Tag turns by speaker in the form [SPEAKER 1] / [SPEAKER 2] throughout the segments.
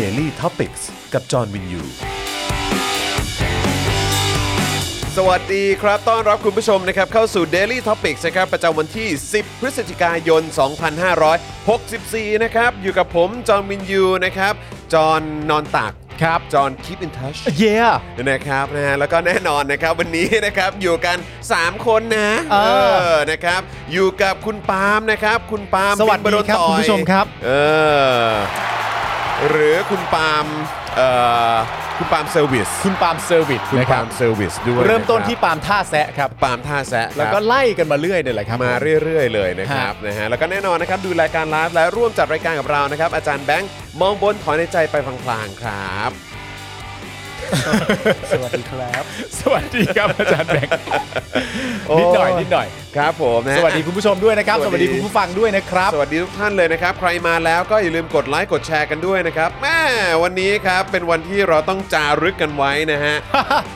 [SPEAKER 1] Daily Topics กับจอห์นวินยู สวัสดีครับ ต้อนรับคุณผู้ชมนะครับเข้าสู่ Daily Topics นะครับประจำวันที่ 10 พฤศจิกายน 2564 นะครับ อยู่กับผม จอห์นวินยูนะครับ จอห์นนอนตักครับ จอห์น keep in touch
[SPEAKER 2] เย่
[SPEAKER 1] นะครับนะฮะแล้วก็แน่นอนนะครับวันนี้นะครับอยู่กัน 3 คนนะ
[SPEAKER 2] เออ
[SPEAKER 1] นะครับ อยู่กับคุณปาล์มนะครับ คุณปาล์ม
[SPEAKER 2] สวัสดี
[SPEAKER 1] ปิ๊กะน
[SPEAKER 2] ครับ
[SPEAKER 1] ต่อย
[SPEAKER 2] คุณผู้ชมครับ
[SPEAKER 1] เออหรือคุณปาล์มเอ่อคุณปาล์มเซอร์วิส
[SPEAKER 2] คุณปาล์มเซอร์วิส
[SPEAKER 1] คุณ
[SPEAKER 2] นะครั
[SPEAKER 1] ปา
[SPEAKER 2] บ
[SPEAKER 1] ล์มเซอร์วิสด้วย
[SPEAKER 2] เริ่มต้นะ
[SPEAKER 1] คบ
[SPEAKER 2] ที่ปาล์มท่าแซะครับ
[SPEAKER 1] ปาล์มท่าแซะครับ
[SPEAKER 2] แล้วก็ไล่กันมาเรื่อยเนี่ยแหละครับ
[SPEAKER 1] มาเรื่อย ๆ เลยนะครับนะฮะแล้วก็แน่นอนนะครับดูรายการไลฟ์และร่วมจัดรายการกับเรานะครับ อาจารย์แบงค์มองบนถอนในใจไปพลางๆครับ
[SPEAKER 3] สวัสดีครับ
[SPEAKER 2] สวัสดีครับอาจารย์แบงค์
[SPEAKER 1] โอ้
[SPEAKER 2] นิดหน่อยนิดหน่อย
[SPEAKER 1] ครับผมนะฮะ
[SPEAKER 2] สวัสดีคุณผู้ชมด้วยนะครับ
[SPEAKER 1] ส
[SPEAKER 2] ส
[SPEAKER 1] วั
[SPEAKER 2] วั
[SPEAKER 1] ส
[SPEAKER 2] ส
[SPEAKER 1] ดี
[SPEAKER 2] ดีคุณผู้ฟังด้วยนะครับ
[SPEAKER 1] สวัสดีทุกท่านเลยนะครับ ใครมาแล้วก็อย่าลืมกดไลค์กดแชร์กันด้วยนะครับแม่วันนี้ครับเป็นวันที่เราต้องจารึกกันไว้นะ ฮะ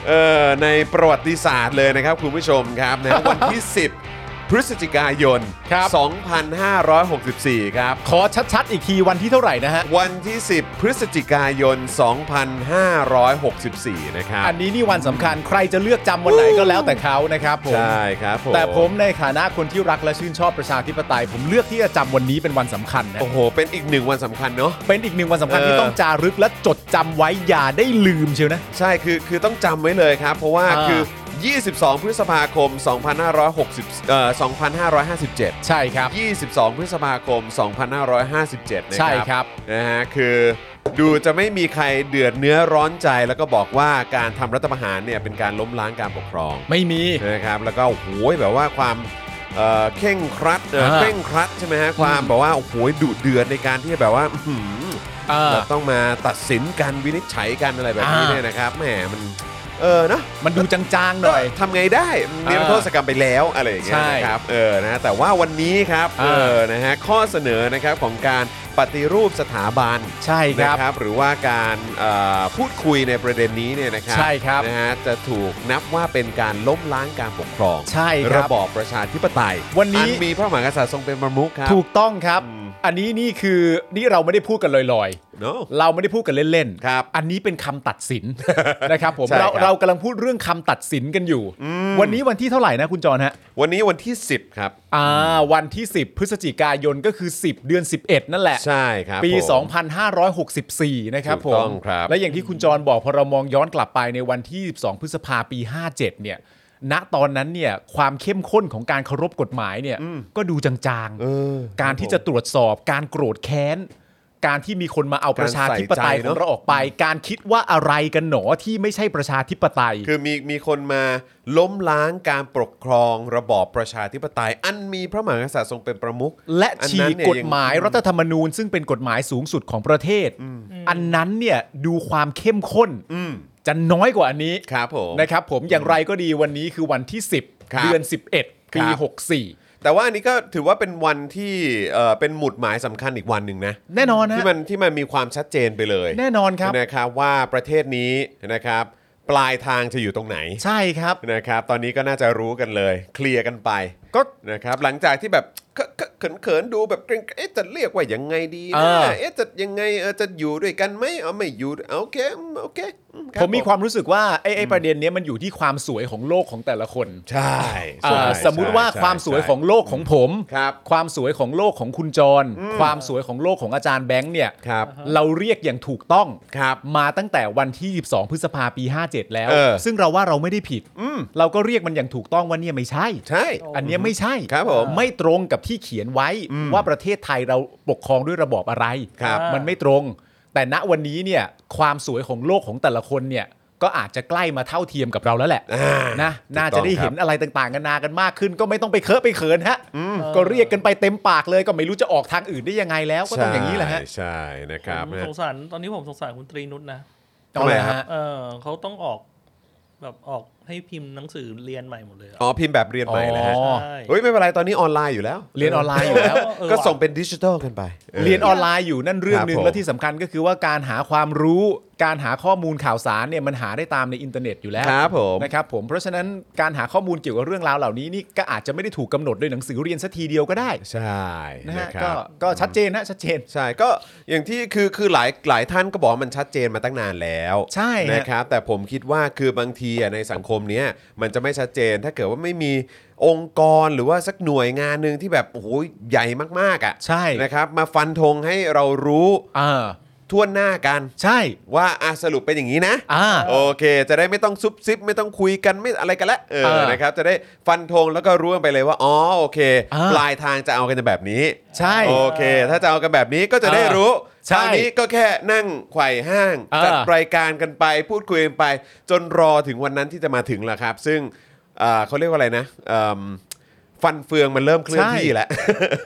[SPEAKER 1] เออในประวัติศาสตร์เลยนะครับ คุณผู้ชมครับนะ วันที่ 10 พฤศจิกายน
[SPEAKER 2] ครับ
[SPEAKER 1] 2564 ครับ
[SPEAKER 2] ขอชัดๆ อีกทีวันที่เท่าไหร่นะฮะ
[SPEAKER 1] วันที่ 10 พฤศจิกายน 2564 นะครับ
[SPEAKER 2] อันนี้นี่วันสำคัญใครจะเลือกจำวันไหนก็แล้วแต่เขานะครับผม
[SPEAKER 1] ใช่ครับผม
[SPEAKER 2] แต่ผมในฐานะคนที่รักและชื่นชอบประชาธิปไตย ผมเลือกที่จะจำวันนี้เป็นวันสำคัญนะ
[SPEAKER 1] โอ้โห เป็นอีกหนึ่งวันสำคัญเนาะ
[SPEAKER 2] เป็นอีกหนึ่งวันสำคัญ
[SPEAKER 1] เออ
[SPEAKER 2] ที่ต้องจารึกและจดจำไว้อย่าได้ลืมเชียวนะ
[SPEAKER 1] ใช่ คือ คือต้องจำไว้เลยครับ เพราะว่า
[SPEAKER 2] อ่า
[SPEAKER 1] คือ 22 พฤษภาคม 2560เอ่อ2557
[SPEAKER 2] ใช่ครับ
[SPEAKER 1] 22 พฤษภาคม 2557 นะ
[SPEAKER 2] ใช่
[SPEAKER 1] ค
[SPEAKER 2] ครั
[SPEAKER 1] รับ นะฮะ คือดูจะไม่มีใครเดือดเนื้อร้อนใจแล้วก็บอกว่าการทำรัฐประหารเนี่ยเป็นการล้มล้างการปกครอง
[SPEAKER 2] ไม่มี
[SPEAKER 1] นะครับแล้วก็โอ้โหแบบว่าความเอ่อเข่งครัดเอ่อ
[SPEAKER 2] อ่า
[SPEAKER 1] เข่งครัดใช่ไหมฮะความแบบว่าโอ้โหดุเดือดในการที่แบบว่าอื้อหือ
[SPEAKER 2] อ่า
[SPEAKER 1] แบบต้องมาตัดสินกันวินิจฉัยกันอะไรแบบนี้
[SPEAKER 2] อ่า
[SPEAKER 1] เนี่ยนะครับแหมมันเออเนอะ
[SPEAKER 2] มันดูจางๆหน่อย
[SPEAKER 1] ทำไงได้นิรโทษกรรมไปแล้วอะไรอย่างเงี้ย
[SPEAKER 2] ใช่
[SPEAKER 1] นะครับเออนะแต่ว่าวันนี้ครับ
[SPEAKER 2] อ่า
[SPEAKER 1] เออนะฮะข้อเสนอนะครับของการปฏิรูปสถาบัน
[SPEAKER 2] ใช่ค
[SPEAKER 1] นะ
[SPEAKER 2] รับ
[SPEAKER 1] ครับหรือว่าการเอ่อพูดคุยในประเด็นนี้เนี่ยนะครั
[SPEAKER 2] ใช่ครับ
[SPEAKER 1] นะฮะจะถูกนับว่าเป็นการล้มล้างการปกครอง
[SPEAKER 2] ใช่ครับ
[SPEAKER 1] ระบอบประชาธิปไตย
[SPEAKER 2] วันนี้
[SPEAKER 1] อัมีพระมหากษัตริย์ทรงเป็นประมุขครับ
[SPEAKER 2] ถูกต้องครับ
[SPEAKER 1] อืม
[SPEAKER 2] อันนี้นี่คือนี่เราไม่ได้พูดกันลอย
[SPEAKER 1] เนอะ
[SPEAKER 2] ๆ เราไม่ได้พูดกันเล่น
[SPEAKER 1] ครับ
[SPEAKER 2] อันนี้เป็นคำตัด สิน นะครับผม
[SPEAKER 1] ใช่ครับ
[SPEAKER 2] เราเรากำลังพูดเรื่องคำตัดสินกันอยู่ วันนี้วันที่เท่าไหร่นะคุณจรฮะ
[SPEAKER 1] วันนี้วันที่ 10 ครับ
[SPEAKER 2] อ่าวันที่ 10 พฤศจิกายนก็คือ 10 เดือน 11 นั่นแหละ
[SPEAKER 1] ใช่ครับ
[SPEAKER 2] ปี
[SPEAKER 1] ผม
[SPEAKER 2] 2564 นะครับผ
[SPEAKER 1] ถูกต้
[SPEAKER 2] ม
[SPEAKER 1] องครับ
[SPEAKER 2] และอย่างที่คุณจรบอกพอเรามองย้อนกลับไปในวันที่ 12 พฤษภาปี 57 เนี่ย ณ ตอนนั้นเนี่ยความเข้มข้นของการเคารพกฎหมายเนี่ยก็ดูจาง
[SPEAKER 1] เออ
[SPEAKER 2] ๆ การที่
[SPEAKER 1] ค
[SPEAKER 2] จะ
[SPEAKER 1] บผม
[SPEAKER 2] ตรวจสอบ การโกรธแค้น การที่มีคนมาเอาประชาธิปไต
[SPEAKER 1] การ
[SPEAKER 2] ย
[SPEAKER 1] ใส่ใจ
[SPEAKER 2] ข
[SPEAKER 1] เน
[SPEAKER 2] อ
[SPEAKER 1] อะ
[SPEAKER 2] งเราออกไป การคิดว่าอะไรกันหนอที่ไม่ใช่ประชาธิปไตย
[SPEAKER 1] คือมีมีคนมาล้มล้างการปกครองระบอบประชาธิปไตย อันมีพระมหากษัตริย์ทรงเป็นประมุข
[SPEAKER 2] และ
[SPEAKER 1] อัน
[SPEAKER 2] ฉี
[SPEAKER 1] นั้น
[SPEAKER 2] ก
[SPEAKER 1] เนี่
[SPEAKER 2] กฎหมาย
[SPEAKER 1] ง
[SPEAKER 2] รัฐธรรมนูญ ซึ่งเป็นกฎหมายสูงสุดของประเทศ อันนั้นเนี่ยดูความเข้มข้นจะน้อยกว่าอันนี้
[SPEAKER 1] ครับผม
[SPEAKER 2] นะครับผมอย่างไรก็ดีวันนี้คือวันที่
[SPEAKER 1] ครับ
[SPEAKER 2] 10เดือน 11
[SPEAKER 1] ค
[SPEAKER 2] ปี
[SPEAKER 1] รับ
[SPEAKER 2] 64
[SPEAKER 1] แต่ว่าอันนี้ก็ถือว่าเป็นวันที่เอ่อเป็นหมุดหมายสำคัญอีกวันหนึ่งนะ
[SPEAKER 2] แน่นอนฮะ
[SPEAKER 1] ที่มันที่มันมีความชัดเจนไปเลย
[SPEAKER 2] แน่นอนครับ
[SPEAKER 1] นะครับว่าประเทศนี้นะครับ ปลายทางจะอยู่ตรงไหน
[SPEAKER 2] ใช่ครับ
[SPEAKER 1] นะครับ ตอนนี้ก็น่าจะรู้กันเลย เคลียร์กันไป
[SPEAKER 2] ก็
[SPEAKER 1] นะครับ หลังจากที่แบบก็ก็เขินเขินๆดูแบบเกรงๆเอ๊ะจะเรียกว่ายังไงดี
[SPEAKER 2] เอ
[SPEAKER 1] นะ
[SPEAKER 2] อ
[SPEAKER 1] เอ๊ะจะยังไงเออจะอยู่ด้วยกันไหมเอาไม่อยู่เอาโอเคอืมโอเคอืครับ
[SPEAKER 2] ผมมีความรู้สึกว่าไอ้ไอ้ประเด็นเนี้ยมันอยู่ที่ความสวยของโลกของแต่ละคน
[SPEAKER 1] ใช่
[SPEAKER 2] เอ่
[SPEAKER 1] ใช่
[SPEAKER 2] อสมมุติว่า
[SPEAKER 1] ใช่
[SPEAKER 2] ความสวย
[SPEAKER 1] ใช่
[SPEAKER 2] ของโลกของผม
[SPEAKER 1] ครับ
[SPEAKER 2] ความสวยของโลกของคุณจร ความสวยของโลกของอาจารย์แบงค์เนี่ย
[SPEAKER 1] ครับ
[SPEAKER 2] เราเรียกอย่างถูกต้อง
[SPEAKER 1] ครับ
[SPEAKER 2] มาตั้งแต่วันที่ 12 พฤษภาปี 57 แล้ว
[SPEAKER 1] เออ
[SPEAKER 2] ซึ่งเราว่าเราไม่ได้ผิด เราก็เรียกมันอย่างถูกต้องว่าเนี่ยไม่ใช่
[SPEAKER 1] ใช่
[SPEAKER 2] อันเนี้ยไม่ใช่
[SPEAKER 1] ครับผม
[SPEAKER 2] ไม่ตรงกับที่เขียนไว้ว่าประเทศไทยเราปกครองด้วยระบอบอะไร
[SPEAKER 1] ครับ
[SPEAKER 2] มันไม่ตรง แต่ณวันนี้เนี่ยความสวยของโลกของแต่ละคนเนี่ยก็อาจจะใกล้มาเท่าเทียมกับเราแล้วแหละ
[SPEAKER 1] อ่า
[SPEAKER 2] นะ
[SPEAKER 1] ถูก
[SPEAKER 2] น่า
[SPEAKER 1] ต้
[SPEAKER 2] จะ
[SPEAKER 1] อง
[SPEAKER 2] ได้เห็นอะไรต่างๆกันานากันมากขึ้น ก็ไม่ต้องไปเคอะไปเขินฮะก็เรียกกันไปเต็มปากเลยก็ไม่รู้จะออกทางอื่นได้ยังไงแล้วก็ต้องอย่างนี้แหละฮะ
[SPEAKER 1] ใช่ใช่นะครับ
[SPEAKER 3] ผม
[SPEAKER 1] นะ
[SPEAKER 3] สงสารตอนนี้ผมสงสารคุณตรีนุชนะ
[SPEAKER 1] ทำไมครับ
[SPEAKER 2] เอาละฮะ
[SPEAKER 3] เออเขาต้องออกแบบออกให้พิมพ์หนังสือเรียนใหม่หมดเลยอะ
[SPEAKER 1] อ๋อพิมพ์แบบเรียนใหม่นะฮะ
[SPEAKER 2] อ๋อ
[SPEAKER 3] ใช่
[SPEAKER 1] เฮ้ยไม่เป็นไรตอนนี้ออนไลน์อยู่แล้ว
[SPEAKER 2] เรียนออนไลน์อยู่แล้ว
[SPEAKER 3] เออ
[SPEAKER 1] ก็ส่ง
[SPEAKER 3] ว่ะ
[SPEAKER 1] เป็นดิจิทัลกันไปออ
[SPEAKER 2] เรียนออนไลน์อยู่นั่นเรื่องหนึ่
[SPEAKER 1] ครับผม
[SPEAKER 2] งและที่สำคัญก็คือว่าการหาความรู้การหาข้อมูลข่าวสารเนี่ยมันหาได้ตามในอินเทอร์เน็ตอยู่แล้ว
[SPEAKER 1] ครับผม
[SPEAKER 2] นะครับผมเพราะฉะนั้นการหาข้อมูลเกี่ยวกับเรื่องราวเหล่านี้นี่ก็อาจจะไม่ได้ถูกกำหนดด้วยหนังสือเรียนสักทีเดียวก็ได้
[SPEAKER 1] ใช่
[SPEAKER 2] นะ
[SPEAKER 1] นะ
[SPEAKER 2] ฮะ
[SPEAKER 1] ครั
[SPEAKER 2] ก็
[SPEAKER 1] บ
[SPEAKER 2] ก็ชัดเจนนะชัดเจน
[SPEAKER 1] ใช่ก็อย่างที่คือคือหลายหลายท่านก็บอกว่ามันชัดเจนมาตั้งนานแล้ว
[SPEAKER 2] ใช่ฮะ
[SPEAKER 1] นะครับ แต่ผมคิดว่าคือบางทีอ่ะในสังคมเนี้ยมันจะไม่ชัดเจน ถ้าเกิดว่าไม่มีองค์กรหรือว่าสักหน่วยงานหนึ่งที่แบบโอ้โหใหญ่มากๆอ่ะ
[SPEAKER 2] ใช่
[SPEAKER 1] นะครับ มาฟันธงให้เรารู้
[SPEAKER 2] อ่า
[SPEAKER 1] ทั่วหน้ากัน
[SPEAKER 2] ใช่
[SPEAKER 1] ว่าอ่ะสรุปเป็นอย่างนี้นะ
[SPEAKER 2] อ่า
[SPEAKER 1] โอเค จะได้ไม่ต้องซุบซิบ ไม่ต้องคุยกันไม่อะไรกันละเออ
[SPEAKER 2] เออ
[SPEAKER 1] นะครับ จะได้ฟันธงแล้วก็รู้กันไปเลยว่า อ๋อ โอเค
[SPEAKER 2] อ่า
[SPEAKER 1] ปลายทางจะเอากันแบบนี้
[SPEAKER 2] ใช่
[SPEAKER 1] โอเค ถ้าจะเอากันแบบนี้ก็จะได้
[SPEAKER 2] เออ
[SPEAKER 1] รู้
[SPEAKER 2] ใช่
[SPEAKER 1] คราวนี้ก็แค่นั่งไขว่ห้าง
[SPEAKER 2] เออ
[SPEAKER 1] จัดรายการกันไป พูดคุยกันไป จนรอถึงวันนั้นที่จะมาถึงแหละครับ ซึ่งเอ่อเขาเรียกว่าอะไรนะเอิ่มฟันเฟืองมันเริ่มเคลื่อน
[SPEAKER 2] ใช่
[SPEAKER 1] ที่แล้ว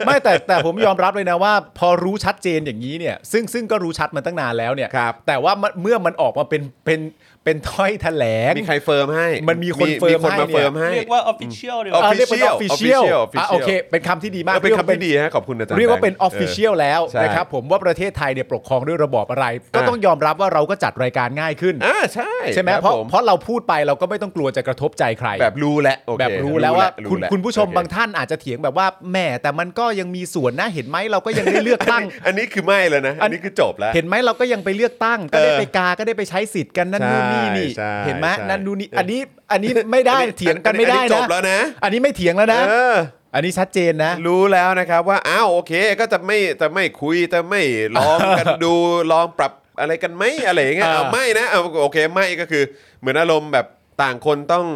[SPEAKER 2] ไม่แต่แต่ผมยอมรับเลยนะว่า พอรู้ชัดเจนอย่างนี้เนี่ยซึ่งซึ่งก็รู้ชัดมาตั้งนานแล้วเนี่ย
[SPEAKER 1] ครับ
[SPEAKER 2] แต่ว่ามันเมื่อมันออกมาเป็นเป็นเป็นถ้อยแถลง
[SPEAKER 1] มีใครเฟิร์มให้
[SPEAKER 2] มันมีคนเฟิร์ม
[SPEAKER 1] คนมา
[SPEAKER 2] ให้เนี่ย
[SPEAKER 1] เฟิร์มให้
[SPEAKER 3] เรียกว่า official ดีก
[SPEAKER 1] เออ
[SPEAKER 3] ว่า
[SPEAKER 2] เรียกเป็นออฟฟิเชีย
[SPEAKER 1] official
[SPEAKER 2] ล
[SPEAKER 1] official
[SPEAKER 2] โอเค เป็นคำที่ดีมาก
[SPEAKER 1] เออเป็นคำที่ดีฮะขอบคุณอาจารย์
[SPEAKER 2] เรียกว่า
[SPEAKER 1] แบงค์
[SPEAKER 2] เป็นออฟฟิเชียลแล้ว
[SPEAKER 1] ใช่
[SPEAKER 2] นะครับผมว่าประเทศไทยเนี่ยปกครองด้วยระบอบอะไร ก็
[SPEAKER 1] อ่ะ
[SPEAKER 2] ต้องยอมรับว่าเราก็จัดรายการง่ายขึ้น
[SPEAKER 1] อ่าใช่
[SPEAKER 2] ใช่ไหม
[SPEAKER 1] คบ
[SPEAKER 2] เพราะ
[SPEAKER 1] ผม
[SPEAKER 2] เพราะเราพูดไปเราก็ไม่ต้องกลัวจะกระทบใจใคร
[SPEAKER 1] แบบรู้แล้วโอเค
[SPEAKER 2] แบบรู้แล้วว่าคุณ
[SPEAKER 1] รู้แล้
[SPEAKER 2] คุณผู้ชม
[SPEAKER 1] โอเ
[SPEAKER 2] บางท่านอาจจะเถียงแบบว่าแหม่แต่มันก็ยังมีส่วนนะเห็นไหมเราก็ยังได้เลือกตั้ง
[SPEAKER 1] อันนี้คือไม่แล้วนะ อันนี้คือจบแล้ว
[SPEAKER 2] เห็นไหมเราก็ยังไปเลือกตั้ง ก็ได้
[SPEAKER 1] เออ
[SPEAKER 2] ไปกาก็ได้ไปใช้สิทธิ์กันนั่นนู่นนี่นี่
[SPEAKER 1] ใช่
[SPEAKER 2] เห็นไหม
[SPEAKER 1] ใช่
[SPEAKER 2] นั่นนู่นนี่
[SPEAKER 1] เอออั
[SPEAKER 2] อันนี้อันนี้ไม่ได้เถียงกันไม่ได้
[SPEAKER 1] อัจบแล้ว
[SPEAKER 2] นะ
[SPEAKER 1] นะ
[SPEAKER 2] อันนี้ไม่เถียงแล้วนะ
[SPEAKER 1] เออ
[SPEAKER 2] อันนี้ชัดเจนนะ
[SPEAKER 1] รู้แล้วนะครับว่าอ้าวโอเค ก็จะไม่จะไม่คุยจะไม่ลองกันดูลองปรับอะไรกันไหมอะไรอย่างเงี้ย
[SPEAKER 2] เออ
[SPEAKER 1] เอาไม่นะเอาโอเคไม่ก็คือ เหมือนอารมณ์แบบต่างคนต้อง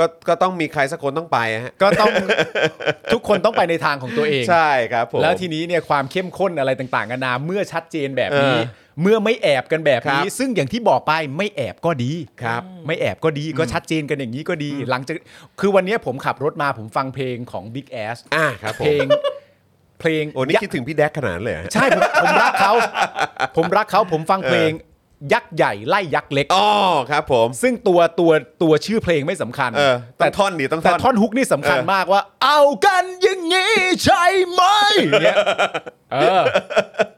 [SPEAKER 1] ก็ก็ต้องมีใครสักคนต้องไปฮะ
[SPEAKER 2] ก็ ต้องทุกคนต้องไปในทางของตัวเอง
[SPEAKER 1] ใช่ครับผม
[SPEAKER 2] แล้วทีนี้เนี่ยความเข้มข้นอะไรต่างๆกันานาเมื่อชัดเจนแบบนี้
[SPEAKER 1] เออ
[SPEAKER 2] เมื่อไม่แอบกันแบบนี้
[SPEAKER 1] ครับ
[SPEAKER 2] ซึ่งอย่างที่บอกไปไม่แอบก็ดี
[SPEAKER 1] ครับ
[SPEAKER 2] ไม่แอบก็ดีก็ชัดเจนกันอย่างนี้ก็ดี หลังจากคือวันเนี้ยผมขับรถมาผมฟังเพลงของ Big Ass
[SPEAKER 1] อ่าครับผม
[SPEAKER 2] เพลงเพลง
[SPEAKER 1] โอ้นี่
[SPEAKER 2] ยัก
[SPEAKER 1] คิ
[SPEAKER 2] ษ์
[SPEAKER 1] ดถึงพี่แดกขนาดนั้นเลยเหรอฮะ
[SPEAKER 2] ใช่ผมผมรัก เขาผมรักเขาผมฟังเพลงยักษ์ใหญ่ไล่ยักษ์เล็ก
[SPEAKER 1] อ๋อครับผม
[SPEAKER 2] ซึ่งตัวตัวตัวชื่อเพลงไม่สำคัญ
[SPEAKER 1] เออต้องท่อนดีต้อง
[SPEAKER 2] แต่
[SPEAKER 1] ท่อน
[SPEAKER 2] ท่อนฮุกนี่สำคัญ
[SPEAKER 1] เออ
[SPEAKER 2] มากว่า เอากันอย่างนี้ใช่ไหมเนี่ยเออ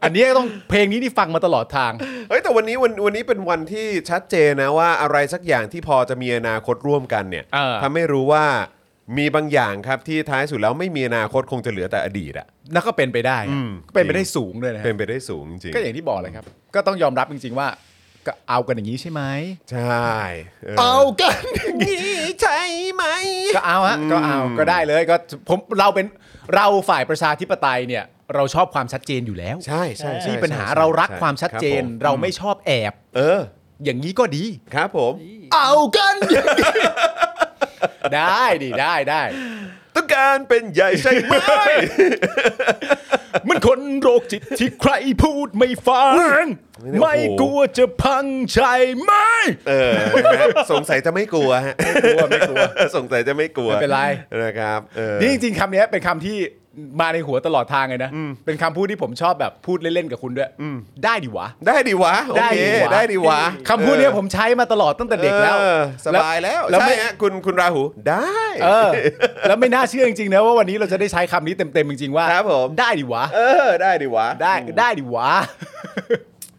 [SPEAKER 2] อันนี้ต้องเพลงนี้ที่ฟังมาตลอดทาง
[SPEAKER 1] เฮ้ยแต่วันนี้วันวันนี้เป็นวันที่ชัดเจนนะว่าอะไรสักอย่างที่พอจะมีอนาคตร่วมกันเนี่ย
[SPEAKER 2] เออ
[SPEAKER 1] ทำให้รู้ว่ามีบางอย่างครับที่ท้ายสุดแล้วไม่มีอนาคตคงจะเหลือแต่อดีตอะ
[SPEAKER 2] นั่นก็เป็นไปได้อะเป็นไปได้สูงด้วยนะฮะ
[SPEAKER 1] เป็นไปได้สูงจริง
[SPEAKER 2] ก็อย่างที่บอกเลยครับ ก็ต้องยอมรับจริง ๆ ว่าก็เอากันอย่างนี้ใช่ไหม
[SPEAKER 1] ใช่เออ
[SPEAKER 2] กันอย่างนี้
[SPEAKER 1] นี่ใช่ไหม
[SPEAKER 2] ก็เอาฮะก็เอาก็ได้เลยก็ผมเราเป็นเราฝ่ายประชาธิปไตยเนี่ย เราชอบความชัดเจนอยู่แล้ว
[SPEAKER 1] ใช่ใช่ใช่
[SPEAKER 2] นี่ปัญหา
[SPEAKER 1] ใช่
[SPEAKER 2] เรารัก
[SPEAKER 1] ใ
[SPEAKER 2] ความชัดเจน
[SPEAKER 1] รับผม
[SPEAKER 2] เราไม่ชอบแอบ
[SPEAKER 1] เออ
[SPEAKER 2] อย่างนี้ก็ดี
[SPEAKER 1] ครับผม
[SPEAKER 2] เอา กัน ได้ดิได้ได้
[SPEAKER 1] ต้องการเป็นใหญ่ใช่ไหม
[SPEAKER 2] มันคนโรคจิตที่ใครพูดไม่ฟัง
[SPEAKER 1] ไม่
[SPEAKER 2] ไม่
[SPEAKER 1] โอ้โห
[SPEAKER 2] กลัวจะพังใช่ไหม
[SPEAKER 1] เออนะครับสงสัยจะไม่กลัวฮะ
[SPEAKER 2] กลัวไม่กลัว
[SPEAKER 1] สงสัยจะไม่กลัว
[SPEAKER 2] ไม่เป็นไร
[SPEAKER 1] นะครับเออ
[SPEAKER 2] นี่จริงๆคำเนี้ยเป็นคำที่ มาในหัวตลอดทางเลยนะ เป็นคำพูดที่ผมชอบแบบพูดเล่นๆกับคุณด้วยได้ดิวะ
[SPEAKER 1] ได้ดีวะโอ
[SPEAKER 2] ได้
[SPEAKER 1] เค
[SPEAKER 2] ดิวะ
[SPEAKER 1] ได้ดีวะ
[SPEAKER 2] คำพูดเนี้ย
[SPEAKER 1] ออ
[SPEAKER 2] ผมใช้มาตลอดตั้งแต่เด็กแล้ว
[SPEAKER 1] ออสบายแล้ว
[SPEAKER 2] แล้ว
[SPEAKER 1] ใช่
[SPEAKER 2] ไม่
[SPEAKER 1] ฮะคุณคุณราหูได้
[SPEAKER 2] เออ แล้วไม่น่าเชื่อจริงๆนะว่าวันนี้เราจะได้ใช้คำนี้เต็มๆจริงๆว่า
[SPEAKER 1] ครับผม
[SPEAKER 2] ได้ดิวะ
[SPEAKER 1] เออได้ดีวะ
[SPEAKER 2] ได้ได้ดิวะ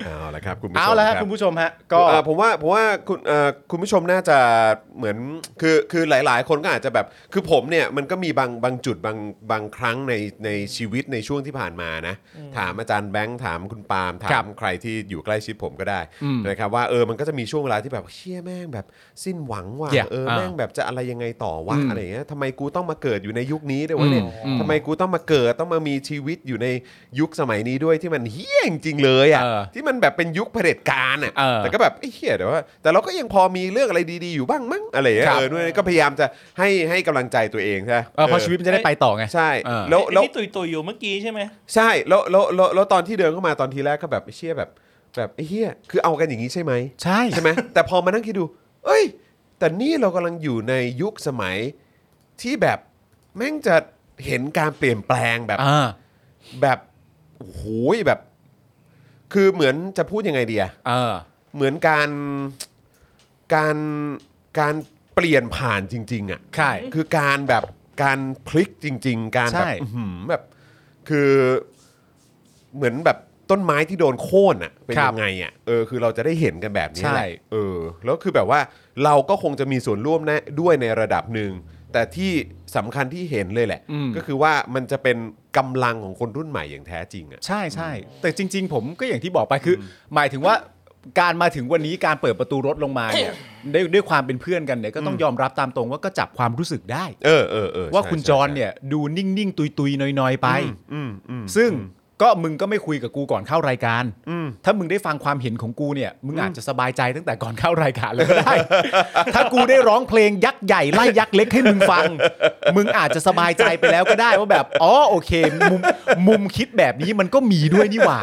[SPEAKER 1] เอาละครับคุณผู้ชม
[SPEAKER 2] เอาละฮะ
[SPEAKER 1] รับ
[SPEAKER 2] คุณผู้ชมฮะ ก็
[SPEAKER 1] เอ่อผมว่าผมว่าคุณเอ่อคุณผู้ชมน่าจะเหมือนคือคือหลาย ๆ คนก็อาจจะแบบ คือผมเนี่ยมันก็มีบางบางจุดบางบางครั้งในในชีวิตในช่วงที่ผ่านมานะ ถามอาจารย์แบงค์ถามคุณปาล์มถา
[SPEAKER 2] ครั
[SPEAKER 1] ม
[SPEAKER 2] บ
[SPEAKER 1] ใครที่อยู่ใกล้ชิดผมก็ได้
[SPEAKER 2] อืม
[SPEAKER 1] นะครับว่าเออมันก็จะมีช่วงเวลาที่แบบเชี่ยแม่งแบบสิ้นหวังว่ะ
[SPEAKER 2] Yeah
[SPEAKER 1] เออ
[SPEAKER 2] อ่า
[SPEAKER 1] แม่งแบบจะอะไรยังไงต่อวะ
[SPEAKER 2] อืม
[SPEAKER 1] อะไรเงี้ยทำไมกูต้องมาเกิดอยู่ในยุคนี้ด้วยวะเนี่ย
[SPEAKER 2] อืมอืม
[SPEAKER 1] ทำไมกูต้องมาเกิดต้องมามีชีวิตอยู่ในยุคสมัยนี้ด้วยที่มันเฮี้ยจริงๆเลยอ่ะ
[SPEAKER 2] เออ
[SPEAKER 1] ที่มันแบบเป็นยุคเผด็จการอ่ะ
[SPEAKER 2] เออ
[SPEAKER 1] แต่ก็ ก็แบบไอ้เหี้ยแต่ว่าแต่เราก็ยังพอมีเรื่องอะไรดีๆอยู่บ้างมั้งอะไรอย่างเงี้ย
[SPEAKER 2] ครับ
[SPEAKER 1] เออด้วยก็พยายามจะให้ให้กำลังใจตัวเองใช่ไหม
[SPEAKER 2] เออเพราะชีวิตมันจะได้ไปต่อไง
[SPEAKER 1] ใช่
[SPEAKER 2] เออ
[SPEAKER 1] แล้ว
[SPEAKER 3] ไอ้
[SPEAKER 1] แล้ว
[SPEAKER 3] ที่ตุยตุยๆอยู่เมื่อกี้ใช่ไหม
[SPEAKER 1] ใช่แล้วแล้วแล้วแล้วตอนที่เดินเข้ามาตอนทีแรกก็แบบไอ้เชี่ยแบบแบบไอ้เหี้ยคือเอากันอย่างนี้ใช่ไหม
[SPEAKER 2] ใช่
[SPEAKER 1] ใช่ไหม แต่พอมานั่งคิดดู เอ้ย แต่นี่เรากำลังอยู่ในยุคสมัยที่แบบแม่งจะเห็นการเปลี่ยนแปลงแบบ
[SPEAKER 2] อ่า
[SPEAKER 1] แบบโอ้โหแบบ คือเหมือนจะพูดยังไงดีอะ
[SPEAKER 2] เออ
[SPEAKER 1] เหมือนการการการเปลี่ยนผ่านจริง ๆ อ่ะ
[SPEAKER 2] ใช่
[SPEAKER 1] คือการแบบการพลิกจริง ๆ การแบบ
[SPEAKER 2] ใช่
[SPEAKER 1] อื้อหือแบบคือเหมือนแบบต้นไม้ที่โดนโค่นอ่ะเป็นยังไงอ่ะเออคือเราจะได้เห็นกันแบบนี้แหละเออแล้วคือแบบว่าเราก็คงจะมีส่วนร่วมแน่ด้วยในระดับหนึ่งแต่ที่สำคัญที่เห็นเลยแหละ ก็คือว่ามันจะเป็นกำลังของคนรุ่นใหม่อย่างแท้จริงอ่ะ
[SPEAKER 2] ใช่ใช่แต่จริง ๆ ผมก็อย่างที่บอกไปคืออหมายถึงว่าการมาถึงวันนี้การเปิดประตูรถลงมาเนี่ย ด้วยด้วยความเป็นเพื่อนกันเนี่ยก็ต้องยอมรับตามตรงว่าก็จับความรู้สึกได้
[SPEAKER 1] เออเออเออใช่
[SPEAKER 2] ว่าคุณ
[SPEAKER 1] ใช่
[SPEAKER 2] จร
[SPEAKER 1] ใช่
[SPEAKER 2] เนี่ยดูนิ่ง ๆ ตุย ๆนอย ๆ ไป
[SPEAKER 1] อืมอืม
[SPEAKER 2] ซึ่งก็มึงก็ไม่คุยกับกูก่อนเข้ารายการ ถ้ามึงได้ฟังความเห็นของกูเนี่ย มึงอาจจะสบายใจตั้งแต่ก่อนเข้ารายการแล้วก็ได้ ถ้ากูได้ร้องเพลงยักษ์ใหญ่ไล่ยักษ์เล็กให้มึง ฟัง มึงอาจจะสบายใจไปแล้วก็ได้ว่าแบบ อ๋อโอเค มุมมุมคิดแบบนี้มันก็มีด้วยนี่หว่า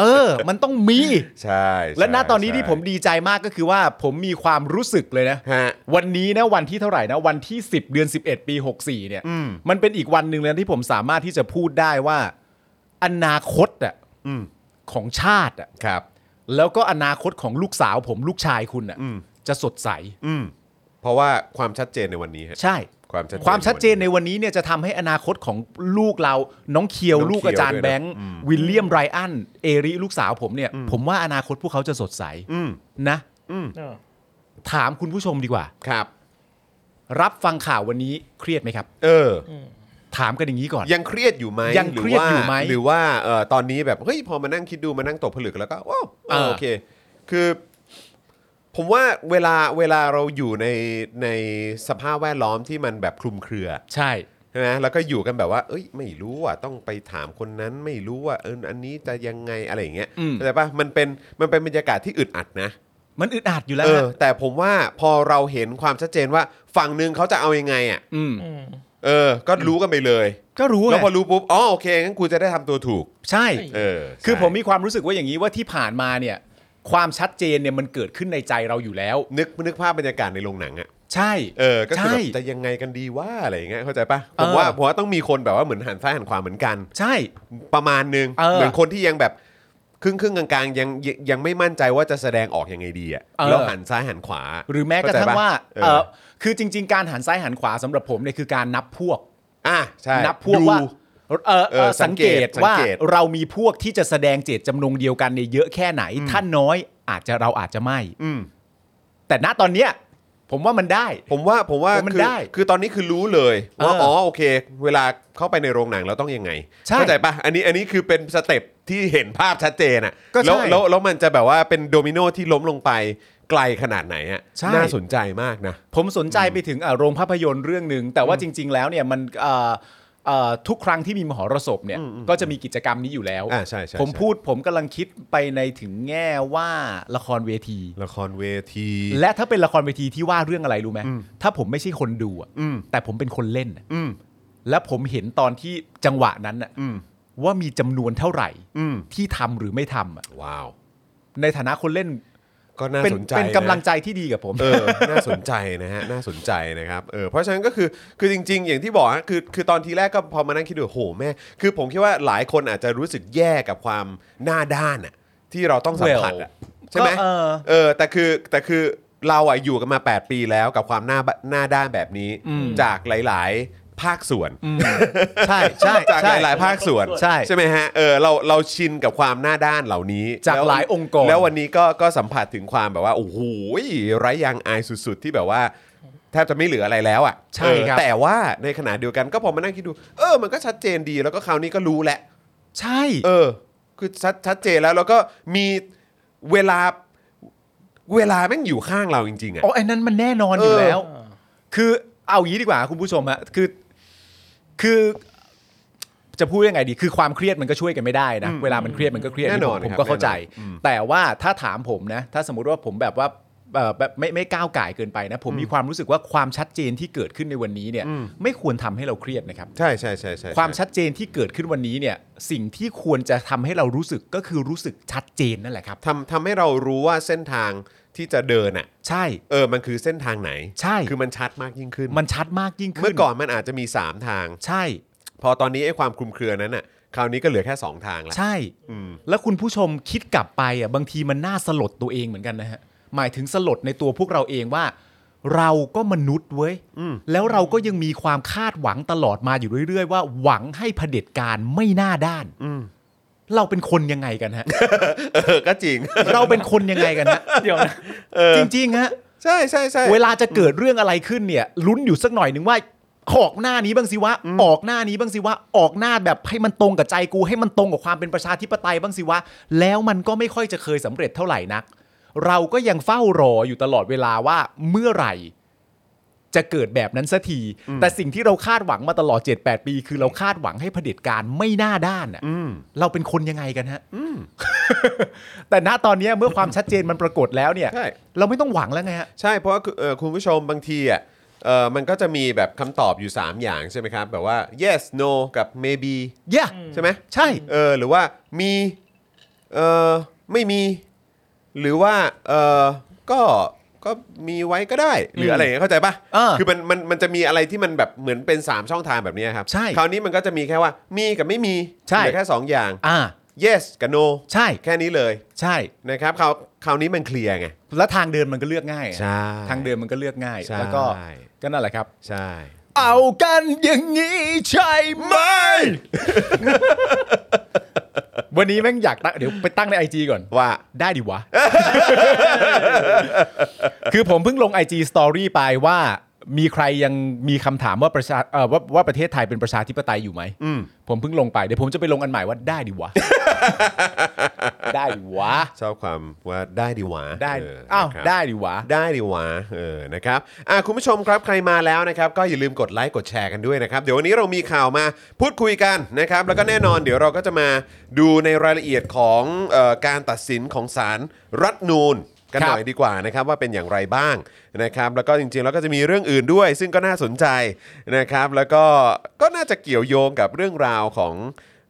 [SPEAKER 2] เออ มันต้องมี
[SPEAKER 1] ใช่
[SPEAKER 2] และณ
[SPEAKER 1] ใช่
[SPEAKER 2] ตอนนี้
[SPEAKER 1] ใช่
[SPEAKER 2] ที่ผมดีใจมากก็คือว่าผมมีความรู้สึกเลยนะ
[SPEAKER 1] ฮะ
[SPEAKER 2] วันนี้นะวันที่เท่าไหร่นะวันที่ 10 เดือน 11 ปี 64 เนี่ย
[SPEAKER 1] อืม
[SPEAKER 2] มันเป็นอีกวันหนึ่งเลยที่ผมสามารถที่จะพูดได้ว่า อนาคตอะ
[SPEAKER 1] อืม
[SPEAKER 2] ของชาติอะ
[SPEAKER 1] ครับ
[SPEAKER 2] แล้วก็อนาคตของลูกสาวผมลูกชายคุณอะ
[SPEAKER 1] อืม
[SPEAKER 2] จะสดใส
[SPEAKER 1] อืมเพราะว่าความชัดเจนในวันนี้ฮะ
[SPEAKER 2] ใช่
[SPEAKER 1] ความชัด
[SPEAKER 2] ความชัดเจนในวันนี้เนี่ยจะทำให้อนาคตของลูกเราน้องเคียว
[SPEAKER 1] น้องเคียว
[SPEAKER 2] ลูกอาจาร
[SPEAKER 1] ด้ว
[SPEAKER 2] ย์
[SPEAKER 1] ยนะ
[SPEAKER 2] แบงค์
[SPEAKER 1] อืม
[SPEAKER 2] วิลเลียมไรอันเอริลูกสาวผมเนี่ย ผมว่าอนาคตพวกเขาจะสดใส
[SPEAKER 1] อืม
[SPEAKER 2] นะ
[SPEAKER 1] อืม
[SPEAKER 3] เออ
[SPEAKER 2] ถามคุณผู้ชมดีกว่า
[SPEAKER 1] ครับ
[SPEAKER 2] รับฟังข่าววันนี้เครียดไหมครับ
[SPEAKER 1] เออ
[SPEAKER 2] ถามกันอย่างนี้ก่อน
[SPEAKER 1] ยังเครียดอยู่ไหม
[SPEAKER 2] ยังเครียดอยู่ไหม
[SPEAKER 1] หรือว่าหรือว่าเอ่อตอนนี้แบบเฮ้ยพอมานั่งคิดดูมานั่งตกผลึกแล้วก็ว้าวเออ
[SPEAKER 2] เออ
[SPEAKER 1] โอเค คือ ผมว่าเวลาเวลาเราอยู่ในในสภาพแวดล้อมที่มันแบบคลุมเครือ
[SPEAKER 2] ใช่
[SPEAKER 1] ใช่ไหมแล้วก็อยู่กันแบบว่า เอ้ย ไม่รู้อ่ะ ต้องไปถามคนนั้น ไม่รู้ว่าเออ อันนี้จะยังไงอะไรอย่างเงี้ย
[SPEAKER 2] อืม
[SPEAKER 1] เข้าใจปะมันเป็น มันเป็นบรรยากาศที่อึดอัดนะ
[SPEAKER 2] มันอึดอัดอยู่แล้ว
[SPEAKER 1] เอ
[SPEAKER 2] ฮะ
[SPEAKER 1] อ แต่ผมว่าพอเราเห็นความชัดเจนว่าฝั่งหนึ่งเขาจะเอายังไงอ่ะ
[SPEAKER 2] อืม
[SPEAKER 3] อืม
[SPEAKER 1] เออ ก็รู้กันไปเลย
[SPEAKER 2] ก็รู้
[SPEAKER 1] แล้ว
[SPEAKER 2] ไง
[SPEAKER 1] พอรู้ปุ๊บ อ๋อ โอเค งั้นกูจะได้ทำตัวถูก
[SPEAKER 2] ใช่
[SPEAKER 1] เออ
[SPEAKER 2] คือ
[SPEAKER 1] ใช่
[SPEAKER 2] ผมมีความรู้สึกว่าอย่างนี้ว่าที่ผ่านมาเนี่ย ความชัดเจนเนี่ยมันเกิดขึ้นในใจเราอยู่แล้ว
[SPEAKER 1] นึก นึกภาพบรรยากาศในโรงหนังอ่ะ
[SPEAKER 2] ใช่
[SPEAKER 1] เออ ก็คือแบบ
[SPEAKER 2] ใช่
[SPEAKER 1] จะยังไงกันดีว่าอะไรอย่างเงี้ย เข้าใจปะผ
[SPEAKER 2] เอ
[SPEAKER 1] ม
[SPEAKER 2] อ
[SPEAKER 1] ว่าผมว่าต้องมีคนแบบว่าเหมือนหันซ้ายหันขวาเหมือนกัน
[SPEAKER 2] ใช่
[SPEAKER 1] ประมาณหนึ่ง
[SPEAKER 2] เออ
[SPEAKER 1] เหมือนคนที่ยังแบบครึ่งครึ่งๆกลางๆยังยังยังไม่มั่นใจว่าจะแสดงออกยังไงดีอะ
[SPEAKER 2] เออ
[SPEAKER 1] แล้วหันซ้ายหันขวา
[SPEAKER 2] หรือแม้กระทั่ง
[SPEAKER 1] เข้ใจป
[SPEAKER 2] ว่า
[SPEAKER 1] เอ
[SPEAKER 2] เอ
[SPEAKER 1] อ
[SPEAKER 2] อคือจริง ๆ การหันซ้ายหันขวาสำหรับผมเนี่ยคือการนับพวก
[SPEAKER 1] อ่ะใช่
[SPEAKER 2] นับพวก
[SPEAKER 1] ดู
[SPEAKER 2] ว่าเออ
[SPEAKER 1] เอ
[SPEAKER 2] เอ
[SPEAKER 1] อ
[SPEAKER 2] อ
[SPEAKER 1] สั
[SPEAKER 2] สั
[SPEAKER 1] ง
[SPEAKER 2] ง
[SPEAKER 1] เก
[SPEAKER 2] เก
[SPEAKER 1] ต
[SPEAKER 2] ตว่า
[SPEAKER 1] สังเกต
[SPEAKER 2] เรามีพวกที่จะแสดงเจตจำนงเดียวกันเนี่ยเยอะแค่ไหน ถ้าน้อยอาจจะเราอาจจะไม่
[SPEAKER 1] อืม
[SPEAKER 2] แต่ณตอนเนี้ยผมว่ามันได้
[SPEAKER 1] ผมว่าผมว่า
[SPEAKER 2] ผมมัน
[SPEAKER 1] คือ
[SPEAKER 2] ได้
[SPEAKER 1] คือตอนนี้คือรู้เลยว่า
[SPEAKER 2] เอออ๋
[SPEAKER 1] อ๋อโอเค เวลาเข้าไปในโรงหนังเราต้องยังไง
[SPEAKER 2] ใช่
[SPEAKER 1] เข้าใจปะอันนี้อันนี้คือเป็นสเต็ปที่เห็นภาพชัดเจนอ่ะ
[SPEAKER 2] ก็ใช่
[SPEAKER 1] แล้วแล้วแล้วมันจะแบบว่าเป็นโดมิโนที่ล้มลงไปไกลขนาดไหนอ่ะ
[SPEAKER 2] ใช่
[SPEAKER 1] น่าสนใจมากนะ
[SPEAKER 2] ผมสนใจไปถึงอ่ะโรงภาพยนตร์เรื่องหนึ่งแต่ว่าจริง ๆ แล้วเนี่ยมันเอ่อเอ่อทุกครั้งที่มีมหรสพเนี่ยก็จะมีกิจกรรมนี้อยู่แล้ว
[SPEAKER 1] อ่าใช่ใช่
[SPEAKER 2] ผม
[SPEAKER 1] ใช่
[SPEAKER 2] พูดผมกำลังคิดไปในถึงแง่ว่าละครเวที
[SPEAKER 1] ละครเวที
[SPEAKER 2] และถ้าเป็นละครเวทีที่ว่าเรื่องอะไรรู้ไหมถ้าผมไม่ใช่คนดูอะแต่ผมเป็นคนเล่นอะ
[SPEAKER 1] อืม
[SPEAKER 2] และผมเห็นตอนที่จังหวะนั้นอะ
[SPEAKER 1] อืม
[SPEAKER 2] ว่ามีจำนวนเท่าไหร่
[SPEAKER 1] อืม
[SPEAKER 2] ที่ทำหรือไม่ทำอะ
[SPEAKER 1] ว้าว
[SPEAKER 2] ในฐานะคนเล่น
[SPEAKER 1] ก็น่า
[SPEAKER 2] เป็น
[SPEAKER 1] สนใจ
[SPEAKER 2] เป็น
[SPEAKER 1] นะ
[SPEAKER 2] กำลังใจที่ดีกับผม
[SPEAKER 1] เออ น่าสนใจนะฮะ น่าสนใจนะครับ เออ เพราะฉะนั้นก็คือ คือจริง ๆ อย่างที่บอกฮะคือ คือตอนทีแรกก็พอมานั่งคิดดู โห แม่ คือผมคิดว่าหลายคนอาจจะรู้สึกแย่กับความหน้าด้านอะที่เราต้องสัมผัสอะใช่ไหม
[SPEAKER 3] ก็เออ
[SPEAKER 1] เออ แต่คือ แต่คือเราอะอยู่กันมา 8 ปีแล้วกับความหน้า หน้าด้านแบบนี้
[SPEAKER 2] อืม
[SPEAKER 1] จากหลาย ๆ ภาคส่วน
[SPEAKER 2] อืมใช่ใช่
[SPEAKER 1] จาก
[SPEAKER 2] ใช่
[SPEAKER 1] หลาย ๆ ภาคส่วน
[SPEAKER 2] ใช่
[SPEAKER 1] ใช่ไหมฮะ เออ เรา เราชินกับความหน้าด้านเหล่านี้
[SPEAKER 2] จาก
[SPEAKER 1] แว
[SPEAKER 2] หลายองค์กร
[SPEAKER 1] แล้ววันนี้ก็ ก็สัมผัสถึงความแบบว่า โอ้โหไร้ยางอายสุด ๆ ที่แบบว่า แทบจะไม่เหลืออะไรแล้วอ่ะ
[SPEAKER 2] ใช่
[SPEAKER 1] เออ
[SPEAKER 2] ครับ
[SPEAKER 1] แต่ว่าในขณะเดียวกันก็พอมานั่งคิดดู เออ มันก็ชัดเจนดี แล้วก็คราวนี้ก็รู้แหละ
[SPEAKER 2] ใช่
[SPEAKER 1] เออ คือชัด ชัดเจนแล้ว แล้วก็มีเวลา เวลาแม่งอยู่ข้างเราจริง ๆ อ่ะ
[SPEAKER 2] อ๋อไอ้นั้นมันแน่นอนอยู่
[SPEAKER 1] เออ
[SPEAKER 2] แล้ว คือเอางี้ดีกว่าคุณผู้ชมฮะคือคือจะพูดยังไงดี คือความเครียดมันก็ช่วยกันไม่ได้นะเวลามันเครียดมันก็เครียด
[SPEAKER 1] แน่นอน
[SPEAKER 2] ผมผม
[SPEAKER 1] ครับ
[SPEAKER 2] ก็เข้าใจ
[SPEAKER 1] แน่นอนอืม
[SPEAKER 2] แต่ว่าถ้าถามผมนะ ถ้าสมมติว่าผมแบบว่าเอ่อแบบไม่ไม่ก้าวไก่ายเกินไปนะ ผมมีความรู้สึกว่าความชัดเจนที่เกิดขึ้นในวันนี้เนี่ย
[SPEAKER 1] อืม
[SPEAKER 2] ไม่ควรทำให้เราเครียดนะครับ
[SPEAKER 1] ใช่ใช่ใช่ใช่ใ
[SPEAKER 2] ความชัดเจนที่เกิดขึ้นวันนี้เนี่ย สิ่งที่ควรจะทำให้เรารู้สึกก็คือรู้สึกชัดเจนนั่นแหละครับ
[SPEAKER 1] ทำทำให้เรารู้ว่าเส้นทางที่จะเดินอ่ะ
[SPEAKER 2] ใช่
[SPEAKER 1] เออ มันคือเส้นทางไหน
[SPEAKER 2] ใช่
[SPEAKER 1] คือมันชัดมากยิ่งขึ้น
[SPEAKER 2] มันชัดมากยิ่งขึ้น
[SPEAKER 1] เมื่อก่อนมันอาจจะมี 3 ทาง
[SPEAKER 2] ใช่
[SPEAKER 1] พอตอนนี้ไอ้ความคลุมเครือนั้นน่ะ คราวนี้ก็เหลือแค่ 2 ทางแล้ว
[SPEAKER 2] ใช่ แล้วคุณผู้ชมคิดกลับไปอ่ะบางทีมันน่าสลดตัวเองเหมือนกันนะฮะ หมายถึงสลดในตัวพวกเราเองว่า เราก็มนุษย์เว้ย แล้วเราก็ยังมีความคาดหวังตลอดมาอยู่เรื่อยๆ ว่าหวังให้เผด็จการไม่น่าด้าน เราเป็นคนยังไงกันฮะ
[SPEAKER 1] เออ ก็จริง
[SPEAKER 2] เราเป็นคนยังไงกันฮะ
[SPEAKER 3] เดี๋ยวนะ
[SPEAKER 2] จริงๆฮะ
[SPEAKER 1] ใช่ใช่ใช่
[SPEAKER 2] เวลาจะเกิดเรื่องอะไรขึ้นเนี่ย ลุ้นอยู่สักหน่อยหนึ่งว่าออกหน้านี้บ้างสิวะออกหน้านี้บ้างสิวะออกหน้าแบบให้มันตรงกับใจกู ให้มันตรงกับความเป็นประชาธิปไตยบ้างสิวะแล้วมันก็ไม่ค่อยจะเคยสำเร็จเท่าไหร่นัก เราก็ยังเฝ้ารออยู่ตลอดเวลาว่าเมื่อไหร่ จะเกิดแบบนั้นสักที แต่สิ่งที่เราคาดหวังมาตลอด 7-8 ปี คือเราคาดหวังให้เผด็จการไม่น่าด้านอะ
[SPEAKER 1] อืม
[SPEAKER 2] เราเป็นคนยังไงกันฮะ แต่ณตอนเนี้ยเมื่อความชัดเจนมันปรากฏแล้วเนี่ย
[SPEAKER 1] ใช่
[SPEAKER 2] เราไม่ต้องหวังแล้วไงฮะ
[SPEAKER 1] ใช่ เพราะว่าคือเอ่อคุณผู้ชมบางทีอ่ะเออมันก็จะมีแบบคำตอบอยู่ 3 อย่างใช่ไหมครับ แบบว่า yes no กับ maybe
[SPEAKER 2] เย่
[SPEAKER 1] ใช่ไหม
[SPEAKER 2] ใช่
[SPEAKER 1] เออ หรือว่ามีเออไม่มี หรือว่าเออก็ก็มีไว้ก็ได้ หรืออะไรอย่างเงี้ยเข้าใจปะ
[SPEAKER 2] เออ
[SPEAKER 1] คือมันมันมันจะมีอะไรที่มันแบบเหมือนเป็น 3 ช่องทางแบบเนี้ยครับ
[SPEAKER 2] ใช่
[SPEAKER 1] คราวนี้มันก็จะมีแค่ว่ามีกับไม่มี
[SPEAKER 2] ใช่
[SPEAKER 1] เหลือแค่สองอย่าง
[SPEAKER 2] อ่า
[SPEAKER 1] yes กับ no
[SPEAKER 2] ใช่
[SPEAKER 1] แค่นี้เลย
[SPEAKER 2] ใช่
[SPEAKER 1] นะครับคราวคราวนี้มันเคลียร์ไง
[SPEAKER 2] แล้วทางเดินมันก็เลือกง่ายอะ
[SPEAKER 1] ใช่
[SPEAKER 2] ทางเดินมันก็เลือกง่าย
[SPEAKER 1] ใช่
[SPEAKER 2] แล้วก็ก็นั่นแหละครับ
[SPEAKER 1] ใช่
[SPEAKER 2] เอากันอย่างนี้ใช่ไหม วันนี้แม่งอยากตั้งเดี๋ยวไปตั้งในไอจก่อน
[SPEAKER 1] ว่า
[SPEAKER 2] ได้ดิ วะ คือผมเพิ่งลง IG Story ไปว่ามีใครยังมีคำถามว่าประชาเอ่อว่าว่าประเทศไทยเป็นประชาธิปไตยอยู่ไหม
[SPEAKER 1] อืม
[SPEAKER 2] ผมเพิ่งลงไป เดี๋ยวผมจะไปลงอันใหม่ว่าได้ดิ วะ ได้ดิวะ
[SPEAKER 1] ชอบความว่าได้ดีหวา
[SPEAKER 2] ได้อ้าว
[SPEAKER 1] เนะครับ
[SPEAKER 2] ได้ดิวะ
[SPEAKER 1] ได้ดีวะเออนะครับอ่ะคุณผู้ชมครับใครมาแล้วนะครับ ก็อย่าลืมกดไลค์กดแชร์กันด้วยนะครับ เดี๋ยววันนี้เรามีข่าวมาพูดคุยกันนะครับ แล้วก็แน่นอนเดี๋ยวเราก็จะมาดูในรายละเอียดของเออการตัดสินของศาลรัฐธรรมนูนกัน
[SPEAKER 2] ครั
[SPEAKER 1] ห
[SPEAKER 2] บ
[SPEAKER 1] น่อยดีกว่านะครับว่าเป็นอย่างไรบ้างนะครับ แล้วก็จริงๆแล้วก็จะมีเรื่องอื่นด้วย ซึ่งก็น่าสนใจนะครับ แล้วก็ก็น่าจะเกี่ยวโยงกับเรื่องราวของ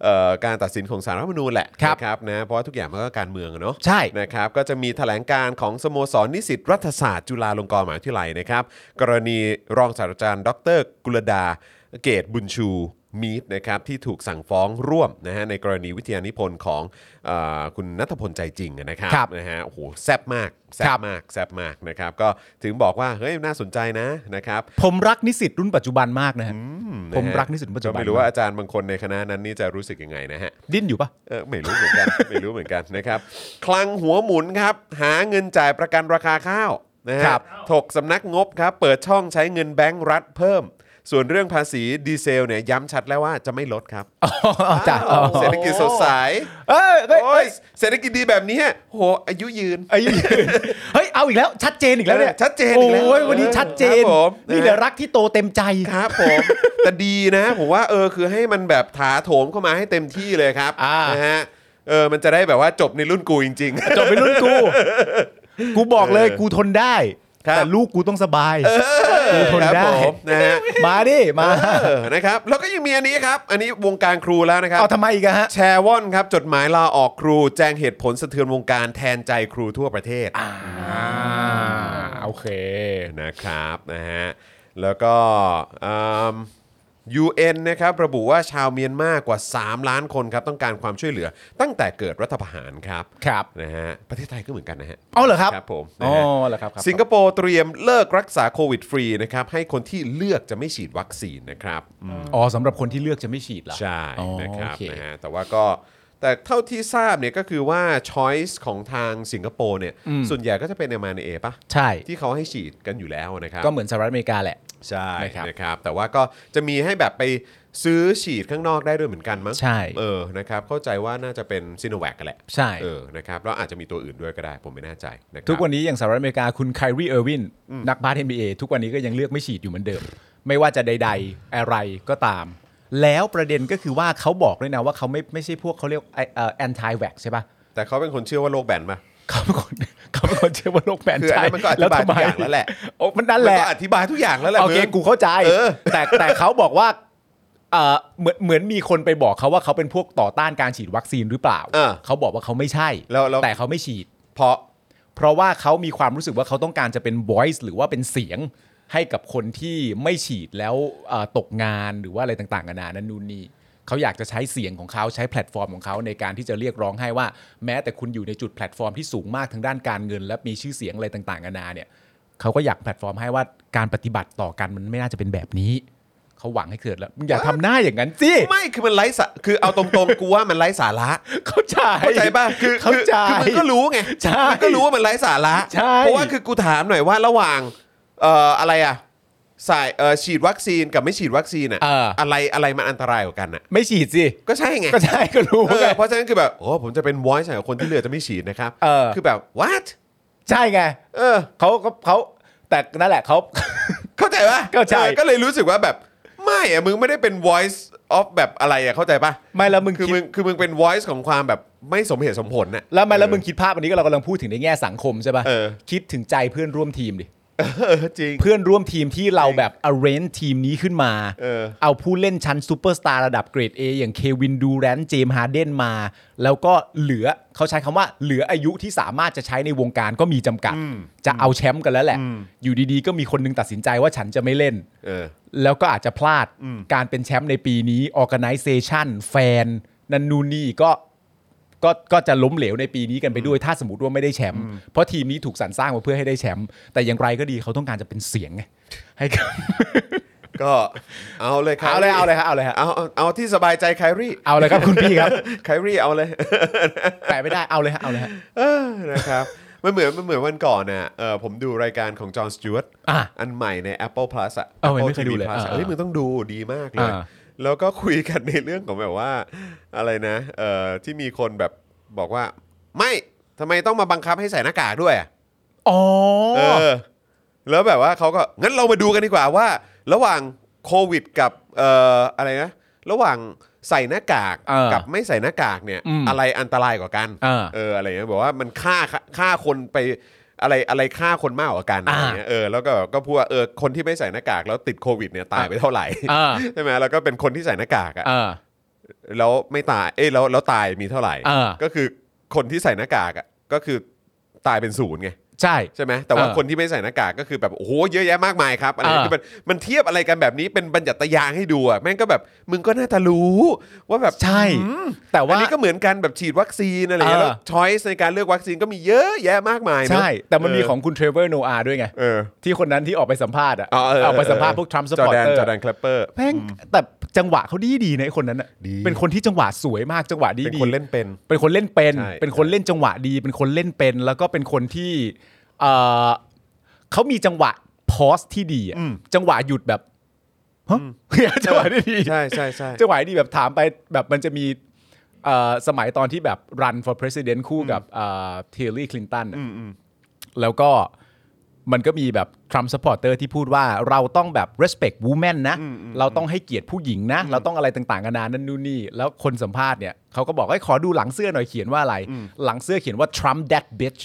[SPEAKER 1] เอ่อการตัดสินของศาลรัฐธรรมนูญแหละนะครับนะเพราะว่าทุกอย่างมันก็การเมืองอะเนาะ
[SPEAKER 2] ใช่
[SPEAKER 1] นะครับก็จะมีแถลงการณ์ของสโมสรนิสิตรัฐศาสตร์จุฬาลงกรณ์มหาวิทยาลัยนะครับ กรณีรองศาสตราจารย์ ดร กุลดา เกตบุญชูมีดนะครับที่ถูกสั่งฟ้องร่วมนะฮะในกรณีวิทยานิพนธ์ของเออคุณนัทพลใจจริงนะครั
[SPEAKER 2] ครับ
[SPEAKER 1] นะฮะโอ้โหแซบมากแซ
[SPEAKER 2] ครับ บ
[SPEAKER 1] มากแซบมากนะครับก็ถึงบอกว่าเฮ้ยน่าสนใจนะนะครับ
[SPEAKER 2] ผมรักนิสิตรุ่นปัจจุบันมากนะฮะ
[SPEAKER 1] อืนะฮะ
[SPEAKER 2] ผมรักนิสิตรุ่นปัจจุบัน
[SPEAKER 1] ก็ไม่รู้ว่าอาจารย์บางคนในคณะนั้นนี่จะรู้สึกยังไงนะฮะ
[SPEAKER 2] ดิ้นอยู่ปะ
[SPEAKER 1] เออไม่รู้เหมือน กัน ไม่รู้เหมือนกันนะครับคลังหัวหมุนครับ หาเงินจ่ายประกันราคาข้าวนะฮะ
[SPEAKER 2] ครับ
[SPEAKER 1] ถกสำนักงบครับ เปิดช่องใช้เงินแบงค์รัฐเพิ่ม ส่วนเรื่องภาษีดีเซลเนี่ยย้ำชัดแล้วว่าจะไม่ลดครับ
[SPEAKER 2] อ๋อจ้ะอ๋อ
[SPEAKER 1] อ้าวเศรษฐกิจสดใส
[SPEAKER 2] เอ้ยเฮ้ย
[SPEAKER 1] โอ้ยเศรษฐกิจดีแบบนี้โหอายุยืน
[SPEAKER 2] ไอ้เหี้ยเฮ้ยเอาอีกแล้ว ชัดเจนอีกแล้วเนี่ย
[SPEAKER 1] เออชัดเจนอีกแล้ว
[SPEAKER 2] โอ้ยวันนี้ชัดเจ
[SPEAKER 1] ค
[SPEAKER 2] น
[SPEAKER 1] รับผมนะฮะ
[SPEAKER 2] นี่แหละรักที่โตเต็มใจ
[SPEAKER 1] ครับผมแต่ดีนะผมว่าเออคือให้มันแบบถาโถมเข้ามาให้เต็มที่เลยครับ
[SPEAKER 2] อ่าน
[SPEAKER 1] นะฮะเออมันจะได้แบบว่าจบในรุ่นกูจริง ๆ
[SPEAKER 2] จบเป็นรุ่นกู กูบอกเลย
[SPEAKER 1] เออ
[SPEAKER 2] กูทนได้
[SPEAKER 1] ครับ
[SPEAKER 2] แต่ลูกกูต้องสบาย กูทน
[SPEAKER 1] ครับ
[SPEAKER 2] ได้
[SPEAKER 1] ผมนะฮะ
[SPEAKER 2] มาดิ มา
[SPEAKER 1] เออนะครับแล้วก็ยังมีอันนี้ครับ อันนี้วงการครูแล้วนะครับ
[SPEAKER 2] เอาทำไมอีกอะฮะ
[SPEAKER 1] แชร์ว่อนครับ จดหมายลาออกครู แจ้งเหตุผลสะเทือนวงการแทนใจครูทั่วประเทศ
[SPEAKER 2] อ่า โอเค
[SPEAKER 1] นะครับนะฮะแล้วก็อืม UN นะครับระบุว่าชาวเมียนมากกว่า 3 ล้านคนครับ ต้องการความช่วยเหลือตั้งแต่เกิดรัฐประหารครับ
[SPEAKER 2] ครับ
[SPEAKER 1] นะฮะประเทศไทยก็เหมือนกันนะฮะ
[SPEAKER 2] เอาเหรอครับ
[SPEAKER 1] ครับผมนะ
[SPEAKER 2] อ๋อ
[SPEAKER 1] ฮะ
[SPEAKER 2] เหรอครับครับ
[SPEAKER 1] สิงคโปร์เตรียมเลิกรักษาโควิดฟรีนะครับให้คนที่เลือกจะไม่ฉีดวัคซีนนะครับอืม
[SPEAKER 2] อ๋อสำหรับคนที่เลือกจะไม่ฉีดเหรอ
[SPEAKER 1] ใช่
[SPEAKER 2] อ๋อ
[SPEAKER 1] นะครับ
[SPEAKER 2] โอเค
[SPEAKER 1] นะฮะแต่ว่าก็แต่เท่าที่ทราบเนี่ยก็คือว่าช้อยส์ของทางสิงคโปร์เนี่ยส่วนใหญ่ก็จะเป็น m อ n a ปะ
[SPEAKER 2] ใช่
[SPEAKER 1] ที่เขาให้ฉีดกันอยู่แล้วนะครับ
[SPEAKER 2] ก็เหมือนสหรัฐอเมริกาแหละ
[SPEAKER 1] ใช่
[SPEAKER 2] นะครับ
[SPEAKER 1] นะครับแต่ว่าก็จะมีให้แบบไปซื้อฉีดข้างนอกได้ด้วยเหมือนกันมั้ง
[SPEAKER 2] ใช่
[SPEAKER 1] เออนะครับเข้าใจว่าน่าจะเป็นซิโนแวคกันแหละ
[SPEAKER 2] ใช่
[SPEAKER 1] เออนะครับแล้วอาจจะมีตัวอื่นด้วยก็ได้ผมไม่แน่ใจนะครับ
[SPEAKER 2] ทุกวันนี้อย่างสหรัฐอเมริกาคุณไคลรีเออร์วินนักบาส NBA ทุกวันนี้ก็ยังเลือกไม่ฉีดอยู่เหมือนเดิม ไม่ว่าจะใด ๆ อะไรก็ตาม แล้วประเด็นก็คือว่าเขาบอกด้วยนะว่าเขาไม่ไม่ใช่พวกเขาเรียกแอนตี้แว็กใช่ปะ
[SPEAKER 1] แต่เขาเป็นคนเชื่อว่าโลกแบนปะ
[SPEAKER 2] เขาเป็น คนเขาเป็นคนเชื่อว่าโลกแบน
[SPEAKER 1] คืออัน
[SPEAKER 2] ใช่
[SPEAKER 1] นั้นมันก็อธิบายทุกอย่างแล้วแหละ
[SPEAKER 2] โอ้มันนั่นแหละ
[SPEAKER 1] มัก็อธิบายทุกอย่างแล้วแหละ
[SPEAKER 2] โอเค
[SPEAKER 1] มึง
[SPEAKER 2] กูเข้าใจ
[SPEAKER 1] เออ
[SPEAKER 2] แต่แต่เขาบอกว่าเอ่อเหมือนเหมือนมีคนไปบอกเขาว่าเขาเป็นพวกต่อต้านการฉีดวัคซีนหรือเปล่า
[SPEAKER 1] เออ
[SPEAKER 2] เขาบอกว่าเขาไม่ใช่
[SPEAKER 1] แล้วแล้ว
[SPEAKER 2] แต่เขาไม่ฉีด
[SPEAKER 1] เพราะ
[SPEAKER 2] เพราะว่าเขามีความรู้สึกว่าเขาต้องการจะเป็น voice หรือว่าเป็นเสียงให้กับคนที่ไม่ฉีดแล้วเอ่อตกงานหรือว่าอะไรต่างๆนานานั่นนู่นนี่เขาอยากจะใช้เสียงของเขาใช้แพลตฟอร์มของเขาในการที่จะเรียกร้องให้ว่า แม้แต่คุณอยู่ในจุดแพลตฟอร์มที่สูงมากทางด้านการเงิน และมีชื่อเสียงอะไรต่างๆนานาเนี่ยเขาก็อยากแพลตฟอร์มให้ว่าการปฏิบัติต่อกันมันไม่น่าจะเป็นแบบนี้เขาหวังให้เกิดแล้วมึงอย่าทำหน้าอย่างนั้นสิ
[SPEAKER 1] ไม่คือมันไร้สาคือเอาตรงๆ กูว่ามันไร้สาระ
[SPEAKER 2] เข้าใจ
[SPEAKER 1] เข้าใจป่ะคือ
[SPEAKER 2] เข้าใจ
[SPEAKER 1] คือคือมันก็รู้ไง
[SPEAKER 2] ใช่
[SPEAKER 1] มันก็รู้ว่ามันไร้สาระ
[SPEAKER 2] ใช่
[SPEAKER 1] เพราะว่าคือกูถามหน่อยว่าระหว่างเอ่ออะไรอ่ะสายเอ่อฉีดวัคซีนกับไม่ฉีดวัคซีนอ่ะ
[SPEAKER 2] เออ
[SPEAKER 1] อะไรอะไรมันอันตรายกว่ากันอ่ะ
[SPEAKER 2] ไม่ฉีดสิ
[SPEAKER 1] ก็ใช่ไง
[SPEAKER 2] ก็ใช่ก็รู้
[SPEAKER 1] เอ
[SPEAKER 2] ไง
[SPEAKER 1] อเพราะฉะนั้นคือแบบโอ้ผมจะเป็น voice ของคนที่เหลือจะไม่ฉีดนะครับ
[SPEAKER 2] เออ
[SPEAKER 1] คือแบบ what
[SPEAKER 2] ใช่ไง
[SPEAKER 1] เออ
[SPEAKER 2] เขาก็เขาแต่นั่นแหละเขา
[SPEAKER 1] เข้าใจป่ะ
[SPEAKER 2] เข้าใจ
[SPEAKER 1] ออก็เลยรู้สึกว่าแบบไม่อะมึงไม่ได้เป็น voice of แบบอะไรอะเข้าใจป่ะ
[SPEAKER 2] ไม่แล้วมึง
[SPEAKER 1] คือ
[SPEAKER 2] คิ
[SPEAKER 1] มึ
[SPEAKER 2] ด
[SPEAKER 1] งคือมึงเป็น voice ของความแบบไม่สมเหตุสมผลน่ะ
[SPEAKER 2] แล้วไม่แล้วมึงคิดภาพอันนี้ก็เรากำลังพูดถึงในแง่สังคมใช่
[SPEAKER 1] เออ
[SPEAKER 2] ปะ่ะคิดถึงใจเพื่อนร่วมทีมดิ
[SPEAKER 1] เออจริง
[SPEAKER 2] เพื่อนร่วมทีมที่เราแบบ arrange ทีมนี้ขึ้นมา
[SPEAKER 1] เออ
[SPEAKER 2] เอาผู้เล่นชั้นซูเปอร์สตาร์ระดับเกรด A อย่างเควินดูแรนเจมฮาเดนมา แล้วก็เหลือเขาใช้คำว่าเหลืออายุที่สามารถจะใช้ในวงการก็มีจำกัด จะเอาแชมป์กันแล้วแหละ อยู่ดีๆ ก็มีคนนึงตัดสินใจว่าฉันจะไม่เล่น
[SPEAKER 1] เออ
[SPEAKER 2] แล้วก็อาจจะพลาดการเป็นแชมป์ในปีนี้ organization แฟน นันนูนนี่ก็ก็ก็จะล้มเหลวในปีนี้กันไปด้วย ถ้าสมมติว่าไม่ได้แชมป์เพราะทีมนี้ถูกสรรสร้างมาเพื่อให้ได้แชมป์แต่อย่างไรก็ดีเขาต้องการจะเป็นเสียงไง ให้กับ
[SPEAKER 1] ก็เอาเลยครับ
[SPEAKER 2] เอาเลยเอาเลยครับเอาเลยครับ
[SPEAKER 1] เอาเอาเอาที่สบายใจไครี่
[SPEAKER 2] เอาเลยครับคุณพี่ครับ
[SPEAKER 1] ไครี่เอาเลย
[SPEAKER 2] แต่ไม่ได้เอาเลยฮะเอาเลยฮะ
[SPEAKER 1] เออนะครับมันเหมือนมันเหมือนวันก่อนน่ะเออผมดูรายการของจอห์นสจวต
[SPEAKER 2] อ่ะ
[SPEAKER 1] อันใหม่ใน Apple Plus อะ
[SPEAKER 2] เออ
[SPEAKER 1] Apple
[SPEAKER 2] ไม่เคยดูเลย
[SPEAKER 1] TV+ อะ
[SPEAKER 2] อ่า
[SPEAKER 1] เฮ้ยมึงต้องดูดีมากเลย
[SPEAKER 2] อ่า
[SPEAKER 1] แล้วก็คุยกันในเรื่องของแบบว่าอะไรนะเออที่มีคนแบบบอกว่า ไม่ทำไมต้องมาบังคับให้ใส่หน้ากากด้วยอะ
[SPEAKER 2] อ๋อ
[SPEAKER 1] เออแล้วแบบว่าเขาก็งั้นเรามาดูกันดีกว่าว่า ระหว่างโควิดกับเอ่ออะไรนะระหว่างใส่หน้ากาก
[SPEAKER 2] เออ
[SPEAKER 1] กับไม่ใส่หน้ากากเนี่ย
[SPEAKER 2] อืม
[SPEAKER 1] อะไรอันตรายกว่ากัน
[SPEAKER 2] เออ
[SPEAKER 1] อะไรเงี้ยบอกว่ามันฆ่าฆ่าคนไปอะไรอะไรฆ่าคนมากกว่ากันอะ
[SPEAKER 2] อ่า
[SPEAKER 1] ไรเงี้ยเออแล้วก็ก็พูดว่าเออคนที่ไม่ใส่หน้ากากแล้วติดโควิดเนี่ยตายไปเท่าไหร่
[SPEAKER 2] เออ
[SPEAKER 1] ใช่ไหมแล้วก็เป็นคนที่ใส่หน้ากากอะ
[SPEAKER 2] เออ
[SPEAKER 1] แล้วไม่ตายเอ้ยแล้วแล้วตายมีเท่าไหร่
[SPEAKER 2] เออ
[SPEAKER 1] ก็คือคนที่ใส่หน้ากากอะก็คือตายเป็นศูนย์ไง
[SPEAKER 2] ใช่
[SPEAKER 1] ใช่ไหมแต่ว่า
[SPEAKER 2] เออ
[SPEAKER 1] คนที่ไม่ใส่หน้ากากก็คือแบบโอ้โหเยอะแยะมากมายครับอะไร
[SPEAKER 2] เออ
[SPEAKER 1] คือมันมันเทียบอะไรกันแบบนี้เป็นบรรยัตยางให้ดูอ่ะแม่งก็แบบมึงก็น่าจะรู้ว่าแบบ
[SPEAKER 2] ใช่
[SPEAKER 1] อืม
[SPEAKER 2] แต่
[SPEAKER 1] อัน
[SPEAKER 2] ว่า
[SPEAKER 1] นี้ก็เหมือนกันแบบฉีดวัคซีนอะไรอย่างเงี้ย
[SPEAKER 2] เอ
[SPEAKER 1] แล้
[SPEAKER 2] อ
[SPEAKER 1] วช้อยส์ในการเลือกวัคซีนก็มีเยอะแยะมากมายเนอะ
[SPEAKER 2] ใช่ แต่มันมี
[SPEAKER 1] เ
[SPEAKER 2] ของคุณเทรเวอร์โนอาด้วยไง
[SPEAKER 1] เออ
[SPEAKER 2] ที่คนนั้นที่ออกไปสัมภาษณ์อะ
[SPEAKER 1] เออเออ
[SPEAKER 2] ออกไปสัมภาษณ์พวกทรัมป์ส
[SPEAKER 1] จ
[SPEAKER 2] ป
[SPEAKER 1] อ
[SPEAKER 2] อ
[SPEAKER 1] ร์
[SPEAKER 2] ร์ต
[SPEAKER 1] แดน
[SPEAKER 2] เตอร์
[SPEAKER 1] จอร์แดนคลปเปอร์
[SPEAKER 2] แม่งแต่จังหวะเขาดีดีๆนะไอ้คนนั้นอ่ะ
[SPEAKER 1] ดี
[SPEAKER 2] เป็นคนที่จังหวะสวยมากจังหวะดี
[SPEAKER 1] เป็น
[SPEAKER 2] ดี
[SPEAKER 1] คนเล่นเป็น
[SPEAKER 2] เป็นคนเล่นเป็น
[SPEAKER 1] ใช่
[SPEAKER 2] เป็นคนเล่นจังหวะดี เป็นคนเล่นเป็น แล้วก็เป็นคนที่เอ่อเขามีจังหวะพอสที่ดีอะจังหวะหยุดแบบฮะ จังหวะที่ดี
[SPEAKER 1] ใช่ใช่ใช่
[SPEAKER 2] จังหวะที่ดีแบบถามไปแบบมันจะมีเอ่อสมัยตอนที่แบบ run for president คู่กับเทเลลี่คลินตันแล้วก็ มันก็มีแบบทรัมป์สปอร์เตอร์ที่พูดว่าเราต้องแบบ respect women นะ เราต้องให้เกียรติผู้หญิงนะ เราต้องอะไรต่างๆนานานั่นนู่นนี่ แล้วคนสัมภาษณ์เนี่ยเขาก็บอกให้ยขอดูหลังเสื้อหน่อยเขียนว่าอะไร หลังเสื้อเขียนว่า Trump that bitch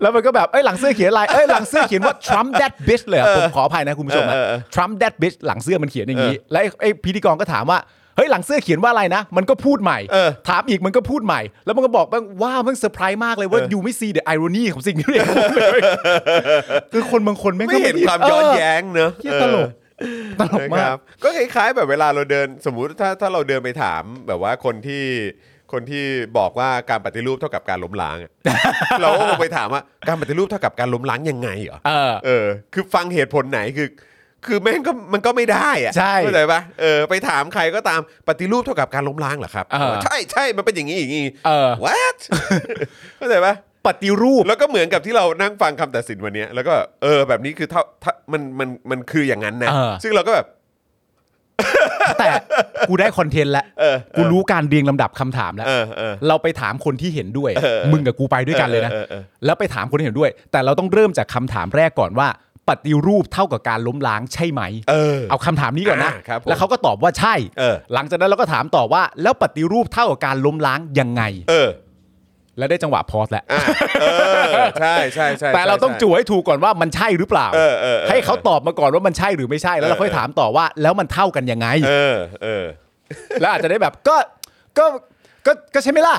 [SPEAKER 2] แล้วมันก็แบบเอ้ยหลังเสื้อเขียนอะไรเอ้ยหลังเสื้อเขียนว่า Trump that bitch เลยอะผมขออภัยนะคุณผู้ชมอะ
[SPEAKER 1] เออเออ
[SPEAKER 2] Trump that bitch หลังเสื้อมันเขียนอย่างนี้ แล้วไอ้ไอ้พิธีกรก็ถามว่าเฮ้ยหลังเสื้อเขียนว่าอะไรนะ มันก็พูดใหม่
[SPEAKER 1] เออ
[SPEAKER 2] ถามอีกมันก็พูดใหม่ แล้วมันก็บอกว่าว้าวมันเซอร์ไพรส์มากเลยว่า
[SPEAKER 1] เออ
[SPEAKER 2] อยู่ไม่ซีเดอะไอโรนีของสิ่ง ที่เรียกว่าเลยคือคนบางคนแม่ง
[SPEAKER 1] ไม่
[SPEAKER 2] ก็
[SPEAKER 1] เห็นความย้อนแย้งเนอะ
[SPEAKER 2] เหี้ยตลกตล
[SPEAKER 1] เออก นะ
[SPEAKER 2] มา
[SPEAKER 1] ค
[SPEAKER 2] ก
[SPEAKER 1] รับก็คล้ายๆแบบเวลาเราเดินสมมุติถ้าถ้าเราเดินไปถามแบบว่าคนที่คนที่บอกว่าการปฏิรูปเท่ากับการล้มล้างอะ เราก็คงไปถามว่าการปฏิรูปเท่ากับการล้มล้างยังไงเหรอ
[SPEAKER 2] เออ
[SPEAKER 1] เออ คือฟังเหตุผลไหนคือ คือแม่งก็มันก็ไม่ได้อะ
[SPEAKER 2] ใช่
[SPEAKER 1] เข้าใจปะเออ ไปถามใครก็ตามปฏิรูปเท่ากับการล้มล้างเหรอครับ
[SPEAKER 2] เออ
[SPEAKER 1] ใช่ใช่มันเป็นอย่างนี้อย่างนี้
[SPEAKER 2] เออ
[SPEAKER 1] what เข้าใจปะ
[SPEAKER 2] ปฏิรูป
[SPEAKER 1] แล้วก็เหมือนกับที่เรานั่งฟังคำตัดสินวันเนี้ยแล้วก็เออแบบนี้คือเท่าถ้ามันมันมันคืออย่างนั้นนะ
[SPEAKER 2] เออ
[SPEAKER 1] ซึ่งเราก็แบบ
[SPEAKER 2] แต่กูได้คอนเทนต์แล้ว
[SPEAKER 1] เออเออ
[SPEAKER 2] กูรู้การเรียงลำดับคำถามแล้ว
[SPEAKER 1] เออเออ
[SPEAKER 2] เราไปถามคนที่เห็นด้วย
[SPEAKER 1] เออ
[SPEAKER 2] มึงกับกูไปด้วยกันเลยนะ
[SPEAKER 1] เออเออเออ
[SPEAKER 2] แล้วไปถามคนที่เห็นด้วย แต่เราต้องเริ่มจากคำถามแรกก่อนว่า ปฏิรูปเท่ากับการล้มล้างใช่ไหม
[SPEAKER 1] เออ
[SPEAKER 2] เอาคำถามนี้ก่อนนะ
[SPEAKER 1] อ่าครับผม
[SPEAKER 2] แล้วเขาก็ตอบว่าใช่
[SPEAKER 1] เออ
[SPEAKER 2] หลังจากนั้นเราก็ถามต่อว่า แล้วปฏิรูปเท่ากับการล้มล้างยังไง
[SPEAKER 1] เออ
[SPEAKER 2] แล้วได้จังหวะพอสแล้ว
[SPEAKER 1] อ่ะเออใช่ใช่ใช่
[SPEAKER 2] แต่เรา
[SPEAKER 1] ใช่
[SPEAKER 2] ต้อง
[SPEAKER 1] ใช่
[SPEAKER 2] จู่ให้ถูกก่อนว่ามันใช่หรือเปล่า
[SPEAKER 1] เออเออเออ
[SPEAKER 2] ให้เขาตอบมาก่อนว่ามันใช่หรือไม่ใช่ แล้วเราค่อยถามต่อว่า แล้วมันเท่ากันยังไง
[SPEAKER 1] เออเออ
[SPEAKER 2] แล้วอาจจะได้แบบก็ก็ก็ก็ใช่ไหมล่ะ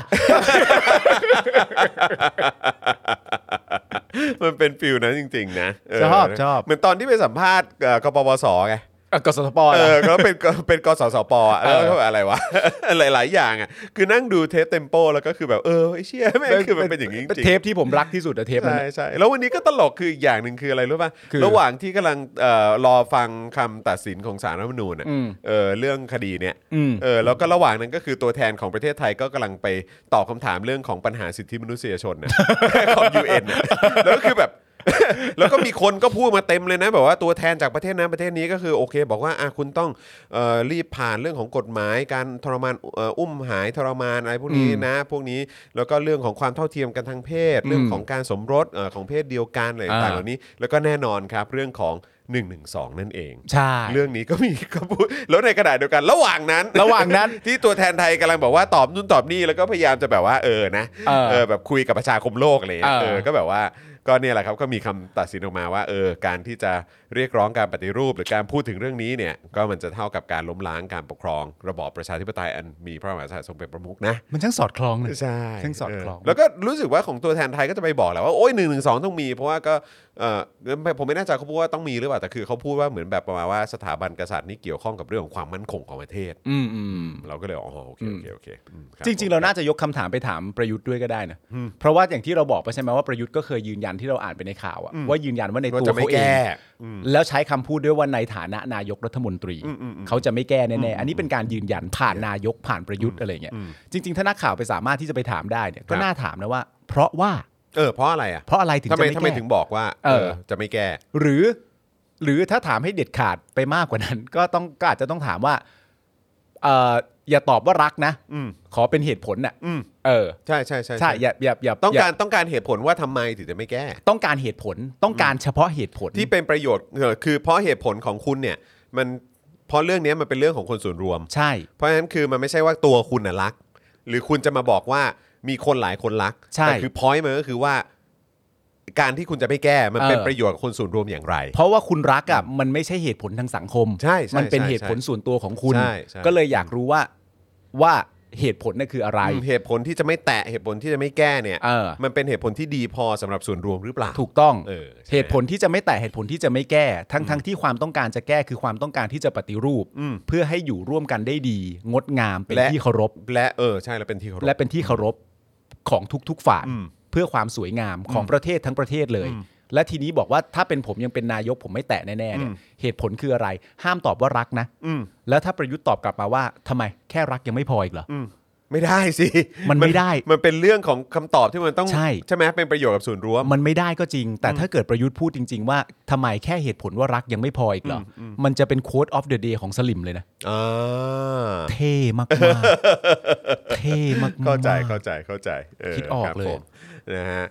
[SPEAKER 1] มันเป็นฟิลนั้นจริง ๆ นะเ
[SPEAKER 2] ชอบชอบ
[SPEAKER 1] เหมือนตอนที่ไปสัมภาษณ์เอ่อกปปสไง
[SPEAKER 2] เออกสทปเหร
[SPEAKER 1] เอ
[SPEAKER 2] อ
[SPEAKER 1] อก็เป็นก็เป็นกสสปอ่ะแล้วก็
[SPEAKER 2] เออ
[SPEAKER 1] อะไรวะ หลาย ๆ อย่างอ่ะ คือนั่งดูเทปเต็มโป แล้วก็คือแบบเออไอ้เชี่ยแม่ง
[SPEAKER 2] เป็น
[SPEAKER 1] คือมันเป็นอย่างนี้จ
[SPEAKER 2] เป็น
[SPEAKER 1] ริ
[SPEAKER 2] เท
[SPEAKER 1] ง
[SPEAKER 2] ปที่ผมรักที่สุดอะเทป
[SPEAKER 1] ๆ
[SPEAKER 2] นั้น
[SPEAKER 1] ใช่
[SPEAKER 2] อะ
[SPEAKER 1] ใช่แล้ววันนี้ก็ตลกคืออีกอย่างหนึ่งคืออะไรรู้ป่ะ
[SPEAKER 2] คือ
[SPEAKER 1] ระหว่างที่กำลังเอ่อรอฟังคำตัดสินของศาลรัฐธรรมนูญอะ
[SPEAKER 2] อืม
[SPEAKER 1] เออเรื่องคดีเนี่ย
[SPEAKER 2] อืม
[SPEAKER 1] เออแล้วก็ระหว่างนั้นก็คือตัวแทนของประเทศไทยก็กำลังไปตอบคำถามเรื่องของปัญหาสิทธิมนุษยชนนะ ของยูเอ็นแล้วก็คือแบบ แล้วก็มีคนก็พูดมาเต็มเลยนะ แบบว่าตัวแทนจากประเทศนั้นประเทศนี้ก็คือโอเค บอกว่าอ่ะคุณต้องเอ่อรีบผ่านเรื่องของกฎหมาย การทรมานเอ่ออุ้มหายทรมานอะไรพวกนี้นะ พวกนี้แล้วก็เรื่องของความเท่าเทียมกันทางเพศ เรื่องของการสมรสเอ่อของเพศเดียวกันอะไร
[SPEAKER 2] อ่า
[SPEAKER 1] ต่างๆเหล่านี้ แล้วก็แน่นอนครับเรื่องของ1นึนั่นเอง
[SPEAKER 2] ใช่
[SPEAKER 1] เรื่องนี้ก็มี ก็พูดแล้วในกระดาษเดียวกัน ระหว่างนั้น
[SPEAKER 2] ระหว่างนั้น
[SPEAKER 1] ที่ตัวแทนไทยกำลังบอกว่าตอบนู่นตอบนี่แล้วก็พยายามจะแบบว่าเออนะ
[SPEAKER 2] เออ
[SPEAKER 1] แบบคุยกับประชาคมโลกอะไรอย่างเลย
[SPEAKER 2] เออ
[SPEAKER 1] เออก็แบบว่าก็เนี่ยแหละครับก็มีคำตัดสินออกมาว่าเออการที่จะเรียกร้องการปฏิรูป หรือการพูดถึงเรื่องนี้เนี่ยก็มันจะเท่ากับการล้มล้างการปกครอง ระบอบประชาธิปไตยอันมีพระมหากษัตริย์ทรงเป็นประมุขนะ
[SPEAKER 2] มันช่างสอดคล้องเลย
[SPEAKER 1] ใช่
[SPEAKER 2] ซึ่งสอดคล้อง
[SPEAKER 1] เแล้วก็รู้สึกว่าของตัวแทนไทยก็จะไปบอกแหละว่าโอ้ยหนึ่งหนึ่งสองต้องมี เพราะว่าก็เออผมไม่แน่ใจเขาพูดว่าต้องมีหรือเปล่าแต่คือเขาพูดว่าเหมือนแบบประมาณว่าสถาบันกษัตริย์นี่เกี่ยวข้องกับเรื่องของความมั่นคงของประเทศ
[SPEAKER 2] อืมอืม
[SPEAKER 1] เราก็เลยอ๋อโอเคโอเคโอเคอืมคบ
[SPEAKER 2] จริง
[SPEAKER 1] ผม
[SPEAKER 2] ๆเราน่าจะยกคำถามไปถามประยุทธ์ด้วยก็ได้นะเพราะว่าอย่างที่เราบอกไปใช่ไหมว่าประยุทธ์ก็เคยยืนยันที่เราอ่านไปในข่าวอะว่ายืนยันว่าใน
[SPEAKER 1] ว่า
[SPEAKER 2] ตัว
[SPEAKER 1] จะไม่
[SPEAKER 2] เขาเอ
[SPEAKER 1] แก้
[SPEAKER 2] ง
[SPEAKER 1] อืม
[SPEAKER 2] แล้วใช้คำพูดด้วยว่าในฐานะนายกรัฐมนตรี เขาจะไม่แก้แน่ๆอันนี้เป็นการยืนยันผ่านนายกผ่านประยุทธ์อะไรเงี้ยจริง ๆ ถ้านักข่าวไปสามารถที่จะไปถามได้เนี่ย
[SPEAKER 1] ค
[SPEAKER 2] ก็
[SPEAKER 1] รับ
[SPEAKER 2] น่าถามนะว่า เพราะว่า
[SPEAKER 1] เออเพราะอะไรอ่ะ
[SPEAKER 2] เพราะอะไรถึง
[SPEAKER 1] ทำ
[SPEAKER 2] จะ
[SPEAKER 1] ไม
[SPEAKER 2] ไม่
[SPEAKER 1] ทำไม
[SPEAKER 2] แก้
[SPEAKER 1] ถึงบอกว่าเอ
[SPEAKER 2] เออ
[SPEAKER 1] อจะไม่แก้
[SPEAKER 2] หรือหรือถ้าถามให้เด็ดขาดไปมากกว่านั้น ก็ต้องก็อาจจะต้องถามว่าเอออย่าตอบว่ารักนะ
[SPEAKER 1] อืม
[SPEAKER 2] ขอเป็นเหตุผลน่ะ
[SPEAKER 1] อืม
[SPEAKER 2] เออ
[SPEAKER 1] ใช่ใช่ใช่
[SPEAKER 2] ใช่อย่าอย่าอย่า
[SPEAKER 1] ต้องการ
[SPEAKER 2] ย่
[SPEAKER 1] ต้องการเหตุผลว่าทำไมถึงจะไม่แก้
[SPEAKER 2] าต้องการเหตุผลต้องการเฉพาะเหตุผล
[SPEAKER 1] ที่เป็นประโยชน์เออคือเพราะเหตุผลของคุณเนี่ยมันเพราะเรื่องเนี้ยมันเป็นเรื่องของคนส่วนรวม
[SPEAKER 2] ใช่
[SPEAKER 1] เพราะฉะนั้นคือมันไม่ใช่ว่าตัวคุณน่ะรัก หรือคุณจะมาบอกว่ามีคนหลายคนรัก
[SPEAKER 2] ใช่
[SPEAKER 1] แต่คือพอยต์มันก็คือว่า การที่คุณจะไม่แก้มันเป็น
[SPEAKER 2] เออ
[SPEAKER 1] ประโยชน์กับคนส่วนรวมอย่างไร
[SPEAKER 2] เพราะว่าคุณรักอ่ะมันไม่ใช่เหตุผลทางสังคม
[SPEAKER 1] ใช่ใช่
[SPEAKER 2] มันเป็น
[SPEAKER 1] ใช่
[SPEAKER 2] เหตุผลส่วนตัวของคุณ
[SPEAKER 1] ใช่ใช่
[SPEAKER 2] ก็เลยอยากรู้ว่าว่าเหตุผลนั่นคืออะไร
[SPEAKER 1] อืมเหตุผลที่จะไม่แตะเหตุผลที่จะไม่แก้เนี่ย
[SPEAKER 2] เออ
[SPEAKER 1] มันเป็นเหตุผลที่ดีพอสำหรับส่วนรวมหรือเปล่า
[SPEAKER 2] ถูกต้อง
[SPEAKER 1] เออใช่
[SPEAKER 2] เหตุผลที่จะไม่แตะเหตุผลที่จะไม่แก้ ทั้งทั้งที่ความต้องการจะแก้คือความต้องการที่จะปฏิรูป เพื่อให้อยู่ร่วมกันได้ดี งดงามเป็น
[SPEAKER 1] และ
[SPEAKER 2] ที่เคารพ
[SPEAKER 1] และเออใช่แล้วเป็นที่เคารพ
[SPEAKER 2] และเป็นที่เคารพของทุกๆฝ่าย
[SPEAKER 1] อืม
[SPEAKER 2] เพื่อความสวยงามของประเทศทั้งประเทศเลย และทีนี้บอกว่าถ้าเป็นผมยังเป็นนายกผมไม่แตะแน่ๆเนี่ยเหตุผลคืออะไร ห้ามตอบว่ารักนะ
[SPEAKER 1] อืม
[SPEAKER 2] แล้วถ้าประยุทธ์ตอบกลับมาว่าทำไมแค่รักยังไม่พออีกเหรอ
[SPEAKER 1] อืมไม่ได้สิ
[SPEAKER 2] มันไม่ได้
[SPEAKER 1] มันเป็นเรื่องของคำตอบที่มันต้อง
[SPEAKER 2] ใช่
[SPEAKER 1] ไหมเป็นประโยชน์กับส่วนรวม
[SPEAKER 2] มันไม่ได้ก็จริง แต่ถ้าเกิดประยุทธ์พูดจริง ๆ ว่าทำไมแค่เหตุผลว่ารักยังไม่พออีกเหรออมันจะเป็นโค้ดออฟเดอะเดย์ของสลิมเลยนะ
[SPEAKER 1] อ่า
[SPEAKER 2] เท่มากๆ เท่มากๆ
[SPEAKER 1] เข้าใจเข้าใจเข้าใจเ
[SPEAKER 2] คิดออก
[SPEAKER 1] รับ
[SPEAKER 2] เลย
[SPEAKER 1] ผม นะฮะ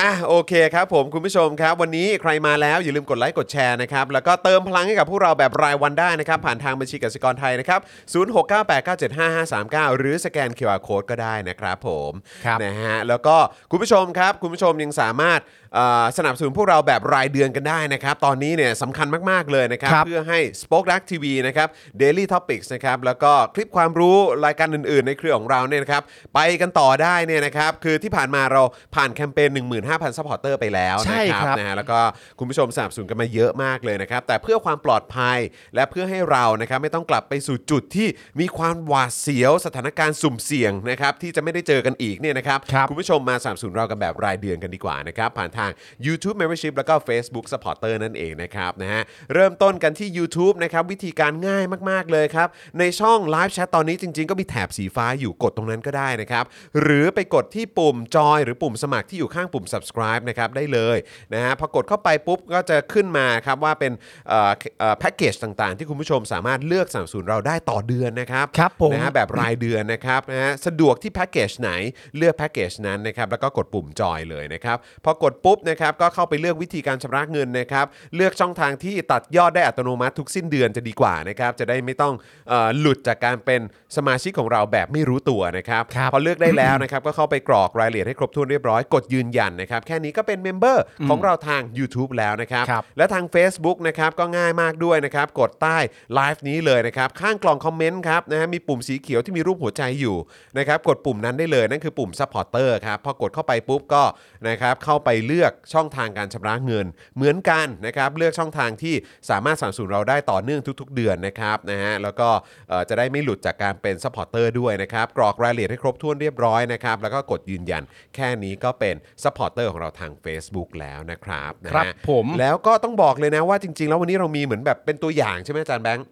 [SPEAKER 1] อ่ะโอเคครับผมคุณผู้ชมครับ วันนี้ใครมาแล้วอย่าลืมกดไลค์กดแชร์นะครับ แล้วก็เติมพลังให้กับพวกเราแบบรายวันได้นะครับ ผ่านทางบัญชีกสิกรไทยนะครับ 0698975539 หรือสแกน QR Code ก็ได้นะครับผม
[SPEAKER 2] ครับ
[SPEAKER 1] นะฮะแล้วก็คุณผู้ชมครับ คุณผู้ชมยังสามารถเอ่อสนับสนุนพวกเราแบบรายเดือนกันได้นะครับ ตอนนี้เนี่ยสำคัญมาก ๆ เลยนะครับ
[SPEAKER 2] ครับ
[SPEAKER 1] เพื่อให้ Spoke Dark TV นะครับ Daily Topics นะครับ แล้วก็คลิปความรู้รายการอื่น ๆ ในเครือของเราเนี่ยนะครับ ไปกันต่อได้เนี่ยนะครับ คือที่ผ่านมาเราผ่านแคมเปญ15,000ซัพพอร์เตอร์ไปแล้ว
[SPEAKER 2] ใช่
[SPEAKER 1] นะครั
[SPEAKER 2] ครับ
[SPEAKER 1] นะฮะแล้วก็คุณผู้ชมสนับสนุนกันมาเยอะมากเลยนะครับ แต่เพื่อความปลอดภัยและเพื่อให้เรานะครับไม่ต้องกลับไปสู่จุดที่มีความหวาดเสียวสถานการณ์สุ่มเสี่ยงนะครับที่จะไม่ได้เจอกันอีกเนี่ยนะครับ
[SPEAKER 2] ครับ
[SPEAKER 1] ณ คุณผู้ชมมาสามสูนเรากันแบบรายเดือนกันดีกว่านะครับ ผ่านทาง YouTube Membership แล้วก็ Facebook Supporter นั่นเองนะครับนะฮะเริ่มต้นกันที่ YouTube นะครับ วิธีการง่ายมาก ๆ เลยครับ ในช่องไลฟ์แชทตอนนี้จริง ๆ ก็มีแถบสีฟ้าอยู่กดตรงนั้นก็ได้นะครับ หรือไปกดที่ปุ่มจอยหรือปุ่มสมัครที่อยู่ข้างปุ่ม subscribe นะครับได้เลยนะฮะพอกดเข้าไปปุ๊บก็จะขึ้นมาครับว่าเป็นเอ่อเอ่อแพ็กเกจต่างๆ ที่คุณผู้ชมสามารถเลือกสามสูนเราได้ต่อเดือนนะครับ
[SPEAKER 2] ครับผม
[SPEAKER 1] นะฮะแบบรายเดือนนะครับนะฮะสะดวกที่แพ็กเกจไหนเลือกแพ็กเกจนั้นนะครับแล้วก็กดปุ่มจอยเลยนะครับพอกดปุ๊บนะครับก็เข้าไปเลือกวิธีการชำระเงินนะครับเลือกช่องทางที่ตัดยอดได้อัตโนมัติทุกสิ้นเดือนจะดีกว่านะครับจะได้ไม่ต้องเอ่อหลุดจากการเป็นสมาชิกของเราแบบไม่รู้ตัวนะครับ
[SPEAKER 2] ครับ
[SPEAKER 1] พอเลือกได้แล้วนะครับก็เข้าไปกรอกรายละเอียดให้ครบถ้วนเรียบร้อยกดยืนยันนะครับแค่นี้ก็เป็นเมมเบอร์ของเราทาง YouTube แล้วนะครับ
[SPEAKER 2] ครับ
[SPEAKER 1] และทาง Facebook นะครับก็ง่ายมากด้วยนะครับ กดใต้ไลฟ์นี้เลยนะครับ ข้างกล่องคอมเมนต์ครับนะฮะมีปุ่มสีเขียวที่มีรูปหัวใจอยู่นะครับ กดปุ่มนั้นได้เลย นั่นคือปุ่ม Supporter ครับพอกดเข้าไปปุ๊บก็นะครับเข้าไปเลือกช่องทางการชำระเงิน เหมือนกันนะครับเลือกช่องทางที่สามารถสนับสนุนเราได้ต่อเนื่องทุก ๆ เดือนนะครับนะฮะแล้วก็เอ่อจะได้ไม่หลุดจากการเป็น Supporter ด้วยนะครับกรอกรายละเอียดให้ครบถ้วนเรียบร้อยนะครับแล้วก็กดยืนยันแค่นี้ก็เป็น Supporter ของเราทาง Facebook แล้วนะครับนะฮะ
[SPEAKER 2] ครับผม
[SPEAKER 1] แล้วก็ต้องบอกเลยนะว่าจริง ๆ แล้ววันนี้เรามีเหมือนแบบเป็นตัวอย่างใช่ไหมอาจารย์แบงค์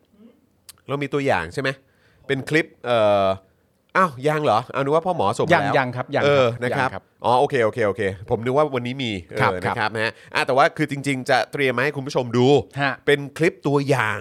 [SPEAKER 1] เรามีตัวอย่างใช่ไหมเป็นคลิปเอ่ออ้าวยังเหรอเอานึกว่าพ่อหมอส่งมา
[SPEAKER 2] ยัง
[SPEAKER 1] แล้ว
[SPEAKER 2] ยังครับยัง
[SPEAKER 1] เออ
[SPEAKER 2] ยัง
[SPEAKER 1] นะครับ
[SPEAKER 2] ครับ
[SPEAKER 1] อ๋อโอเคโอเคโอเค ผมนึกว่าวันนี้มีเอ
[SPEAKER 2] ครับ
[SPEAKER 1] อ
[SPEAKER 2] ครับ
[SPEAKER 1] นะครับนะฮะอ่ะแต่ว่าคือจริง ๆ จะเตรียมมาให้คุณผู้ชมดู
[SPEAKER 2] ฮะ
[SPEAKER 1] เป็นคลิปตัวอย่าง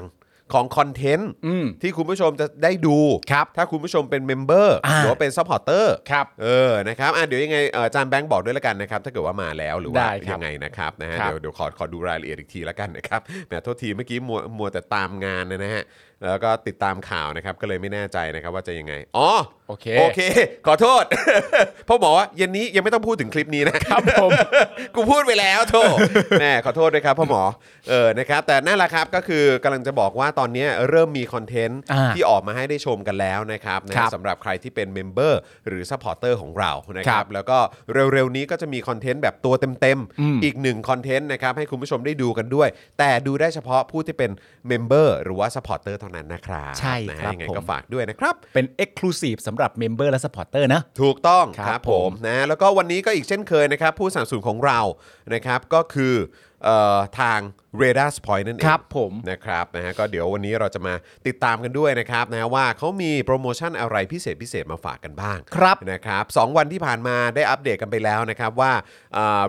[SPEAKER 1] ของคอนเทนต์
[SPEAKER 2] อืม
[SPEAKER 1] ที่คุณผู้ชมจะได้ดู
[SPEAKER 2] ครับ
[SPEAKER 1] ถ้าคุณผู้ชมเป็นเมมเบอร์
[SPEAKER 2] อ่า
[SPEAKER 1] หรือว่าเป็นซัพพอร์เตอร์
[SPEAKER 2] ครับ
[SPEAKER 1] เออ นะครับ อ่ะ เดี๋ยวยังไงเอ่ออาจารย์แบงค์บอกด้วยละกันนะครับ ถ้าเกิดว่ามาแล้ว หรือว่า
[SPEAKER 2] ได้ครับ
[SPEAKER 1] ยังไงนะครับ นะฮะ
[SPEAKER 2] ครับ
[SPEAKER 1] เดี๋ยว เดี๋ยวขอ ขอดูรายละเอียดอีกทีละกันนะครับ แหม โทษที เมื่อกี้มัว มัวแต่ตามงานนะฮะ แล้วก็ติดตามข่าวนะครับ ก็เลยไม่แน่ใจนะครับว่าจะยังไง อ๋อ
[SPEAKER 2] โอเค
[SPEAKER 1] โอเค ขอโทษ พ่อหมอว่าเย็นนี้ยังไม่ต้องพูดถึงคลิปนี้นะ
[SPEAKER 2] ครับผม
[SPEAKER 1] กูพูดไปแล้วโทษ แหม่ขอโทษด้วยครับพ่อหมอ เออ นะครับ แต่นั่นแหละครับก็คือกำลังจะบอกว่าตอนนี้เริ่มมีคอนเทนต์
[SPEAKER 2] อ่า
[SPEAKER 1] ที่ออกมาให้ได้ชมกันแล้วนะครับนะ
[SPEAKER 2] ค
[SPEAKER 1] ฮะ
[SPEAKER 2] รับ
[SPEAKER 1] สำหรับใครที่เป็นเมมเบอร์หรือซัพพอร์เตอร์ของเรานะค
[SPEAKER 2] ค
[SPEAKER 1] รั
[SPEAKER 2] รับ บ
[SPEAKER 1] แล้วก็เร็วๆนี้ก็จะมีคอนเทนต์แบบตัวเต็ม
[SPEAKER 2] อืม
[SPEAKER 1] อีกหนึ่งคอนเทนต์นะครับให้คุณผู้ชมได้ดูกันด้วย แต่ดูได้เฉพาะผู้ที่เป็นเมมเบอร์หรือว่าซัพพอร์เตอร์เท่านั้นนะครับ
[SPEAKER 2] ใช่
[SPEAKER 1] นะฮะ
[SPEAKER 2] ครับ
[SPEAKER 1] ยังไง
[SPEAKER 2] ผม
[SPEAKER 1] ก็ฝากด้วยนะครับ
[SPEAKER 2] เป็น Exclusive สำหรับเมมเบอร์และสปอร์เตอร์นะ
[SPEAKER 1] ถูกต้องค
[SPEAKER 2] ครั
[SPEAKER 1] รับบ ผ
[SPEAKER 2] ผม ม
[SPEAKER 1] นะแล้วก็วันนี้ก็อีกเช่นเคยนะครับ ผู้สนับสนุนของเรานะครับก็คือเอ่อทาง r a d a r Point นั่นเอง
[SPEAKER 2] ครับผม
[SPEAKER 1] นะครับนะฮะก็เดี๋ยววันนี้เราจะมาติดตามกันด้วยนะครับนะฮะว่าเขามีโปรโมชั่นอะไรพิเศษพิเศษมาฝากกันบ้าง
[SPEAKER 2] ครับ
[SPEAKER 1] นะครับสองวันที่ผ่านมาได้อัปเดตกันไปแล้วนะครับว่า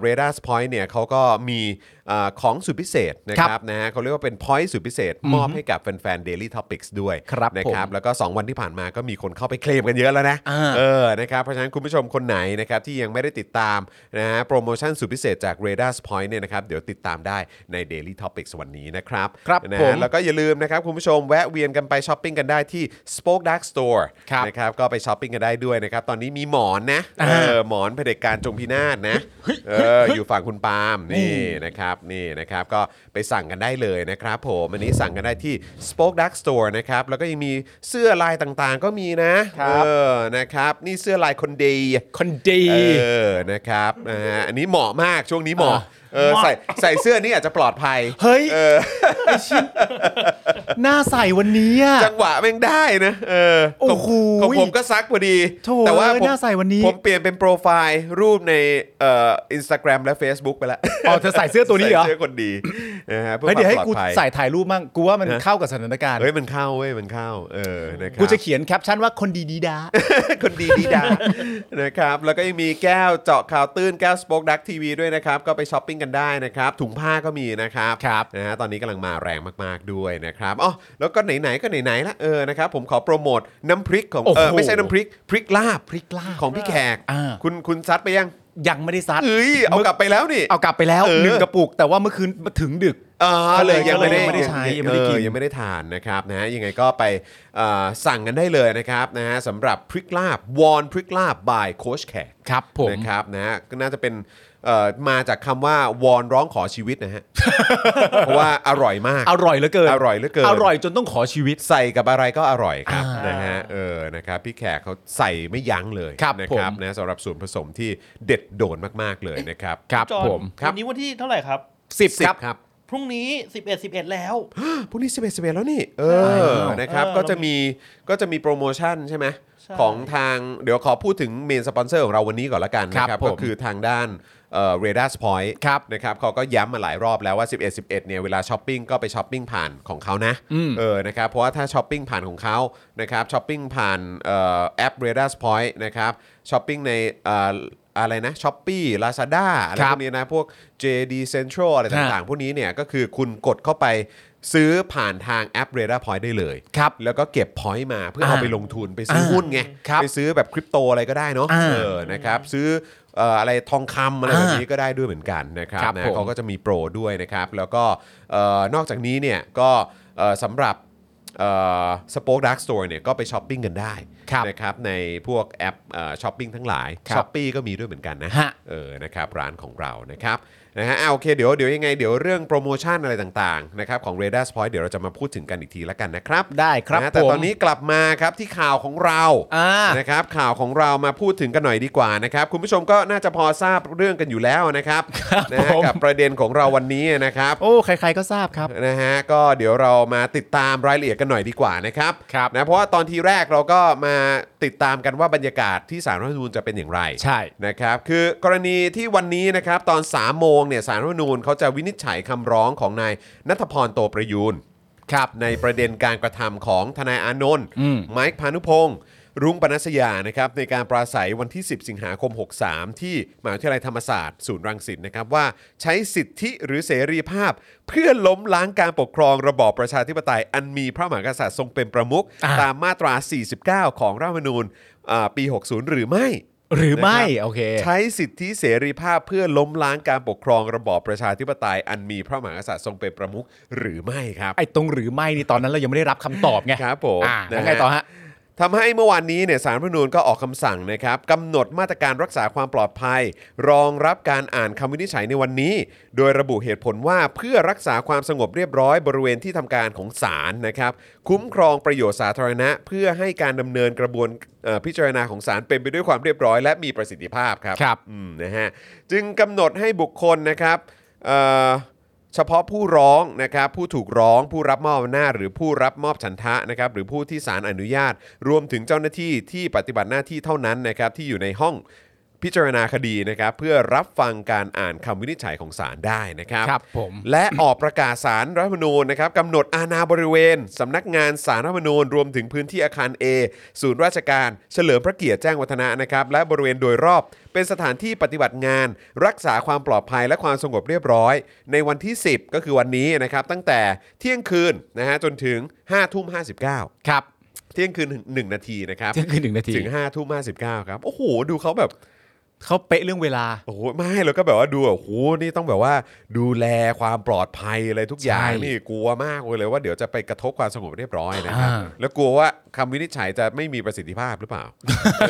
[SPEAKER 1] เรดาร์สพอยต์เนี่ยเขาก็มีเอ่อของสุดพิเศษนะค
[SPEAKER 2] ครั
[SPEAKER 1] รับบ นะฮะเขาเรียกว่าเป็น point สุดพิเศษ มอบให้กับแฟนๆ Daily Topics ด้วย
[SPEAKER 2] ครับ
[SPEAKER 1] นะ
[SPEAKER 2] ผม
[SPEAKER 1] ครับ แล้วก็ 2 วันที่ผ่านมาก็มีคนเข้าไปเคลมกันเยอะแล้วนะ
[SPEAKER 2] อ่า
[SPEAKER 1] เออ นะครับ เพราะฉะนั้นคุณผู้ชมคนไหนนะครับที่ยังไม่ได้ติดตามนะฮะโปรโมชั่นสุดพิเศษจาก r a d a r Point เนี่ยนะครับเดี๋ยวติดตามได้ใน Daily Topics วันนี้นะครับ
[SPEAKER 2] ครับ
[SPEAKER 1] นะ
[SPEAKER 2] ผ
[SPEAKER 1] ฮะ
[SPEAKER 2] ม
[SPEAKER 1] แล้วก็อย่าลืมนะครับคุณผู้ชมแวะเวียนกันไปช้อปปิ้งกันได้ที่ Spoke Dark Store
[SPEAKER 2] ครับ
[SPEAKER 1] นะครับก็ไปช้อปปิ้งกันได้ด้วยนะครับ ตอนนี้มีหมอนนะเอ
[SPEAKER 2] อ่า
[SPEAKER 1] อหมอนเผด็จการจงพินาศนะเอออยู่ฝั่งคุณปาล์มนี่นะครับนี่นะครับก็ไปสั่งกันได้เลยนะครับผมอันนี้สั่งกันได้ที่ Spoke Dark Store นะครับแล้วก็ยังมีเสื้อลายต่างๆ ก็มีนะครับ เออนะครับนี่เสื้อลายคนดี
[SPEAKER 2] คอนดี
[SPEAKER 1] เออ นะครับนะฮะอันนี้เหมาะมาก ช่วงนี้เหมาะ
[SPEAKER 2] อ่ะ
[SPEAKER 1] เออ ใส่ ใส่เสื้อนี่อาจจะปลอดภัย
[SPEAKER 2] เฮ้ย
[SPEAKER 1] ออ
[SPEAKER 2] หน้าใสวันนี้อะ
[SPEAKER 1] จังหวะแม่งได้นะ เออ
[SPEAKER 2] โอ้โห
[SPEAKER 1] ของของผมก็ซักพอดี
[SPEAKER 2] โถ่
[SPEAKER 1] แต่ว่าผม
[SPEAKER 2] น่าใส่วันนี้
[SPEAKER 1] ผมเปลี่ยนเป็นโปรไฟล์รูปในเอ่ออินสตาแกรมและ Facebook ไปแล้ว
[SPEAKER 2] อ๋อเธอใส่เสื้อตัวนี้เหรอ
[SPEAKER 1] ใส่เสื้อคนดีนะฮะเพื่อควาย
[SPEAKER 2] เฮ้เดี๋ยว
[SPEAKER 1] ม
[SPEAKER 2] ให้
[SPEAKER 1] ปลอ
[SPEAKER 2] กู
[SPEAKER 1] ดภัย
[SPEAKER 2] ใส่ถ่ายรูปมั่งกูว่ามัน
[SPEAKER 1] ฮะ
[SPEAKER 2] เข้ากับสถานการณ์
[SPEAKER 1] เฮ้ย มันเข้าเว้ย มันเข้า เออ นะครับ
[SPEAKER 2] กูจะเขียนแคปชั่นว่าคนดีดีดา
[SPEAKER 1] คนดีดีดา นะครับ แล้วก็ยังมีแก้วเจาะข่าวตื้นแก้วสป็อคดักทีวีด้วยนะครับ ก็ไปช้อปปิ้งกันได้นะครับ ถุงผ้าก็มีนะครับ
[SPEAKER 2] ครับ
[SPEAKER 1] นะฮะตอนนี้กำลังมาแรงมากๆด้วยนะครับอ๋อแล้วก็ไหนๆก็ไหนๆละเออนะครับผมขอโปรโมทน้ำพริกของ
[SPEAKER 2] โอ้โห
[SPEAKER 1] เออไม่ใช่น้ำพริกพริกลาบ
[SPEAKER 2] พริกลาบ
[SPEAKER 1] ของพี่แขก
[SPEAKER 2] อ่า
[SPEAKER 1] คุณคุณซัดไปยัง
[SPEAKER 2] ยังไม่ได้ซัด
[SPEAKER 1] เอ้ยเอากลับไปแล้วนี่
[SPEAKER 2] เอากลับไปแล้ว
[SPEAKER 1] เออ
[SPEAKER 2] หนึ่งกระปุก แต่ว่าเมื่อคืนมาถึงดึก
[SPEAKER 1] อ่า
[SPEAKER 2] ก็เลย
[SPEAKER 1] ยังไม่ได้
[SPEAKER 2] ก็เลยยังไม่ได้ใช้ยังไม่ได้กิน
[SPEAKER 1] เออยังไม่ได้ทานนะครับนะฮะยังไงก็ไปเอ่อสั่งกันได้เลยนะครับนะฮะสำหรับพริกลาบวอนพริกลาบบายโคชแขก
[SPEAKER 2] ครับผม
[SPEAKER 1] นะครับนะฮะก็น่าจะเป็นเอ่อมาจากคำว่าวอนร้องขอชีวิตนะ ฮะ เพราะว่าอร่อยมาก
[SPEAKER 2] อร่อยเหลือเกิน
[SPEAKER 1] อร่อยเหลือเกิน
[SPEAKER 2] อร่อยจนต้องขอชีวิต
[SPEAKER 1] ใส่กับอะไรก็อร่อยครับ
[SPEAKER 2] อ่าน
[SPEAKER 1] นะฮะเออนะครับพี่แขกเขาใส่ไม่ยั้งเลย
[SPEAKER 2] ครับ
[SPEAKER 1] นะ
[SPEAKER 2] ผม
[SPEAKER 1] นะสำหรับส่วนผสมที่เด็ดโดนมากๆเลยนะครับ
[SPEAKER 2] ครับ
[SPEAKER 3] จอห์น
[SPEAKER 2] ผม
[SPEAKER 1] ครับ
[SPEAKER 3] วันนี้วันที่เท่าไหร่ครับ
[SPEAKER 2] สิบ
[SPEAKER 1] สิ
[SPEAKER 2] ครับ บ
[SPEAKER 1] ครับ
[SPEAKER 3] พรุ่งนี้สิบเอ็ดสิบเอ็ดแล้ว
[SPEAKER 1] พรุ่งนี้11 11แล้วนี่ เอ
[SPEAKER 2] ใช่
[SPEAKER 1] อ
[SPEAKER 2] แล้ว
[SPEAKER 1] นะครับ
[SPEAKER 3] เออ
[SPEAKER 1] ก็จะมีก็จะมีโปรโมชั่นใช่ไหม
[SPEAKER 3] ใช่
[SPEAKER 1] ของทางเดี๋ยวขอพูดถึงเมนสปอนเซอร์ของเราวันนี้ก่อนละกันนะครับ ก็
[SPEAKER 2] ผม
[SPEAKER 1] คือทางด้านเรดาร์สพอยต์
[SPEAKER 2] ครับ
[SPEAKER 1] นะครับเขาก็ย้ำมาหลายรอบแล้วว่า 11 11เนี่ยเวลาช้อปปิ้งก็ไปช้อปปิ้งผ่านของเขานะ
[SPEAKER 2] อืม
[SPEAKER 1] เออนะครับเพราะว่าถ้าช้อปปิ้งผ่านของเขานะครับช้อปปิ้งผ่านเอ่อแอปเรดาร์สพอยต์นะครับช้อปปิ้งในเอ่ออะไรนะช้อปปี้ลาซาด้าอะไรพวกนี้นะพวก JD Central อะไรต่างๆ พวกนี้เนี่ยก็คือคุณกดเข้าไปซื้อผ่านทางแอป r a d a r Point ได้เลย
[SPEAKER 2] ครับ
[SPEAKER 1] แล้วก็เก็บ point มาเพื่อเอา
[SPEAKER 2] อ่า
[SPEAKER 1] ไปลงทุนไปซื้ออา หุ้นไง
[SPEAKER 2] ครับ
[SPEAKER 1] ไปซื้อแบบคริปโตอะไรก็ได้เนาะ
[SPEAKER 2] อ่า
[SPEAKER 1] เออนะครับซื้อเอ่ออะไรทองคำอะไร
[SPEAKER 2] อ่า
[SPEAKER 1] แบบนี้ก็ได้ด้วยเหมือนกันนะครับ
[SPEAKER 2] ครับ
[SPEAKER 1] นะ
[SPEAKER 2] ผม
[SPEAKER 1] เขาก็จะมีโปรด้วยนะครับ แล้วก็เอ่อนอกจากนี้เนี่ยก็เอ่อสำหรับสป็อคดักสโตร์เนี่ยก็ไปช้อปปิ้งกันได้
[SPEAKER 2] ครับ
[SPEAKER 1] นะครับในพวกแอปเอ่อช้อปปิ้งทั้งหลาย
[SPEAKER 2] ครับ
[SPEAKER 1] ช้อปปีก็มีด้วยเหมือนกันนะ
[SPEAKER 2] ฮะ
[SPEAKER 1] เออ นะครับ ร้านของเรา นะครับ นะฮะอ่าโอเค เดี๋ยว เดี๋ยวยังไง เดี๋ยวเรื่องโปรโมชั่นอะไรต่างๆ นะครับ ของ r a d a r Point เดี๋ยวเราจะมาพูดถึงกันอีกทีละกันนะครับ
[SPEAKER 2] ได้ครับ
[SPEAKER 1] นะฮะแต่
[SPEAKER 2] ผม
[SPEAKER 1] ตอนนี้กลับมาครับที่ข่าวของเรา
[SPEAKER 2] อ่า
[SPEAKER 1] นะครับ ข่าวของเรามาพูดถึงกันหน่อยดีกว่านะครับ คุณผู้ชมก็น่าจะพอทราบเรื่องกันอยู่แล้วนะครับ นะฮะ
[SPEAKER 2] ผม
[SPEAKER 1] กับประเด็นของเราวันนี้นะครับ
[SPEAKER 2] โอ้ ใครๆก็ทราบครับ
[SPEAKER 1] นะฮะก็เดี๋ยวเรามาติดตามรายละเอียดกันหน่อยดีกว่านะครับ
[SPEAKER 2] ครับ
[SPEAKER 1] นะเพราะว่าตอนทีแรกเราก็มาติดตามกันว่าบรรยากาศที่สารรัฐธรรมนูญจะเป็นอย่างไร
[SPEAKER 2] ใช่
[SPEAKER 1] นะครับคือกรณีที่วันนี้นะครับตอน3ามโมงเนี่ยสารรัฐธรรมนูญเขาจะวินิจฉัยคำร้องของนายนัทพรโตประยูนครับในประเด็นการกระทำของทนายอานนท์
[SPEAKER 2] อืม
[SPEAKER 1] ไมค์พานุพงศ์รุ้งปนัสยานะครับในการปราศัยวันที่ 10 สิงหาคม 63 ที่มหาวิทยาลัยธรรมศาสตร์ศูนย์รังสิตนะครับว่าใช้สิทธิหรือเสรีภาพ เพื่อล้มล้างการปกครองระบอบประชาธิปไตย อันมีพระมหากษัตริย์ทรงเป็นประมุข
[SPEAKER 2] อ่า
[SPEAKER 1] ตามมาตรา 49 ของรัฐธรรมนูญอ่าปี 60 หรือไม่
[SPEAKER 2] หรือไม่
[SPEAKER 1] นะครับ
[SPEAKER 2] โอเค
[SPEAKER 1] ใช้สิทธิเสรีภาพเพื่อล้มล้างการปกครองระบอบประชาธิปไตย อันมีพระมหากษัตริย์ทรงเป็นประมุขหรือไม่ครับ
[SPEAKER 2] ไอ้ตรงหรือไม่นี่ตอนนั้นเรายังไม่ได้รับคำตอบไง
[SPEAKER 1] ครับผม
[SPEAKER 2] อ่า
[SPEAKER 1] นะ
[SPEAKER 2] แล้
[SPEAKER 1] ฮะ
[SPEAKER 2] วไงต่อฮะ
[SPEAKER 1] ทำให้เมื่อวานนี้เนี่ยสารรัฐธรรมนูญก็ออกคำสั่งนะครับกำหนดมาตรการรักษาความปลอดภัย รองรับการอ่านคำวินิจฉัยในวันนี้ โดยระบุเหตุผลว่าเพื่อรักษาความสงบเรียบร้อยบริเวณที่ทำการของศาลนะครับ คุ้มครองประโยชน์สาธารณะ เพื่อให้การดำเนินกระบวนเอ่อพิจารณาของศาลเป็นไปด้วยความเรียบร้อย และมีประสิทธิภาพครับ
[SPEAKER 2] ครับ
[SPEAKER 1] อืมนะฮะจึงกำหนดให้บุคคลนะครับเอ่อ เฉพาะผู้ร้องนะครับผู้ถูกร้องผู้รับมอบอำนาจหรือผู้รับมอบฉันทะนะครับหรือผู้ที่ศาลอนุญาต รวมถึงเจ้าหน้าที่ที่ปฏิบัติหน้าที่เท่านั้นนะครับที่อยู่ในห้องพิจารณาคดีนะครับเพื่อรับฟังการอ่านคำวินิจฉัยของศาลได้นะครับ
[SPEAKER 2] ครับผม
[SPEAKER 1] และออกประกาศสารรัฐธรรมนูญนะครับกำหนดอาณาบริเวณสำนักงานสารรัฐธรรมนูญ รวมถึงพื้นที่อาคาร A ศูนย์ราชการ เฉลิมพระเกียรติแจ้งวัฒนะนะครับ และบริเวณโดยรอบเป็นสถานที่ปฏิบัติงาน รักษาความปลอดภัยและความสงบเรียบร้อย ในวันที่ 10 ก็คือวันนี้นะครับ ตั้งแต่เที่ยงคืนนะฮะจนถึง5ทุ่ม59
[SPEAKER 2] ครับ
[SPEAKER 1] เที่ยงคืน 1 นาทีนะครับ
[SPEAKER 2] เที่ยงคืนหนึ่งนาที
[SPEAKER 1] ถึง5ทุ่ม59ครับโอ้โหดูเขาแบบ
[SPEAKER 2] เขาเป๊ะเรื่องเวลา
[SPEAKER 1] โอ้โหไม่แล้วก็แบบว่าดูแบบโอ้โหนี่ต้องแบบว่าดูแลความปลอดภัยอะไรทุกอย่าง
[SPEAKER 2] ใช่
[SPEAKER 1] นี่กลัวมากเลยว่าเดี๋ยวจะไปกระทบความสงบเรียบร้อยนะครับ
[SPEAKER 2] อ่า
[SPEAKER 1] แล้วกลัวว่าคำวินิจฉัยจะไม่มีประสิทธิภาพหรือเปล่า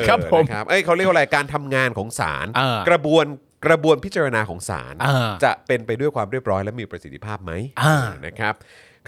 [SPEAKER 2] ครับ
[SPEAKER 1] เออ
[SPEAKER 2] ผม
[SPEAKER 1] นะครับเอ้ยเขาเรียกว่าอะไรการทำงานของศาล
[SPEAKER 2] อ่าก
[SPEAKER 1] ระบวนกระบวนพิจารณาของศาล
[SPEAKER 2] อ่า
[SPEAKER 1] จะเป็นไปด้วยความเรียบร้อยและมีประสิทธิภาพไหม
[SPEAKER 2] อ่า
[SPEAKER 1] นะครับ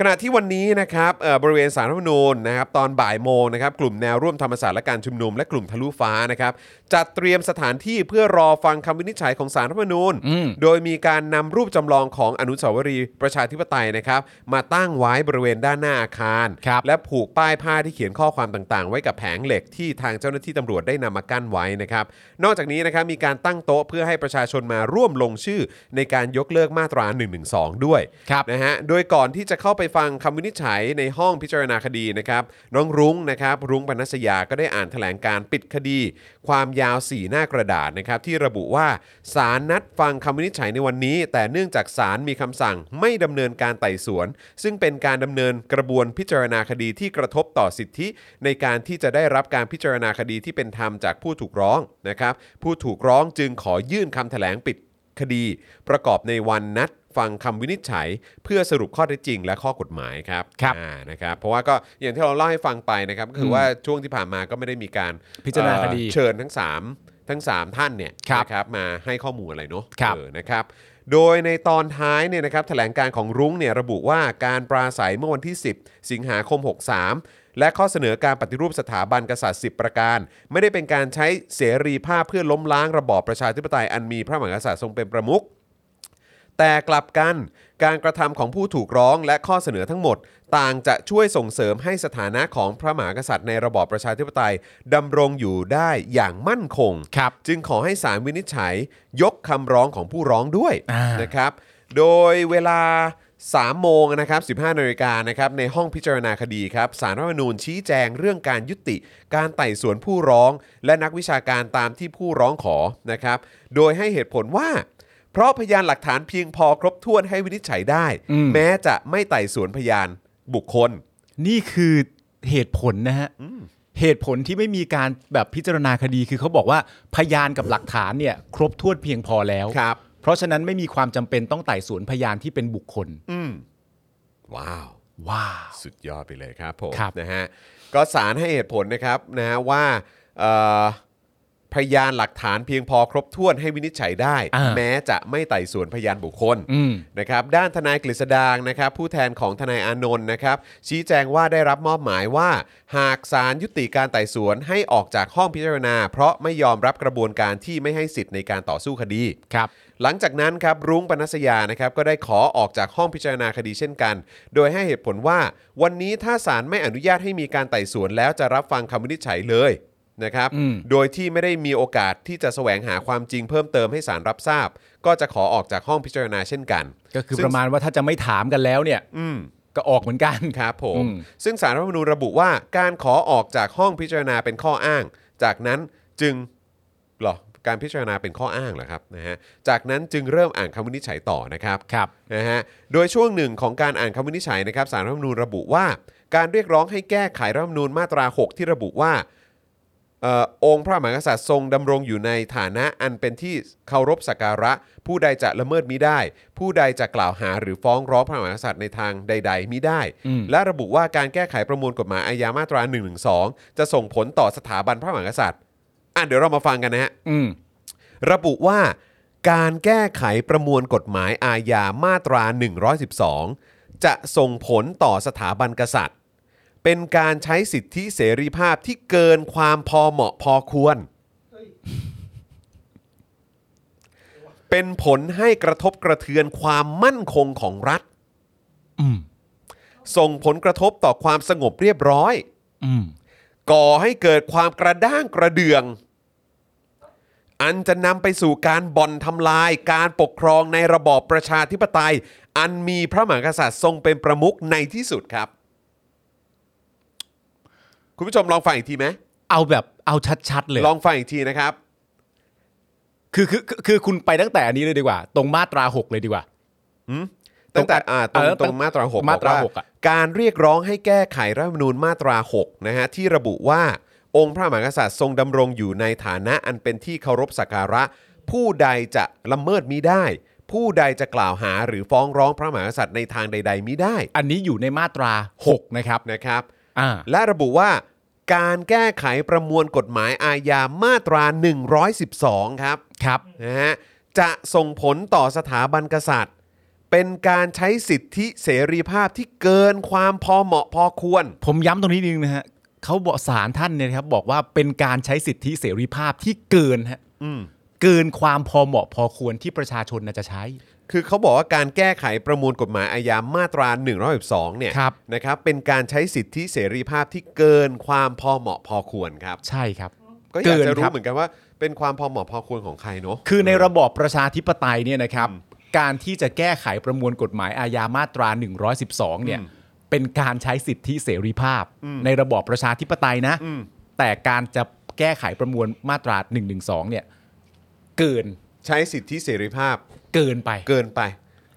[SPEAKER 1] ขณะที่วันนี้นะครับเอ่อบริเวณสารรัฐธรรมนูญนะครับตอนบ่ายโมงนะครับกลุ่มแนวร่วมธรรมศาสตร์และการชุมนุมและกลุ่มทะลุฟ้านะครับจัดเตรียมสถานที่เพื่อรอฟังคำวินิจฉัยของสารรัฐธรรมนูญ
[SPEAKER 2] อืม
[SPEAKER 1] โดยมีการนำรูปจำลองของอนุสาวรีย์ประชาธิปไตยนะครับมาตั้งไว้บริเวณด้านหน้าอาคาร
[SPEAKER 2] ครับ
[SPEAKER 1] และผูกป้ายผ้าที่เขียนข้อความต่างๆ ไว้กับแผงเหล็กที่ทางเจ้าหน้าที่ตำรวจได้นำมากั้นไว้นะครับ นอกจากนี้นะครับมีการตั้งโต๊ะเพื่อให้ประชาชนมาร่วมลงชื่อในการยกเลิกมาตรา 112 ด้วย
[SPEAKER 2] ครับ
[SPEAKER 1] นะฮะโดยก่อนที่จะเข้าไป ฟังคำวินิจฉัยในห้องพิจารณาคดีนะครับ น้องรุ้งนะครับ รุ้งปนัสยาก็ได้อ่านแถลงการปิดคดี ความยาว 4 หน้ากระดาษนะครับ ที่ระบุว่าศาลนัดฟังคำวินิจฉัยในวันนี้ แต่เนื่องจากศาลมีคำสั่งไม่ดำเนินการไต่สวน ซึ่งเป็นการดำเนินกระบวนพิจารณาคดีที่กระทบต่อสิทธิ ในการที่จะได้รับการพิจารณาคดีที่เป็นธรรมจากผู้ถูกร้องนะครับ ผู้ถูกร้องจึงขอยื่นคำแถลงปิด คดีประกอบในวันนัดฟังคำวินิจฉัย เพื่อสรุปข้อเท็จจริงและข้อกฎหมายครับ
[SPEAKER 2] ครับ
[SPEAKER 1] อ่านะครับ เพราะว่าก็อย่างที่เราเล่าให้ฟังไปนะครับก็คือว่าช่วงที่ผ่านมาก็ไม่ได้มีการ
[SPEAKER 2] พิจารณาคดี
[SPEAKER 1] เอ่อเชิญทั้ง 3 ทั้ง 3 ท่านเนี่ย
[SPEAKER 2] ครับ
[SPEAKER 1] นะครับมาให้ข้อมูลอะไรเนาะ
[SPEAKER 2] ครับ
[SPEAKER 1] เออนะครับ โดยในตอนท้ายเนี่ยนะครับแถลงการของรุ้งเนี่ยระบุว่าการปราศัยเมื่อวันที่ 10 สิงหาคม 63 และข้อเสนอการปฏิรูปสถาบันกษัตริย์ 10 ประการ ไม่ได้เป็นการใช้เสรีภาพเพื่อล้มล้างระบอบประชาธิปไตยอันมีพระมหากษัตริย์ทรงเป็นประมุข แต่กลับกันการกระทำของผู้ถูกร้องและข้อเสนอทั้งหมด ต่างจะช่วยส่งเสริมให้สถานะของพระมหากษัตริย์ในระบอบประชาธิปไตยดำรงอยู่ได้อย่างมั่นคง
[SPEAKER 2] ครับ
[SPEAKER 1] จึงขอให้ศาลวินิจฉัยยกคำร้องของผู้ร้องด้วย
[SPEAKER 2] อ่าน
[SPEAKER 1] นะครับ โดยเวลา 3 โมงนะครับ 15นาฬิกานะครับในห้องพิจารณาคดีครับสารรัฐธรรมนูญชี้แจงเรื่องการยุติ การไต่สวนผู้ร้อง และนักวิชาการตามที่ผู้ร้องขอนะครับ โดยให้เหตุผลว่า เพราะพยานหลักฐานเพียงพอครบถ้วนให้วินิจฉัยได้
[SPEAKER 2] อืม
[SPEAKER 1] แม้จะไม่ไต่สวนพยานบุคคล
[SPEAKER 2] นี่คือเหตุผลนะฮะเหตุผลที่ไม่มีการแบบพิจารณาคดีคือเขาบอกว่าพยานกับหลักฐานเนี่ย ครบถ้วนเพียงพอแล้ว
[SPEAKER 1] ครับ
[SPEAKER 2] เพราะฉะนั้นไม่มีความจำเป็นต้องไต่สวนพยานที่เป็นบุคคล
[SPEAKER 1] อืมว้าว
[SPEAKER 2] ว้าว
[SPEAKER 1] สุดยอดไปเลยครับผม
[SPEAKER 2] ครับ
[SPEAKER 1] นะฮะก็สารให้เหตุผลนะครับนะฮะว่าเอ่อพยานหลักฐานเพียงพอครบถ้วนให้วินิจฉัยได้
[SPEAKER 2] อ่า
[SPEAKER 1] แม้จะไม่ไต่สวนพยานบุคคล
[SPEAKER 2] อืม
[SPEAKER 1] นะครับด้านทนายกฤษดางนะครับผู้แทนของทนายอานนท์นะครับชี้แจงว่าได้รับมอบหมายว่า หากศาลยุติการไต่สวนให้ออกจากห้องพิจารณา เพราะไม่ยอมรับกระบวนการที่ไม่ให้สิทธิ์ในการต่อสู้คดี
[SPEAKER 2] ครับ
[SPEAKER 1] หลังจากนั้นครับรุ้งปนัสยานะครับก็ได้ขอออกจากห้องพิจารณาคดีเช่นกัน โดยให้เหตุผลว่า วันนี้ถ้าศาลไม่อนุญาตให้มีการไต่สวนแล้วจะรับฟังคำวินิจฉัยเลยนะครับ
[SPEAKER 2] อืม
[SPEAKER 1] โดยที่ไม่ได้มีโอกาสที่จะแสวงหาความจริงเพิ่มเติมให้ศาลรับทราบ ก็จะขอออกจากห้องพิจารณาเช่นกัน
[SPEAKER 2] ก็คือประมาณว่าถ้าจะไม่ถามกันแล้วเนี่ย
[SPEAKER 1] อืม
[SPEAKER 2] ก็ออกเหมือนกัน
[SPEAKER 1] ครับผม
[SPEAKER 2] อืม
[SPEAKER 1] ซึ่งสารรัฐธรรมนูญระบุว่าการขอออกจากห้องพิจารณาเป็นข้ออ้าง จากนั้นจึงหรอการพิจารณาเป็นข้ออ้างเหรอครับนะฮะจากนั้นจึงเริ่มอ่านคำวินิจฉัยต่อนะครับ
[SPEAKER 2] ครับ
[SPEAKER 1] นะฮะ โดยช่วงหนึ่งของการอ่านคำวินิจฉัยนะครับสารรัฐธรรมนูญระบุว่า การเรียกร้องให้แก้ไขรัฐธรรมนูญมาตรา 6 ที่ระบุว่าเอ่อองค์พระมหากษัตริย์ทรงดำรงอยู่ในฐานะอันเป็นที่เคารพสักการะ ผู้ใดจะละเมิดมิได้ ผู้ใดจะกล่าวหาหรือฟ้องร้องพระมหากษัตริย์ในทางใด ๆมิได้
[SPEAKER 2] อืม
[SPEAKER 1] และระบุว่าการแก้ไขประมวลกฎหมายอาญามาตรา1นึจะส่งผลต่อสถาบันพระมหากษัตริย์อ่ะเดี๋ยวเรามาฟังกันนะฮะ
[SPEAKER 2] อืม
[SPEAKER 1] ระบุว่าการแก้ไขประมวลกฎหมายอาญามาตรา 112 จะส่งผลต่อสถาบันกษัตริย์ เป็นการใช้สิทธิเสรีภาพที่เกินความพอเหมาะพอควร เป็นผลให้กระทบกระเทือนความมั่นคงของรัฐ
[SPEAKER 2] อืม
[SPEAKER 1] ส่งผลกระทบต่อความสงบเรียบร้อย
[SPEAKER 2] อืม
[SPEAKER 1] ก่อให้เกิดความกระด้างกระเดือง อันจะนำไปสู่การบ่อนทำลายการปกครองในระบอบประชาธิปไตย อันมีพระมหากษัตริย์ทรงเป็นประมุขในที่สุดครับ คุณผู้ชมลองฟังอีกทีไหม
[SPEAKER 2] เอาแบบเอาชัดๆเลย
[SPEAKER 1] ลองฟังอีกทีนะครับ
[SPEAKER 2] คือคือคือคือคุณไปตั้งแต่อันนี้เลยดีกว่า ตรงมาตราหกเลยดีกว่า
[SPEAKER 1] ตั้งแต่อ่าตรง
[SPEAKER 2] เออ
[SPEAKER 1] ตรงมาตราหก
[SPEAKER 2] มาตรา
[SPEAKER 1] บอกว่
[SPEAKER 2] หกอะ
[SPEAKER 1] การเรียกร้องให้แก้ไขรัฐธรรมนูญมาตรา6นะฮะที่ระบุว่าองค์พระมหากษัตริย์ทรงดำรงอยู่ในฐานะอันเป็นที่เคารพสักการะ ผู้ใดจะละเมิดมิได้ ผู้ใดจะกล่าวหาหรือฟ้องร้องพระมหากษัตริย์ในทางใด ๆมิได้
[SPEAKER 2] อันนี้อยู่ในมาตราหกนะครับ
[SPEAKER 1] นะครับ
[SPEAKER 2] อ่า
[SPEAKER 1] และระบุว่าการแก้ไขประมวลกฎหมายอาญามาตรา 112 ครับ
[SPEAKER 2] ครับ
[SPEAKER 1] นะฮะจะส่งผลต่อสถาบันกษัตริย์ เป็นการใช้สิทธิเสรีภาพที่เกินความพอเหมาะพอควร
[SPEAKER 2] ผมย้ำตรงนี้นิดนึงนะฮะเขาบอกสารท่านเนี่ยนะครับ บอกว่าเป็นการใช้สิทธิเสรีภาพที่เกินฮะเกินความพอเหมาะพอควรที่ประชาชนน่ะจะใช้
[SPEAKER 1] คือเขาบอกว่าการแก้ไขประมวลกฎหมายอาญามาตรา1นึเนี่ย
[SPEAKER 2] ครับ
[SPEAKER 1] นะครับเป็นการใช้สิทธิเสรีภาพที่เกินความพอเหมาะพอควรครับ
[SPEAKER 2] ใช่ครับ
[SPEAKER 1] ก็อยากจะ
[SPEAKER 2] เกินค
[SPEAKER 1] รู้
[SPEAKER 2] รับ
[SPEAKER 1] เหมือนกันว่าเป็นความพอเหมาะพอควรของใครเนาะ
[SPEAKER 2] คือในระบอบประชาธิปไตยเนี่ยนะครับ การที่จะแก้ไขประมวลกฎหมายอาญามาตรา 112 เนี่ย เป็นการใช้สิทธิเสรีภาพในระบอบประชาธิปไตยนะ แต่การจะแก้ไขประมวลมาตรา1นึเนี่ย เกิน
[SPEAKER 1] ใช้สิทธิเสรีภาพ
[SPEAKER 2] เกินไป
[SPEAKER 1] เกินไป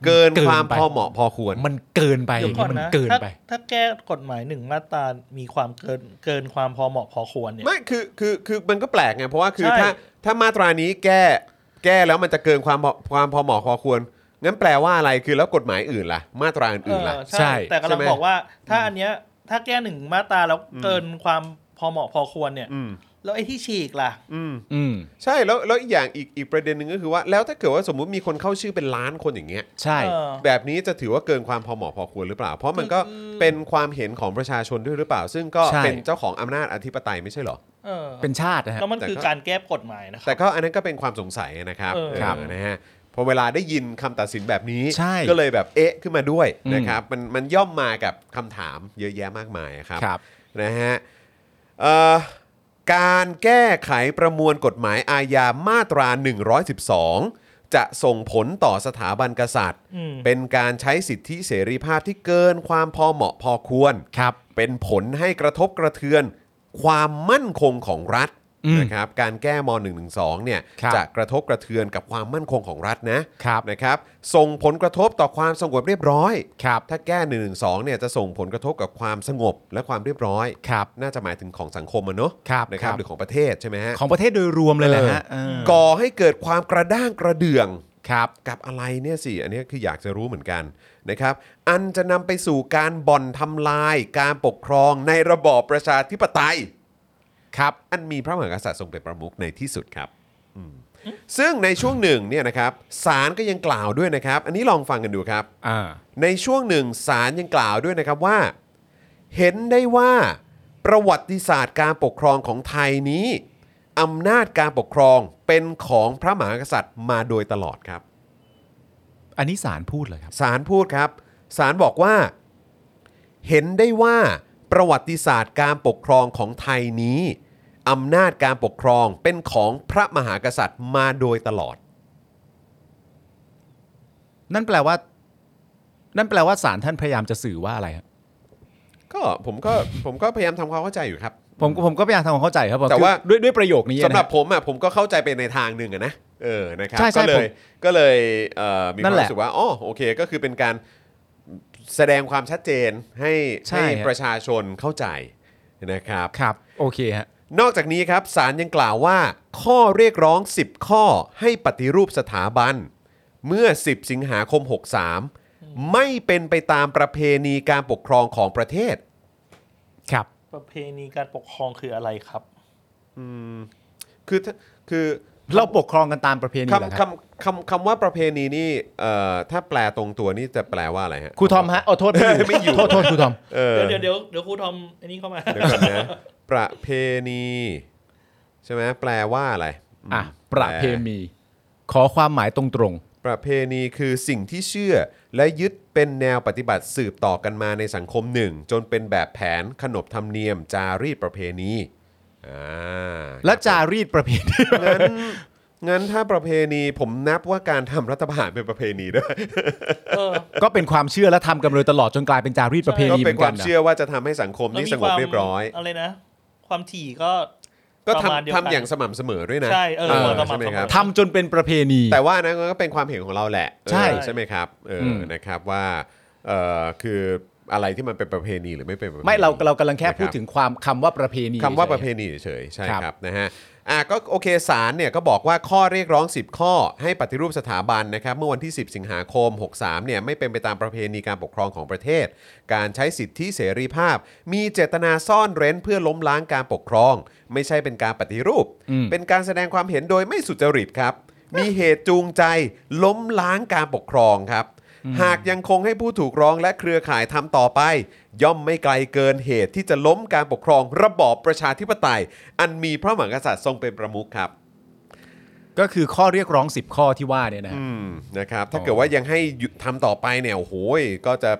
[SPEAKER 1] เกิน
[SPEAKER 2] เกิน
[SPEAKER 1] ความ
[SPEAKER 2] ไป
[SPEAKER 1] พอเหมาะพอควร
[SPEAKER 2] มันเกินไป
[SPEAKER 3] เดี๋ยวก่อน
[SPEAKER 2] มั
[SPEAKER 3] นะ
[SPEAKER 2] เกิน
[SPEAKER 3] ถ้า
[SPEAKER 2] ไป
[SPEAKER 3] ถ้าแก้กฎหมายหนึ่งมาตรามีความเกินเกินความพอเหมาะพอควรเนี่ย
[SPEAKER 1] ไม่คือคือคือมันก็แปลกไงเพราะว่าคือ
[SPEAKER 3] ใช่
[SPEAKER 1] ถ้าถ้ามาตรานี้แก้แก้แล้วมันจะเกินความพอความพอเหมาะพอควร งั้นแปลว่าอะไรคือแล้วกฎหมายอื่นล่ะ มาตราอื่นๆล่ะ
[SPEAKER 3] เออ
[SPEAKER 2] ใช่
[SPEAKER 3] ใช่ แต่กำลัง
[SPEAKER 1] ใช่ไหม
[SPEAKER 3] บอกว่า ถ้าอันเนี้ยถ้าแก้หนึ่งมาตราแล้วเกินความพอเหมาะพอควรเนี่ย
[SPEAKER 1] อืม
[SPEAKER 3] แล้วไอ้ที่ฉีกล่ะ
[SPEAKER 1] อืม
[SPEAKER 2] อืม
[SPEAKER 1] ใช่แล้วแล้วอีกอย่างอีกอีกประเด็นหนึ่งก็คือว่า แล้วถ้าเกิดว่าสมมุติมีคนเข้าชื่อเป็นล้านคนอย่างเงี้ย
[SPEAKER 2] ใช่
[SPEAKER 3] เออ
[SPEAKER 1] แบบนี้จะถือว่าเกินความพอเหมาะพอควรหรือเปล่า เพราะมันก็
[SPEAKER 3] อืม
[SPEAKER 1] เป็นความเห็นของประชาชนด้วยหรือเปล่า ซึ่งก็
[SPEAKER 2] ใช่
[SPEAKER 1] เป็นเจ้าของอำนาจอธิปไตยไม่ใช่เหรอ
[SPEAKER 3] เออ
[SPEAKER 2] เป็นชาตินะฮะ
[SPEAKER 3] แล้วมัน
[SPEAKER 1] แต่ก็
[SPEAKER 3] คือการแก้กฎหมายนะค
[SPEAKER 1] แต่
[SPEAKER 3] รับ
[SPEAKER 1] ก็อันนั้นก็เป็นความสงสัยนะครับ
[SPEAKER 3] เออ
[SPEAKER 1] เออ
[SPEAKER 2] ครับ
[SPEAKER 1] นะฮะพอเวลาได้ยินคำตัดสินแบบนี้
[SPEAKER 2] ใช่
[SPEAKER 1] ก็เลยแบบเอ๊ะขึ้นมาด้วย
[SPEAKER 2] อืม
[SPEAKER 1] นะครับมันมันย่อมมากับคำถามเยอะแยะมากมายครับ
[SPEAKER 2] ครับ
[SPEAKER 1] นะฮะเอ่อการแก้ไขประมวลกฎหมายอาญามาตรา 112 จะส่งผลต่อสถาบันกษัตริย์
[SPEAKER 3] อืม
[SPEAKER 1] เป็นการใช้สิทธิเสรีภาพที่เกินความพอเหมาะพอควร
[SPEAKER 2] ครับ
[SPEAKER 1] เป็นผลให้กระทบกระเทือนความมั่นคงของรัฐ
[SPEAKER 2] อืม
[SPEAKER 1] นะครับการแก้ม .112 เนี่ย
[SPEAKER 2] ครับ
[SPEAKER 1] จะกระทบกระเทือนกับความมั่นคงของรัฐนะครับ นะครับส่งผลกระทบต่อความสงบเรียบร้อย
[SPEAKER 2] ครับ
[SPEAKER 1] ถ้าแก้112เนี่ยจะส่งผลกระทบกับความสงบและความเรียบร้อย
[SPEAKER 2] ครับ
[SPEAKER 1] น่าจะหมายถึงของสังคมอะเนอะ
[SPEAKER 2] ครับ
[SPEAKER 1] นะครับ
[SPEAKER 2] ครับ
[SPEAKER 1] หรือของประเทศใช่ไหมฮะ
[SPEAKER 2] ของประเทศโดยรวมเลยแหละฮะเออ
[SPEAKER 1] ก่อให้เกิดความกระด้างกระเดื่อง
[SPEAKER 2] ครับ
[SPEAKER 1] กับอะไรเนี่ยสิ อันนี้คืออยากจะรู้เหมือนกันนะครับ อันจะนำไปสู่การบ่อนทำลาย การปกครองในระบอบประชาธิปไตย
[SPEAKER 2] ครับ
[SPEAKER 1] อันมีพระมหากษัตริย์ทรงเป็นประมุขในที่สุดครับอืมซึ่งในช่วงหนึ่งเนี่ยนะครับศาลก็ยังกล่าวด้วยนะครับ อันนี้ลองฟังกันดูครับ
[SPEAKER 2] อ่า
[SPEAKER 1] ในช่วงหนึ่งศาลยังกล่าวด้วยนะครับว่า เห็นได้ว่าประวัติศาสตร์การปกครองของไทยนี้อำนาจการปกครองเป็นของพระมหากษัตริย์มาโดยตลอดครับ
[SPEAKER 2] อันนี้สารพูดเลยครับ
[SPEAKER 1] สารพูดครับสารบอกว่า เห็นได้ว่าประวัติศาสตร์การปกครองของไทยนี้อำนาจการปกครองเป็นของพระมหากษัตริย์มาโดยตลอด
[SPEAKER 2] นั่นแปลว่า นั่นแปลว่าสารท่านพยายามจะสื่อว่าอะไรครับ
[SPEAKER 1] ก็ผมก็ผมก็พยายามทำความเข้าใจอยู่ครับ
[SPEAKER 2] ผมผมก็พยายามทำความเข้าใจครับผม
[SPEAKER 1] แต่ว่า
[SPEAKER 2] คือด้วยด้วยประโยคนี้นะ
[SPEAKER 1] สำหรับ
[SPEAKER 2] ฮะ
[SPEAKER 1] ผมอ่ะผมก็เข้าใจไปในทางหนึ่งอะนะเออนะครับ
[SPEAKER 2] ใช่ใช่
[SPEAKER 1] ก็เล
[SPEAKER 2] ผม
[SPEAKER 1] ยก็เลยเอ่อมีค
[SPEAKER 2] นั่
[SPEAKER 1] วาม
[SPEAKER 2] นแหละ
[SPEAKER 1] รู้สึกว่าอ๋อโอเคก็คือเป็นการแสดงความชัดเจนให้
[SPEAKER 2] ใช่
[SPEAKER 1] ให้
[SPEAKER 2] ฮะ
[SPEAKER 1] ประชาชนเข้าใจนะครับ
[SPEAKER 2] ครับ โอเคฮะ
[SPEAKER 1] นอกจากนี้ครับศาลยังกล่าวว่า ข้อเรียกร้อง 10 ข้อให้ปฏิรูปสถาบัน เมื่อ 10 สิงหาคม 63 ไม่เป็นไปตามประเพณีการปกครองของประเทศ
[SPEAKER 2] ครับ
[SPEAKER 3] ประเพณีการปกครองคืออะไรครับ
[SPEAKER 1] คือถ้าคือ
[SPEAKER 2] เราปกครองกันตามประเพณีเหรอ
[SPEAKER 1] คำ
[SPEAKER 2] ครับ
[SPEAKER 1] คำคำคำว่าประเพณีนี่เอ่อถ้าแปลตรงตัวนี่จะแปลว่าอะไรฮะ
[SPEAKER 2] ครูทอมฮะอ๋อโทษไม่อยู่ โทษโทษครูทอม
[SPEAKER 1] เออ
[SPEAKER 3] เดี๋ยวเดี๋ยวเดี๋ยวเดี๋ยวครูทอมอันนี้เข้ามา
[SPEAKER 1] เดี๋ยวก่อนนะ ประเพณีใช่ไหมแปลว่าอะไรม
[SPEAKER 2] อ่ะ ประเพณี ขอความหมายตรง
[SPEAKER 1] ประเพณีคือสิ่งที่เชื่อ และยึดเป็นแนวปฏิบัติสืบต่อกันมาในสังคมหนึ่ง จนเป็นแบบแผนขนบธรรมเนียม จารีตประเพณีอ่า
[SPEAKER 2] ๆ และจารีตประเพณี
[SPEAKER 1] งั้นงั้นถ้าประเพณีผมนับว่าการทำรัฐประหารเป็นประเพณีด้วย
[SPEAKER 3] เออ
[SPEAKER 2] ก็เป็นความเชื่อและทำกันมาโดยตลอดจนกลายเป็นจารีตประเพ
[SPEAKER 1] ก็
[SPEAKER 2] ณีเห
[SPEAKER 1] เป็น
[SPEAKER 2] มื
[SPEAKER 1] ค
[SPEAKER 2] อนกั
[SPEAKER 1] วาน ม
[SPEAKER 2] นะ
[SPEAKER 1] เชื่อว่าจะทำให้สังคมนี้สงบเรียบร้อย
[SPEAKER 3] แล้วมีความอะไรนะ ความถี่ก็
[SPEAKER 1] ก็
[SPEAKER 3] ประมาณเดียวกั
[SPEAKER 1] ทำ
[SPEAKER 3] น
[SPEAKER 1] ทำอย่างสม่ำเสมอด้วยนะ
[SPEAKER 3] ใช่เออสม่ำเสมอ
[SPEAKER 1] ใช่ไหมครับ
[SPEAKER 2] ทำจนเป็นประเพณี
[SPEAKER 1] แต่ว่านะก็เป็นความเห็นของเราแหละ
[SPEAKER 2] ใช่
[SPEAKER 1] เออใช่ไหมครับเอออ
[SPEAKER 2] ม
[SPEAKER 1] นะครับว่าเออคืออะไรที่มันเป็นประเพณีหรือไม่เป็นประเพณี
[SPEAKER 2] ไม่เราเรากำลังแค่พู
[SPEAKER 1] นะค
[SPEAKER 2] ด
[SPEAKER 1] รับ
[SPEAKER 2] ถึงความคำว่าประเพณี
[SPEAKER 1] คำว่าประเพณีเฉยๆใช่
[SPEAKER 2] ครับ
[SPEAKER 1] ครับนะฮะอ่ะก็โอเคศาลเนี่ยก็บอกว่าข้อเรียกร้อง 10 ข้อให้ปฏิรูปสถาบันนะครับเมื่อวันที่ 10 สิงหาคม 63เนี่ยไม่เป็นไปตามประเพณีการปกครองของประเทศ การใช้สิทธิเสรีภาพ มีเจตนาซ่อนเร้นเพื่อล้มล้างการปกครอง ไม่ใช่เป็นการปฏิรูป เป็นการแสดงความเห็นโดยไม่สุจริตครับ มีเหตุจูงใจล้มล้างการปกครองครับ หากยังคงให้ผู้ถูกร้องและเครือข่ายทำต่อไป ย่อมไม่ไกลเกินเหตุที่จะล้มการปกครองระบอบประชาธิปไตย อันมีพระมหากษัตริย์ทรงเป็นประมุขครับ
[SPEAKER 2] ก็คือข้อเรียกร้อง 10 ข้อที่ว่าเนี่ยนะ
[SPEAKER 1] อืมนะครับถ้าเกิดว่ายังให้หยุดทำต่อไปเนี่ยโอ้โหยก็จะ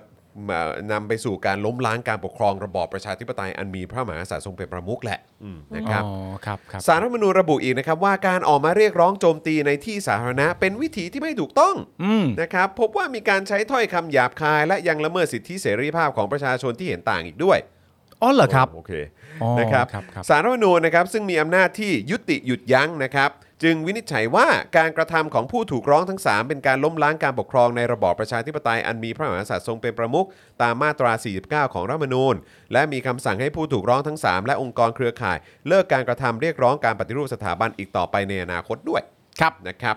[SPEAKER 1] มานำไปสู่การล้มล้างการปกครองระบอบประชาธิปไตยอันมีพระมหากษัตริย์ทรงเป็นประมุขแหละอืมนะครับ
[SPEAKER 2] อ๋อครับครับ
[SPEAKER 1] สารรัฐธรรมนูญระบุอีกนะครับว่าการออกมาเรียกร้องโจมตีในที่สาธารณะเป็นวิธีที่ไม่ถูกต้อง
[SPEAKER 2] อืม
[SPEAKER 1] นะครับพบว่ามีการใช้ถ้อยคำหยาบคาย และยังละเมิดสิทธิเสรีภาพของประชาชนที่เห็นต่างอีกด้วย
[SPEAKER 2] อ๋อเหรอครับ
[SPEAKER 1] โอเค
[SPEAKER 2] อ๋อ
[SPEAKER 1] นะครับ
[SPEAKER 2] ครับครับ
[SPEAKER 1] สารรัฐธรรมนูญนะครับซึ่งมีอำนาจที่ยุติหยุดยั้งนะครับ จึงวินิจฉัยว่าการกระทำของผู้ถูกร้องทั้ง 3 เป็นการล้มล้างการปกครองในระบอบประชาธิปไตยอันมีพระมหากษัตริย์ทรงเป็นประมุขตามมาตรา 49 ของรัฐธรรมนูญ และมีคำสั่งให้ผู้ถูกร้องทั้ง 3 และองค์กรเครือข่าย เลิกการกระทำเรียกร้องการปฏิรูปสถาบันอีกต่อไปในอนาคตด้วย
[SPEAKER 2] ครับ
[SPEAKER 1] นะครับ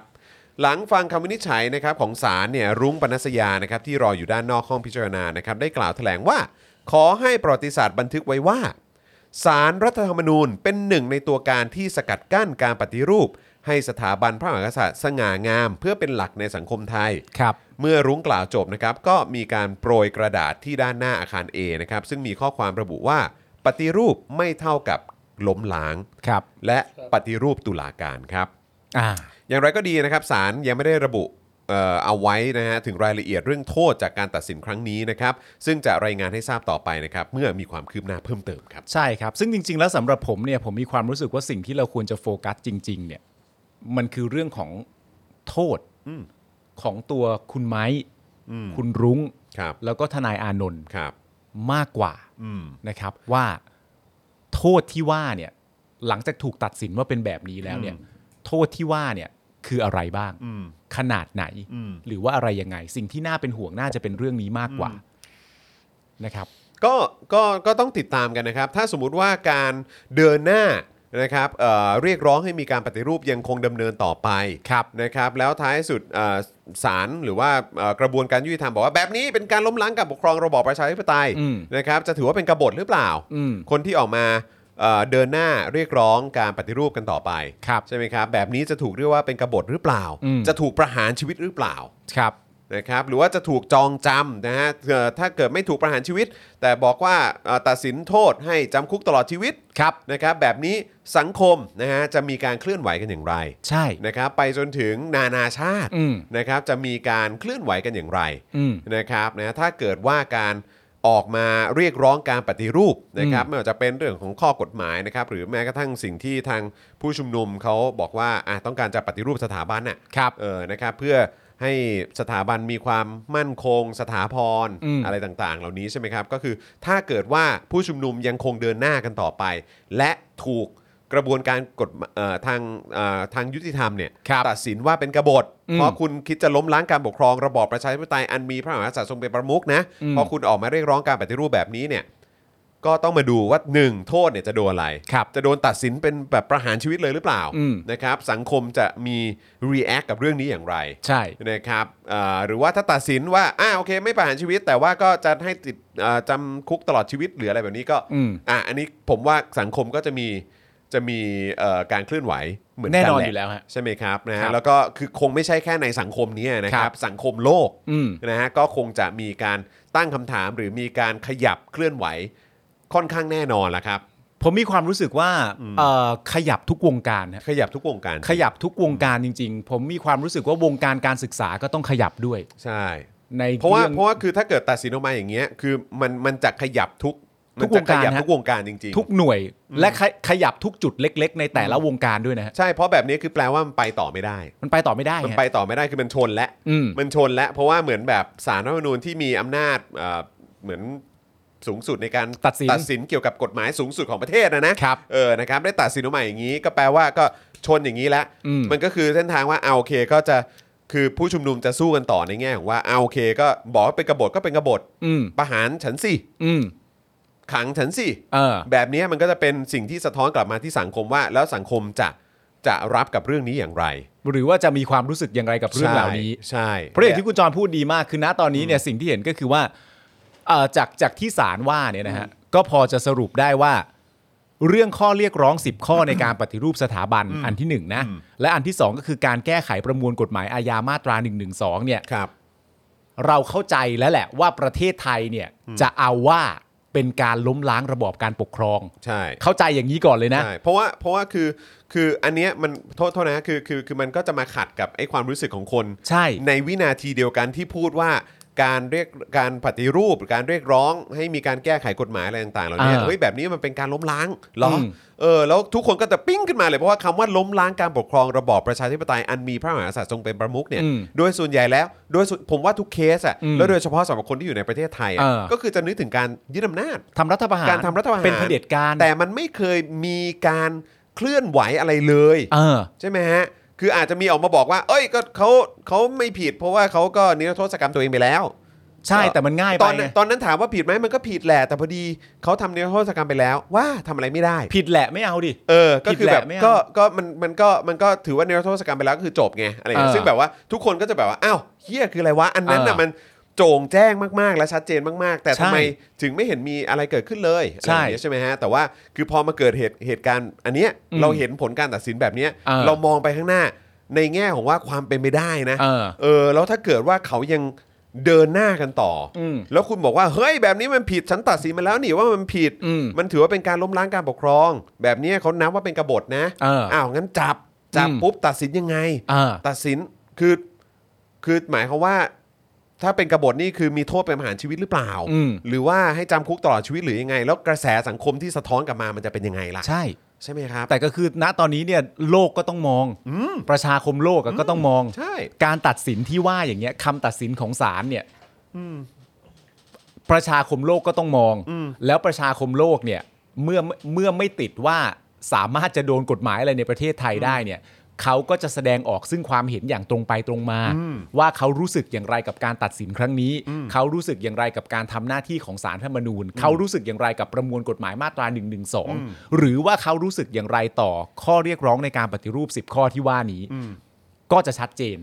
[SPEAKER 1] หลังฟังคำวินิจฉัยนะครับของศาลเนี่ยรุ้งปนัสยานะครับที่รออยู่ด้านนอกห้องพิจารณานะครับได้กล่าวแถลงว่า ขอให้ประวัติศาสตร์บันทึกไว้ว่าศาลรัฐธรรมนูญเป็นหนึ่งในตัวการที่สกัดกั้นการปฏิรูป ให้สถาบันพระมหากษัตริย์สง่างาม เพื่อเป็นหลักในสังคมไทย
[SPEAKER 2] ครับ
[SPEAKER 1] เมื่อรุ้งกล่าวจบนะครับก็มีการโปรยกระดาษที่ด้านหน้าอาคาร A นะครับซึ่งมีข้อความระบุว่า ปฏิรูปไม่เท่ากับล้มล้าง
[SPEAKER 2] ครับ
[SPEAKER 1] และปฏิรูปตุลาการครับ
[SPEAKER 2] อ่า
[SPEAKER 1] อย่างไรก็ดีนะครับศาลยังไม่ได้ระบุเอ่อเอาไว้นะฮะถึงรายละเอียดเรื่องโทษจากการตัดสินครั้งนี้นะครับ ซึ่งจะรายงานให้ทราบต่อไปนะครับ เมื่อมีความคืบหน้าเพิ่มเติมครับ
[SPEAKER 2] ใช่ครับ ซึ่งจริง ๆ แล้วสำหรับผมเนี่ยผมมีความรู้สึกว่าสิ่งที่เราควรจะโฟกัสจริง ๆ เนี่ย มันคือเรื่องของโทษ
[SPEAKER 1] อืม
[SPEAKER 2] ของตัวคุณไม้ คุณรุง้ง
[SPEAKER 1] ครับ
[SPEAKER 2] แล้วก็ทนายอานนท์
[SPEAKER 1] ครับ
[SPEAKER 2] มากกว่า
[SPEAKER 1] อืม
[SPEAKER 2] นะครับ ว่าโทษที่ว่าเนี่ย หลังจากถูกตัดสินว่าเป็นแบบนี้แล้วเนี่ย โทษที่ว่าเนี่ยคืออะไรบ้าง
[SPEAKER 1] อืม
[SPEAKER 2] ขนาดไหน
[SPEAKER 1] อืม
[SPEAKER 2] หรือว่าอะไรยังไง สิ่งที่น่าเป็นห่วงน่าจะเป็นเรื่องนี้มากกว่านะครับ
[SPEAKER 1] ก็ก็ก็ต้องติดตามกันนะครับ ถ้าสมมุติว่าการเดินหน้านะครับเอ่อเรียกร้องให้มีการปฏิรูปยังคงดำเนินต่อไป
[SPEAKER 2] ครับ
[SPEAKER 1] นะครับ แล้วท้ายสุดเอ่อศาลหรือว่าเอ่อกระบวนการยุติธรรมบอกว่าแบบนี้เป็นการล้มล้างการปกครองระบอบประชาธิปไตย
[SPEAKER 2] อืม
[SPEAKER 1] นะครับ จะถือว่าเป็นกบฏหรือเปล่า
[SPEAKER 2] อืม
[SPEAKER 1] คนที่ออกมาเอ่อเดินหน้าเรียกร้องการปฏิรูปกันต่อไป
[SPEAKER 2] ครับ
[SPEAKER 1] ใช่ไหมครับ แบบนี้จะถูกเรียกว่าเป็นกบฏหรือเปล่า
[SPEAKER 2] อืม
[SPEAKER 1] จะถูกประหารชีวิตหรือเปล่า
[SPEAKER 2] ครับ
[SPEAKER 1] นะครับหรือว่าจะถูกจองจำนะฮะเอ่อถ้าเกิดไม่ถูกประหารชีวิต แต่บอกว่าเอ่อตัดสินโทษให้จำคุกตลอดชีวิต
[SPEAKER 2] ครับ
[SPEAKER 1] นะครับแบบนี้สังคมนะฮะจะมีการเคลื่อนไหวกันอย่างไร
[SPEAKER 2] ใช่
[SPEAKER 1] นะครับไปจนถึงนานาชาติ
[SPEAKER 2] อืม
[SPEAKER 1] นะครับจะมีการเคลื่อนไหวกันอย่างไร
[SPEAKER 2] อืม
[SPEAKER 1] นะครับนะถ้าเกิดว่าการออกมาเรียกร้องการปฏิรูปนะครับไม่ว่าจะเป็นเรื่องของข้อกฎหมายนะครับหรือแม้กระทั่งสิ่งที่ทางผู้ชุมนุมเขาบอกว่าอ่ะต้องการจะปฏิรูปสถาบันน่ะ
[SPEAKER 2] ครับ
[SPEAKER 1] เออนะครับเพื่อให้สถาบันมีความมั่นคง สถาพร
[SPEAKER 2] อืม
[SPEAKER 1] ไรต่างๆ เหล่านี้ใช่ไหมครับ ก็คือถ้าเกิดว่าผู้ชุมนุมยังคงเดินหน้ากันต่อไป และถูกกระบวนการกฎหมายเอ่อทางเอ่อทางยุติธรรมเนี่ย
[SPEAKER 2] ครับ
[SPEAKER 1] ตัดสินว่าเป็นกบฏ
[SPEAKER 2] อืม
[SPEAKER 1] เพราะคุณคิดจะล้มล้างการปกครองระบอบประชาธิปไตยอันมีพระมหากษัตริย์ทรงเป็นประมุขนะ
[SPEAKER 2] อืม
[SPEAKER 1] พอคุณออกมาเรียกร้องการปฏิรูปแบบนี้เนี่ยก็ต้องมาดูว่าหนึ่งโทษเนี่ยจะโดนอะไร
[SPEAKER 2] ครับ
[SPEAKER 1] จะโดนตัดสินเป็นแบบประหารชีวิตเลยหรือเปล่า
[SPEAKER 2] อืม
[SPEAKER 1] นะครับสังคมจะมี react กับเรื่องนี้อย่างไร
[SPEAKER 2] ใช่
[SPEAKER 1] นะครับเอ่อหรือว่าถ้าตัดสินว่าอ่าโอเค ไม่ประหารชีวิต แต่ว่าก็จะให้ติดเอ่อจำคุกตลอดชีวิตหรืออะไรแบบนี้ก็
[SPEAKER 2] อืม
[SPEAKER 1] อ่ะอันนี้ผมว่าสังคมก็จะมีจะมีเอ่อการเคลื่อนไหวเหมือนกั
[SPEAKER 2] แน่
[SPEAKER 1] น
[SPEAKER 2] นอน
[SPEAKER 1] หะ
[SPEAKER 2] อยู่แล้วฮะ
[SPEAKER 1] ใช่ไหมครับนะ
[SPEAKER 2] ครั
[SPEAKER 1] ฮะ
[SPEAKER 2] บ
[SPEAKER 1] แล้วก็คือคงไม่ใช่แค่ในสังคมนี้นะค
[SPEAKER 2] ค
[SPEAKER 1] รั
[SPEAKER 2] รับ บ
[SPEAKER 1] สังคมโลก
[SPEAKER 2] อืม
[SPEAKER 1] นะฮะก็คงจะมีการตั้งคำถามหรือมีการขยับเคลื่อนไหว ค่อนข้างแน่นอนละครับ
[SPEAKER 2] ผมมีความรู้สึกว่าเอ่อขยับทุกวงการฮะ
[SPEAKER 1] ขยับทุกวงการ
[SPEAKER 2] ขยับทุกวงการจริง ๆ ผมมีความรู้สึกว่าวงการการศึกษาก็ต้องขยับด้วย
[SPEAKER 1] ใช่
[SPEAKER 2] ใน
[SPEAKER 1] เพราะว่า
[SPEAKER 2] อง
[SPEAKER 1] เพราะว่าคือถ้าเกิดตัดสินออกมาอย่างเงี้ยคือมันมันจะขยับทุก
[SPEAKER 2] ทุ
[SPEAKER 1] มัน
[SPEAKER 2] ก
[SPEAKER 1] จะ
[SPEAKER 2] วง
[SPEAKER 1] ข
[SPEAKER 2] การ
[SPEAKER 1] ยับ
[SPEAKER 2] ฮะ
[SPEAKER 1] ทุกวงการจริง
[SPEAKER 2] ทุกหน่วย และขยขยับทุกจุดเล็ก ๆ ในแต่ละวงการด้วยนะฮะ
[SPEAKER 1] ๆ ใช่เพราะแบบนี้คือแปลว่ามันไปต่อไม่ได้
[SPEAKER 2] มันไปต่อไม่ได้
[SPEAKER 1] มัน
[SPEAKER 2] ฮะ
[SPEAKER 1] ไปต่อไม่ได้คือมันชนและ
[SPEAKER 2] อืม
[SPEAKER 1] มันชนและเพราะว่าเหมือนแบบสารรัฐธรรมนูญที่มีอำนาจเอ่อเหมือนสูงสุดในการ
[SPEAKER 2] ตัดสิน
[SPEAKER 1] ตัดสินเกี่ยวกับกฎหมายสูงสุดของประเทศนะนะครับ เออนะครับได้ตัดสินออกมาอย่างนี้ ก็แปลว่าก็ชนอย่างนี้แล้ว
[SPEAKER 2] อืม
[SPEAKER 1] มันก็คือเส้นทางว่าเอาโอเคก็จะคือผู้ชุมนุมจะสู้กันต่อในแง่ของว่าเอาโอเค ก็บอกว่าเป็นกบฏก็เป็นกบฏ
[SPEAKER 2] อืม
[SPEAKER 1] ประหารฉันสิ
[SPEAKER 2] อืม
[SPEAKER 1] ขังฉันสิ
[SPEAKER 2] เออ
[SPEAKER 1] แบบนี้มันก็จะเป็นสิ่งที่สะท้อนกลับมาที่สังคมว่า แล้วสังคมจะจะรับกับเรื่องนี้อย่างไร
[SPEAKER 2] หรือว่าจะมีความรู้สึกอย่างไรกับเรื่องเหล่านี้
[SPEAKER 1] ใช่ใช่
[SPEAKER 2] เพราะอย่างที่คุณจรพูดดีมากคือณตอนนี้เนี่ยสิ่งที่เห็นก็คือว่าเอ่อจากจากที่ศาลว่าเนี่ยนะฮะก็พอจะสรุปได้ว่า เรื่องข้อเรียกร้อง 10 ข้อในการปฏิรูปสถาบันอันที่หนึ่งนะและอันที่สองก็คือการแก้ไขประมวลกฎหมายอาญามาตรา1นึเนี่ย
[SPEAKER 1] ครับ
[SPEAKER 2] เราเข้าใจแล้วแหละว่าประเทศไทยเนี่ยจะเอาว่าเป็นการล้มล้างระบอบการปกครอง
[SPEAKER 1] ใช่
[SPEAKER 2] เข้าใจอย่างนี้ก่อนเลยนะ
[SPEAKER 1] ใช่เพราะว่าเพราะว่าคือคืออันเนี้ยมันโทษโทษนะคือคือคือมันก็จะมาขัดกับไอ้ความรู้สึกของคน
[SPEAKER 2] ใช่
[SPEAKER 1] วินาทีเดียวกันที่พูดว่า การเรียกการปฏิรูปการเรียกร้องให้มีการแก้ไขกฎหมายอะไรต่างๆเหล่านี้
[SPEAKER 2] อ่า
[SPEAKER 1] เฮ้ยแบบนี้มันเป็นการล้มล้างเหรออ
[SPEAKER 2] ม
[SPEAKER 1] เออแล้วทุกคนก็จะปิ้งขึ้นมาเลยเพราะว่าคำว่าล้มล้างการปกครองระบอบประชาธิปไตยอันมีพระมหากษัตริย์ทรงเป็นประมุขเนี่ย
[SPEAKER 2] อืม
[SPEAKER 1] โดยส่วนใหญ่แล้วโดยส่วนผมว่าทุกเคสอ่ะ
[SPEAKER 2] อืม
[SPEAKER 1] แล้วโดยเฉพาะสำหรับคนที่อยู่ในประเทศไทยอะ
[SPEAKER 2] เออ
[SPEAKER 1] ก็คือจะนึกถึงการยึดอำนาจ
[SPEAKER 2] ทำรัฐประหาร
[SPEAKER 1] การทำรัฐประหาร
[SPEAKER 2] เป็นเผด็จการ
[SPEAKER 1] แต่มันไม่เคยมีการเคลื่อนไหวอะไรเลย
[SPEAKER 2] เออ
[SPEAKER 1] ใช่ไหมฮะคืออาจจะมีออกมาบอกว่า เอ้ยก็เขาเขาไม่ผิด เพราะว่าเขาก็นิรโทษกรรมตัวเองไปแล้ว
[SPEAKER 2] ใช่แต่มันง่าย
[SPEAKER 1] ต
[SPEAKER 2] ไป
[SPEAKER 1] อนนั้น
[SPEAKER 2] ไง
[SPEAKER 1] ตอนนั้นถามว่าผิดไหมมันก็ผิดแหละแต่พอดีเขาทำนิรโทษกรรมไปแล้วว่าทำอะไรไม่ได้
[SPEAKER 2] ผิดแหละไม่เอาดิ
[SPEAKER 1] เออ ก็คือแบบ
[SPEAKER 2] ผิดแหละไม่เอา
[SPEAKER 1] ก็ก็มันมันก็มันก็ถือว่านิรโทษกรรมไปแล้วก็คือจบไงอะไรอย่างเงี้ย
[SPEAKER 2] เออ
[SPEAKER 1] ซึ่งแบบว่าทุกคนก็จะแบบว่าอ้าวเฮียคืออะไรวะอันนั้นน่ะ
[SPEAKER 2] เออ
[SPEAKER 1] มันโจ่งแจ้งมากๆ และชัดเจนมากๆ แต่
[SPEAKER 2] ใช่
[SPEAKER 1] ทำไมถึงไม่เห็นมีอะไรเกิดขึ้นเลยอะไรอย่างเงี้ยใช่ไหมฮะแต่ว่าคือพอมาเกิดเหตุเหตุการณ์อันเนี้ย
[SPEAKER 2] อืม
[SPEAKER 1] เราเห็นผลการตัดสินแบบเนี้ย
[SPEAKER 2] เออ
[SPEAKER 1] เรามองไปข้างหน้าในแง่ของว่าความเป็นไปได้นะ
[SPEAKER 2] เออ
[SPEAKER 1] เออแล้วถ้าเกิดว่าเขายังเดินหน้ากันต่ออ
[SPEAKER 2] ม
[SPEAKER 1] แล้วคุณบอกว่าเฮ้ยแบบนี้มันผิดฉันตัดสินมาแล้วนี่ว่ามันผิด
[SPEAKER 2] อืม
[SPEAKER 1] นถือว่าเป็นการล้มล้างการปกครอง แบบนี้เขานับว่าเป็นกบฏนะ
[SPEAKER 2] เอออ้
[SPEAKER 1] วงั้นจับจับ
[SPEAKER 2] อืม
[SPEAKER 1] ปุ๊บตัดสินยังไง
[SPEAKER 2] เออ
[SPEAKER 1] ตัดสินคือคือหมายความว่า ถ้าเป็นกบฏนี่คือมีโทษเป็นประหารชีวิตหรือเปล่า
[SPEAKER 2] อืม
[SPEAKER 1] หรือว่าให้จำคุกตลอดชีวิตหรือยังไง แล้วกระแสสังคมที่สะท้อนกลับมามันจะเป็นยังไงล่ะ
[SPEAKER 2] ใช่
[SPEAKER 1] ใช่ไหมครับ
[SPEAKER 2] แต่ก็คือณตอนนี้เนี่ยโลกก็ต้องมอง ประชาคมโลกอะก็ต้องมอง
[SPEAKER 1] ใช่
[SPEAKER 2] การตัดสินที่ว่าอย่างเงี้ยคำตัดสินของศาลเนี่ยประชาคมโลกก็ต้องมอง แล้วประชาคมโลกเนี่ย เมื่อเมื่อไม่ติดว่าสามารถจะโดนกฎหมายอะไรในประเทศไทยได้เนี่ยเขาก็จะแสดงออกซึ่งความเห็นอย่างตรงไปตรงมา ว่าเขารู้สึกอย่างไรกับการตัดสินครั้งนี้ เขารู้สึกอย่างไรกับการทำหน้าที่ของสารธรรมนูญ เขารู้สึกอย่างไรกับประมวลกฎหมายมาตรา1นึหรือว่าเขารู้สึกอย่างไรต่อข้อเรียกร้องในการปฏิรูป 10 ข้อที่ว่านี้ ก็จะชัดเจน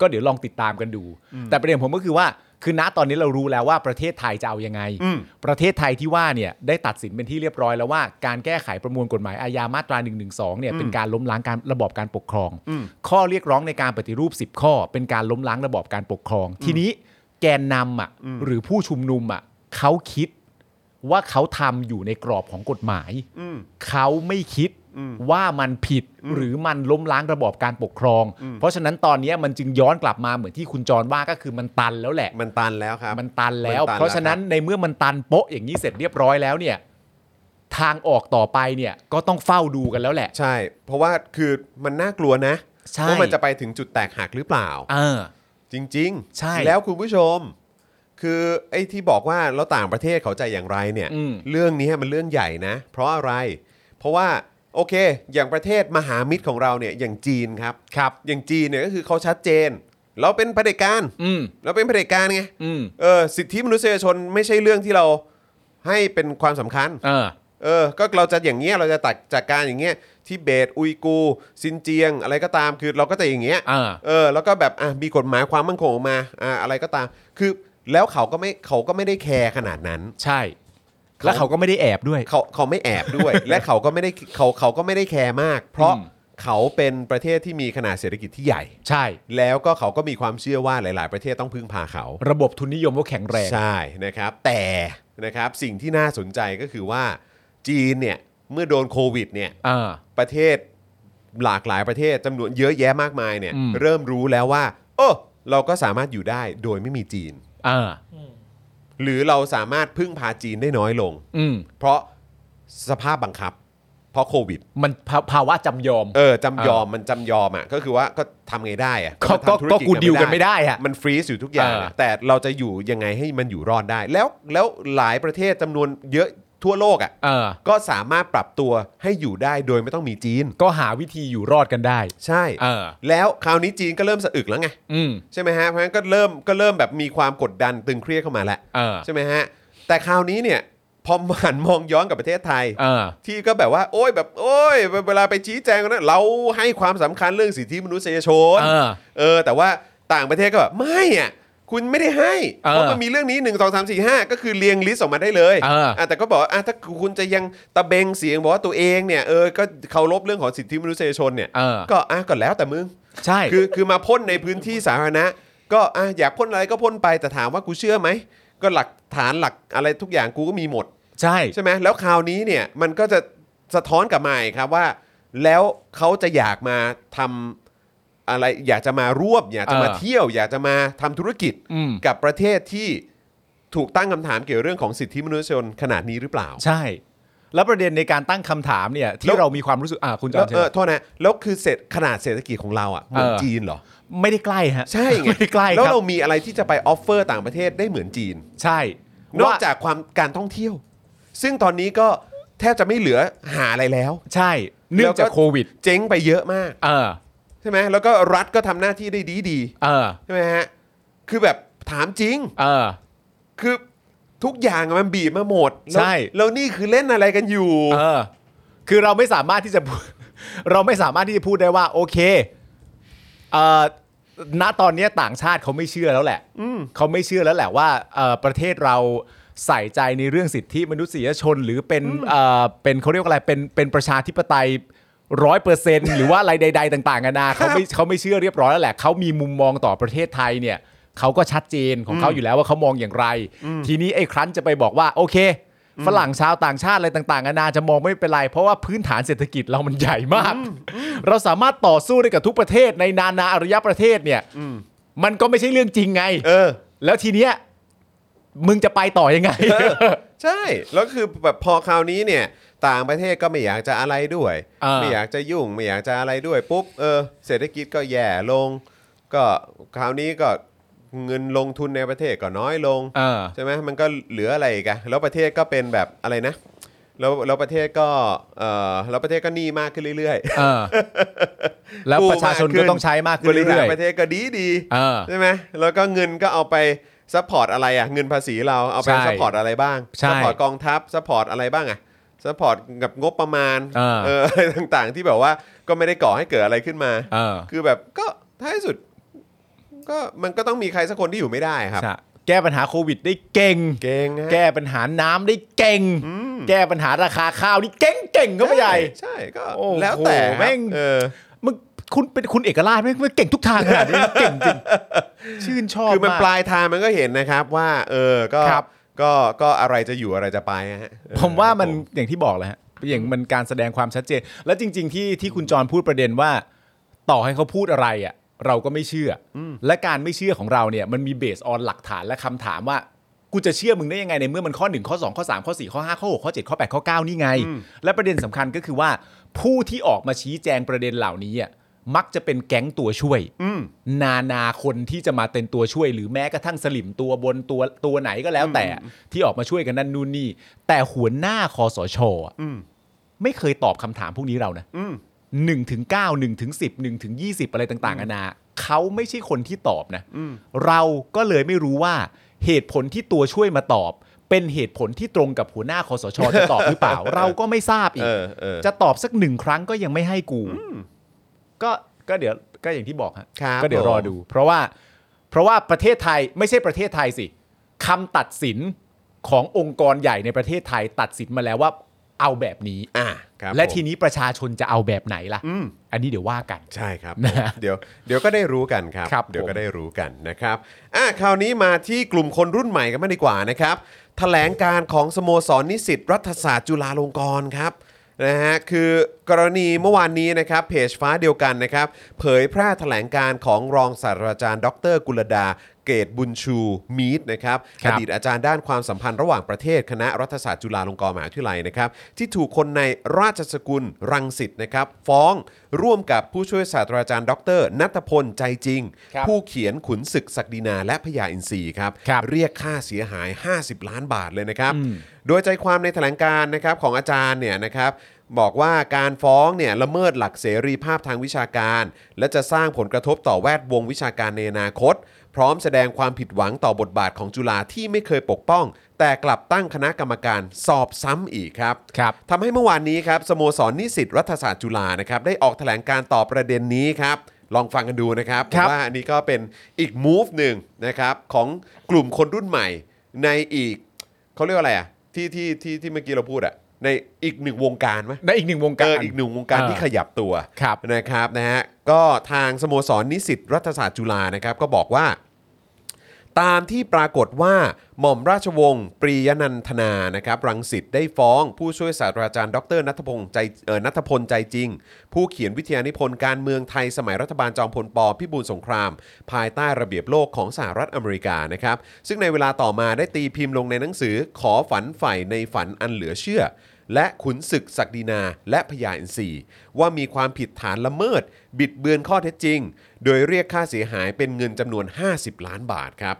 [SPEAKER 2] ก็เดี๋ยวลองติดตามกันดู แต่ประเด็นผมก็คือว่า คือณตอนนี้เรารู้แล้วว่าประเทศไทยจะเอายังไง
[SPEAKER 1] อืม
[SPEAKER 2] ประเทศไทยที่ว่าเนี่ยได้ตัดสินเป็นที่เรียบร้อยแล้วว่าการแก้ไขประมวลกฎหมายอาญามาตรา1นึเนี่ยเป็นการล้มล้างการระบอบการปกครอง ข้อเรียกร้องในการปฏิรูป 10 ข้อ เป็นการล้มล้างระบอบการปกครอง ทีนี้แกนนำอ่ะหรือผู้ชุมนุมอ่ะเขาคิดว่าเขาทำอยู่ในกรอบของกฎหมาย เขาไม่คิดว่ามันผิดหรือมันล้มล้างระบอบการปกครอง เพราะฉะนั้นตอนเนี้ยมันจึงย้อนกลับมาเหมือนที่คุณจรว่าก็คือมันตันแล้วแหละ
[SPEAKER 1] มันตันแล้วครับ
[SPEAKER 2] มันตันแล้ว
[SPEAKER 1] มันตันแล้ว
[SPEAKER 2] เพราะฉะนั้นในเมื่อมันตันโป๊ะอย่างนี้เสร็จเรียบร้อยแล้วเนี่ย ทางออกต่อไปเนี่ยก็ต้องเฝ้าดูกันแล้วแหละ
[SPEAKER 1] ใช่ เพราะว่าคือมันน่ากลัวนะ
[SPEAKER 2] ใช่
[SPEAKER 1] ว่ามันจะไปถึงจุดแตกหักหรือเปล่า
[SPEAKER 2] เออ
[SPEAKER 1] จริงๆ
[SPEAKER 2] ใช่
[SPEAKER 1] แล้วคุณผู้ชม คือไอ้ที่บอกว่าแล้วต่างประเทศเขาใจอย่างไรเนี่ย
[SPEAKER 2] อืม
[SPEAKER 1] เรื่องนี้มันเรื่องใหญ่นะ เพราะอะไร เพราะว่าโอเค อย่างประเทศมหามิตรของเราเนี่ยอย่างจีนครับ
[SPEAKER 2] ครับ
[SPEAKER 1] อย่างจีนเนี่ยก็คือเขาชัดเจน เราเป็นเผด็จการ
[SPEAKER 2] อืม
[SPEAKER 1] เราเป็นเผด็จการไง
[SPEAKER 2] อืม
[SPEAKER 1] เออสิทธิมนุษยชนไม่ใช่เรื่องที่เราให้เป็นความสำคัญ
[SPEAKER 2] เออ
[SPEAKER 1] เออ ก็เราจะอย่างเงี้ย เราจะตัดจากการอย่างเงี้ยที่เบต อุยกู ซินเจียง อะไรก็ตาม คือเราก็จะอย่างเงี้ย
[SPEAKER 2] อ่า
[SPEAKER 1] เออ แล้วก็แบบ อ่ะ มีกฎหมายความมั่นคงออกมา อ่า อะไรก็ตาม คือ แล้วเขาก็ไม่ เขาก็ไม่ได้แคร์ขนาดนั้น
[SPEAKER 2] ใช่ แล้วเขาก็ไม่ได้แอบด้วย
[SPEAKER 1] เขาเขาไม่แอบ ด้วย และเขาก็ไม่ได้ เขาเขาก็ไม่ได้แคร์มาก เพราะ
[SPEAKER 2] อืม
[SPEAKER 1] เขาเป็นประเทศที่มีขนาดเศรษฐกิจที่ใหญ่
[SPEAKER 2] ใช่
[SPEAKER 1] แล้วก็เขาก็มีความเชื่อว่าหลาย ๆ ประเทศต้องพึ่งพาเขา
[SPEAKER 2] ระบบทุนนิยมก็แข็งแรง
[SPEAKER 1] ใช่นะครับแต่นะครับสิ่งที่น่าสนใจก็คือว่าจีนเนี่ยเมื่อโดนโควิดเนี่ย
[SPEAKER 2] เออ
[SPEAKER 1] ประเทศหลากหลายประเทศจำนวนเยอะแยะมากมายเนี่ย
[SPEAKER 2] อืม
[SPEAKER 1] เริ่มรู้แล้วว่า โอ้เราก็สามารถอยู่ได้โดยไม่มีจีน
[SPEAKER 2] เออ
[SPEAKER 3] อืม
[SPEAKER 1] หรือเราสามารถพึ่งพาจีนได้น้อยลง
[SPEAKER 2] อืม
[SPEAKER 1] เพราะสภาพบังคับ เพราะโควิด
[SPEAKER 2] มันภาภาวะจำยอม
[SPEAKER 1] เออจำยอมมันจำยอมอ่ะก็คือว่าก็ทำไงได้อ่ะ
[SPEAKER 2] ก็ก็
[SPEAKER 1] มันทำธุร
[SPEAKER 2] ก็
[SPEAKER 1] จ
[SPEAKER 2] กูดิวกันไม่ได้อะ
[SPEAKER 1] มันฟรีซอยู่ทุกอย่างอะ
[SPEAKER 2] เออ
[SPEAKER 1] แต่เราจะอยู่ยังไงให้มันอยู่รอดได้ แล้วแล้วหลายประเทศจำนวนเยอะทั่วโลกอ่ะ
[SPEAKER 2] เออ
[SPEAKER 1] ก็สามารถปรับตัวให้อยู่ได้โดยไม่ต้องมีจีน
[SPEAKER 2] ก็หาวิธีอยู่รอดกันได้
[SPEAKER 1] ใช่
[SPEAKER 2] เออ
[SPEAKER 1] แล้วคราวนี้จีนก็เริ่มสะอึกแล้วไง
[SPEAKER 2] อืม
[SPEAKER 1] ใช่ไหมฮะเพราะฉะนั้นก็เริ่มก็เริ่มแบบมีความกดดันตึงเครียดเข้ามาแล้ว
[SPEAKER 2] เออ
[SPEAKER 1] ใช่ไหมฮะ แต่คราวนี้เนี่ยพอหันมองย้อนกับประเทศไทย
[SPEAKER 2] เออ
[SPEAKER 1] ที่ก็แบบว่า โอ้ยแบบโอ้ยเวลาไปชี้แจงนะเราให้ความสำคัญเรื่องสิทธิมนุษยชน
[SPEAKER 2] เออ
[SPEAKER 1] เออ แต่ว่าต่างประเทศก็แบบไม่อะคุณไม่ได้ให้
[SPEAKER 2] เออ
[SPEAKER 1] เพราะมันมีเรื่องนี้ 1 2 3 4 5 ก็คือเรียงลิสต์ออกมาได้เลย
[SPEAKER 2] เอออ่
[SPEAKER 1] ะแต่ก็บอกว่าอ่ะถ้าคุณจะยังตะเบงเสียงบอกว่าตัวเองเนี่ยเออก็เคารพเรื่องของสิทธิมนุษยชนเนี่ย
[SPEAKER 2] เออ
[SPEAKER 1] ก็อ่ะก็แล้วแต่มึง
[SPEAKER 2] ใช่
[SPEAKER 1] คือคือมาพ่นในพื้นที่สาธารณะ ก็อ่ะอยากพ่นอะไรก็พ่นไปแต่ถามว่ากูเชื่อไหม ก็หลักฐานหลักอะไรทุกอย่างกูก็มีหมด
[SPEAKER 2] ใช่
[SPEAKER 1] ใช่ไหมแล้วคราวนี้เนี่ยมันก็จะสะท้อนกลับมาอีกครับว่า แล้วเขาจะอยากมาทำ อะไรอยากจะมาร่วมอยากจะมา
[SPEAKER 2] เออ
[SPEAKER 1] เที่ยว อยากจะมาทำธุรกิจ
[SPEAKER 2] อืม
[SPEAKER 1] กับประเทศที่ถูกตั้งคำถามเกี่ยวเรื่องของสิทธิมนุษยชนขนาดนี้หรือเปล่า
[SPEAKER 2] ใช่ แล้วประเด็นในการตั้งคำถามเนี่ย
[SPEAKER 1] แล้
[SPEAKER 2] ที่
[SPEAKER 1] ว
[SPEAKER 2] เรามีความรู้สึกอ่าคุณจอ
[SPEAKER 1] แล้
[SPEAKER 2] ห์
[SPEAKER 1] วน เอ
[SPEAKER 2] เชิ
[SPEAKER 1] อ
[SPEAKER 2] ญ
[SPEAKER 1] โทษนะแล้วคือเศรษฐขนาดเศรษฐกิจของเราอ่ะเหมือน
[SPEAKER 2] เออ
[SPEAKER 1] จีนเหรอ
[SPEAKER 2] ไม่ได้ใกล้ฮะ
[SPEAKER 1] ใช่ไง
[SPEAKER 2] ไม่ได้ใกล้
[SPEAKER 1] แล้ว
[SPEAKER 2] ครั
[SPEAKER 1] เรา
[SPEAKER 2] บ
[SPEAKER 1] มีอะไรที่จะไปออฟเฟอร์ต่างประเทศได้เหมือนจีน
[SPEAKER 2] ใช่
[SPEAKER 1] นอก
[SPEAKER 2] ว่
[SPEAKER 1] จากความการท่องเที่ยว ซึ่งตอนนี้ก็แทบจะไม่เหลือหาอะไรแล้ว
[SPEAKER 2] ใช่เนื่องจากโควิด
[SPEAKER 1] เจ๊งไปเยอะมาก
[SPEAKER 2] เออ
[SPEAKER 1] ใช่ไหมแล้วก็รัฐก็ทำหน้าที่ได้ดีดี
[SPEAKER 2] เออ
[SPEAKER 1] ๆใช่ไหมฮะคือแบบถามจริง
[SPEAKER 2] เออ
[SPEAKER 1] คือทุกอย่างอะมันบีบมาหมดแล้ว
[SPEAKER 2] ใช่
[SPEAKER 1] แล้วนี่คือเล่นอะไรกันอยู่
[SPEAKER 2] เออ คือเราไม่สามารถที่จะพูด เราไม่สามารถที่จะพูดได้ว่า โอเคเอ่อณตอนเนี้ยต่างชาติเขาไม่เชื่อแล้วแหละเขาไม่เชื่อแล้วแหละว่าเอ่อประเทศเราใส่ใจในเรื่องสิทธิมนุษยชน หรือเป็นเอ่อเป็นเขาเรียกว่าอะไรเป็นเป็นประชาธิปไตยร้อยเปอร์เซนหรือว่าอะไรใด ๆ ต่างๆกันานาเขาไม่เขาไม่เชื่อเรียบร้อยแล้วแหละเขามีมุมมองต่อประเทศไทยเนี่ยเขาก็ชัดเจนของเขาอยู่แล้วว่าเขามองอย่างไร ทีนี้ไอ้ครั้นจะไปบอกว่าโอเค ฝรั่งชาวต่างชาติอะไรต่างๆนานาจะมองไม่เป็นไร เพราะว่าพื้นฐานเศรษฐกิจเรามันใหญ่มาก เราสามารถต่อสู้ได้กับทุกประเทศในนานาอารยประเทศเนี่ยมันก็ไม่ใช่เรื่องจริงไง
[SPEAKER 1] เออ
[SPEAKER 2] แล้วทีเนี้ยมึงจะไปต่อยังไง
[SPEAKER 1] ใช่ แล้วคือแบบพอคราวนี้เนี่ย ต่างประเทศก็ไม่อยากจะอะไรด้วย
[SPEAKER 2] เออ
[SPEAKER 1] ไม่อยากจะยุ่งไม่อยากจะอะไรด้วยปุ๊บเออเศรษฐกิจก็แย่ลง ก็คราวนี้ก็เงินลงทุนในประเทศก็น้อยลง
[SPEAKER 2] เออ
[SPEAKER 1] ใช่ไหมมันก็เหลืออะไรอีกันแล้วประเทศก็เป็นแบบอะไรนะ แล้วแล้วประเทศก็เออแล้วประเทศก็หนี้มากขึ้นเรื่อย
[SPEAKER 2] เออ แล้วประชาชนก็ต้องใช้มากขึ้
[SPEAKER 1] บ
[SPEAKER 2] น
[SPEAKER 1] ริหาร
[SPEAKER 2] เรื่อย
[SPEAKER 1] ประเทศก็ดีดี
[SPEAKER 2] ๆเออ
[SPEAKER 1] ใช่ไหมแล้วก็เงินก็เอาไปซัพพอร์ตอะไรอ่ะเงินภาษีเราเอาไป
[SPEAKER 2] ใช่
[SPEAKER 1] ซัพพอร์ตอะไรบ้าง
[SPEAKER 2] ใช่
[SPEAKER 1] ซัพพอร์ตกองทัพซัพพอร์ตอะไรบ้างอ่ะซัพพอร์ตกับงบประมาณ
[SPEAKER 2] เออ
[SPEAKER 1] เอ ออะไรต่างๆ ที่แบบว่าก็ไม่ได้ก่อให้เกิดอะไรขึ้นมา
[SPEAKER 2] เออ
[SPEAKER 1] คือแบบก็ท้ายสุด ก็มันก็ต้องมีใครสักคนที่อยู่ไม่ได้ครับ
[SPEAKER 2] ใช่แก้ปัญหาโควิดได้เก่ง
[SPEAKER 1] เก่งฮะ
[SPEAKER 2] แก้ปัญหาน้ำได้เก่ง แก้ปัญหาราคาข้าวนี่เก่งเก่งๆเข้าไปใหญ่
[SPEAKER 1] ใช่ก็
[SPEAKER 2] โอ้โห
[SPEAKER 1] แล้วแต่ครับ
[SPEAKER 2] แม่ง
[SPEAKER 1] เออ
[SPEAKER 2] มึงคุณเป็นคุณเอกราชไหมมึงเก่งทุกทางขนาดนี้เก่งจริง ชื่นชอบ
[SPEAKER 1] คือมัน
[SPEAKER 2] มาก
[SPEAKER 1] ปลายทางมันก็เห็นนะครับว่าเออก็
[SPEAKER 2] ครับ
[SPEAKER 1] ก็ก็อะไรจะอยู่อะไรจะไปฮะเออ
[SPEAKER 2] ผมว่ามัน
[SPEAKER 1] ครับผ
[SPEAKER 2] อย่างที่บอกแหละฮะอย่างมันการแสดงความชัดเจน แล้วจริง ๆ ที่ที่คุณจรพูดประเด็นว่า ต่อให้เขาพูดอะไรอ่ะเราก็ไม่เชื่ออและการไม่เชื่อของเราเนี่ยมันมีเบสออนหลักฐานและคำถามว่า กูจะเชื่อมึงได้ยังไงในเมื่อมันข้อ 1 ข้อ 2 ข้อ 3 ข้อ 4 ข้อ 5 ข้อ 6 ข้อ 7 ข้อ 8 ข้อ 9 นี่ไง และประเด็นสำคัญก็คือว่า ผู้ที่ออกมาชี้แจงประเด็นเหล่านี้อ่ะมักจะเป็นแก๊งตัวช่วย นานาคนที่จะมาเป็นตัวช่วย หรือแม้กระทั่งสลิมตัวบนตัวตัวไหนก็แล้วแต่ ที่ออกมาช่วยกันนั่นนู่นนี่ แต่หัวหน้าคอสชอะไม่เคยตอบคำถามพวกนี้เรานะหนึ่งถึงเก้าหนึ่งถึงสิบหนึ่งถึงยี่สิบอะไรต่างๆนานาเขาไม่ใช่คนที่ตอบนะเราก็เลยไม่รู้ว่าเหตุผลที่ตัวช่วยมาตอบ เป็นเหตุผลที่ตรงกับหัวหน้าคอสชจะตอบ หรือเปล่า เราก็ไม่ทราบอี
[SPEAKER 1] เอก อเออ
[SPEAKER 2] จะตอบสักหนึ่งครั้งก็ยังไม่ให้กู ก็ก็เดี๋ยวก็อย่างที่บอกฮะ
[SPEAKER 1] ครับ
[SPEAKER 2] ก็เดี๋ยวรอ
[SPEAKER 1] ผม
[SPEAKER 2] ดู เพราะว่าเพราะว่าประเทศไทยไม่ใช่ประเทศไทยสิคำตัดสินขององค์กรใหญ่ในประเทศไทยตัดสินมาแล้วว่าเอาแบบนี้
[SPEAKER 1] อ่ะครับ
[SPEAKER 2] และ
[SPEAKER 1] ผม
[SPEAKER 2] ทีนี้ประชาชนจะเอาแบบไหนล่ะ อันนี้เดี๋ยวว่ากัน
[SPEAKER 1] ใช่ครับ
[SPEAKER 2] นะฮะ
[SPEAKER 1] เดี๋ยวเดี๋ยวก็ได้รู้กันครับ
[SPEAKER 2] ครับ
[SPEAKER 1] เดี๋ยวก็
[SPEAKER 2] ผม
[SPEAKER 1] ได้รู้กันนะครับอ่ะคราวนี้มาที่กลุ่มคนรุ่นใหม่กันมางดีกว่านะครับแถลงการของสโมสรนิสิตรัฐศาสตร์จุฬาลงกรณ์ครับนะฮะคือกรณีเมื่อวานนี้นะครับเพจฟ้าเดียวกันนะครับ เผยแพร่แถลงการของรองศาสตราจารย์ ดร กุลดา เกตบุญชูมีดนะครับอ
[SPEAKER 2] ครับ
[SPEAKER 1] ดีตอาจารย์ด้านความสัมพันธ์ระหว่างประเทศคณะรัฐศาสตร์จุฬาลงกรณ์มหาวิทยาลัยนะครับที่ถูกคนในราชสกุลรังสิตนะครับฟ้องร่วมกับผู้ช่วยศาสตราจารย์ ดรนัทพลใจจริง
[SPEAKER 2] ครับ
[SPEAKER 1] ผู้เขียนขุนศึกศักดินาและพญาอินทรีย์ครับ
[SPEAKER 2] ครับ
[SPEAKER 1] เรียกค่าเสียหาย 50 ล้านบาทเลยนะครับ โดยใจความในแถลงการณ์นะครับของอาจารย์เนี่ยนะครับบอกว่าการฟ้องเนี่ยละเมิดหลักเสรีภาพทางวิชาการ และจะสร้างผลกระทบต่อแวดวงวิชาการในอนาคต พร้อมแสดงความผิดหวังต่อบทบาทของจุฬาที่ไม่เคยปกป้อง แต่กลับตั้งคณะกรรมการสอบซ้ำอีกครับ
[SPEAKER 2] ครับ
[SPEAKER 1] ทำให้เมื่อวานนี้ครับสโมสรนิสิตรัฐศาสตร์จุฬานะครับได้ออกแถลงการต่อประเด็นนี้ครับ ลองฟังกันดูนะครับ
[SPEAKER 2] ครับ
[SPEAKER 1] ผมว่าอันนี้ก็เป็นอีก move หนึ่งนะครับของกลุ่มคนรุ่นใหม่ ในอีกเขาเรียกว่าอะไรอ่ะที่ที่ที่ที่เมื่อกี้เราพูดอ่ะในอีกหนึ่งวงการไหม
[SPEAKER 2] ได้อีกหนึ่งวง
[SPEAKER 1] เอ
[SPEAKER 2] การ
[SPEAKER 1] ออีกหนึ่งวงการ
[SPEAKER 2] เออ
[SPEAKER 1] ที่ขยับตัว
[SPEAKER 2] ครับ
[SPEAKER 1] นะครับนะฮะก็ทางสโมสรนิสิตรัฐศาสตร์จุฬานะครับก็บอกว่า ตามที่ปรากฏว่า หม่อมราชวงศ์ปรียนันทนานะครับรังสิตได้ฟ้อง ผู้ช่วยศาสตราจารย์ดรนัทพงศ์ใจเอ่อนัทพลใจจริง ผู้เขียนวิทยานิพนธ์การเมืองไทยสมัยรัฐบาลจอมพลปพิบูลสงคราม ภายใต้ระเบียบโลกของสหรัฐอเมริกานะครับ ซึ่งในเวลาต่อมาได้ตีพิมพ์ลงในหนังสือ ขอฝันใฝ่ในฝันอันเหลือเชื่อ และขุนศึกศักดินาและพญาอินทรีว่ามีความผิดฐานละเมิด บิดเบือนข้อเท็จจริง โดยเรียกค่าเสียหายเป็นเงินจำนวน 50 ล้านบาทครับ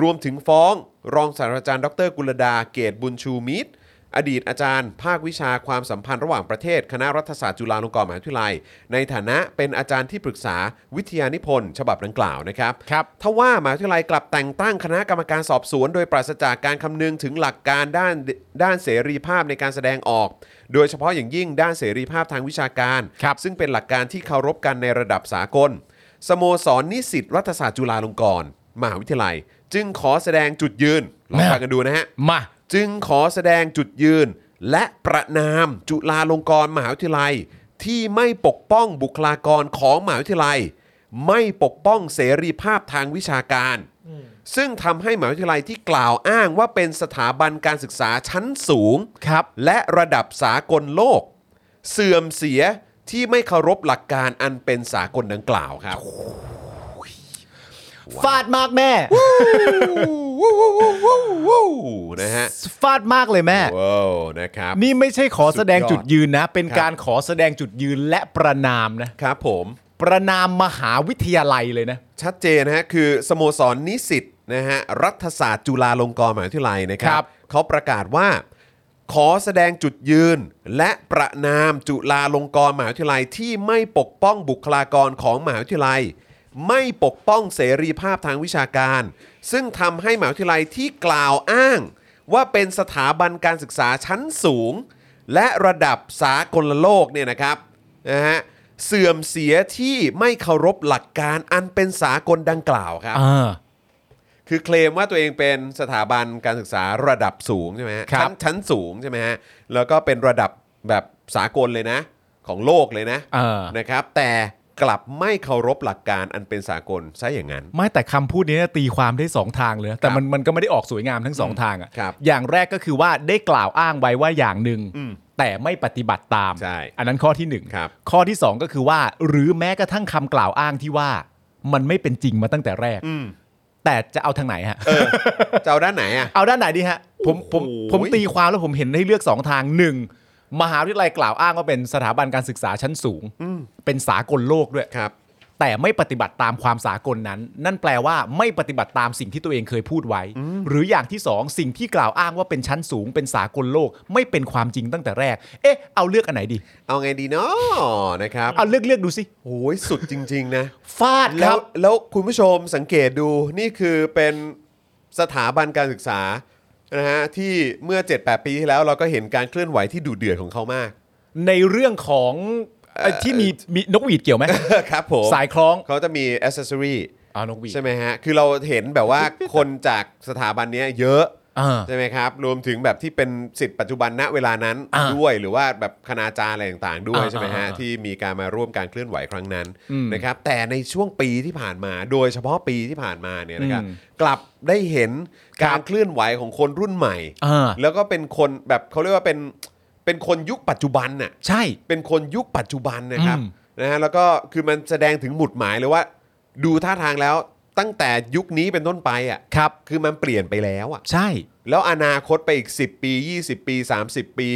[SPEAKER 1] รวมถึงฟ้อง รองศาสตราจารย์ดรกุลดาเกตบุญชูมิตร อดีตอาจารย์ ภาควิชาความสัมพันธ์ระหว่างประเทศ คณะรัฐศาสตร์จุฬาลงกรณ์มหาวิทยาลัย ในฐานะเป็นอาจารย์ที่ปรึกษาวิทยานิพนธ์ฉบับดังกล่าวนะครับ
[SPEAKER 2] ครับ
[SPEAKER 1] ทว่ามหาวิทยาลัยกลับแต่งตั้งคณะกรรมการสอบสวน โดยปราศจากการคำนึงถึงหลักการด้านด้านเสรีภาพในการแสดงออก โดยเฉพาะอย่างยิ่งด้านเสรีภาพทางวิชาการ
[SPEAKER 2] ครับ
[SPEAKER 1] ซึ่งเป็นหลักการที่เคารพกันในระดับสากล สโมสรนิสิตรัฐศาสตร์จุฬาลงกรณ์มหาวิทยาลัย จึงขอแสดงจุดยืนลองฟังกันดูนะฮะ
[SPEAKER 2] มา
[SPEAKER 1] จึงขอแสดงจุดยืน และประนามจุฬาลงกรณ์มหาวิทยาลัย ที่ไม่ปกป้องบุคลากรของมหาวิทยาลัย ไม่ปกป้องเสรีภาพทางวิชาการ ซึ่งทำให้มหาวิทยาลัยที่กล่าวอ้างว่าเป็นสถาบันการศึกษาชั้นสูง
[SPEAKER 2] ครับ
[SPEAKER 1] และระดับสากลโลก เสื่อมเสียที่ไม่เคารพหลักการอันเป็นสากลดังกล่าวครับ
[SPEAKER 2] ฟาดมากแม่
[SPEAKER 1] นะฮะ
[SPEAKER 2] ฟาดมากเลยแม่
[SPEAKER 1] ว้าวนะครับ
[SPEAKER 2] นี่ไม่ใช่ขอแสดง
[SPEAKER 1] สุดยอด
[SPEAKER 2] จุดยืนนะ เป็น
[SPEAKER 1] ครับ
[SPEAKER 2] การขอแสดงจุดยืนและประนามนะ
[SPEAKER 1] ครับผม
[SPEAKER 2] ประนามมหาวิทยาลัยเลยนะ
[SPEAKER 1] ชัดเจนนะฮะคือสโมสรนิสิตนะฮะรัฐศาสตร์จุฬาลงกรณ์มหาวิทยาลัยนะค
[SPEAKER 2] ค
[SPEAKER 1] รั
[SPEAKER 2] รั
[SPEAKER 1] บบ เขาประกาศว่า ขอแสดงจุดยืน และประนามจุฬาลงกรณ์มหาวิทยาลัยที่ไม่ปกป้องบุคลากรของมหาวิทยาลัย ไม่ปกป้องเสรีภาพทางวิชาการ ซึ่งทำให้มหาวิทยาลัยที่กล่าวอ้าง ว่าเป็นสถาบันการศึกษาชั้นสูง และระดับสากลโลกเนี่ยนะครับนะฮะเสื่อมเสียที่ไม่เคารพหลักการอันเป็นสากลดังกล่าวครับ
[SPEAKER 2] อ่า
[SPEAKER 1] คือเคลมว่าตัวเองเป็นสถาบันการศึกษาระดับสูงใช่ไหมฮะ
[SPEAKER 2] ครับ
[SPEAKER 1] ชั้นชั้นสูงใช่ไหมฮะแล้วก็เป็นระดับแบบสากลเลยนะ ของโลกเลยนะ
[SPEAKER 2] เออ
[SPEAKER 1] นะครับ แต่กลับไม่เคารพหลักการอันเป็นสากลซะอย่างนั้น
[SPEAKER 2] ไม่แต่คำพูดนี้ตีความได้สองทางเลยนะแต่มันมันก็ไม่ได้ออกสวยงามทั้งสองทาง
[SPEAKER 1] ครั
[SPEAKER 2] อะ่ะ
[SPEAKER 1] บ
[SPEAKER 2] อย่างแรกก็คือว่าได้กล่าวอ้างไว้ว่าอย่างหนึ่ง
[SPEAKER 1] อืม
[SPEAKER 2] แต่ไม่ปฏิบัติตาม
[SPEAKER 1] ใช่
[SPEAKER 2] อันนั้นข้อที่หนึ่ง
[SPEAKER 1] ครับ
[SPEAKER 2] ข้อที่สองก็คือว่า หรือแม้กระทั่งคำกล่าวอ้างที่ว่า มันไม่เป็นจริงมาตั้งแต่แรก
[SPEAKER 1] อืม
[SPEAKER 2] แต่จะเอาทางไหนฮะ
[SPEAKER 1] จะเอาด้านไหนอ่ะ
[SPEAKER 2] เอาด้านไหนดีฮะผมผมผมตีความแล้วผมเห็นให้เลือกสองทางหนึ่งมหาวิทยาลัยกล่าวอ้างว่าเป็นสถาบันการศึกษาชั้นสูงเป็นสากลโลกด้วย
[SPEAKER 1] ครับ
[SPEAKER 2] แต่ไม่ปฏิบัติตามความสากลนั้น นั่นแปลว่าไม่ปฏิบัติตามสิ่งที่ตัวเองเคยพูดไว้ หรืออย่างที่สองสิ่งที่กล่าวอ้างว่าเป็นชั้นสูง เป็นสากลโลก ไม่เป็นความจริงตั้งแต่แรก เอ๊ะเอาเลือกอันไหนดี
[SPEAKER 1] เอาไงดีเนาะนะครับ
[SPEAKER 2] เอาเลือกเลือกดูสิ
[SPEAKER 1] โอ้ยสุดจริง ๆ นะ
[SPEAKER 2] ฟาดค
[SPEAKER 1] แล้
[SPEAKER 2] รั
[SPEAKER 1] ว
[SPEAKER 2] บ
[SPEAKER 1] แล้วคุณผู้ชมสังเกตดูนี่คือเป็นสถาบันการศึกษานะฮะที่เมื่อ 7-8 ปีที่แล้วเราก็เห็นการเคลื่อนไหวที่ดุเดือดของเขามาก
[SPEAKER 2] ในเรื่องของเอ่อที่มีมีนกหวีดเกี่ยวไหม
[SPEAKER 1] ครับผม
[SPEAKER 2] สายคล้อง
[SPEAKER 1] เขาจะมีอ c เซสซอรี
[SPEAKER 2] อานกหวีด
[SPEAKER 1] ใช่ไหมฮะ คือเราเห็นแบบว่า คนจากสถาบันเนี้ยเยอะ
[SPEAKER 2] อ่า
[SPEAKER 1] ใช่ไหมครับ รวมถึงแบบที่เป็นสิทธิ์ปัจจุบันณเวลานั้น
[SPEAKER 2] อ่า
[SPEAKER 1] ด้วยหรือว่าแบบคณาจารย์อะไรต่างๆ ด้วย
[SPEAKER 2] อ่า
[SPEAKER 1] ใช่ไหมฮะ
[SPEAKER 2] อ่าอ่า
[SPEAKER 1] ที่มีการมาร่วมการเคลื่อนไหวครั้งนั้น
[SPEAKER 2] อืม
[SPEAKER 1] นะครับ แต่ในช่วงปีที่ผ่านมา โดยเฉพาะปีที่ผ่านมาเนี่ยนะครับ
[SPEAKER 2] อืม
[SPEAKER 1] กลับได้เห็น
[SPEAKER 2] ครับ
[SPEAKER 1] การเคลื่อนไหวของคนรุ่นใหม่
[SPEAKER 2] อ่า
[SPEAKER 1] แล้วก็เป็นคนแบบเขาเรียกว่าเป็นเป็นคนยุคปัจจุบันน่ะ
[SPEAKER 2] ใช่
[SPEAKER 1] เป็นคนยุคปัจจุบันนะครับ
[SPEAKER 2] อืม
[SPEAKER 1] นะฮะแล้วก็คือมันแสดงถึงหมุดหมายเลยว่า ดูท่าทางแล้วตั้งแต่ยุคนี้เป็นต้นไปอ่ะ
[SPEAKER 2] ครับ
[SPEAKER 1] คือมันเปลี่ยนไปแล้วอ่ะ
[SPEAKER 2] ใช่
[SPEAKER 1] แล้วอนาคตไปอีก 10 ปี 20 ปี 30 ปี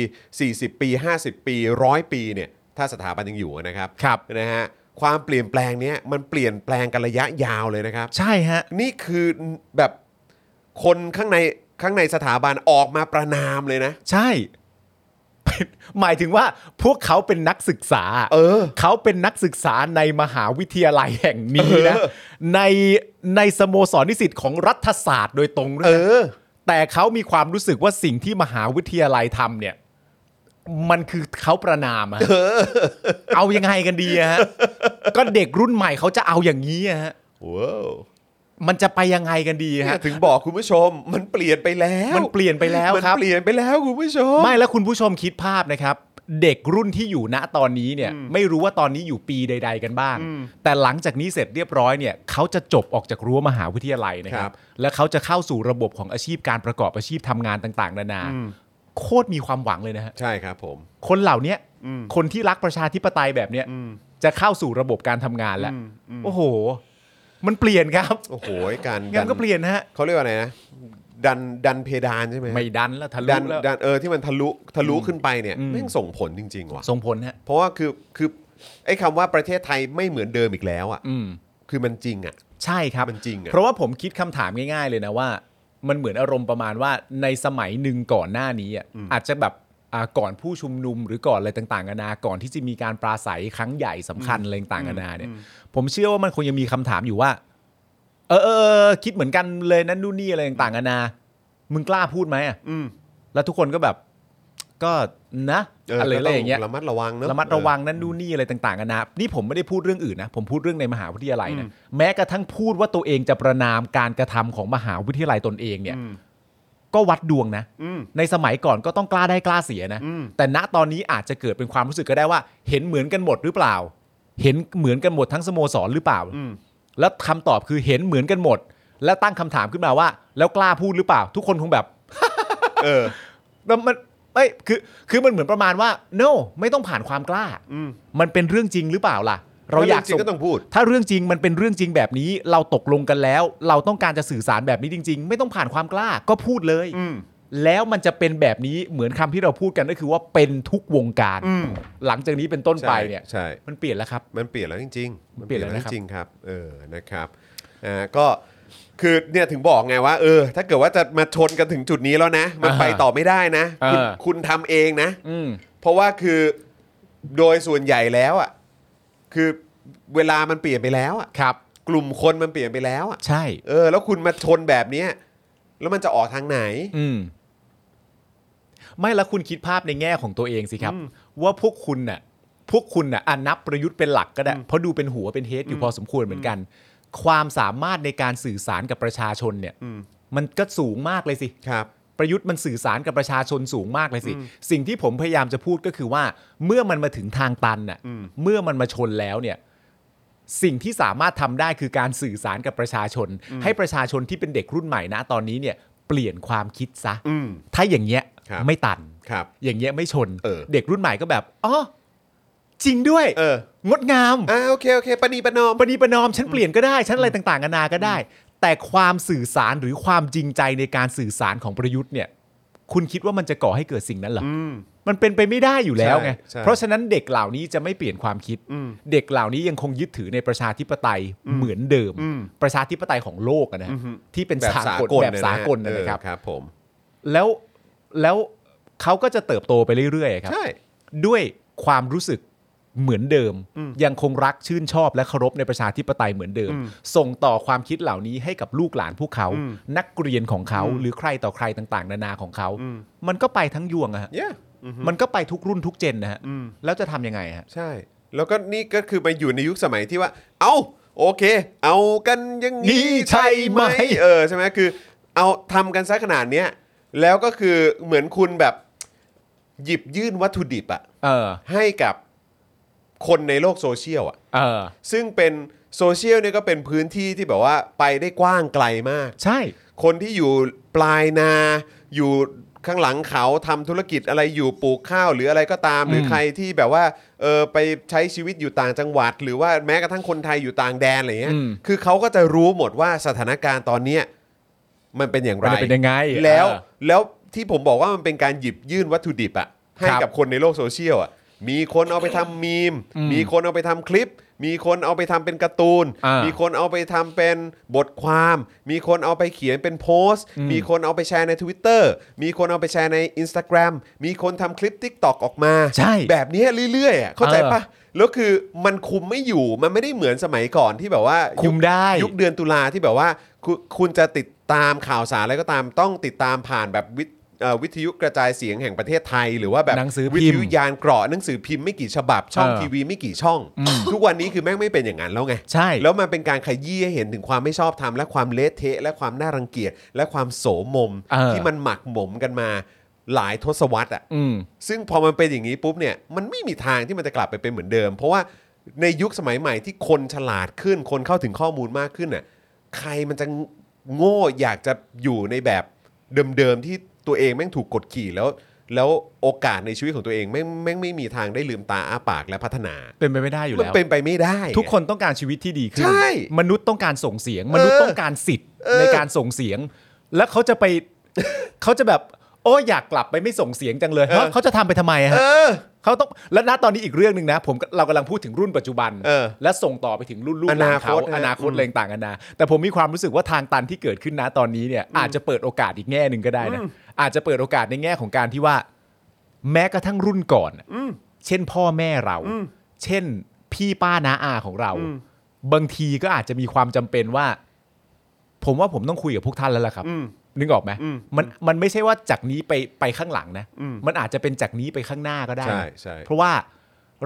[SPEAKER 1] 40 ปี 50 ปีร้อยปีเนี่ยถ้าสถาบันยังอยู่นะครับ
[SPEAKER 2] ครับ
[SPEAKER 1] นะฮะความเปลี่ยนแปลงเนี้ยมันเปลี่ยนแปลงกันระยะยาวเลยนะครับ
[SPEAKER 2] ใช่ฮะ
[SPEAKER 1] นี่คือแบบคนข้างในข้างในสถาบันออกมาประนามเลยนะ
[SPEAKER 2] ใช่ หมายถึงว่าพวกเขาเป็นนักศึกษา
[SPEAKER 1] เออ
[SPEAKER 2] เขาเป็นนักศึกษาในมหาวิทยาลัยแห่งนี้นะ
[SPEAKER 1] เออ
[SPEAKER 2] ในในสโมสรนิสิตของรัฐศาสตร์โดยตรงด้วย
[SPEAKER 1] เอ
[SPEAKER 2] นะ
[SPEAKER 1] อ
[SPEAKER 2] แต่เขามีความรู้สึกว่าสิ่งที่มหาวิทยาลัยทำเนี่ย มันคือเขาประนามอะฮะเอายังไงกันดีอะฮะ ก็เด็กรุ่นใหม่เขาจะเอาอย่างนี้อะฮะ
[SPEAKER 1] ว้าว
[SPEAKER 2] มันจะไปยังไงกันดี
[SPEAKER 1] เนี่ย
[SPEAKER 2] ฮะ
[SPEAKER 1] ถึงบอกคุณผู้ชมมันเปลี่ยนไปแล้ว
[SPEAKER 2] มันเปลี่ยนไปแล้ว
[SPEAKER 1] มัน
[SPEAKER 2] ครับ
[SPEAKER 1] เปลี่ยนไปแล้วคุณผู้ชม
[SPEAKER 2] ไม่แล้วคุณผู้ชมคิดภาพนะครับ เด็กรุ่นที่อยู่ณตอนนี้เนี่ยไม่รู้ว่าตอนนี้อยู่ปีใด ๆ กันบ้าง แต่หลังจากนี้เสร็จเรียบร้อยเนี่ยเขาจะจบออกจากรั้วมหาวิทยาลัยนะค
[SPEAKER 1] ครั
[SPEAKER 2] รับ
[SPEAKER 1] บ
[SPEAKER 2] แล้วเขาจะเข้าสู่ระบบของอาชีพการประกอบอาชีพทำงานต่างๆ นานาโคตรมีความหวังเลยนะฮะ
[SPEAKER 1] ใช่ครับผม
[SPEAKER 2] คนเหล่าเนี้ยคนที่รักประชาธิปไตยแบบเนี้ยจะเข้าสู่ระบบการทำงานแล้ว โอ้โห มันเปลี่ยนครับ
[SPEAKER 1] โอ้โหการ
[SPEAKER 2] งั้นก็เปลี่ยนฮะ
[SPEAKER 1] เขาเรียกว่าอะไรนะ ดันดันเพดานใช่ไหม
[SPEAKER 2] ไม่ดันแล้วทะลุ
[SPEAKER 1] ดัน
[SPEAKER 2] แล้ว
[SPEAKER 1] ดันเออที่มันทะลุทะลุขึ้นไปเนี่ย
[SPEAKER 2] อืม
[SPEAKER 1] แม่งส่งผลจริง ๆ ว่ะ
[SPEAKER 2] ส่งผลฮะ
[SPEAKER 1] เพราะว่าคือคือไอ้คำว่าประเทศไทยไม่เหมือนเดิมอีกแล้วอ่ะ
[SPEAKER 2] อืม
[SPEAKER 1] คือมันจริงอ่ะ
[SPEAKER 2] ใช่ครับ
[SPEAKER 1] มันจริงอะ
[SPEAKER 2] เพราะว่าผมคิดคำถามง่ายๆเลยนะว่า มันเหมือนอารมณ์ประมาณว่าในสมัยหนึ่งก่อนหน้านี้อะอาจจะแบบอ่าก่อนผู้ชุมนุมหรือก่อนอะไรต่างๆนานาก่อนที่จะมีการปราศัยครั้งใหญ่สำคัญอะไรต่างๆนานาเนี่ย ผมเชื่อว่ามันคงยังมีคำถามอยู่ว่า เออเออเออคิดเหมือนกันเลยนั่นนู่นนี่อะไรต่างๆนานามึงกล้าพูดไหมอะ
[SPEAKER 1] อืม
[SPEAKER 2] แล้วทุกคนก็แบบ ก็นะ
[SPEAKER 1] เออ
[SPEAKER 2] อะไร
[SPEAKER 1] ก็
[SPEAKER 2] อะไร
[SPEAKER 1] ต้
[SPEAKER 2] อย่างเงี้ย
[SPEAKER 1] ระมัดระวังเนอะ
[SPEAKER 2] ระมัดระวังนั่นนู่นนี่อะไรต่างๆกันานะนี่ผมไม่ได้พูดเรื่องอื่นนะ ผมพูดเรื่องในมหาวิทยาลัยนะแม้กระทั่งพูดว่าตัวเองจะประนามการกระทำของมหาวิทยาลัยตนเองเนี่ย
[SPEAKER 1] อืม
[SPEAKER 2] ก็วัดดวงนะ
[SPEAKER 1] อืม
[SPEAKER 2] ในสมัยก่อนก็ต้องกล้าได้กล้าเสียนะ
[SPEAKER 1] อืม
[SPEAKER 2] แต่ณตอนนี้อาจจะเกิดเป็นความรู้สึกก็ได้ว่า เห็นเหมือนกันหมดหรือเปล่า เห็นเหมือนกันหมดทั้งสโมสรหรือเปล่า
[SPEAKER 1] อืม
[SPEAKER 2] แล้วคำตอบคือเห็นเหมือนกันหมด แล้วตั้งคำถามขึ้นมาว่า แล้วกล้าพูดหรือเปล่า ทุกคนคงแบบ
[SPEAKER 1] เออ
[SPEAKER 2] แล้วมันเอ้ยคือ คือมันเหมือนประมาณว่า no ไม่ต้องผ่านความกล้า
[SPEAKER 1] อืม
[SPEAKER 2] มันเป็นเรื่องจริงหรือเปล่าล่ะ เราอยาก
[SPEAKER 1] จริง
[SPEAKER 2] ส่ง
[SPEAKER 1] ก็ต้องพูด
[SPEAKER 2] ถ้าเรื่องจริงมันเป็นเรื่องจริงแบบนี้ เราตกลงกันแล้ว เราต้องการจะสื่อสารแบบนี้จริง ๆ ไม่ต้องผ่านความกล้าก็พูดเลย
[SPEAKER 1] อืม
[SPEAKER 2] แล้วมันจะเป็นแบบนี้เหมือนคำที่เราพูดกันก็คือว่าเป็นทุกวงการ
[SPEAKER 1] อืม
[SPEAKER 2] หลังจากนี้เป็นต้นไปเนี่ย
[SPEAKER 1] ใช่
[SPEAKER 2] มันเปลี่ยนแล้วครับ
[SPEAKER 1] มันเปลี่ยนแล้วจริงๆ
[SPEAKER 2] มันเปลี่ยนแล้วนะครับ
[SPEAKER 1] จริงๆครับ เออ นะครับอ่าก็ คือเนี่ยถึงบอกไงว่า เออ ถ้าเกิดว่าจะมาชนกันถึงจุดนี้แล้วนะ มัน
[SPEAKER 2] อ่าฮะ
[SPEAKER 1] ไปต่อไม่ได้นะ คุณ
[SPEAKER 2] อ่า
[SPEAKER 1] คุณทำเองนะ
[SPEAKER 2] อืม
[SPEAKER 1] เพราะว่าคือโดยส่วนใหญ่แล้วอ่ะ คือเวลามันเปลี่ยนไปแล้วอ่ะ
[SPEAKER 2] ครับ
[SPEAKER 1] กลุ่มคนมันเปลี่ยนไปแล้วอ่ะ
[SPEAKER 2] ใช่
[SPEAKER 1] เออ แล้วคุณมาชนแบบเนี้ยแล้วมันจะออกทางไหน
[SPEAKER 2] อืม ไม่แล้วคุณคิดภาพในแง่ของตัวเองสิครับ ว่าพวกคุณน่ะ พวกคุณน่ะอ่ะนับประยุทธ์เป็นหลักก็ได้ เพราะดูเป็นหัวเป็นเฮดอยู่พอสมควรเหมือนกัน ความสามารถในการสื่อสารกับประชาชนเนี่ย
[SPEAKER 1] อืม
[SPEAKER 2] มันก็สูงมากเลยสิ
[SPEAKER 1] ครับ
[SPEAKER 2] ประยุทธ์มันสื่อสารกับประชาชนสูงมากเลยสิ สิ่งที่ผมพยายามจะพูดก็คือว่า เมื่อมันมาถึงทางตันน่ะ เมื่อมันมาชนแล้วเนี่ย สิ่งที่สามารถทำได้คือการสื่อสารกับประชาชน ให้ประชาชนที่เป็นเด็กรุ่นใหม่นะตอนนี้เนี่ย เปลี่ยนความคิดซะ
[SPEAKER 1] อืม
[SPEAKER 2] ถ้าอย่างเงี้ย
[SPEAKER 1] ครับ
[SPEAKER 2] ไม่ตัน
[SPEAKER 1] ครับ
[SPEAKER 2] อย่างเงี้ยไม่ชน
[SPEAKER 1] เออ
[SPEAKER 2] กรุ่นใหม่ก็แบบอ๋อจริงด้วย
[SPEAKER 1] เออ
[SPEAKER 2] งดงาม
[SPEAKER 1] อ่า โอเค โอเคปณีประนอม
[SPEAKER 2] ประนีประนอมฉันเปลี่ยนก็ได้ฉันอะไรต่างๆนานาก็ได้ แต่ความสื่อสารหรือความจริงใจในการสื่อสารของประยุทธ์เนี่ย คุณคิดว่ามันจะก่อให้เกิดสิ่งนั้นเหรออ
[SPEAKER 1] อืม
[SPEAKER 2] มันเป็นไปไม่ได้อยู่แล้วไง
[SPEAKER 1] ใช่ใช่
[SPEAKER 2] เพราะฉะนั้นเด็กเหล่านี้จะไม่เปลี่ยนความคิด
[SPEAKER 1] อืม
[SPEAKER 2] เด็กเหล่านี้ยังคงยึดถือในประชาธิปไตยเหมือนเดิม
[SPEAKER 1] อืม
[SPEAKER 2] ประชาธิปไตยของโลกอะนะ
[SPEAKER 1] อือฮึ
[SPEAKER 2] ที่เป็น
[SPEAKER 1] แบบ
[SPEAKER 2] สา
[SPEAKER 1] สาก
[SPEAKER 2] ล
[SPEAKER 1] กล
[SPEAKER 2] แบบ
[SPEAKER 1] เย
[SPEAKER 2] สากลนะ
[SPEAKER 1] เออ
[SPEAKER 2] นะครับ
[SPEAKER 1] ครับ ผม
[SPEAKER 2] แล้วแล้วเขาก็จะเติบโตไปเรื่อยๆครับ
[SPEAKER 1] ใช่
[SPEAKER 2] ด้วยความรู้สึกเหมือนเดิม
[SPEAKER 1] อืม
[SPEAKER 2] ยังคงรักชื่นชอบและเคารพในประชาธิปไตยเหมือนเดิม
[SPEAKER 1] อืม
[SPEAKER 2] ส่งต่อความคิดเหล่านี้ให้กับลูกหลานพวกเขา
[SPEAKER 1] อืม
[SPEAKER 2] นักเรียนของเขา
[SPEAKER 1] อืม
[SPEAKER 2] หรือใครต่อใครต่าง ๆ นานาของเขา
[SPEAKER 1] อืม
[SPEAKER 2] มันก็ไปทั้งยวงอะฮะ
[SPEAKER 1] เนี่ย
[SPEAKER 2] มันก็ไปทุกรุ่นทุกเจนนะฮะ
[SPEAKER 1] อืม
[SPEAKER 2] แล้วจะทำยังไงฮะ
[SPEAKER 1] ใช่ แล้วก็นี่ก็คือมาอยู่ในยุคสมัยที่ว่า เอาโอเค เอากันอยัง
[SPEAKER 2] นี่ใช่ไหม
[SPEAKER 1] เออใช่ไหมคือ เอาทำกันซะขนาดเนี้ยแล้วก็คือเหมือนคุณแบบหยิบยื่นวัตถุดิบอะ
[SPEAKER 2] เออ
[SPEAKER 1] ให้กับคนในโลกโซเชียลอะ
[SPEAKER 2] เออ
[SPEAKER 1] ซึ่งเป็นโซเชียลเนี่ยก็เป็นพื้นที่ที่แบบว่าไปได้กว้างไกลมาก
[SPEAKER 2] ใช่
[SPEAKER 1] คนที่อยู่ปลายนา อยู่ข้างหลังเขาทำธุรกิจอะไรอยู่ปลูกข้าว หรืออะไรก็ตาม หรือใครที่แบบว่าเออไปใช้ชีวิตอยู่ต่างจังหวัด หรือว่าแม้กระทั่งคนไทยอยู่ต่างแดนอะไรเงี้ย
[SPEAKER 2] อืม
[SPEAKER 1] คือเขาก็จะรู้หมดว่าสถานการณ์ตอนเนี้ยมันเป็นอย่างไร
[SPEAKER 2] มันเป็นยังไง
[SPEAKER 1] แล้ว
[SPEAKER 2] เออ
[SPEAKER 1] แล้วที่ผมบอกว่ามันเป็นการหยิบยื่นวัตถุดิบอะให้
[SPEAKER 2] ครับ
[SPEAKER 1] กับคนในโลกโซเชียลอะมีคนเอาไปทำมีม
[SPEAKER 2] อืม
[SPEAKER 1] มีคนเอาไปทำคลิป มีคนเอาไปทำเป็นการ์ตูน
[SPEAKER 2] อ่ามี
[SPEAKER 1] มีคนเอาไปทำเป็นบทความ มีคนเอาไปเขียนเป็นโพสต์
[SPEAKER 2] อืม
[SPEAKER 1] มีคนเอาไปแชร์ใน Twitter มีคนเอาไปแชร์ใน Instagram มีคนทำคลิป Tik t o k ออกมา
[SPEAKER 2] ใช่
[SPEAKER 1] แบบเนี้ยเรื่อยๆอ่ะเข้าใจ
[SPEAKER 2] เออ
[SPEAKER 1] ปะแล้วคือมันคุมไม่อยู่มันไม่ได้เหมือนสมัยก่อนที่แบบว่า
[SPEAKER 2] คุ
[SPEAKER 1] ยุ
[SPEAKER 2] ม
[SPEAKER 1] ค
[SPEAKER 2] ได้
[SPEAKER 1] ยุคเดือนตุลาที่แบบว่าคุคุณจะติดตามข่าวสารอะไรก็ตามต้องติดตามผ่านแบบวิทเอ่อวิทยุกระจายเสียงแห่งประเทศไทย หรือว่าแบบ
[SPEAKER 2] หนังสือพิมพ์
[SPEAKER 1] วิทยุยานเกราะหนังสือพิมพ์ไม่กี่ฉบับช่อง
[SPEAKER 2] เออ
[SPEAKER 1] ทีวีไม่กี่ช่อง
[SPEAKER 2] อืม
[SPEAKER 1] ทุกวันนี้คือแม่งไม่เป็นอย่างนั้นแล้วไง
[SPEAKER 2] ใช่
[SPEAKER 1] แล้วมันเป็นการขยี้ให้เห็นถึงความไม่ชอบธรรมและความเละเทะ และความน่ารังเกียจและความโสมม
[SPEAKER 2] เออ
[SPEAKER 1] ที่มันหมักหมมกันมา หลายทศวรรษอ่ะ
[SPEAKER 2] อืม
[SPEAKER 1] ซึ่งพอมันเป็นอย่างนี้ปุ๊บเนี่ยมันไม่มีทางที่มันจะกลับไปเป็นเหมือนเดิม เพราะว่าในยุคสมัยใหม่ที่คนฉลาดขึ้น คนเข้าถึงข้อมูลมากขึ้นน่ะใครมันจะโง่อยากจะอยู่ในแบบเดิมๆที่ตัวเองแม่งถูกกดขี่แล้ว แล้วโอกาสในชีวิตของตัวเองแม่งแม่งไม่มีทางได้ลืมตาอ้าปากและพัฒนา
[SPEAKER 2] เป็นไปไม่ได้อยู่
[SPEAKER 1] มัน
[SPEAKER 2] แล้ว
[SPEAKER 1] เป็นไปไม่ได้
[SPEAKER 2] ทุกคนต้องการชีวิตที่ดีขึ้น
[SPEAKER 1] ใช่
[SPEAKER 2] มนุษย์ต้องการส่งเสียง มนุษย์ต้องการสิทธิ์
[SPEAKER 1] เออ
[SPEAKER 2] ในการส่งเสียง แล้วเขาจะ ไป เขาจะแบบ โอ้ยอยากกลับไปไม่ส่งเสียงจังเลยฮะเขาจะทำไปทำไมอะ
[SPEAKER 1] เอ
[SPEAKER 2] ฮะ
[SPEAKER 1] อ
[SPEAKER 2] เขาต้องและณตอนนี้อีกเรื่องหนึ่งนะ ผมเรากำลังพูดถึงรุ่นปัจจุบัน
[SPEAKER 1] เออ
[SPEAKER 2] และส่งต่อไปถึงรุ่นลูกหลานเขา
[SPEAKER 1] อนาคตนะ
[SPEAKER 2] อนาคต
[SPEAKER 1] อืม
[SPEAKER 2] อะไรต่างกันนะแต่ผมมีความรู้สึกว่าทางตันที่เกิดขึ้นนะตอนนี้เนี่ย อาจจะเปิดโอกาสอีกแง่หนึ่งก็ได้นะอาจจะเปิดโอกาสในแง่ของการที่ว่า แม้กระทั่งรุ่นก่อนอะ เช่นพ่อแม่เรา เช่นพี่ป้าน้าอาของเรา บางทีก็อาจจะมีความจำเป็นว่า ผมว่าผมต้องคุยกับพวกท่านแล้วล่ะครับ นึกออกไหมมันมันไม่ใช่ว่าจากนี้ไปไปข้างหลังนะ มันอาจจะเป็นจากนี้ไปข้างหน้าก็ได้
[SPEAKER 1] ใช่ใช่
[SPEAKER 2] เพราะว่า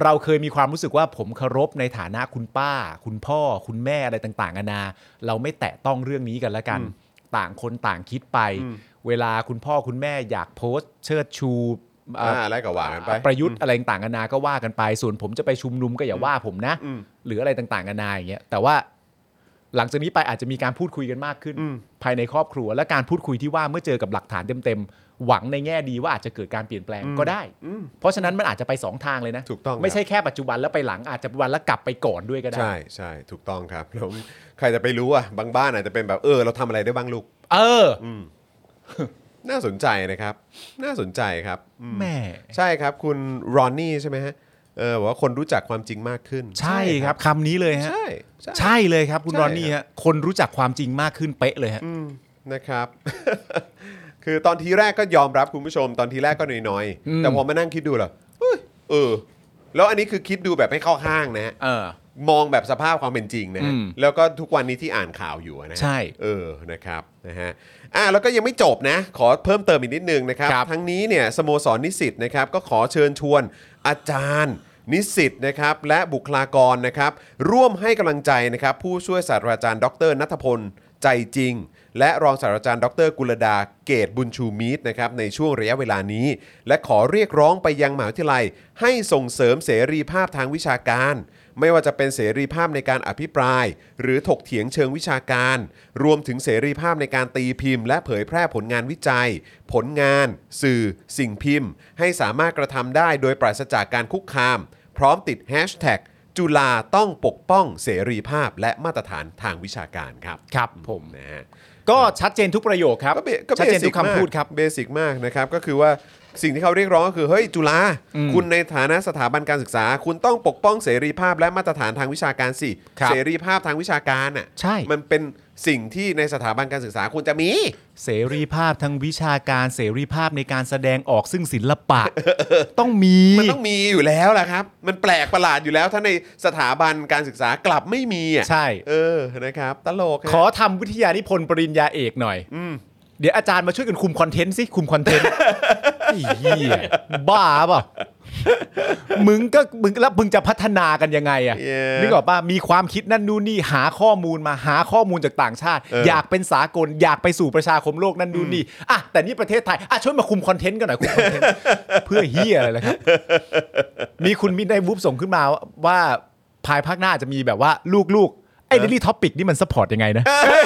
[SPEAKER 2] เราเคยมีความรู้สึกว่าผมเคารพในฐานะคุณป้า คุณพ่อ คุณแม่อะไรต่างๆนานา เราไม่แตะต้องเรื่องนี้กันละกัน ต่างคนต่างคิดไป เวลาคุณพ่อคุณแม่อยากโพสต์ เชิดชูเอ่อ
[SPEAKER 1] อ่าอะไรก็ว่ากันไป
[SPEAKER 2] ประยุทธ์อะไรต่างกันานาก็ว่ากันไป ส่วนผมจะไปชุมนุมก็อย่าว่าผมนะ หรืออะไรต่างๆกันานาอย่างเงี้ยแต่ว่าหลังจากนี้ไปอาจจะมีการพูดคุยกันมากขึ้น ภายในครอบครัว และการพูดคุยที่ว่าเมื่อเจอกับหลักฐานเต็มๆ หวังในแง่ดีว่าอาจจะเกิดการเปลี่ยนแปลงก็ได้ เพราะฉะนั้นมันอาจจะไปสองทางเลยนะ
[SPEAKER 1] ถูกต้องครับ
[SPEAKER 2] ไม่ใช่แค่ปัจจุบันแล้วไปหลังอาจจะวันแล้วกลับไปก่อนด้วยก็ได้
[SPEAKER 1] ใช่ใช่ถูกต้องครับแล้วใครจะไปรู้อ่ะบางบ้านอาจจะเป็นแบบเออเราทำอะไรได้บ้างลูก
[SPEAKER 2] เออ
[SPEAKER 1] น่าสนใจนะครับ น่าสนใจครับ
[SPEAKER 2] แหม่
[SPEAKER 1] ใช่ครับ คุณรอนนี่ใช่ไหมฮะเออบอกว่าคนรู้จักความจริงมากขึ้น
[SPEAKER 2] ใช่ครับคำนี้เลยฮะ
[SPEAKER 1] ใช่ใช่
[SPEAKER 2] ใช่เลยครับคุณ
[SPEAKER 1] ใช่
[SPEAKER 2] รอนนี่ฮะคนรู้จักความจริงมากขึ้นเป๊ะเลยฮะ
[SPEAKER 1] นะครับ คือตอนทีแรกก็ยอมรับคุณผู้ชม ตอนทีแรกก็น้อย
[SPEAKER 2] อื
[SPEAKER 1] ๆ
[SPEAKER 2] ม
[SPEAKER 1] แต่พอมานั่งคิดดูเหรอเฮ้ยเออ แล้วอันนี้คือคิดดูแบบไม่เข้าข้างนะฮะ
[SPEAKER 2] เออ
[SPEAKER 1] มองแบบสภาพความเป็นจริงนะฮะ
[SPEAKER 2] อืม
[SPEAKER 1] แล้วก็ทุกวันนี้ที่อ่านข่าวอยู่นะฮะ
[SPEAKER 2] ใช่
[SPEAKER 1] เออนะครับนะฮะอ่ะแล้วก็ยังไม่จบนะ ขอเพิ่มเติมอีกนิดนึงนะครับ
[SPEAKER 2] ครับ
[SPEAKER 1] ทั้งนี้เนี่ยสโมสรนิสิตนะครับก็ขอเชิญชวนอาจารย์ นิสิตนะครับและบุคลากรนะครับร่วมให้กำลังใจนะครับผู้ช่วยศาสตราจารย์ดรนัทพล ใจจริง และรองศาสตราจารย์ดรกุลดาเกตบุญชูมีตนะครับในช่วงระยะเวลานี้ และขอเรียกร้องไปยังมหาวิทยาลัย ให้ส่งเสริมเสรีภาพทางวิชาการ ไม่ว่าจะเป็นเสรีภาพในการอภิปราย หรือถกเถียงเชิงวิชาการ รวมถึงเสรีภาพในการตีพิมพ์ และเผยแพร่ผลงานวิจัย ผลงาน สื่อ สิ่งพิมพ์ ให้สามารถกระทำได้โดยปราศจากการคุกคาม พร้อมติดแฮชแท็กจุฬาต้องปกป้องเสรีภาพและมาตรฐานทางวิชาการครับ
[SPEAKER 2] ครับผม
[SPEAKER 1] นะฮะ
[SPEAKER 2] ก็ชัดเจนทุกประโยคครับ
[SPEAKER 1] ก็เบก็
[SPEAKER 2] ชัด
[SPEAKER 1] เบ
[SPEAKER 2] เจน
[SPEAKER 1] สิ
[SPEAKER 2] ทุ
[SPEAKER 1] ก
[SPEAKER 2] กคำพูดครับ
[SPEAKER 1] เบสิกมากนะครับ ก็คือว่าสิ่งที่เขาเรียกร้องก็คือ เฮ้ย จุฬาคุณในฐานะสถาบันการศึกษา คุณต้องปกป้องเสรีภาพและมาตรฐานทางวิชาการสิ
[SPEAKER 2] ครับ
[SPEAKER 1] เสรีภาพทางวิชาการอ่ะ
[SPEAKER 2] ใช่
[SPEAKER 1] มันเป็นสิ่งที่ในสถาบันการศึกษาควรจะมี
[SPEAKER 2] เสรีภาพทางวิชาการเสรีภาพในการแสดงออกซึ่งศิล ปะ ต้องมี
[SPEAKER 1] มันต้องมีอยู่แล้วล่ะครับ มันแปลกประหลาดอยู่แล้ว ถ้าในสถาบันการศึกษากลับไม่มีอ่ะ
[SPEAKER 2] ใช่
[SPEAKER 1] เออนะครับตลกฮะ
[SPEAKER 2] ขอทำวิทยานิพนธ์ปริญญาเอกหน่อย เดี๋ยวอาจารย์มาช่วยกันคุมคอนเทนต์สิ คุมคอนเทนต์ ไอ้เหี้ยบ้าเปล่ะมึงก็มึงแล้วมึงจะพัฒนากันยังไงอะ
[SPEAKER 1] เย้
[SPEAKER 2] นึกออกป่ะมีความคิดนั่นนู่นนี่หาข้อมูลมาหาข้อมูลจากต่างชาติ
[SPEAKER 1] เอออ
[SPEAKER 2] อยากเป็นสากลอยากไปสู่ประชาคมโลกนั่นนู่น นี่อ่ะแต่นี่ประเทศไทยอ่ะช่วยมาคุมคอนเทนต์กันหน่อยคุมคอนเทนต์ เพื่อเฮียอะไรล่ะครับ มีคุณมินได้วูฟส่งขึ้นมาว่าภายภาคหน้าจะมีแบบว่าลูกๆ ไอ้ดิลี่ท็อปิกนี่มันสปอร์ตยังไงนะ
[SPEAKER 1] เอ้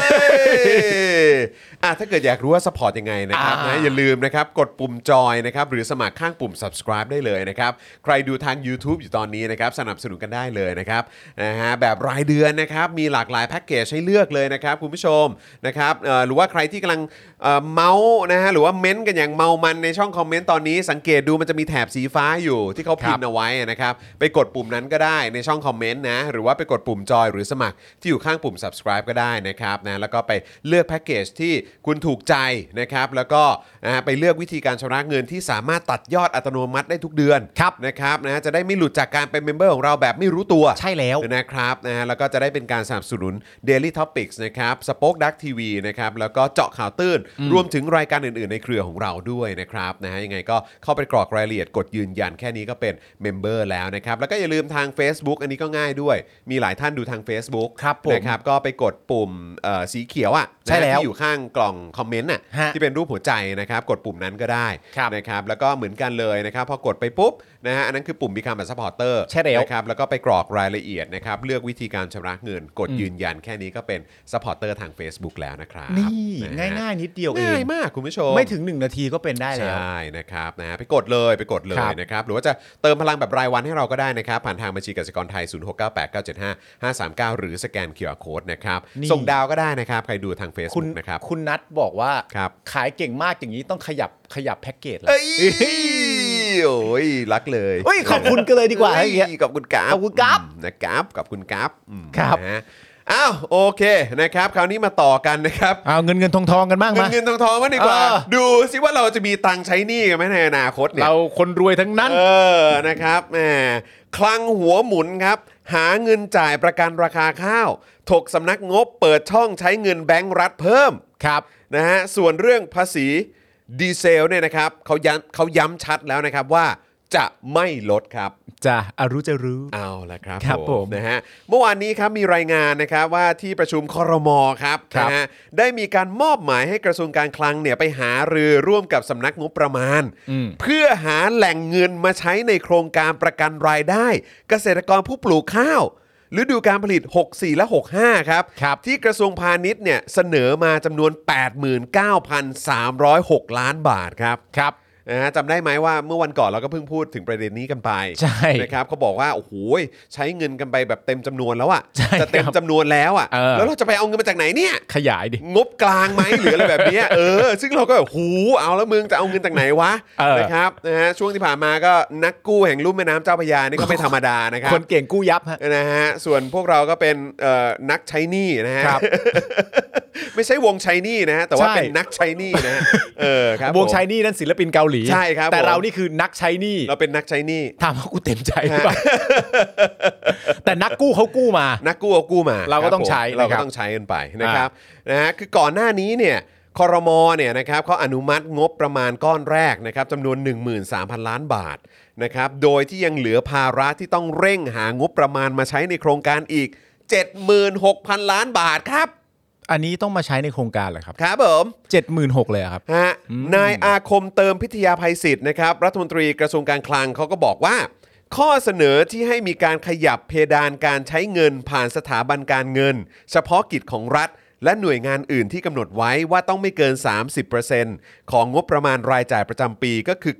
[SPEAKER 1] ยอ่ะถ้าเกิดอยากรู้ว่าสปอร์ตยังไงนะครับ
[SPEAKER 2] อ่าน
[SPEAKER 1] นะอย่าลืมนะครับกดปุ่มจอยนะครับหรือสมัครข้างปุ่ม subscribe ได้เลยนะครับ ใครดูทาง YouTube อยู่ตอนนี้นะครับสนับสนุนกันได้เลยนะครับนะฮะแบบรายเดือนนะครับมีหลากหลายแพ็กเกจให้เลือกเลยนะครับคุณผู้ชมนะครับเอ่อหรือว่าใครที่กำลังเอ่อเมาส์นะฮะหรือว่าเม้นต์กันอย่างเมามันในช่องคอมเมนต์ตอนนี้ สังเกตดูมันจะมีแถบสีฟ้าอยู่ที่เขาพิมพ์เอาไว้นะครับไปกดปุ่มนั้นก็ได้ในช่องคอมเมนต์นะหรือว่าไปกดปุ่มจอยหรือสมัครที่อยู่ข้างปุ่ม subscribe ก็ได้นะครับนะแล้วก็ไปเลือกแพ็กเกจที่คุณถูกใจนะครับแล้วก็นะฮะไปเลือกวิธีการชำระเงินที่สามารถตัดยอดอัตโนมัติได้ทุกเดือน
[SPEAKER 2] ครับ
[SPEAKER 1] นะครับนะฮะจะได้ไม่หลุดจากการเป็นเมมเบอร์ของเราแบบไม่รู้ตัว
[SPEAKER 2] ใช่แล้ว
[SPEAKER 1] นะครับนะฮะแล้วก็จะได้เป็นการสนับสนุน Daily Topics นะครับสป็อคดักทีวีนะครับแล้วก็เจาะข่าวตื้น รวมถึงรายการอื่นๆ ในเครือของเราด้วยนะครับนะฮะยังไงก็เข้าไปกรอกรายละเอียดกดยืนยันแค่นี้ก็เป็นเมมเบอร์แล้วนะครับ แล้วก็อย่าลืมทาง Facebook อันนี้ก็ง่ายด้วย มีหลายท่านดูทาง Facebook
[SPEAKER 2] ครับผม
[SPEAKER 1] นะครับก็ไปกดปุ่มเอ่อสีเขียวอ่ะ
[SPEAKER 2] ใช่แล้ว
[SPEAKER 1] นะที่อยู่ข้างกล่องคอมเมนต์น่ะ
[SPEAKER 2] ฮะ
[SPEAKER 1] ที่เป็นรูปหัวใจนะครับ กดปุ่มนั้นก็ได้
[SPEAKER 2] ครับ
[SPEAKER 1] นะครับแล้วก็เหมือนกันเลยนะครับพอกดไปปุ๊บนะฮะอันนั้นคือปุ่ม Become a supporter
[SPEAKER 2] ใช่แล้ว
[SPEAKER 1] นะครับแล้วก็ไปกรอกรายละเอียดนะครับเลือกวิธีการชำระเงิน กด
[SPEAKER 2] อืม
[SPEAKER 1] ยืนยันแค่นี้ก็เป็น supporter ทาง Facebook แล้วนะครับ
[SPEAKER 2] นี่
[SPEAKER 1] นะ
[SPEAKER 2] ง่าย
[SPEAKER 1] ฮะ
[SPEAKER 2] ง่ายๆนิดเดียวเอง
[SPEAKER 1] ง่ายมากคุณผู้ชม
[SPEAKER 2] ไม่ถึงหนึ่งนาทีก็เป็นได้แล้ว
[SPEAKER 1] ใช่นะครับนะฮะไปกดเลยไปกดเลย
[SPEAKER 2] ครับ
[SPEAKER 1] นะครับ หรือว่าจะเติมพลังแบบรายวันให้เราก็ได้นะครับ ผ่านทางบัญชีกสิกรไทย 0698975539 หรือสแกน QR Code นะครับ
[SPEAKER 2] นี่
[SPEAKER 1] ส่งดาวก็ได้นะครับ ใครดูทาง
[SPEAKER 2] คุณ
[SPEAKER 1] Facebook นะครับ
[SPEAKER 2] คุณนัทบอกว่า
[SPEAKER 1] ครับ
[SPEAKER 2] ขายเก่งมากอย่างนี้ต้องขยับขยับแพ็กเกจแล้ว
[SPEAKER 1] เอ้ยโอ้ยรักเลย
[SPEAKER 2] เอ้ยขอบคุณกันเลยดีกว่าอย่างเงี้ย
[SPEAKER 1] ฮ้ขอบคุณครับ
[SPEAKER 2] ขอบคุณครับ
[SPEAKER 1] อืมนะครับขอบคุณครับอืม
[SPEAKER 2] ครับ
[SPEAKER 1] นะฮะอ้าวโอเคนะครับ คราวนี้มาต่อกันนะครับ
[SPEAKER 2] เอาเงินเงินทองทองกันบ้าง
[SPEAKER 1] เงิ
[SPEAKER 2] มา
[SPEAKER 1] นเงินทองทองๆมางดีกว่า
[SPEAKER 2] เออ
[SPEAKER 1] ดูสิว่าเราจะมีตังค์ใช้หนี้กันไหมในอนาคตเนี่ย
[SPEAKER 2] เราคนรวยทั้งนั้น
[SPEAKER 1] เออ นะครับ แหม คลังหัวหมุนครับ หาเงินจ่ายประกันราคาข้าว ถกสำนักงบเปิดช่องใช้เงินแบงค์รัฐเพิ่ม
[SPEAKER 2] ครับ
[SPEAKER 1] นะฮะ ส่วนเรื่องภาษีดีเซลเนี่ยนะครับเขาย้ำเขาย้ำชัดแล้วนะครับว่าจะไม่ลดครับ
[SPEAKER 2] จะอารู้จะรู้
[SPEAKER 1] เอาละครับ
[SPEAKER 2] ครับผม
[SPEAKER 1] นะฮะเมื่อวานนี้ครับมีรายงานนะครับว่าที่ประชุมคอรมอครับ
[SPEAKER 2] ครับ
[SPEAKER 1] นะฮะได้มีการมอบหมายให้กระทรวงการคลังเนี่ยไปหารือร่วมกับสำนักงบประมาณ
[SPEAKER 2] อืม
[SPEAKER 1] เพื่อหาแหล่งเงินมาใช้ในโครงการประกันรายได้ เกษตรกรผู้ปลูกข้าวฤดูการผลิต 64 และ 65 ครับ
[SPEAKER 2] ครับ
[SPEAKER 1] ที่กระทรวงพาณิชย์เนี่ยเสนอมาจำนวน 89,306 ล้านบาทครับ
[SPEAKER 2] ครับ
[SPEAKER 1] นะฮะจำได้ไหมว่าเมื่อวันก่อนเราก็เพิ่งพูดถึงประเด็นนี้กันไป
[SPEAKER 2] ใช่
[SPEAKER 1] นะครับเขาบอกว่าโอ้โหใช้เงินกันไปแบบเต็มจำนวนแล้วอะ
[SPEAKER 2] ใช่ครับ
[SPEAKER 1] จะเต็มจำนวนแล้วอะ
[SPEAKER 2] เออ
[SPEAKER 1] แล้วเราจะไปเอาเงินมาจากไหนเนี่ย
[SPEAKER 2] ขยายดิ
[SPEAKER 1] งบกลางไหมหรืออะไรแบบเนี้ยเออ ซึ่งเราก็แบบหูเอาแล้วมึงจะเอาเงินจากไหนวะ
[SPEAKER 2] เออ
[SPEAKER 1] นะครับนะฮะช่วงที่ผ่านมาก็นักกู้แห่งลุ่มแม่น้ำเจ้าพระยานี่ก็ไม่ธรรมดานะครับ
[SPEAKER 2] คนเก่งกู้ยับฮะ
[SPEAKER 1] นะฮะส่วนพวกเราก็เป็นเอ่อนักใช้หนี้นะฮะ
[SPEAKER 2] ครับ
[SPEAKER 1] ไม่ใช่วงใช้หนี้นะฮะแต่ว่า
[SPEAKER 2] ใช่
[SPEAKER 1] เป็นนักใช้หนี้นะฮะเออครับ
[SPEAKER 2] วง
[SPEAKER 1] ผม
[SPEAKER 2] ชายนี่นั่นศิลปินเกาหลี
[SPEAKER 1] ใช่ครับ
[SPEAKER 2] แต่
[SPEAKER 1] ผม
[SPEAKER 2] เรานี่คือนักใช้หนี่
[SPEAKER 1] เราเป็นนักใช้หนี้
[SPEAKER 2] ถามว่ากูเต็มใจหรือเปล่า แต่ นักกู้เขากู้มา
[SPEAKER 1] นักกู้เอากู้มา
[SPEAKER 2] เราก็
[SPEAKER 1] คบ
[SPEAKER 2] ต้องใช้
[SPEAKER 1] ผมเรา
[SPEAKER 2] นะค
[SPEAKER 1] ก็
[SPEAKER 2] รับ
[SPEAKER 1] ต้องใช้กันไปนะครับนะฮะคือก่อนหน้านี้เนี่ยคอรมอเนี่ยนะครับเขาอนุมัติงบประมาณก้อนแรกนะครับจำนวน 13,000 ล้านบาทนะครับโดยที่ยังเหลือภาระที่ต้องเร่งหางบประมาณมาใช้ในโครงการอีก 76,000 ล้านบาทครับ
[SPEAKER 2] อันนี้ต้องมาใช้ในโครงการเหรอครับ
[SPEAKER 1] ครับผม
[SPEAKER 2] เจ็ดหมื่นหกเลยเหรอครับ
[SPEAKER 1] ฮะนายอาคมเติมพิทยาภัยศิษฐ์นะครับ รัฐมนตรีกระทรวงการคลังเขาก็บอกว่า ข้อเสนอที่ให้มีการขยับเพดานการใช้เงินผ่านสถาบันการเงิน เฉพาะกิจของรัฐ และหน่วยงานอื่นที่กำหนดไว้ว่าต้องไม่เกิน 30%ของงบประมาณรายจ่ายประจำปีก็คือ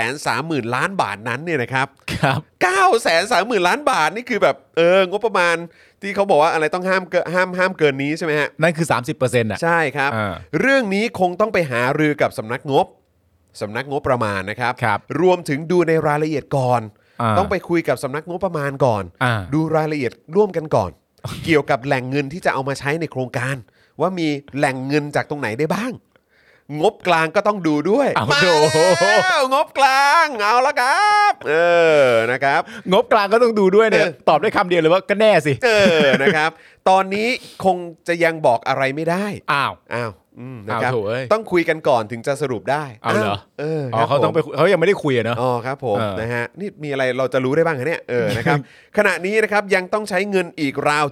[SPEAKER 1] 930,000 ล้านบาทนั้นเนี่ยนะครับ
[SPEAKER 2] ครับ
[SPEAKER 1] 9 3 0 0 0 ล้านบาทนี่คือแบบเอองบประมาณที่เขาบอกว่าอะไรต้องห้ามเกินห้ามห้ามเกินนี้ใช่ไหมฮะ
[SPEAKER 2] นั่นคือ 30%อน่ะ
[SPEAKER 1] ใช่ครับ
[SPEAKER 2] อ่า
[SPEAKER 1] เรื่องนี้คงต้องไปหารือกับสำนักงบสำนักงบประมาณนะครับ
[SPEAKER 2] ครับ
[SPEAKER 1] รวมถึงดูในรายละเอียดก่อน
[SPEAKER 2] อ่า
[SPEAKER 1] ต้องไปคุยกับสำนักงบประมาณก่อน
[SPEAKER 2] อ่า
[SPEAKER 1] ดูรายละเอียดร่วมกันก่อน เกี่ยวกับแหล่งเงินที่จะเอามาใช้ในโครงการ ว่ามีแหล่งเงินจากตรงไหนได้บ้าง งบกลางก็ต้องดูด้วย
[SPEAKER 2] เอา
[SPEAKER 1] มา
[SPEAKER 2] โด
[SPEAKER 1] แล้วงบกลางเอาละครับ เออนะครับ
[SPEAKER 2] งบกลางก็ต้องดูด้วยเนี่ย
[SPEAKER 1] เออ
[SPEAKER 2] ตอบได้คำเดียวเลยว่าก็แน่สิ
[SPEAKER 1] เออนะครับ ตอนนี้คงจะยังบอกอะไรไม่ได้
[SPEAKER 2] อ้าว
[SPEAKER 1] อ้าวอืมนะครับ
[SPEAKER 2] อ้าวโถ่เอ้ย
[SPEAKER 1] ต้องคุยกันก่อนถึงจะสรุปได้
[SPEAKER 2] เอาเหรอ
[SPEAKER 1] วเออ
[SPEAKER 2] อ๋
[SPEAKER 1] ค
[SPEAKER 2] อ
[SPEAKER 1] รับ
[SPEAKER 2] เขาต้องไป
[SPEAKER 1] ผม
[SPEAKER 2] คุยเขายังไม่ได้คุยอะเนาะ
[SPEAKER 1] อ๋อครับผม
[SPEAKER 2] เออ
[SPEAKER 1] นะฮะนี่มีอะไรเราจะรู้ได้บ้างคะเนี่ยเอ อนะครับ ขณะนี้นะครับยังต้องใช้เงินอีกราว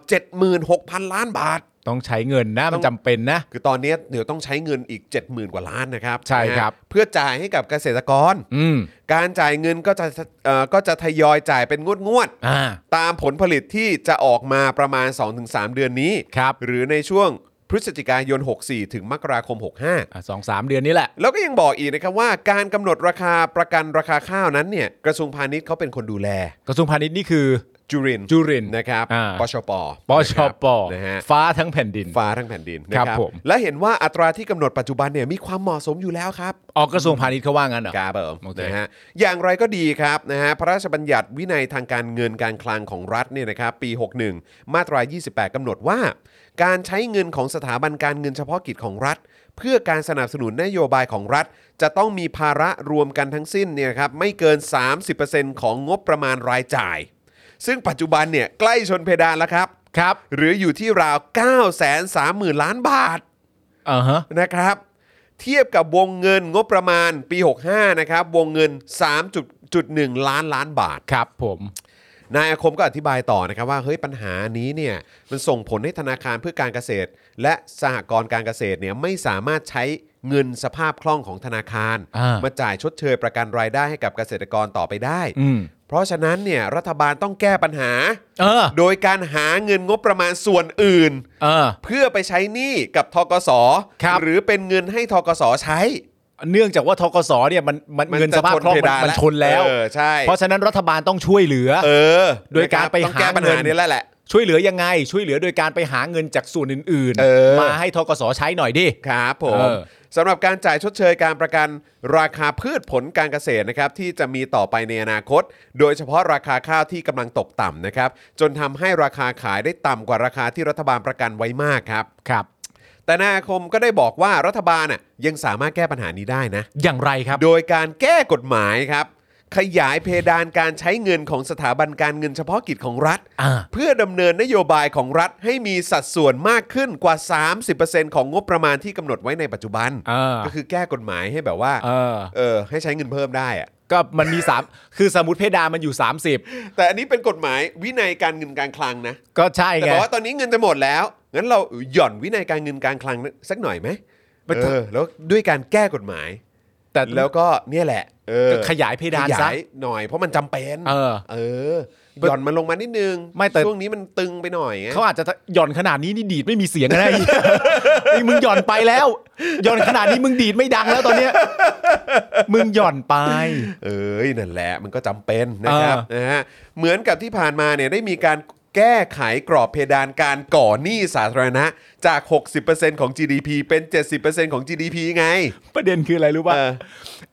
[SPEAKER 1] 76,000 ล้านบาท
[SPEAKER 2] ต้องใช้เงินนะ มันจำเป็นนะ
[SPEAKER 1] คือตอนนี้เดี๋ยวต้องใช้เงินอีก 70,000 กว่าล้านนะครับ
[SPEAKER 2] ใช่ครับ
[SPEAKER 1] นะฮะเพื่อจ่ายให้กับเกษตรกร
[SPEAKER 2] อืม
[SPEAKER 1] การจ่ายเงินก็จะเอ่อก็จะทยอยจ่ายเป็นงวดงวดๆ
[SPEAKER 2] อ่า
[SPEAKER 1] ตามผลผลิตที่จะออกมาประมาณ 2-3 เดือนนี้
[SPEAKER 2] ครับ
[SPEAKER 1] หรือในช่วงพฤศจิกายน 64 ถึงมกราคม 65
[SPEAKER 2] อ่ะสองสามเดือนนี้แหละ
[SPEAKER 1] แล้วก็ยังบอกอีกนะครับว่าการกำหนดราคาประกันราคาข้าวนั้นเนี่ยกระทรวงพาณิชย์เขาเป็นคนดูแล
[SPEAKER 2] กระทรวงพาณิชย์นี่คือ
[SPEAKER 1] จุรินทร์
[SPEAKER 2] จุรินทร์
[SPEAKER 1] นะครับ
[SPEAKER 2] อ่า
[SPEAKER 1] ปชป
[SPEAKER 2] ปชป
[SPEAKER 1] นะฮะ
[SPEAKER 2] ฟ้าทั้งแผ่นดิน
[SPEAKER 1] ฟ้าทั้งแผ่นดินนะค
[SPEAKER 2] ครั
[SPEAKER 1] รับบ
[SPEAKER 2] ผม
[SPEAKER 1] และเห็นว่าอัตราที่กำหนดปัจจุบันเนี่ยมีความเหมาะสมอยู่แล้วครับ
[SPEAKER 2] ออกกระทรวงพาณิชย์เขาว่างั้นเหรอ
[SPEAKER 1] ครับผม
[SPEAKER 2] โอเค
[SPEAKER 1] นะฮะอย่างไรก็ดีครับนะฮะพระราชบัญญัติวินัยทางการเงินการคลังของรัฐเนี่ยนะครับปี 61 มาตรา 28กำหนดว่า การใช้เงินของสถาบันการเงินเฉพาะกิจของรัฐ เพื่อการสนับสนุนนโยบายของรัฐ จะต้องมีภาระรวมกันทั้งสิ้นเนี่ยครับไม่เกิน 30%ของงบประมาณรายจ่าย ซึ่งปัจจุบันเนี่ยใกล้ชนเพดานแล้วครับ
[SPEAKER 2] ครับ
[SPEAKER 1] หรืออยู่ที่ราว 9 3 0 0 0 0 ล้านบาท
[SPEAKER 2] อ่าฮะ
[SPEAKER 1] นะครับเทียบกับวงเงินงบประมาณปี 65 นะครับ วงเงิน 3.1 ล้านล้านบาท
[SPEAKER 2] ครับผม
[SPEAKER 1] นายอาคมก็อธิบายต่อนะครับว่าเฮ้ยปัญหานี้เนี่ยมันส่งผลให้ธนาคารเพื่อการเกษตร และสหกรณ์การเกษตรเนี่ยไม่สามารถใช้เงินสภาพคล่องของธนาคาร
[SPEAKER 2] อ่าม
[SPEAKER 1] มาจ่ายชดเชยประกันรายได้ให้กับเกษตรกรต่อไปได้
[SPEAKER 2] อืม
[SPEAKER 1] เพราะฉะนั้นเนี่ยรัฐบาลต้องแก้ปัญหา
[SPEAKER 2] เออ
[SPEAKER 1] โดยการหาเงินงบประมาณส่วนอื่น
[SPEAKER 2] เออ
[SPEAKER 1] เพื่อไปใช้หนี้กับทกส
[SPEAKER 2] ครับ
[SPEAKER 1] หรือเป็นเงินให้ทกสใช้
[SPEAKER 2] เนื่องจากว่าทกสเนี่ยมันมันเงินสภาพคล่องมันมันชนแล้ว
[SPEAKER 1] เออใช่
[SPEAKER 2] เพราะฉะนั้นรัฐบาลต้องช่วยเหลือ
[SPEAKER 1] เออ
[SPEAKER 2] โดยการไป
[SPEAKER 1] นะครับต้องแก้
[SPEAKER 2] หาเงิน
[SPEAKER 1] ปัญหานี้แล้วแหละ
[SPEAKER 2] ช่วยเหลือยังไง ช่วยเหลือโดยการไปหาเงินจากส่วนอื่น
[SPEAKER 1] เออ
[SPEAKER 2] มาให้ทกสใช้หน่อยดิ
[SPEAKER 1] ครับผ
[SPEAKER 2] เอ
[SPEAKER 1] ม
[SPEAKER 2] อ
[SPEAKER 1] สำหรับการจ่ายชดเชยการประกันราคาพืชผลการเกษตรนะครับที่จะมีต่อไปในอนาคต โดยเฉพาะราคาข้าวที่กำลังตกต่ำนะครับ จนทำให้ราคาขายได้ต่ำกว่าราคาที่รัฐบาลประกันไว้มากครับ
[SPEAKER 2] ครับ
[SPEAKER 1] แต่นายอาคมก็ได้บอกว่ารัฐบาลน่ะยังสามารถแก้ปัญหานี้ได้นะ
[SPEAKER 2] อย่างไรครับ
[SPEAKER 1] โดยการแก้กฎหมายครับ ขยายเพดานการใช้เงินของสถาบันการเงินเฉพาะกิจของรัฐ
[SPEAKER 2] อ่า
[SPEAKER 1] เพื่อดำเนินนโยบายของรัฐให้มีสัดส่วนมากขึ้นกว่า 30%ของงบประมาณที่กำหนดไว้ในปัจจุบัน
[SPEAKER 2] เออ
[SPEAKER 1] ก็คือแก้กฎหมายให้แบบว่า
[SPEAKER 2] เออ
[SPEAKER 1] เออ ให้ใช้เงินเพิ่มได้อะ
[SPEAKER 2] ก็มันมีสาม คือสมมติเพดานมันอยู่
[SPEAKER 1] แต่อันนี้เป็นกฎหมายวินัยการเงินการคลังนะ
[SPEAKER 2] 30 ก็ใช่
[SPEAKER 1] แต่
[SPEAKER 2] ไง
[SPEAKER 1] บอกว่าตอนนี้เงินจะหมดแล้ว งั้นเราหย่อนวินัยการเงินการคลังสักหน่อยไหม
[SPEAKER 2] มัน
[SPEAKER 1] เออแล้วด้วยการแก้กฎหมาย
[SPEAKER 2] แต่
[SPEAKER 1] แล้วก็เนี่ยแหละ เออ
[SPEAKER 2] ก็ขยายเพดาน
[SPEAKER 1] ขย
[SPEAKER 2] ซะ
[SPEAKER 1] หน่อยเพราะมันจำเป็น
[SPEAKER 2] เออ
[SPEAKER 1] เออหย่อนมันลงมานิดนึง
[SPEAKER 2] ไม่แต่
[SPEAKER 1] ช่วงนี้มันตึงไปหน่อยไง
[SPEAKER 2] เขาอาจจะหย่อนขนาดนี้นี่ดีดไม่มีเสียงนะไอ้ นี่มึงหย่อนไปแล้ว หย่อนขนาดนี้มึงดีดไม่ดังแล้วตอนเนี้ ย มึงหย่อนไป
[SPEAKER 1] เอ้ยนั่นแหละมันก็จำเป็นนะครับ
[SPEAKER 2] เออ
[SPEAKER 1] นะฮะเหมือนกับที่ผ่านมาเนี่ยได้มีการแก้ไขกรอบเพดานการก่อหนี้สาธารณะจาก 60%ของ GDP เป็น 70%ของ GDP ไง
[SPEAKER 2] ประเด็นคืออะไรรู้ป่ะ
[SPEAKER 1] เออ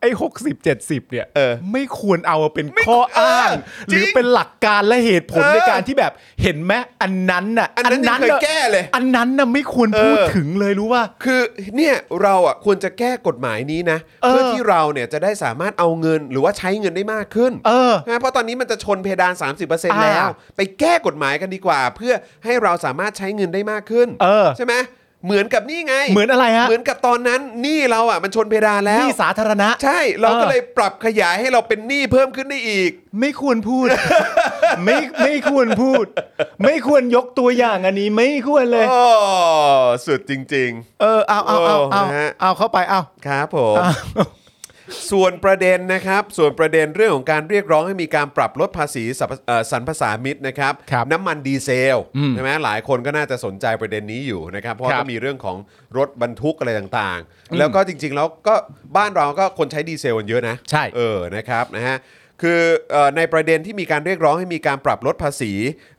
[SPEAKER 2] ไอ้หกสิบเจ็ดสิบเนี่ย
[SPEAKER 1] เออ
[SPEAKER 2] ไม่ควรเอาเป็นข้ออ้าง
[SPEAKER 1] เออจริง
[SPEAKER 2] หรือเป็นหลักการและเหตุผล
[SPEAKER 1] เออ
[SPEAKER 2] ในการที่แบบเห็นไหมอันนั้นน่ะ
[SPEAKER 1] อันนั้นยังเคย
[SPEAKER 2] ะ
[SPEAKER 1] แก้เลย
[SPEAKER 2] อันนั้นน่ะไม่ควรพูด
[SPEAKER 1] เออ
[SPEAKER 2] ถึงเลยรู้ป่ะ
[SPEAKER 1] คือเนี่ยเราอ่ะควรจะแก้กฎหมายนี้นะ
[SPEAKER 2] เออ
[SPEAKER 1] เพื่อที่เราเนี่ยจะได้สามารถเอาเงินหรือว่าใช้เงินได้มากขึ้น
[SPEAKER 2] เออ
[SPEAKER 1] นะเพราะตอนนี้มันจะชนเพดาน 30%แล้ว
[SPEAKER 2] อ่า
[SPEAKER 1] ไปแก้กฎหมายกันดีกว่า เพื่อให้เราสามารถใช้เงินได้มากขึ้น
[SPEAKER 2] เออ
[SPEAKER 1] ใช่ไหมเหมือนกับนี่ไง
[SPEAKER 2] เหมือนอะไรฮะ
[SPEAKER 1] เหมือนกับตอนนั้นหนี้เราอ่ะมันชนเพดาน
[SPEAKER 2] ห
[SPEAKER 1] แล้ว
[SPEAKER 2] นี่สาธารณะ
[SPEAKER 1] ใช่เราก็
[SPEAKER 2] เออ
[SPEAKER 1] เลยปรับขยายให้เราเป็นหนี้เพิ่มขึ้นได้อีก
[SPEAKER 2] ไม่ควรพูด ไม่ไม่ควรพูด ไม่ควรยกตัวอย่างอันนี้ไม่ควรเลย
[SPEAKER 1] โอ้สุดจริง
[SPEAKER 2] เออเอาเอาเอาเอา
[SPEAKER 1] โอ้นะฮะ
[SPEAKER 2] เอาเข้าไปเอา
[SPEAKER 1] ๆ ครับผมส่วนประเด็นนะครับ ส่วนประเด็นเรื่องของการเรียกร้องให้มีการปรับลดภาษีสรรพเอ่อสรรพสามิตนะครับ
[SPEAKER 2] ครับ
[SPEAKER 1] น้ำมันดีเซล
[SPEAKER 2] อืม
[SPEAKER 1] ใช่ไหมหลายคนก็น่าจะสนใจประเด็นนี้อยู่นะครับ เพราะ
[SPEAKER 2] ครั
[SPEAKER 1] ก็
[SPEAKER 2] บ
[SPEAKER 1] มีเรื่องของรถบรรทุกอะไรต่างๆ แล้วก็จริง ๆ แล้วก็บ้านเราก็คนใช้ดีเซลกันเยอะนะ
[SPEAKER 2] ใช่
[SPEAKER 1] เออ นะครับ นะฮะ คือเอ่อในประเด็นที่มีการเรียกร้องให้มีการปรับลดภาษี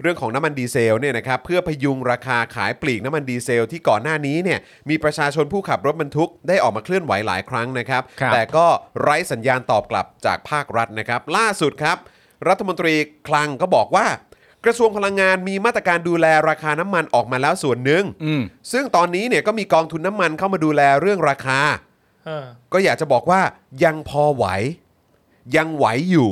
[SPEAKER 1] เรื่องของน้ำมันดีเซลเนี่ยนะครับ เพื่อพยุงราคาขายปลีกน้ำมันดีเซลที่ก่อนหน้านี้เนี่ย มีประชาชนผู้ขับรถบรรทุกได้ออกมาเคลื่อนไหวหลายครั้งนะครับ
[SPEAKER 2] ครับ
[SPEAKER 1] แต่ก็ไร้สัญญาณตอบกลับจากภาครัฐนะครับ ล่าสุดครับ รัฐมนตรีคลังก็บอกว่า กระทรวงพลังงานมีมาตรการดูแลราคาน้ำมันออกมาแล้วส่วนหนึ่ง
[SPEAKER 2] อืม
[SPEAKER 1] ซึ่งตอนนี้เนี่ยก็มีกองทุนน้ำมันเข้ามาดูแลเรื่องราคา
[SPEAKER 3] เออ
[SPEAKER 1] ก็อยากจะบอกว่ายังพอไหว ยังไหวอยู่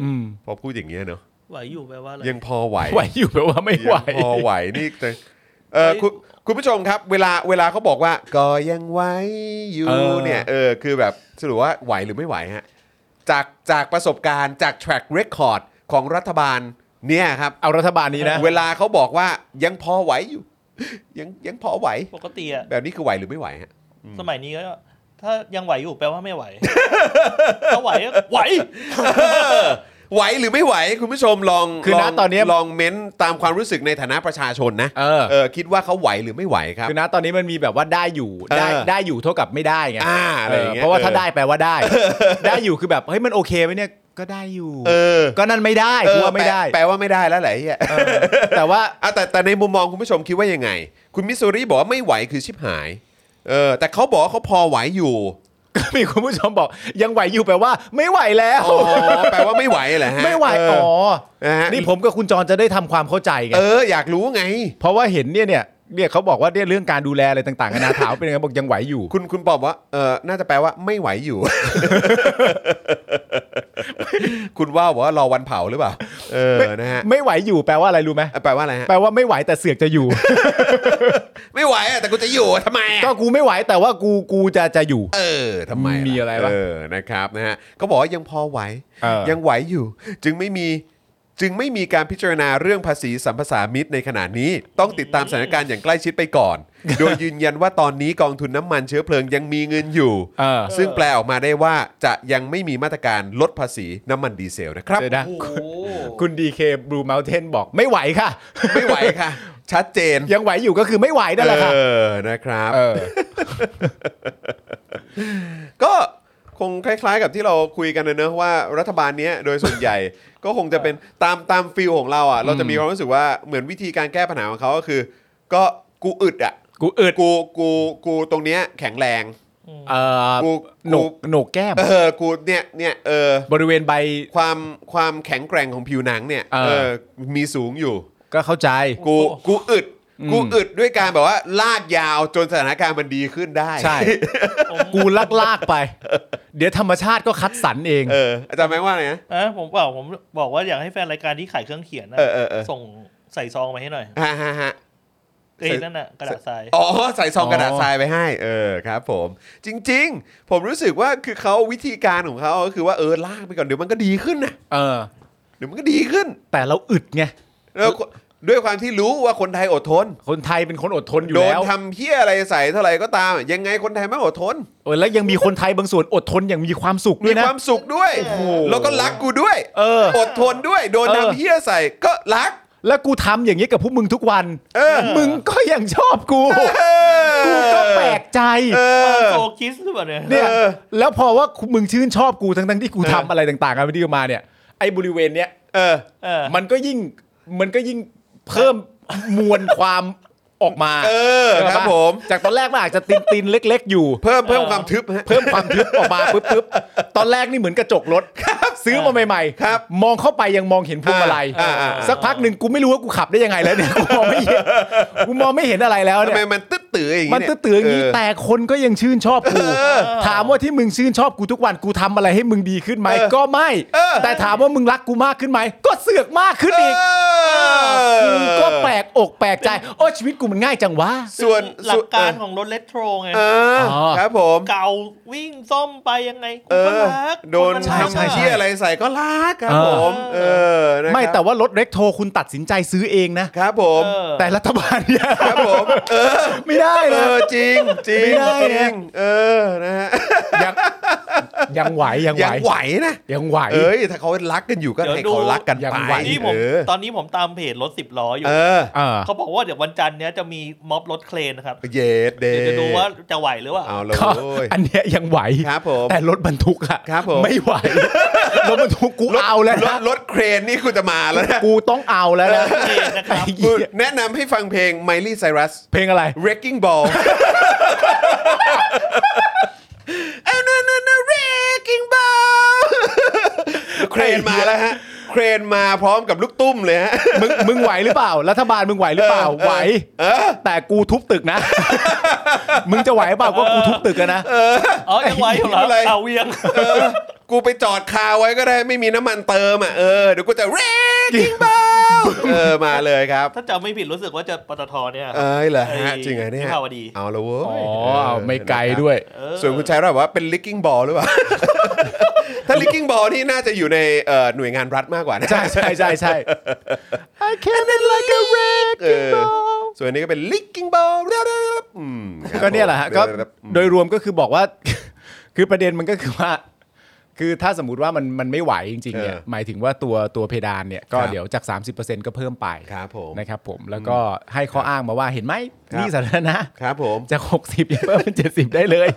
[SPEAKER 2] อืม
[SPEAKER 1] พอพูดอย่างเงี้ยเนอะ
[SPEAKER 3] ไหวอยู่แปลว่าอะไร
[SPEAKER 1] ยังพอไหว
[SPEAKER 2] ไหวอยู่แปลว่าไม่ไหว
[SPEAKER 1] ยังพอไหวนี่จะเออคุณคุณผู้ชมครับเวลาเวลาเขาบอกว่า ก็ยังไหวอยู่
[SPEAKER 2] เออ
[SPEAKER 1] เนี่ยเออคือแบบสรุปว่าไหวหรือไม่ไหวฮะจากจากประสบการณ์จาก track record ของรัฐบาลเนี่ยครับ
[SPEAKER 2] เอารัฐบาลนี้นะ
[SPEAKER 1] เวลาเขาบอกว่ายังพอไหวอยู่ ยังยังพอไหว
[SPEAKER 3] ปกติอะ
[SPEAKER 1] แบบนี้คือไหวหรือไม่ไหวฮะ
[SPEAKER 3] สมัยนี้ก็ถ้ายังไหวอยู่แปลว่า ไม่ไหว ถ้าไหวก็ไหว
[SPEAKER 1] เออไหวหรือไม่ไหวคุณผู้ชมลอง
[SPEAKER 2] คือณ
[SPEAKER 1] ลง
[SPEAKER 2] ตอนเนี้ย
[SPEAKER 1] ลองเม้นต์ตามความรู้สึกในฐานะประชาชนนะ
[SPEAKER 2] เออ
[SPEAKER 1] คิดว่าเขาไหวหรือไม่ไหวครับ
[SPEAKER 2] คือนะตอนนี้มันมีแบบว่าได้อยู่ได้
[SPEAKER 1] เออ
[SPEAKER 2] ได้อยู่เท่ากับไม่ได้ไง
[SPEAKER 1] อ่าอะไรอย่างเงี้ย
[SPEAKER 2] เพราะว่าถ้า
[SPEAKER 1] เออ
[SPEAKER 2] ได้แปลว่าได้ ได้อยู่คือแบบเฮ้ยมันโอเคไหมเนี่ยก็ได้อยู่
[SPEAKER 1] เออ
[SPEAKER 2] ก็นั่นไม่ได้
[SPEAKER 1] เอ
[SPEAKER 2] กู
[SPEAKER 1] อ
[SPEAKER 2] ว่าไม่ได้
[SPEAKER 1] แปลแปลว่าไม่ได้แล้วแหละไอ้เหี้ย
[SPEAKER 2] เออแต่ว่า
[SPEAKER 1] เอาแต่แต่ในมุมมองคุณผู้ชมคิดว่ายังไง คุณมิสซูรีบอกว่าไม่ไหวคือชิบหายเออแต่เขาบอกว่าเขาพอไหวอยู่
[SPEAKER 2] ก็มีคุณผู้ชมบอก ยังไหวอยู่แปลว่า ไม่ไหวแล้ว
[SPEAKER 1] อ๋อแปลว่าไม่ไหวเหรอฮะ
[SPEAKER 2] ไม่ไหว
[SPEAKER 1] เอ
[SPEAKER 2] อ๋อ
[SPEAKER 1] อนะฮะ
[SPEAKER 2] นี่ผมกับคุณจรจะได้ทำความเข้าใจไง
[SPEAKER 1] เอออยากรู้ไง
[SPEAKER 2] เพราะว่าเห็นเนี่ยเนี่ยเนี่ยเขาบอกว่าเนี่ยเรื่องการดูแลอะไรต่าง ๆนานาถามว่าเป็นยังไงบอกยังไหวอยู่
[SPEAKER 1] คุณคุณปอบว่าเออน่าจะแปลว่าไม่ไหวอยู่ คุณว่าบอกว่ารอวันเผาหรือเปล่าเออนะฮะ
[SPEAKER 2] ไม่ไหวอยู่แปลว่าอะไรรู้ไหม
[SPEAKER 1] แปลว่าอะไรฮะ
[SPEAKER 2] แปลว่าไม่ไหวแต่เสือกจะอยู่
[SPEAKER 1] ไม่ไหวอะแต่กูจะอยู่อะทำไมอะ
[SPEAKER 2] ก็กูไม่ไหวแต่ว่ากูกูจะจะอยู่
[SPEAKER 1] เออทำไม
[SPEAKER 2] มีอะไรวะ
[SPEAKER 1] เออนะครับนะฮะก็บอกว่ายังพอไหว
[SPEAKER 2] เออ
[SPEAKER 1] ยังไหวอยู่ จึงไม่มี จึงไม่มีการพิจารณาเรื่องภาษีสัมภาษามิตรในขณะนี้ ต้องติดตามสถานการณ์อย่างใกล้ชิดไปก่อน โดยยืนยันว่าตอนนี้กองทุนน้ำมันเชื้อเพลิงยังมีเงินอยู่
[SPEAKER 2] เออ
[SPEAKER 1] ซึ่งแปลออกมาได้ว่าจะยังไม่มีมาตรการลดภาษีน้ำมันดีเซลนะครับ
[SPEAKER 2] เจอนะ
[SPEAKER 4] โอ้โห
[SPEAKER 2] คุณดีเคบลูเมลเทนบอกไม่ไหวค่ะ
[SPEAKER 1] ไม่ไหว ค่ะ ชัดเจน
[SPEAKER 2] ยังไหวอยู่ก็คือไม่ไหวนั่นแหละค่ะ
[SPEAKER 1] เออนะครับ
[SPEAKER 2] เออ
[SPEAKER 1] ก็คงคล้าย ๆ กับที่เราคุยกันนะเนอะว่ารัฐบาลเนี้ยโดยส่วนใหญ่ ก็คงจะเป็นตามตามฟิลของเราอ่ะเราจะมีความรู้สึกว่าเหมือนวิธีการแก้ปัญหาของเขาก็คือ ก็กูอึดอ่ะ
[SPEAKER 2] กูอึด
[SPEAKER 1] กูกูกูตรงเนี้ยแข็งแรง
[SPEAKER 2] เออ
[SPEAKER 1] กู
[SPEAKER 2] หน
[SPEAKER 1] กู
[SPEAKER 2] กหนกแก้ม
[SPEAKER 1] เออกูเนี่ยเนี่ยเออบ
[SPEAKER 2] ริเวณใบ
[SPEAKER 1] ความความแข็งแกร่งของผิวหนังเนี่ย
[SPEAKER 2] เออ
[SPEAKER 1] เออมีสูงอยู่
[SPEAKER 2] ก็เข้าใจ
[SPEAKER 1] กูกูอึด
[SPEAKER 2] อืม
[SPEAKER 1] กูอึดด้วยการแบบว่าลากยาวจนสถานการณ์มันดีขึ้นได้
[SPEAKER 2] ใช่ กูลากลากๆไป เดี๋ยวธรรมชาติก็คัดสรรเอง
[SPEAKER 1] เอออาจารย์แม่งว่าไงนะ
[SPEAKER 3] อ่ะผมเปล่าผมบอกว่าอยากให้แฟนรายการที่ขายเครื่องเขียนน่ะ
[SPEAKER 1] เออเออเออ
[SPEAKER 3] ส่งใส่ซองมาให้หน่อย
[SPEAKER 1] ฮ่าฮ่าฮ่า
[SPEAKER 3] เอ้ย
[SPEAKER 1] ใส่
[SPEAKER 3] นั่นน่ะกระดาษทราย
[SPEAKER 1] อ๋อ ใส่ซองกระดาษ
[SPEAKER 2] อ๋อ
[SPEAKER 1] ทรายไปให้ เออครับผม จริง ๆ ผมรู้สึกว่าคือเขาวิธีการของเขาก็คือว่าเออลากไปก่อนเดี๋ยวมันก็ดีขึ้นนะ
[SPEAKER 2] เออ
[SPEAKER 1] เดี๋ยวมันก็ดีขึ้น
[SPEAKER 2] แต่เราอึดไง
[SPEAKER 1] แล้วก็ด้วยความที่รู้ว่าคนไทยอดทน
[SPEAKER 2] คนไทยเป็นคนอดทนอยู่
[SPEAKER 1] โดน
[SPEAKER 2] แล้ว
[SPEAKER 1] ทำเพี้ยอะไรใส่เท่าไหร่ก็ตาม ยังไงคนไทยไม่อดทน
[SPEAKER 2] เออแล้วยังมีคนไทยบางส่วนอดทนอย่างมีความสุขด้
[SPEAKER 1] มี
[SPEAKER 2] วยนะ
[SPEAKER 1] ความสุขด้วย แล้วก็รักกูด้วย
[SPEAKER 2] เออ
[SPEAKER 1] อดทนด้วย โดน
[SPEAKER 2] เออ
[SPEAKER 1] ทำเพี้ยใส่ก็รัก
[SPEAKER 2] แล้วกูทำอย่างนี้กับพวกมึงทุกวัน
[SPEAKER 1] เออ
[SPEAKER 2] มึงก็ยังชอบกู
[SPEAKER 1] เออ
[SPEAKER 2] กูก็แปลกใจ
[SPEAKER 1] เออ
[SPEAKER 3] โซคิสหรือเปล่าเนี่ย
[SPEAKER 2] เนี่ย
[SPEAKER 1] เออ
[SPEAKER 2] แล้วพอว่ามึงชื่นชอบกูทั้งทั้งๆที่กู
[SPEAKER 1] เออ
[SPEAKER 2] ทำอะไรต่างๆกันไปที่มาเนี่ยไอ้บริเวณเนี้ย
[SPEAKER 1] เออ
[SPEAKER 3] เออ
[SPEAKER 2] มันก็ยิ่งมันก็ยิ่งเพิ่มมวลความออกมา
[SPEAKER 1] เออ
[SPEAKER 2] ข้าใจ
[SPEAKER 1] ครับ
[SPEAKER 2] ปะ
[SPEAKER 1] ผม
[SPEAKER 2] จากตอนแรกมันอาจจะตินตินๆเล็ก ๆ อยู่
[SPEAKER 1] เพิ่มเพิ่มความทึบฮะ
[SPEAKER 2] เพิ่มความทึบออกมาปุ๊บปุ๊บตอนแรกนี่เหมือนกระจกรถซื้อมาใหม่
[SPEAKER 1] ครับ
[SPEAKER 2] มองเข้าไปยังมองเห็นพวงมาลัย
[SPEAKER 1] อ่าอ่า
[SPEAKER 2] สักพักหนึ่งกูไม่รู้ว่ากูขับได้ยังไงแล้วเนี่ยกูมองไม่เห็นกูมองไม่เห็นอะไรแล้ว
[SPEAKER 1] ทำ
[SPEAKER 2] เนี่ย
[SPEAKER 1] ไมมันตึ๊ดตืออย่าง
[SPEAKER 2] มัน
[SPEAKER 1] เย
[SPEAKER 2] ตื้อตืออย่างนี้
[SPEAKER 1] เ
[SPEAKER 2] แต่คนก็ยังชื่นชอบกู ถามว่าที่มึงชื่นชอบกูทุกวันกูทำอะไรให้มึงดีขึ้นไหม
[SPEAKER 1] เออ
[SPEAKER 2] ก็ไม่
[SPEAKER 1] เออ
[SPEAKER 2] แต่ถามว่ามึงรักกูมากขึ้นไหมก็เสือกมากขึ้นอีก
[SPEAKER 1] เออ
[SPEAKER 2] กูก็แปลกอกแปลกใจโอ้ยชีวิตกูมันง่ายจังวะ
[SPEAKER 1] ส่วน
[SPEAKER 3] หลั
[SPEAKER 1] ส่
[SPEAKER 3] ก
[SPEAKER 1] วน
[SPEAKER 3] การ
[SPEAKER 1] เ
[SPEAKER 3] ของรถเลโทรไง
[SPEAKER 1] เออ
[SPEAKER 2] อ
[SPEAKER 1] ครับผม
[SPEAKER 3] เก่าวิ่งซ่อมไปยังไงกู
[SPEAKER 1] เอ
[SPEAKER 3] ก็
[SPEAKER 1] อ
[SPEAKER 3] รัก
[SPEAKER 1] โดน
[SPEAKER 3] กูก็
[SPEAKER 2] ใช่
[SPEAKER 3] รัก
[SPEAKER 1] ทำ
[SPEAKER 2] ใช่
[SPEAKER 1] เชี่ยอะไรใส่ก็ลากครับ
[SPEAKER 2] เออ
[SPEAKER 1] ผม เออนะครับ
[SPEAKER 2] ไม่แต่ว่ารถเร็กโทคุณตัดสินใจซื้อเองนะ
[SPEAKER 1] ครับผม
[SPEAKER 3] เออ
[SPEAKER 2] แต่รัฐบาลเนี่ย
[SPEAKER 1] ครับผมเออ
[SPEAKER 2] ไม่ได้
[SPEAKER 1] เอ
[SPEAKER 2] นะ
[SPEAKER 1] อจริงจริง
[SPEAKER 2] ไม่ได้
[SPEAKER 1] จ
[SPEAKER 2] นะ
[SPEAKER 1] ริงเออนะฮะ
[SPEAKER 2] ยังยังไหวยังไห
[SPEAKER 1] ยั
[SPEAKER 2] ว
[SPEAKER 1] งไหวนะ
[SPEAKER 2] ยังไหว
[SPEAKER 1] เอ้ยถ้าเขารักกันอยู่ก็ให้เขารักกัน
[SPEAKER 2] ยัง
[SPEAKER 1] ไป
[SPEAKER 2] ไหว
[SPEAKER 3] นี่ผม
[SPEAKER 1] เออ
[SPEAKER 3] ตอนนี้ผมตามเพจรถสิบล้ออยู่
[SPEAKER 1] เออ
[SPEAKER 2] เออ
[SPEAKER 3] เขาบอกว่าเดี๋ยววันจันทร์เนี้ยจะมีม็อบรถเครนนะครับ
[SPEAKER 1] เย็ดเด
[SPEAKER 3] เดี๋ยวจะดูว่าจะไหวหรือเปล่า
[SPEAKER 1] เอาเลย
[SPEAKER 2] ก็
[SPEAKER 1] โว้ย
[SPEAKER 2] อันเนี้ยยังไหว
[SPEAKER 1] ครับผม
[SPEAKER 2] แต่รถบรรทุกอะ
[SPEAKER 1] ครับผม
[SPEAKER 2] ไม่ ไหว รถบรรทุกกูเอาแล้ว
[SPEAKER 1] ร
[SPEAKER 2] นะ
[SPEAKER 1] ถรถเครนนี่คุณจะมาแล้วนะ
[SPEAKER 2] กูต้องเอาแล้วนะ
[SPEAKER 3] เครนนะครับ
[SPEAKER 2] ไอ้เหี้ย
[SPEAKER 1] แนะนำให้ฟังเพลง Miley Cyrus
[SPEAKER 2] เพลงอะไร
[SPEAKER 1] Wrecking Ball Oh no no no Wrecking Ball เครนมาแล้วฮะ เครนมาพร้อมกับลูกตุ้มเลยฮะ
[SPEAKER 2] มึงมึงไหวหรือเปล่า รัฐบาลมึงไหวหรือเปล่า ไหว แต่กูทุบตึกนะ มึงจะไหวเปล่าก็กูทุบตึกอะนะ
[SPEAKER 3] อ๋อยังไหวอยู่เหรอ
[SPEAKER 1] ไม่เป็นไร
[SPEAKER 3] เอาเวียง
[SPEAKER 1] เออ กูไปจอดคาไว้ก็ได้ไม่มีน้ำมันเติมอ่ะ เออ เดี๋ยวกูจะ Wrecking Ball เออ มาเลยครับ
[SPEAKER 3] ถ้าจำไม่ผิดรู้สึกว่าจะปตทเนี่ยครับ
[SPEAKER 1] เอ้ยเหรอฮะ
[SPEAKER 3] ไอ้
[SPEAKER 1] จริงเหรอเนี่ย
[SPEAKER 3] วิภาวดี
[SPEAKER 1] เอาละเว้ย
[SPEAKER 2] อ๋อเอาไม่ไกลด้วย
[SPEAKER 3] เออ
[SPEAKER 1] ส่วนคุณชายรับว่าเป็น licking ball หรือเปล่า ถ้า licking ball นี่น่าจะอยู่ในเอ่อหน่วยงานรัฐมากกว่านะ
[SPEAKER 2] ใช่ใช่ใช่ใช่ I can't like a wreck
[SPEAKER 1] เออส่วนอันนี้ก็เป็น licking ball เรื่อยๆอืมครับ
[SPEAKER 2] ก็เนี่ยแหละฮะก็
[SPEAKER 1] เรื่อยๆ
[SPEAKER 2] โดยรวมก็คือบอกว่า คือประเด็นมันก็คือว่า คือถ้าสมมติว่ามันมันไม่ไหวจริงๆเนี่ย
[SPEAKER 1] เออ
[SPEAKER 2] หมายถึงว่าตัวตัวเพดานเนี่ยก็
[SPEAKER 1] ครับ
[SPEAKER 2] เดี๋ยวจาก 30%ก็เพิ่มไป
[SPEAKER 1] ครับผม
[SPEAKER 2] นะครับผมแล้วก็ให้ข้ออ้างมาว่าเห็นไหม
[SPEAKER 1] ครับ
[SPEAKER 2] นี่สาธารณะ
[SPEAKER 1] ครับผม
[SPEAKER 2] จาก 60ยังเพิ่มเป็น 70 ได้เลย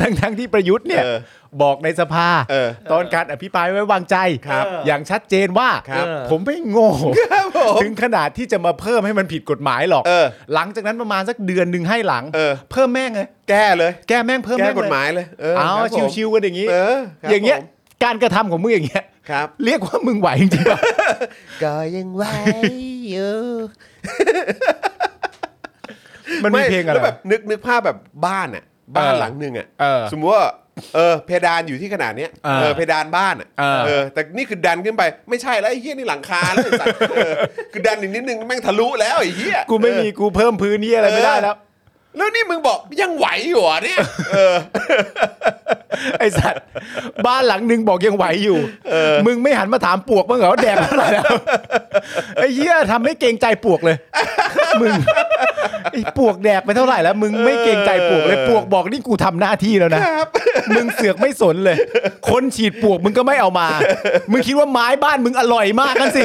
[SPEAKER 2] ทั้งทั้งที่ประยุทธ์เนี่ย
[SPEAKER 1] เออ
[SPEAKER 2] บอกในสภา
[SPEAKER 1] เออ
[SPEAKER 2] ตอนการอภิปรายไว้วางใจ
[SPEAKER 1] ครับ
[SPEAKER 2] อย่างชัดเจนว่า
[SPEAKER 1] ครับ
[SPEAKER 2] ผมไม่โง่
[SPEAKER 1] ครับผม
[SPEAKER 2] ถึงขนาดที่จะมาเพิ่มให้มันผิดกฎหมายหรอก
[SPEAKER 1] เออ
[SPEAKER 2] หลังจากนั้นประมาณสักเดือนหนึ่งให้หลัง
[SPEAKER 1] เออ
[SPEAKER 2] เพิ่มแม่งเลย
[SPEAKER 1] แก้เลย
[SPEAKER 2] แก้แม่งเพิ่ม
[SPEAKER 1] แก้
[SPEAKER 2] แม่ง
[SPEAKER 1] กฎหมายเลย
[SPEAKER 2] เอ้าชิวๆกันอย่าง
[SPEAKER 1] ๆ
[SPEAKER 2] นี้
[SPEAKER 1] เออครับ
[SPEAKER 2] อย่างเงี้ย
[SPEAKER 1] ผม
[SPEAKER 2] การกระทำของมึงอย่างเงี้ย
[SPEAKER 1] ครับ
[SPEAKER 2] เรียกว่ามึงไหวจริงๆป่ะ
[SPEAKER 1] ก็ยังไหวอยู่
[SPEAKER 2] มันมีเพลงอะไร
[SPEAKER 1] แล้วแบบนึกนึกภาพแบบบ้านอ่ะบ้านหลังหนึ่งอ่ะ
[SPEAKER 2] เออ
[SPEAKER 1] สมมติว่าเออเพดานอยู่ที่ขนาดเนี้ย
[SPEAKER 2] เออ
[SPEAKER 1] เพดานบ้านอ่ะ
[SPEAKER 2] เออ
[SPEAKER 1] แต่นี่คือดันขึ้นไปไม่ใช่แล้วไอ้เหี้ยนี่หลังคาแล้วไอ้สัตว์เออคือดันอีกนิดนึงแม่งทะลุแล้วไอ้เหี้ย
[SPEAKER 2] กูไม่มีกูเพิ่มพื้นที่อะไรไม่ได้แล้ว
[SPEAKER 1] แล้วนี่มึงบอกยังไหวอยู่เหรอเนี่ย เออ
[SPEAKER 2] ไอสัตว์บ้านหลังหนึงบอกยังไหวอยู่มึงไม่หันมาถามปวกบ้างเหรอว่าแดงเท่าไหร่แล้วไอ้เหี้ยทำไม่เกรงใจปวกเลย มึงไอ้ปวกแดกไปเท่าไหร่แล้ว มึงไม่เกรงใจปวกเลยปวกบอกนี่กูทำหน้าที่แล้วนะมึงเสือกไม่สนเลย คนฉีดปวกมึงก็ไม่เอามา มึงคิดว่าไม้บ้านมึงอร่อยมากกันสิ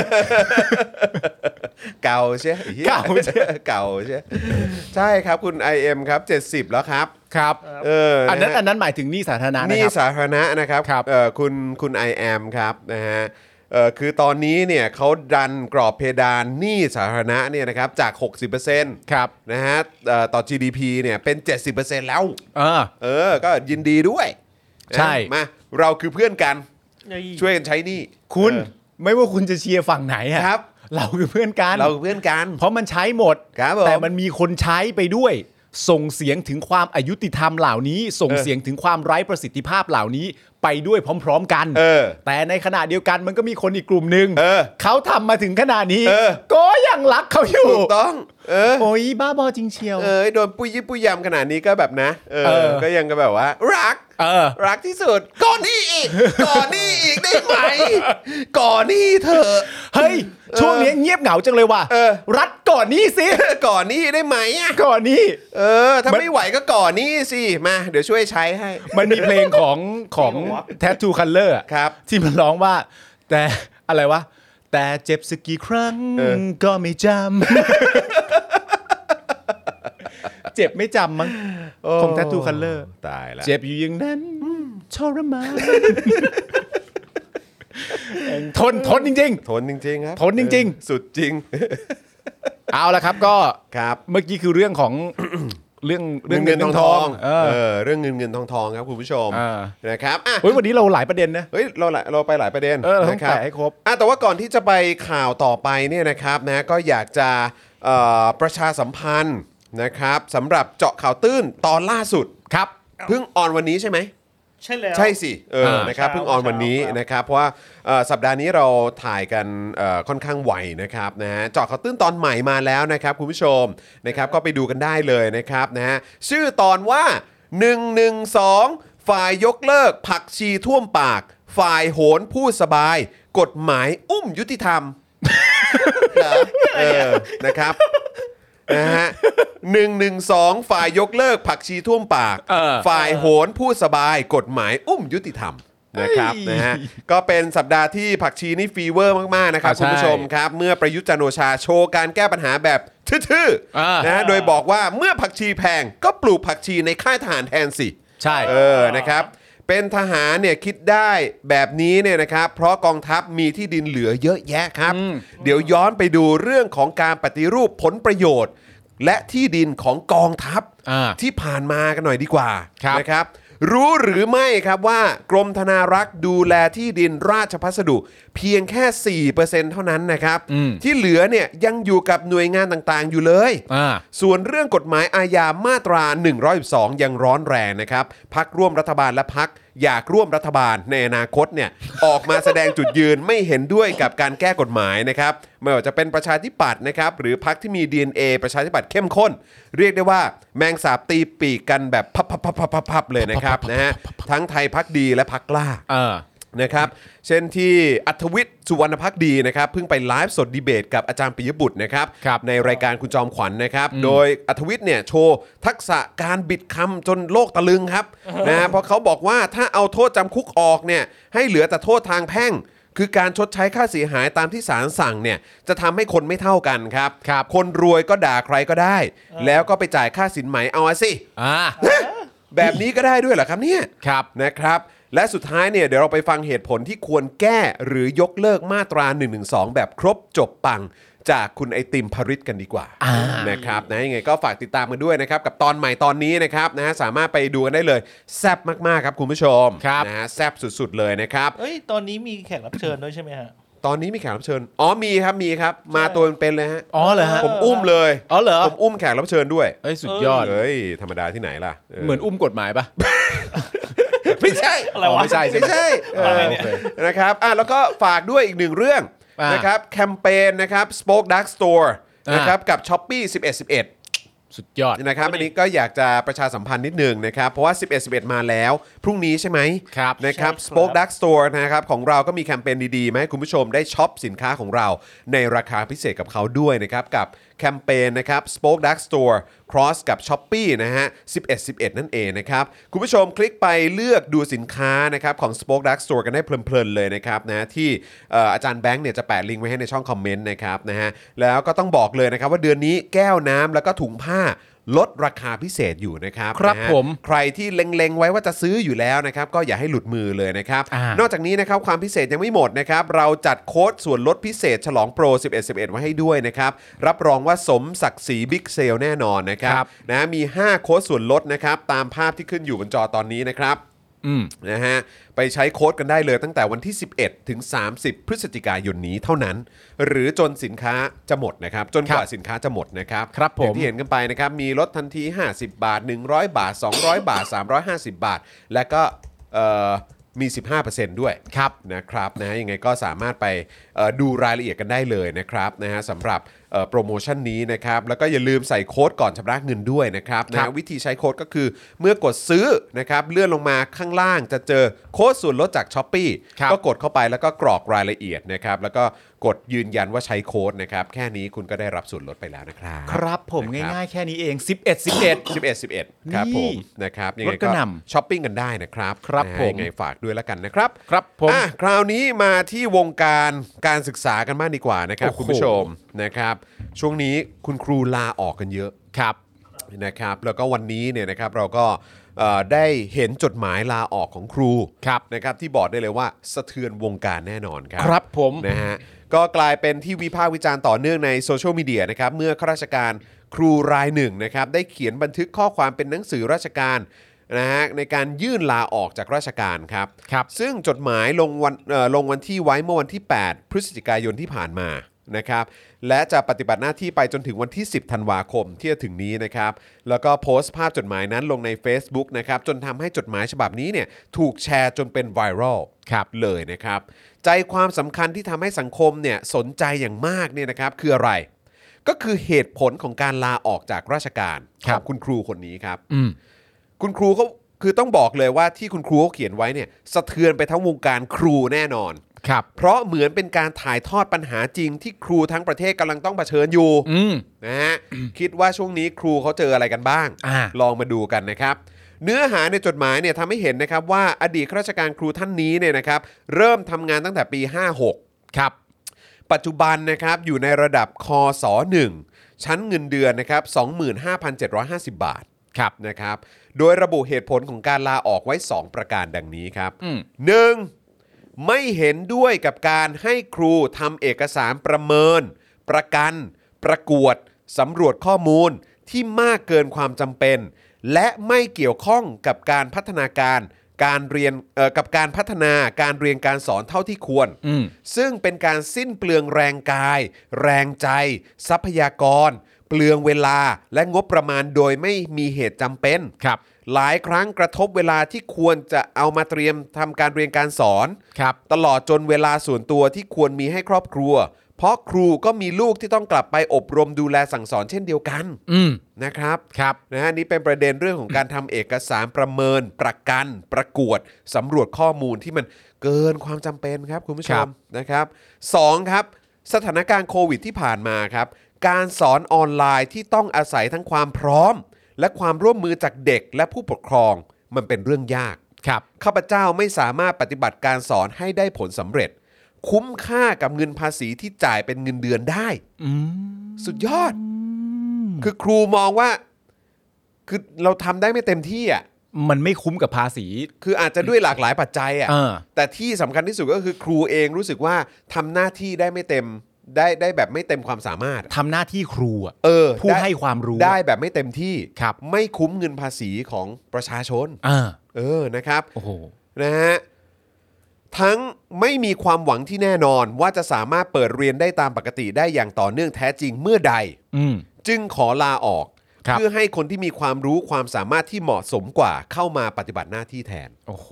[SPEAKER 1] เก่าใช่ไหม
[SPEAKER 2] เก่าใช่
[SPEAKER 1] เก่าใช่ ใช่ครับคุณ IM ครับ 70 แล้วครับ
[SPEAKER 2] ครับ
[SPEAKER 1] เออ
[SPEAKER 2] อันนั้น
[SPEAKER 1] นะ
[SPEAKER 2] อันนั้นหมายถึงหนี่สาธารณะ
[SPEAKER 1] ฮะ
[SPEAKER 2] นะ
[SPEAKER 1] นี่
[SPEAKER 2] ครับ
[SPEAKER 1] สาธารณะนะครับ
[SPEAKER 2] ครับ
[SPEAKER 1] เอ่อคุณคุณ IM ครับนะฮะเอ่อคือตอนนี้เนี่ยเขาดันกรอบเพดานหนี้สาธารณะเนี่ยนะครับจาก 60%
[SPEAKER 2] ครับ
[SPEAKER 1] นะฮะเอ่อต่อ GDP เนี่ยเป็น 70%แล้ว
[SPEAKER 2] เออ
[SPEAKER 1] เออ ก็ยินดีด้วยนะ
[SPEAKER 2] ใช่
[SPEAKER 1] มาเราคือเพื่อนกัน
[SPEAKER 3] ไอ้
[SPEAKER 1] ช่วยกันใช้หนี้
[SPEAKER 2] คุณ
[SPEAKER 1] เออ
[SPEAKER 2] ไม่ว่าคุณจะเชียร์ฝั่งไหนอะ
[SPEAKER 1] ครับ
[SPEAKER 2] เราคือเพื่อนกัน
[SPEAKER 1] เราคือเพื่อนกัน
[SPEAKER 2] เพราะมันใช้หมด
[SPEAKER 1] ครับผม
[SPEAKER 2] แต่มันมีคนใช้ไปด้วย ส่งเสียงถึงความอายุติธรรมเหล่านี้ ส่ง
[SPEAKER 1] เออ
[SPEAKER 2] เสียงถึงความไร้ประสิทธิภาพเหล่านี้ไปด้วยพร้อม ๆ กัน
[SPEAKER 1] เออ
[SPEAKER 2] แต่ในขณะเดียวกันมันก็มีคนอีกกลุ่มหนึ่ง
[SPEAKER 1] เออ
[SPEAKER 2] เขาทำมาถึงขนาดนี้
[SPEAKER 1] เออ
[SPEAKER 2] ก็ยังรักเขาอยู่
[SPEAKER 1] ถูกต้อง เออ
[SPEAKER 2] โอ้ยบ้าบอจริงเชียว
[SPEAKER 1] เออ โดนปุยยิบปุยยำขนาดนี้ก็แบบนะ เอ
[SPEAKER 2] เอ
[SPEAKER 1] อ
[SPEAKER 2] อ
[SPEAKER 1] ก็ยังก็แบบว่า รัก
[SPEAKER 2] เออ
[SPEAKER 1] รักที่สุด ก่อนนี่อีก ก่อนนี่อีกได้ไหม ก่อนนี่เถอะ
[SPEAKER 2] เฮ้ยช่วงนี้เงียบเหงาจังเลยว่ะ
[SPEAKER 1] เออ
[SPEAKER 2] รัดก่อนนี้สิ
[SPEAKER 1] ก่อนนี่ได้ไหมอะ
[SPEAKER 2] ก่อนนี้
[SPEAKER 1] เออ ถ้าไม่ไหวก็ก่อนนี่สิ มา เดี๋ยวช่วยใช้ให้
[SPEAKER 2] มันมีเพลงของของ Tattoo Color อะ
[SPEAKER 1] ครับ
[SPEAKER 2] ที่มันร้องว่า แต่อะไรวะ แต่เจ็บสักกี่ครั้ง
[SPEAKER 1] เออ
[SPEAKER 2] ก็ไม่จำ เจ็บไม่จำมั้งของ Tattoo Color
[SPEAKER 1] ตายแล้ว
[SPEAKER 2] เจ็บอยู่อย่างนั้นทรมานทนทนจริง
[SPEAKER 1] ทนจริง ๆ ครับ
[SPEAKER 2] ทนจริงๆ
[SPEAKER 1] เออสุดจริง
[SPEAKER 2] ๆ เอาละครับก็
[SPEAKER 1] ครับ
[SPEAKER 2] เมื่อกี้คือเรื่องของ เรื่อง
[SPEAKER 1] เรื่องเงินทองทอง
[SPEAKER 2] เออ
[SPEAKER 1] เออ เรื่องเงินเงินทองทองครับคุณผู้ชม
[SPEAKER 2] อ่า
[SPEAKER 1] นะครับอ่ะ
[SPEAKER 2] เฮ้ยวันนี้เราหลายประเด็นนะ
[SPEAKER 1] เฮ้ยเราหลายเราไปหลายประเด็น
[SPEAKER 2] เออเราต้
[SPEAKER 1] นะ
[SPEAKER 2] อง
[SPEAKER 1] ครับ
[SPEAKER 2] แตะให้ครบ
[SPEAKER 1] อ่ะแต่ว่าก่อนที่จะไปข่าวต่อไปเนี่ยนะครับนะก็อยากจะเอ่อประชาสัมพันธ์นะครับสำหรับเจาะข่าวตื้นตอนล่าสุดครับเพิ่งออนวันนี้ใช่ไหม
[SPEAKER 3] ใช่แล้ว
[SPEAKER 1] ใช่สิเออ
[SPEAKER 2] อ่าน
[SPEAKER 1] นะครับ
[SPEAKER 3] เช้า
[SPEAKER 1] เพิ่งออนวันนี้
[SPEAKER 3] เช้าครับ
[SPEAKER 1] นะครับ เพราะว่าเอ่อสัปดาห์นี้เราถ่ายกันเอ่อค่อนข้างไวนะครับนะฮะเจาะข่าวตื้นตอนใหม่มาแล้วนะครับคุณผู้ชมนะครับก็ไปดูกันได้เลยนะครับนะฮะชื่อตอนว่า 112 ฝ่ายยกเลิก ผักชีท่วมปาก ฝ่ายโหนผู้สบาย กฎหมายอุ้มยุติธรรม เหรอเออนะครับนะฮะหนึ่งหนึ่งสองฝ่ายยกเลิกผักชีท่วมปาก
[SPEAKER 2] เออ
[SPEAKER 1] ฝ่ายโหนผู้สบายกฎหมายอุ้มยุติธรรมนะครับนะฮะก็เป็นสัปดาห์ที่ผักชีนี่ฟีเวอร์มาก ๆ นะครับ
[SPEAKER 2] อ่าใช่
[SPEAKER 1] คุณผู้ชมครับ เมื่อประยุทธ์จันทร์โอชาโชว์การแก้ปัญหาแบบทื่อ
[SPEAKER 2] อ่าน
[SPEAKER 1] นะฮะโดยบอกว่าเมื่อผักชีแพงก็ปลูกผักชีในค่ายทหารแทนสิ
[SPEAKER 2] ใช่
[SPEAKER 1] เออ นะครับ เป็นทหารเนี่ยคิดได้แบบนี้เนี่ยนะครับ เพราะกองทัพมีที่ดินเหลือเยอะแยะครับ เดี๋ยวย้อนไปดูเรื่องของการปฏิรูปผลประโยชน์ และที่ดินของกองทัพ
[SPEAKER 2] อ่า
[SPEAKER 1] ที่ผ่านมากันหน่อยดีกว่า
[SPEAKER 2] ครับ
[SPEAKER 1] นะครับ รู้หรือไม่ครับว่ากรมธนารักษ์ดูแลที่ดินราชพัสดุ เพียงแค่ 4%เท่านั้นนะครับ ที่เหลือเนี่ยยังอยู่กับหน่วยงานต่างๆอยู่เลย
[SPEAKER 2] อ่า
[SPEAKER 1] ส่วนเรื่องกฎหมายอาญามาตรา 112 ยังร้อนแรงนะครับ พักร่วมรัฐบาลและพักอยากร่วมรัฐบาลในอนาคตเนี่ย ออกมาแสดงจุดยืนไม่เห็นด้วยกับการแก้กฎหมายนะครับ ไม่ว่าจะเป็นประชาธิปัตย์นะครับ หรือพักที่มี DNA ประชาธิปัตย์เข้มข้น เรียกได้ว่าแมงสาบตีปีกกันแบบพับๆๆๆๆเลยนะครับนะฮะทั้งไทยพักดีและพักกล้า
[SPEAKER 2] เออ
[SPEAKER 1] นะครับเช่นที่อัธวิทย์สุวรรณพักดีนะครับเพิ่งไปไลฟ์สดดีเบตกับอาจารย์ปิยบุตรนะครับ
[SPEAKER 2] ครับ
[SPEAKER 1] ในรายการคุณจอมขวัญนะครับ โดยอัธวิทย์เนี่ยโชว์ทักษะการบิดคำจนโลกตะลึงครับ นะเพราะเขาบอกว่าถ้าเอาโทษจำคุกออกเนี่ยให้เหลือแต่โทษทางแพ่ง คือการชดใช้ค่าเสียหายตามที่ศาลสั่งเนี่ยจะทำให้คนไม่เท่ากันครับ
[SPEAKER 2] ครับ
[SPEAKER 1] นรวยก็ด่าใครก็ได้ แล้วก็ไปจ่ายค่าสินไหมเอาอะสิ
[SPEAKER 2] อ่า
[SPEAKER 1] แบบนี้ก็ได้ด้วยเหรอครับเนี่ย
[SPEAKER 2] ครับ
[SPEAKER 1] นะครับ และสุดท้ายเนี่ยเดี๋ยวเราไปฟังเหตุผลที่ควรแก้หรือยกเลิกมาตรา 1 1 2 แบบครบจบปัง จากคุณไอติมพริตกันดีกว่านะครับนะยังไงก็ฝากติดตามกันด้วยนะครับ กับตอนใหม่ตอนนี้นะครับนะฮะสามารถไปดูกันได้เลยแซบมากๆครับคุณผู้ชม
[SPEAKER 2] ครับ
[SPEAKER 1] นะฮะแซบสุดๆเลยนะครับ
[SPEAKER 3] เอ้ย ตอนนี้มีแขกรับเชิญด้วยใช่ไหมฮะ
[SPEAKER 1] ตอนนี้มีแขกรับเชิญอ๋อมีครับมีครับ มาตัวเป็นๆเลยฮะ
[SPEAKER 2] อ๋อเหรอฮะ
[SPEAKER 1] ผมอุ้มเลย
[SPEAKER 2] อ๋อเหรอ
[SPEAKER 1] ผมอุ้มแขกรับเชิญด้วย
[SPEAKER 2] เอ้ยสุดยอด
[SPEAKER 1] เอ้ยธรรมดาที่ไหนล่ะ
[SPEAKER 2] เหมือนอุ้มกฎหมายปะ
[SPEAKER 1] ไม่ใช่
[SPEAKER 3] อะไรวะ
[SPEAKER 2] ไม่ใช่ใช่
[SPEAKER 1] ไม่
[SPEAKER 2] ไหม
[SPEAKER 1] ใช่เออ
[SPEAKER 3] อะไรเนี่ย
[SPEAKER 1] นะครับอ่ะแล้วก็ฝากด้วยอีกหนึ่งเรื่อง
[SPEAKER 2] อ่าน
[SPEAKER 1] นะครับแคมเปญนะครับ Spoke Dark Store
[SPEAKER 2] อ่าน
[SPEAKER 1] นะครับกับ s h o p e e 11 11
[SPEAKER 2] สุดยอด
[SPEAKER 1] นะครับอันนี้ก็อยากจะประชาสัมพันธ์นิดหนึ่งนะครับ เพราะว่า 11 11 มาแล้ว พรุ่งนี้ใช่ไหม
[SPEAKER 2] ครับ
[SPEAKER 1] นะครับ
[SPEAKER 3] ใช่ครับ
[SPEAKER 1] Spoke Dark Store นะครับของเราก็มีแคมเปญดีๆมาให้คุณผู้ชมได้ช็อปสินค้าของเราในราคาพิเศษกับเขาด้วยนะครับ กับแคมเปญนะครับ Spoke Dark Store Cross กับ s h o p e e นะฮะ 11 11 นั่นเองนะครับ คุณผู้ชมคลิกไปเลือกดูสินค้านะครับของ Spoke Dark Store กันได้เพลินๆเลยนะครับนะที่เอ่ออาจารย์แบงค์เนี่ยจะแปะลิงก์ไว้ให้ในช่องคอมเมนต์นะครับนะฮะแล้วก็ต้องบอกเลยนะครับว่าเดือนนี้แก้วน้ำแล้วก็ถุงผ้า ลดราคาพิเศษอยู่นะครับ
[SPEAKER 2] ครับ
[SPEAKER 1] นะฮะ
[SPEAKER 2] ผม
[SPEAKER 1] ใครที่เล็งๆไว้ว่าจะซื้ออยู่แล้วนะครับ ก็อย่าให้หลุดมือเลยนะครับ
[SPEAKER 2] อ่าน น
[SPEAKER 1] อกจากนี้นะครับความพิเศษยังไม่หมดนะครับ เราจัดโค้ดส่วนลดพิเศษฉลองโปร 11 11 ไว้ให้ด้วยนะครับ รับรองว่าสมศักดิ์ศรีบิ๊กเซลแน่นอนนะครับนะมี 5 โค้ดส่วนลดนะครับ ตามภาพที่ขึ้นอยู่บนจอตอนนี้นะครับ
[SPEAKER 2] อืม
[SPEAKER 1] นะฮะไปใช้โค้ดกันได้เลยตั้งแต่วันที่ 11 ถึง 30 พฤศจิกายนนี้เท่านั้น หรือจนสินค้าจะหมดนะครับ จนกว่า
[SPEAKER 2] ครับ
[SPEAKER 1] สินค้าจะหมดนะครับ
[SPEAKER 2] ครับผม
[SPEAKER 1] อย่างที่เห็นกันไปนะครับ มีลดทันที 50 บาท 100 บาท 200 บาท 350 บาท และก็เอ่อมี 15%ด้วยครับนะครับนะฮะยังไงก็สามารถไปเอ่อดูรายละเอียดกันได้เลยนะครับนะฮะสำหรับเอ่อโปรโมชั่นนี้นะครับแล้วก็อย่าลืมใส่โค้ดก่อนชำระเงินด้วยนะครับนะฮะ วิธีใช้โค้ดก็คือเมื่อกดซื้อนะครับเลื่อนลงมาข้างล่างจะเจอโค้ดส่วนลดจากช้อปปี
[SPEAKER 2] ครับ
[SPEAKER 1] ก็กดเข้าไปแล้วก็กรอกรายละเอียดนะครับแล้วก็กดยืนยันว่าใช้โค้ดนะครับแค่นี้คุณก็ได้รับส่วนลดไปแล้วนะครับ
[SPEAKER 2] ครับผม
[SPEAKER 1] นะ
[SPEAKER 2] ง่ายๆแค่นี้เอง
[SPEAKER 1] ๆ
[SPEAKER 2] 11 11
[SPEAKER 1] 11 11 ครับผมนะครับยังไง
[SPEAKER 2] ลดก
[SPEAKER 1] ก็
[SPEAKER 2] ระหน่ำ
[SPEAKER 1] ช้อปปิ้งกันได้นะครับ
[SPEAKER 2] ครับ
[SPEAKER 1] นะฮะ
[SPEAKER 2] ผม
[SPEAKER 1] ยังไงฝากด้วยแล้วกันนะครับ
[SPEAKER 2] ครับผม
[SPEAKER 1] อ่ะคราวนี้มาที่วงการการศึกษากันบ้างดีกว่านะครับคุณผู้ชมนะครับ ช่วงนี้คุณครูลาออกกันเยอะ
[SPEAKER 2] ครับ
[SPEAKER 1] นะครับแล้วก็วันนี้เนี่ยนะครับเราก็เอ่อได้เห็นจดหมายลาออกของครู
[SPEAKER 2] ครับ
[SPEAKER 1] นะครับที่บอกได้เลยว่าสะเทือนวงการแน่นอนครับ
[SPEAKER 2] ครับผม
[SPEAKER 1] นะฮะก็กลายเป็นที่วิพากษ์วิจารณ์ต่อเนื่องในโซเชียลมีเดียนะครับเมื่อข้าราชการครูรายหนึ่งนะครับได้เขียนบันทึกข้อความเป็นหนังสือราชการนะฮะในการยื่นลาออกจากราชการครับ
[SPEAKER 2] ครับ
[SPEAKER 1] ซึ่งจดหมายลงวันเอ่อลงวันที่ไว้เมื่อวันที่ 8 พฤศจิกายนที่ผ่านมานะครับ และจะปฏิบัติหน้าที่ไปจนถึงวันที่ 10 ธันวาคมที่จะถึงนี้นะครับ แล้วก็โพสต์ภาพจดหมายนั้นลงใน Facebook นะครับ จนทำให้จดหมายฉบับนี้เนี่ยถูกแชร์จนเป็นไวรัล
[SPEAKER 2] ครับ
[SPEAKER 1] เลยนะครับใจความสำคัญที่ทำให้สังคมเนี่ยสนใจอย่างมากเนี่ยนะครับคืออะไร ก็คือเหตุผลของการลาออกจากราชการ
[SPEAKER 2] ครั
[SPEAKER 1] ข
[SPEAKER 2] บ
[SPEAKER 1] องคุณครูคนนี้ครับ
[SPEAKER 2] อืม
[SPEAKER 1] คุณครูเขาคือต้องบอกเลยว่าที่คุณครูเขาเขียนไว้เนี่ยสะเทือนไปทั้งวงการครูแน่นอน
[SPEAKER 2] ครับ
[SPEAKER 1] เพราะเหมือนเป็นการถ่ายทอดปัญหาจริงที่ครูทั้งประเทศกำลังต้องเผชิญอยู่
[SPEAKER 2] อืม
[SPEAKER 1] นะฮะ คิดว่าช่วงนี้ครูเขาเจออะไรกันบ้าง
[SPEAKER 2] อ่า
[SPEAKER 1] ลองมาดูกันนะครับ เนื้อหาในจดหมายเนี่ยทำให้เห็นนะครับว่าอดีตข้าราชการครูท่านนี้เนี่ยนะครับเริ่มทำงานตั้งแต่ปี 56
[SPEAKER 2] ครับ
[SPEAKER 1] ปัจจุบันนะครับอยู่ในระดับคอส1ชั้นเงินเดือนนะครับ25,750 บาท
[SPEAKER 2] ครับ
[SPEAKER 1] นะครับ โดยระบุเหตุผลของการลาออกไว้ 2 ประการดังนี้ครับ
[SPEAKER 2] อืม
[SPEAKER 1] 1. ไม่เห็นด้วยกับการให้ครูทำเอกสารประเมิน ประกัน ประกวดสำรวจข้อมูลที่มากเกินความจำเป็น และไม่เกี่ยวข้องกับการพัฒนาการ การเรียนเอ่อกับการพัฒนาการเรียนการสอนเท่าที่ควร
[SPEAKER 2] อืม
[SPEAKER 1] ซึ่งเป็นการสิ้นเปลืองแรงกาย แรงใจ ทรัพยากร เปลืองเวลาและงบประมาณโดยไม่มีเหตุจำเป็น
[SPEAKER 2] ครับ
[SPEAKER 1] หลายครั้งกระทบเวลาที่ควรจะเอามาเตรียมทำการเรียนการสอน
[SPEAKER 2] ครับ
[SPEAKER 1] ตลอดจนเวลาส่วนตัวที่ควรมีให้ครอบครัว เพราะครูก็มีลูกที่ต้องกลับไปอบรมดูแลสั่งสอนเช่นเดียวกัน
[SPEAKER 2] อืม
[SPEAKER 1] นะครับ
[SPEAKER 2] ครับ
[SPEAKER 1] นะฮะนี่เป็นประเด็นเรื่องของการทำเอกสารประเมิน ประกัน ประกวดสำรวจข้อมูลที่มันเกินความจำเป็นครับคุณผู้ช
[SPEAKER 2] ครั
[SPEAKER 1] ม
[SPEAKER 2] บ
[SPEAKER 1] นะครับสองครับ สถานการณ์โควิดที่ผ่านมาครับ การสอนออนไลน์ที่ต้องอาศัยทั้งความพร้อม และความร่วมมือจากเด็กและผู้ปกครองมันเป็นเรื่องยาก
[SPEAKER 2] ครับ
[SPEAKER 1] ข้าพเจ้าไม่สามารถปฏิบัติการสอนให้ได้ผลสำเร็จ คุ้มค่ากับเงินภาษีที่จ่ายเป็นเงินเดือนได้
[SPEAKER 2] อืม
[SPEAKER 1] สุดยอด คือครูมองว่า คือเราทำได้ไม่เต็มที่อ่ะ
[SPEAKER 2] มันไม่คุ้มกับภาษี
[SPEAKER 1] คืออาจจะด้วยหลากหลายปัจจัยอ่ะ
[SPEAKER 2] เออ
[SPEAKER 1] แต่ที่สำคัญที่สุดก็คือครูเองรู้สึกว่าทำหน้าที่ได้ไม่เต็ม ได้ได้แบบไม่เต็มความสามารถอะ
[SPEAKER 2] ทำหน้าที่ครูอะ
[SPEAKER 1] เออ
[SPEAKER 2] ผู้
[SPEAKER 1] ได้
[SPEAKER 2] ให้ความรู้
[SPEAKER 1] ได้แบบไม่เต็มที่
[SPEAKER 2] ครับ
[SPEAKER 1] ไม่คุ้มเงินภาษีของประชาชน
[SPEAKER 2] อ่า
[SPEAKER 1] เออ นะครับ
[SPEAKER 2] โอ้โห
[SPEAKER 1] นะฮะทั้งไม่มีความหวังที่แน่นอนว่าจะสามารถเปิดเรียนได้ตามปกติได้อย่างต่อเนื่องแท้จริงเมื่อใด
[SPEAKER 2] อืม
[SPEAKER 1] จึงขอลาออก
[SPEAKER 2] ครับ
[SPEAKER 1] เพื่อให้คนที่มีความรู้ความสามารถที่เหมาะสมกว่าเข้ามาปฏิบัติหน้าที่แทน
[SPEAKER 2] โอ้โห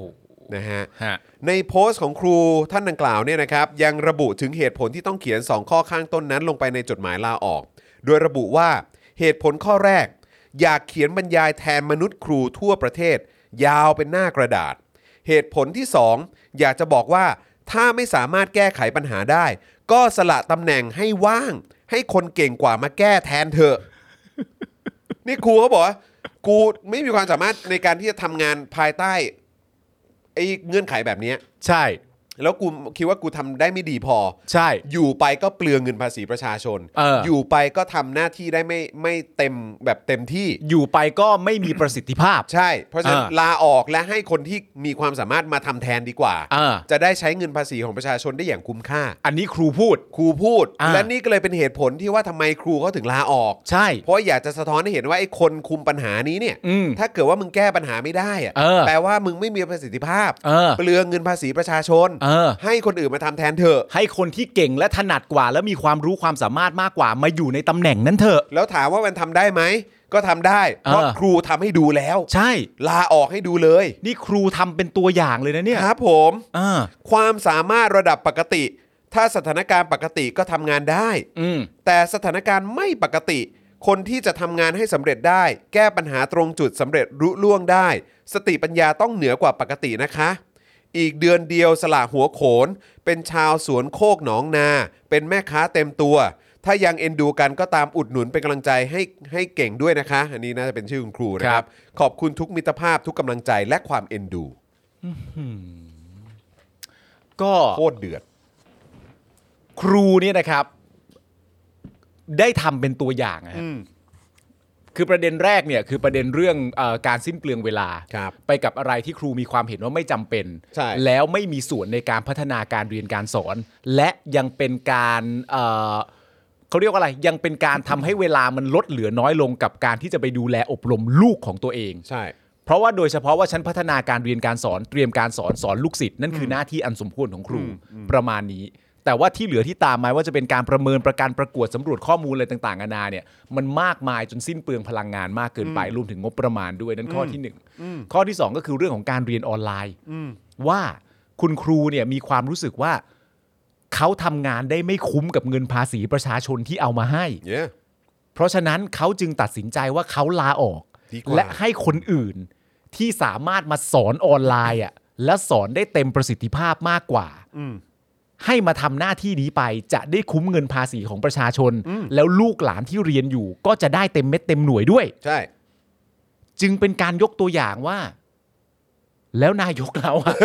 [SPEAKER 1] นะฮะ
[SPEAKER 2] ฮะ
[SPEAKER 1] ในโพสต์ของครูท่านดังกล่าวเนี่ยนะครับยังระบุถึงเหตุผลที่ต้องเขียน 2 ข้อข้างต้นนั้นลงไปในจดหมายลาออก โดยระบุว่าเหตุผลข้อแรก อยากเขียนบรรยายแทนมนุษย์ครูทั่วประเทศ ยาวเป็นหน้ากระดาษ เหตุผลที่ 2 อยากจะบอกว่าถ้าไม่สามารถแก้ไขปัญหาได้ ก็สละตำแหน่งให้ว่าง ให้คนเก่งกว่ามาแก้แทนเถอะ นี่ครูเขาบอกว่ากูไม่มีความสามารถในการที่จะทำงานภายใต้ไอ้เงื่อนไขแบบเนี้ย
[SPEAKER 2] ใช่
[SPEAKER 1] แล้วกูคิดว่ากูทำได้ไม่ดีพอ
[SPEAKER 2] ใช่
[SPEAKER 1] อยู่ไปก็เปลืองเงินภาษีประชาชน
[SPEAKER 2] เอออ
[SPEAKER 1] ยู่ไปก็ทำหน้าที่ได้ไม่ไม่เต็มแบบเต็มที่
[SPEAKER 2] อยู่ไปก็ไม่มีประสิทธิภาพ
[SPEAKER 1] ใช่ เพราะฉะนั้น
[SPEAKER 2] เออ
[SPEAKER 1] ลาออกและให้คนที่มีความสามารถมาทำแทนดีกว่า
[SPEAKER 2] อ่า
[SPEAKER 1] จะได้ใช้เงินภาษีของประชาชนได้อย่างคุ้มค่า
[SPEAKER 2] อันนี้ครูพูด
[SPEAKER 1] ครูพูด
[SPEAKER 2] อ่า
[SPEAKER 1] และนี่ก็เลยเป็นเหตุผลที่ว่าทำไมครูเขาถึงลาออก
[SPEAKER 2] ใช่
[SPEAKER 1] เพราะอยากจะสะท้อนให้เห็นว่าไอ้คนคุมปัญหานี้เนี่ย
[SPEAKER 2] อืม
[SPEAKER 1] ถ้าเกิดว่ามึงแก้ปัญหาไม่ได้อะ
[SPEAKER 2] เออ
[SPEAKER 1] แปลว่ามึงไม่มีประสิทธิภาพ
[SPEAKER 2] เออ
[SPEAKER 1] เปลืองเงินภาษีประชาชน
[SPEAKER 2] เออ
[SPEAKER 1] ให้คนอื่นมาทำแทนเถอะ
[SPEAKER 2] ให้คนที่เก่งและถนัดกว่า และมีความรู้ความสามารถมากกว่ามาอยู่ในตำแหน่งนั้นเถอะ
[SPEAKER 1] แล้วถามว่ามันทำได้ไหม ก็ทำได้ เพราะ
[SPEAKER 2] เออ
[SPEAKER 1] ครูทำให้ดูแล้ว
[SPEAKER 2] ใช่
[SPEAKER 1] ลาออกให้ดูเลย
[SPEAKER 2] นี่ครูทำเป็นตัวอย่างเลยนะเนี่ย
[SPEAKER 1] ครับผม
[SPEAKER 2] อ่า
[SPEAKER 1] ความสามารถระดับปกติ ถ้าสถานการณ์ปกติก็ทำงานได้
[SPEAKER 2] อืม
[SPEAKER 1] แต่สถานการณ์ไม่ปกติ คนที่จะทำงานให้สำเร็จได้ แก้ปัญหาตรงจุดสำเร็จรุล่วงได้ สติปัญญาต้องเหนือกว่าปกตินะคะ อีกเดือนเดียวสละหัวโขน เป็นชาวสวนโคกหนองนา เป็นแม่ค้าเต็มตัว ถ้ายังเอ็นดูกันก็ตามอุดหนุนเป็นกำลังใจให้ให้เก่งด้วยนะคะ อันนี้น่าจะเป็นชื่อคุณครูนะค
[SPEAKER 2] ครั
[SPEAKER 1] รับ
[SPEAKER 2] บ
[SPEAKER 1] ขอบคุณทุกมิตรภาพทุกกำลังใจและความเอ็นดู
[SPEAKER 2] ก็
[SPEAKER 1] โคตรเดือด
[SPEAKER 2] ครูเนี่ยนะครับ ได้ทำเป็นตัวอย่างนะฮะคือประเด็นแรกเนี่ยคือประเด็นเรื่องเออการสิ้นเปลืองเวลา
[SPEAKER 1] ครับ
[SPEAKER 2] ไปกับอะไรที่ครูมีความเห็นว่าไม่จำเป็น
[SPEAKER 1] ใช่
[SPEAKER 2] แล้วไม่มีส่วนในการพัฒนาการเรียนการสอน และยังเป็นการเอ่อเขาเรียกว่าอะไร ยังเป็นการทำให้เวลามันลดเหลือน้อยลงกับการที่จะไปดูแลอบรมลูกของตัวเอง
[SPEAKER 1] ใช่
[SPEAKER 2] เพราะว่าโดยเฉพาะว่าชั้นพัฒนาการเรียนการสอนเตรียมการสอนสอนลูกศิษย์นั่นคือหน้าที่อันสมควรของครูประมาณนี้ แต่ว่าที่เหลือที่ตามมาว่าจะเป็นการประเมินประกันประกวดสำรวจข้อมูลอะไรต่างๆนานาเนี่ยมันมากมายจนสิ้นเปลืองพลังงานมากเกินไปรวมถึงงบประมาณด้วยนั่นข้อที่หนึ่งข้อที่สองก็คือเรื่องของการเรียนออนไลน์ว่าคุณครูเนี่ยมีความรู้สึกว่าเขาทำงานได้ไม่คุ้มกับเงินภาษีประชาชนที่เอามาให้
[SPEAKER 1] เย้
[SPEAKER 2] เพราะฉะนั้นเขาจึงตัดสินใจว่าเขาลาออก
[SPEAKER 1] ดีกว่า
[SPEAKER 2] และให้คนอื่นที่สามารถมาสอนออนไลน์อ่ะและสอนได้เต็มประสิทธิภาพมากกว่า ให้มาทำหน้าที่นี้ไปจะได้คุ้มเงินภาษีของประชาชน แล้วลูกหลานที่เรียนอยู่ก็จะได้เต็มเม็ดเต็มหน่วยด้วย
[SPEAKER 1] ใช่
[SPEAKER 2] จึงเป็นการยกตัวอย่างว่า แล้วนายกเราอะ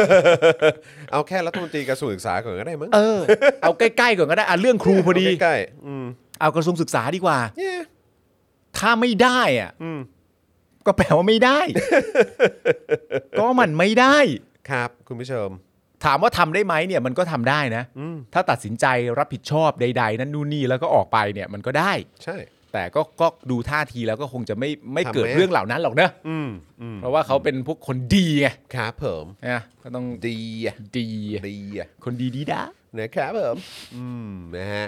[SPEAKER 1] เอาแค่รัฐมนตรีกระทรวงศึกษาก่อนก็ได้มั้ง
[SPEAKER 2] เออ เอาใกล้ๆก่อนก็ได้อ่ะเรื่องครูพอดี
[SPEAKER 1] เาใกล้ๆอืม
[SPEAKER 2] เอากระทรวงศึกษาดีกว่า
[SPEAKER 1] เย้
[SPEAKER 2] ถ้าไม่ได้อ่ะ
[SPEAKER 1] อืม
[SPEAKER 2] ก็แปลว่าไม่ ได้ ก็มันไม่ได้
[SPEAKER 1] ครับ คุณผู้ชม
[SPEAKER 2] ถามว่าทำได้ไหมเนี่ยมันก็ทำได้นะ
[SPEAKER 1] อืม
[SPEAKER 2] ถ้าตัดสินใจรับผิดชอบใด ๆ นั่นนู่นนี่แล้วก็ออกไปเนี่ยมันก็ได้
[SPEAKER 1] ใช่
[SPEAKER 2] แต่ก็ก็ดูท่าทีแล้วก็คงจะไม่ไม่
[SPEAKER 1] ทำไหม
[SPEAKER 2] เกิดเรื่องเหล่านั้นหรอกนะ
[SPEAKER 1] อืมอืม
[SPEAKER 2] เพราะว่าเขาเป็นพวกคนดีไง
[SPEAKER 1] ครับผม
[SPEAKER 2] นะก็ต้อง
[SPEAKER 1] ดีอะ
[SPEAKER 2] ดี
[SPEAKER 1] ดีอะ
[SPEAKER 2] คนดีดีดา
[SPEAKER 1] นะครับผมอืมนะฮะ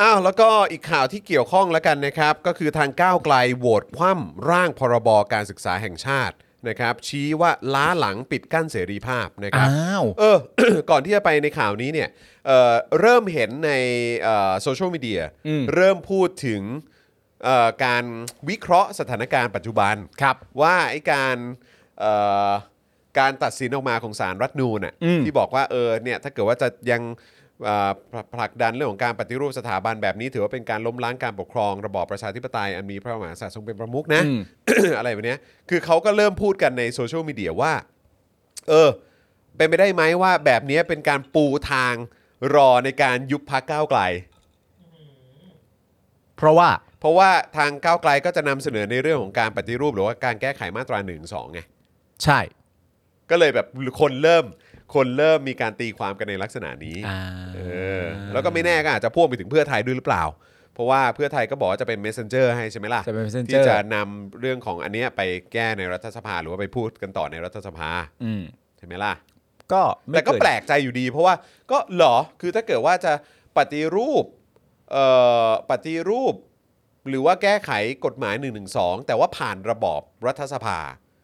[SPEAKER 1] อ้าวแล้วก็อีกข่าวที่เกี่ยวข้องแล้วกันนะครับ ก็คือทางก้าวไกลโหวตคว่ำร่างพรบการศึกษาแห่งชาตินะครับ ชี้ว่าล้าหลังปิดกั้นเสรีภาพนะครับ
[SPEAKER 2] อ้าว
[SPEAKER 1] เออ ก่อนที่จะไปในข่าวนี้เนี่ยเอ่อเริ่มเห็นในโซเชียลมีเดีย
[SPEAKER 2] อืม
[SPEAKER 1] เริ่มพูดถึงเอ่อการวิเคราะห์สถานการณ์ปัจจุบัน
[SPEAKER 2] ครับ
[SPEAKER 1] ว่าไอ้การเอ่อการตัดสินออกมาของสารรัฐธรรมนูนน่ะ
[SPEAKER 2] อืม
[SPEAKER 1] ที่บอกว่าเออเนี่ยถ้าเกิดว่าจะยังเอ่อผลผลักดันเรื่องของการปฏิรูปสถาบันแบบนี้ ถือว่าเป็นการล้มล้างการปกครองระบอบประชาธิปไตยอันมีพระมหากษัตริย์ทรงเป็นประมุขนะ
[SPEAKER 2] อืม
[SPEAKER 1] อะไรแบบเนี้ยคือเขาก็เริ่มพูดกันในโซเชียลมีเดียว่า เออ เป็นไปได้ไหมว่าแบบเนี้ยเป็นการปูทางรอในการยุบพักก้าวไกล
[SPEAKER 2] เพราะว่า
[SPEAKER 1] เพราะว่าทางก้าวไกลก็จะนำเสนอในเรื่องของการปฏิรูปหรือว่าการแก้ไขมาตราหนึ่งสองไง
[SPEAKER 2] ใช่
[SPEAKER 1] ก็เลยแบบคนเริ่มคนเริ่มมีการตีความกันในลักษณะนี้
[SPEAKER 2] อ่า
[SPEAKER 1] เออแล้วก็ไม่แน่ก็อาจจะพ่วงไปถึงเพื่อไทยด้วยหรือเปล่า เพราะว่าเพื่อไทยก็บอกว่าจะเป็น messenger ให้ใช่ไหมล่ะ
[SPEAKER 2] จะเป็นเซนเจอ
[SPEAKER 1] ที่
[SPEAKER 2] ร์
[SPEAKER 1] จะนำเรื่องของอันเนี้ยไปแก้ในรัฐสภาหรือว่าไปพูดกันต่อในรัฐสภา
[SPEAKER 2] อืม
[SPEAKER 1] ใช่ไหมล่ะ
[SPEAKER 2] ก็
[SPEAKER 1] แต่
[SPEAKER 2] ไม่
[SPEAKER 1] ก็
[SPEAKER 2] เด
[SPEAKER 1] แปลกใจอยู่ดี เพราะว่าก็เหรอคือถ้าเกิดว่าจะปฏิรูปเอ่อปฏิรูป หรือว่าแก้ไขกฎหมาย1นึแต่ว่าผ่านระบอบรัฐสภา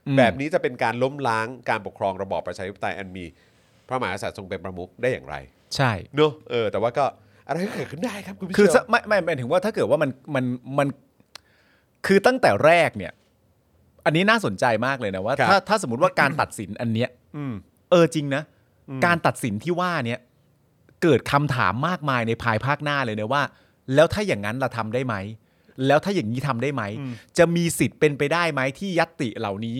[SPEAKER 2] อืม
[SPEAKER 1] แบบนี้จะเป็นการล้มล้างการปกครองระบอบประชาธิปไตยอันมีพระมหากษัตริย์ทรงเป็นประมุขได้อย่างไร
[SPEAKER 2] ใช่
[SPEAKER 1] เนอะเออแต่ว่าก็อะไรก็เกิดขึ้นได้ครับคุณผู้ชม
[SPEAKER 2] คือสะไม่ไม่หมายถึงว่าถ้าเกิดว่ามันมันมันคือตั้งแต่แรกเนี่ย อันนี้น่าสนใจมากเลยนะว่า
[SPEAKER 1] ครับ
[SPEAKER 2] ถ้าถ้าสมมติว่าการตัดสินอันเนี้ย
[SPEAKER 1] อืม
[SPEAKER 2] เออจริงนะ
[SPEAKER 1] อืม
[SPEAKER 2] การตัดสินที่ว่าเนี่ยเกิดคำถามมากมายในภายภาคหน้าเลยนะว่า แล้วถ้าอย่างนั้นเราทำได้ไหม แล้วถ้าอย่างนี้ทำได้ไหม จะมีสิทธิ์เป็นไปได้ไหมที่ยัตติเหล่านี้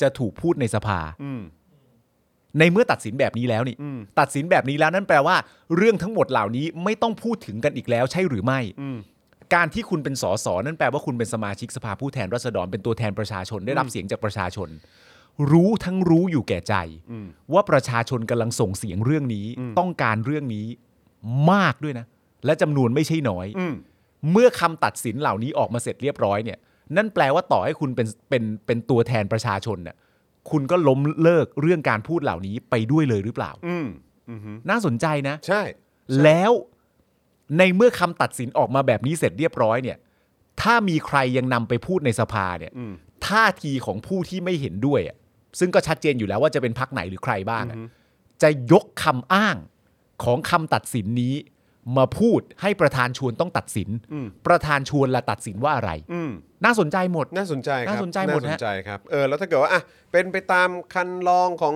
[SPEAKER 2] จะถูกพูดในสภา
[SPEAKER 1] อืม
[SPEAKER 2] ในเมื่อตัดสินแบบนี้แล้วนี่
[SPEAKER 1] อืม
[SPEAKER 2] ตัดสินแบบนี้แล้วนั่นแปลว่า เรื่องทั้งหมดเหล่านี้ไม่ต้องพูดถึงกันอีกแล้วใช่หรือไม่
[SPEAKER 1] อืม
[SPEAKER 2] การที่คุณเป็นสสนั่นแปลว่าคุณเป็นสมาชิกสภาผู้แทนราษฎรเป็นตัวแทนประชาชนได้รับเสียงจากประชาชน รู้ทั้งรู้อยู่แก่ใจ
[SPEAKER 1] อืม
[SPEAKER 2] ว่าประชาชนกำลังส่งเสียงเรื่องนี้ ต้องการเรื่องนี้มากด้วยนะ และจำนวนไม่ใช่น้อย
[SPEAKER 1] อืม
[SPEAKER 2] เมื่อคำตัดสินเหล่านี้ออกมาเสร็จเรียบร้อยเนี่ย นั่นแปลว่าต่อให้คุณเป็นเป็นเป็นตัวแทนประชาชนเนี่ยคุณก็ล้มเลิกเรื่องการพูดเหล่านี้ไปด้วยเลยหรือเปล่า
[SPEAKER 1] อืมอืมอืม
[SPEAKER 2] น่าสนใจนะ
[SPEAKER 1] ใช่
[SPEAKER 2] แล้วในเมื่อคำตัดสินออกมาแบบนี้เสร็จเรียบร้อยเนี่ย ถ้ามีใครยังนำไปพูดในสภาเนี่ย
[SPEAKER 1] อืม
[SPEAKER 2] ท่าทีของผู้ที่ไม่เห็นด้วยอะซึ่งก็ชัดเจนอยู่แล้วว่าจะเป็นพักไหนหรือใครบ้างอะ
[SPEAKER 1] อือฮึ
[SPEAKER 2] จะยกคำอ้างของคำตัดสินนี้ มาพูดให้ประธานชวนต้องตัดสิน
[SPEAKER 1] อืม
[SPEAKER 2] ประธานชวนละตัดสินว่าอะไร
[SPEAKER 1] อืม
[SPEAKER 2] น่าสนใจหมด
[SPEAKER 1] น่าสนใจครับ
[SPEAKER 2] น่าสนใจหมดฮะ
[SPEAKER 1] น่าสนใจครับเออแล้วถ้าเกิดว่าอ่ะเป็นไปตามคันลองของ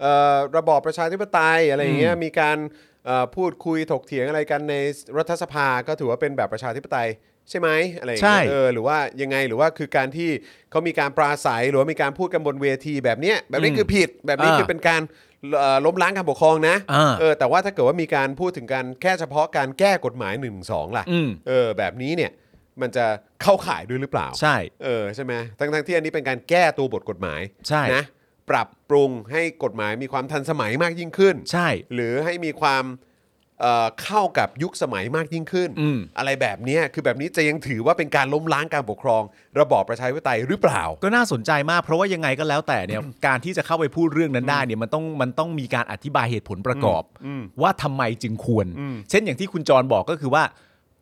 [SPEAKER 1] เอ่อระบอบประชาธิปไตยอะไรอย่างเงี้ยมีการเอ่อพูดคุยถกเถียงอะไรกันในรัฐสภาก็ถือว่าเป็นแบบประชาธิปไตยใช่ไหมอะไรอย่างเงี้
[SPEAKER 2] ใช่
[SPEAKER 1] ยเออหรือว่ายังไงหรือว่าคือการที่เขามีการปราศัยหรือว่ามีการพูดกันบนเวทีแบบเนี้ยแบบนี้คือผิดแบบนี้คือเป็นการเอ่อล้มล้างการปกครองนะ
[SPEAKER 2] อ่า
[SPEAKER 1] เออแต่ว่าถ้าเกิดว่ามีการพูดถึงการแค่เฉพาะการแก้กฎหมาย1นึล่ะ
[SPEAKER 2] อืม
[SPEAKER 1] เออแบบนี้เนี่ยมันจะเข้าข่ายด้วยหรือเปล่า
[SPEAKER 2] ใช่
[SPEAKER 1] เออใช่ไหมทั้งทั้งที่อันนี้เป็นการแก้ตัวบทกฎหมาย
[SPEAKER 2] ใช่
[SPEAKER 1] นะปรับปรุงให้กฎหมายมีความทันสมัยมากยิ่งขึ้น
[SPEAKER 2] ใช่
[SPEAKER 1] หรือให้มีความเอ่อเข้ากับยุคสมัยมากยิ่งขึ้น
[SPEAKER 2] อืม
[SPEAKER 1] อะไรแบบเนี้ยคือแบบนี้จะยังถือว่าเป็นการล้มล้างการปกครอง ระบอบประชาธิปไตยหรือเปล่า
[SPEAKER 2] ก็น่าสนใจมาก เพราะว่ายังไงก็แล้วแต่เนี่ย การที่จะเข้าไปพูดเรื่องนั้นได้เนี่ยมันต้องมันต้องมีการอธิบายเหตุผลประกอบ
[SPEAKER 1] อืม
[SPEAKER 2] ว่าทำไมจึงควร
[SPEAKER 1] อืม
[SPEAKER 2] เช่นอย่างที่คุณจรบอกก็คือว่า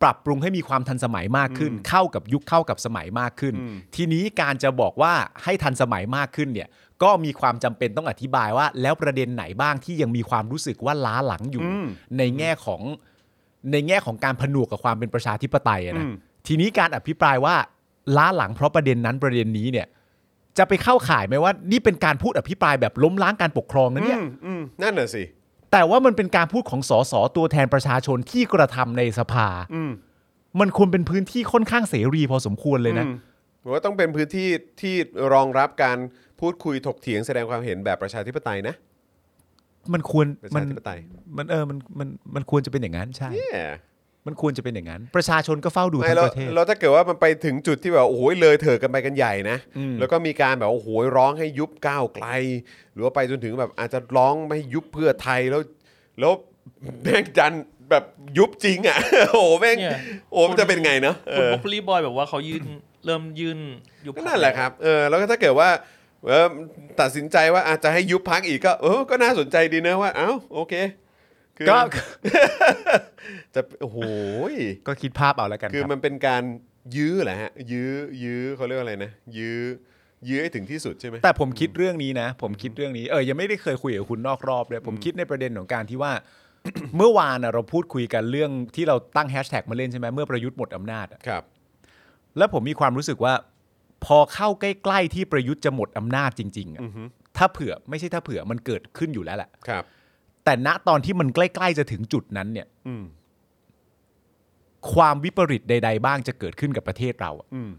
[SPEAKER 2] ปรับปรุงให้มีความทันสมัยมากขึ้น เข้ากับยุคเข้ากับสมัยมากขึ้น
[SPEAKER 1] อืม
[SPEAKER 2] ทีนี้การจะบอกว่าให้ทันสมัยมากขึ้นเนี่ย ก็มีความจำเป็นต้องอธิบายว่า แล้วประเด็นไหนบ้างที่ยังมีความรู้สึกว่าล้าหลังอยู่ ในแง่ของในแง่ของการผนวกกับความเป็นประชาธิปไตยอะนะ
[SPEAKER 1] อืม
[SPEAKER 2] ทีนี้การอภิปรายว่าล้าหลังเพราะประเด็นนั้นประเด็นนี้เนี่ย จะไปเข้าข่ายไหมว่า นี่เป็นการพูดอภิปรายแบบล้มล้างการปกครองนะเนี่ย
[SPEAKER 1] อืมอืมนั่นน่ะสิ
[SPEAKER 2] แต่ว่ามันเป็นการพูดของสสตัวแทนประชาชนที่กระทำในสภา
[SPEAKER 1] อืม
[SPEAKER 2] มันควรเป็นพื้นที่ค่อนข้างเสรีพอสมควรเลยนะ
[SPEAKER 1] อืมผมว่าต้องเป็นพื้นที่ที่รองรับการพูดคุยถกเถียงแสดงความเห็นแบบประชาธิปไตยนะ
[SPEAKER 2] มันควร
[SPEAKER 1] ประ
[SPEAKER 2] มั
[SPEAKER 1] ชาน ธิปไตย
[SPEAKER 2] มันเออมันมันมันควรจะเป็นอย่างนั้นใช่
[SPEAKER 1] เนี่ย
[SPEAKER 2] มันควรจะเป็นอย่างนั้น ประชาชนก็เฝ้าดู
[SPEAKER 1] ไม่
[SPEAKER 2] ทั้ง
[SPEAKER 1] แล้ว
[SPEAKER 2] ประเทศ
[SPEAKER 1] แล้วถ้าเกิดว่ามันไปถึงจุดที่แบบโอ้โหเลยเถิดกันไปกันใหญ่นะ
[SPEAKER 2] อืม
[SPEAKER 1] แล้วก็มีการแบบโอ้โหร้องให้ยุบก้าวไกล หรือว่าไปจนถึงแบบอาจจะร้องไม่ให้ยุบเพื่อไทยแล้วแล้วแม่งดันแบบยุบจริงอ่ะ โอ้โหแม่ง
[SPEAKER 3] เนี่ย
[SPEAKER 1] โอ้มันจะเป็นไงเนาะเอ
[SPEAKER 3] คุณ
[SPEAKER 1] อ
[SPEAKER 3] บ็อกลี่บอยแบบว่าเขายื่นเริ่มยื่นยุบ
[SPEAKER 1] ก็นั่นแหละครับเออแล้วก็ถ้าเกิดว่าเออตัดสินใจว่าอาจจะให้ยุบพักอีกก็เออก็น่าสนใจดีนะว่าเอ้าโอเคคือ
[SPEAKER 2] ก็
[SPEAKER 1] จะโอ้โห
[SPEAKER 2] ก็คิดภาพเอาแล้วกัน
[SPEAKER 1] คือ
[SPEAKER 2] รับ
[SPEAKER 1] มันเป็นการยื้อแหละฮะ ยื้อยื้อเขาเรียกว่าอะไรนะ ยื้อ ยื้อให้ถึงที่สุดใช่ไหม
[SPEAKER 2] แต่ผมคิดเรื่องนี้นะ ผมคิดเรื่องนี้เออยังไม่ได้เคยคุยกับคุณนอกรอบเลยผมคิดในประเด็นของการที่ว่า เมื่อวานน่ะเราพูดคุยกันเรื่องที่เราตั้งแฮชแท็กมาเล่นใช่ไหมเมื่อประยุทธ์หมดอำนาจอะ
[SPEAKER 1] ครับ
[SPEAKER 2] แล้วผมมีความรู้สึกว่า พอเข้าใกล้ๆที่ประยุทธ์จะหมดอำนาจจริงๆอะ
[SPEAKER 1] อือฮึ
[SPEAKER 2] ถ้าเผื่อไม่ใช่ถ้าเผื่อมันเกิดขึ้นอยู่แล้วแหละ
[SPEAKER 1] ครับ
[SPEAKER 2] แต่ณตอนที่มันใกล้ ๆ จะถึงจุดนั้นเนี่ย
[SPEAKER 1] อืม
[SPEAKER 2] ความวิปริตใด ๆ บ้างจะเกิดขึ้นกับประเทศเราอะ
[SPEAKER 1] อืม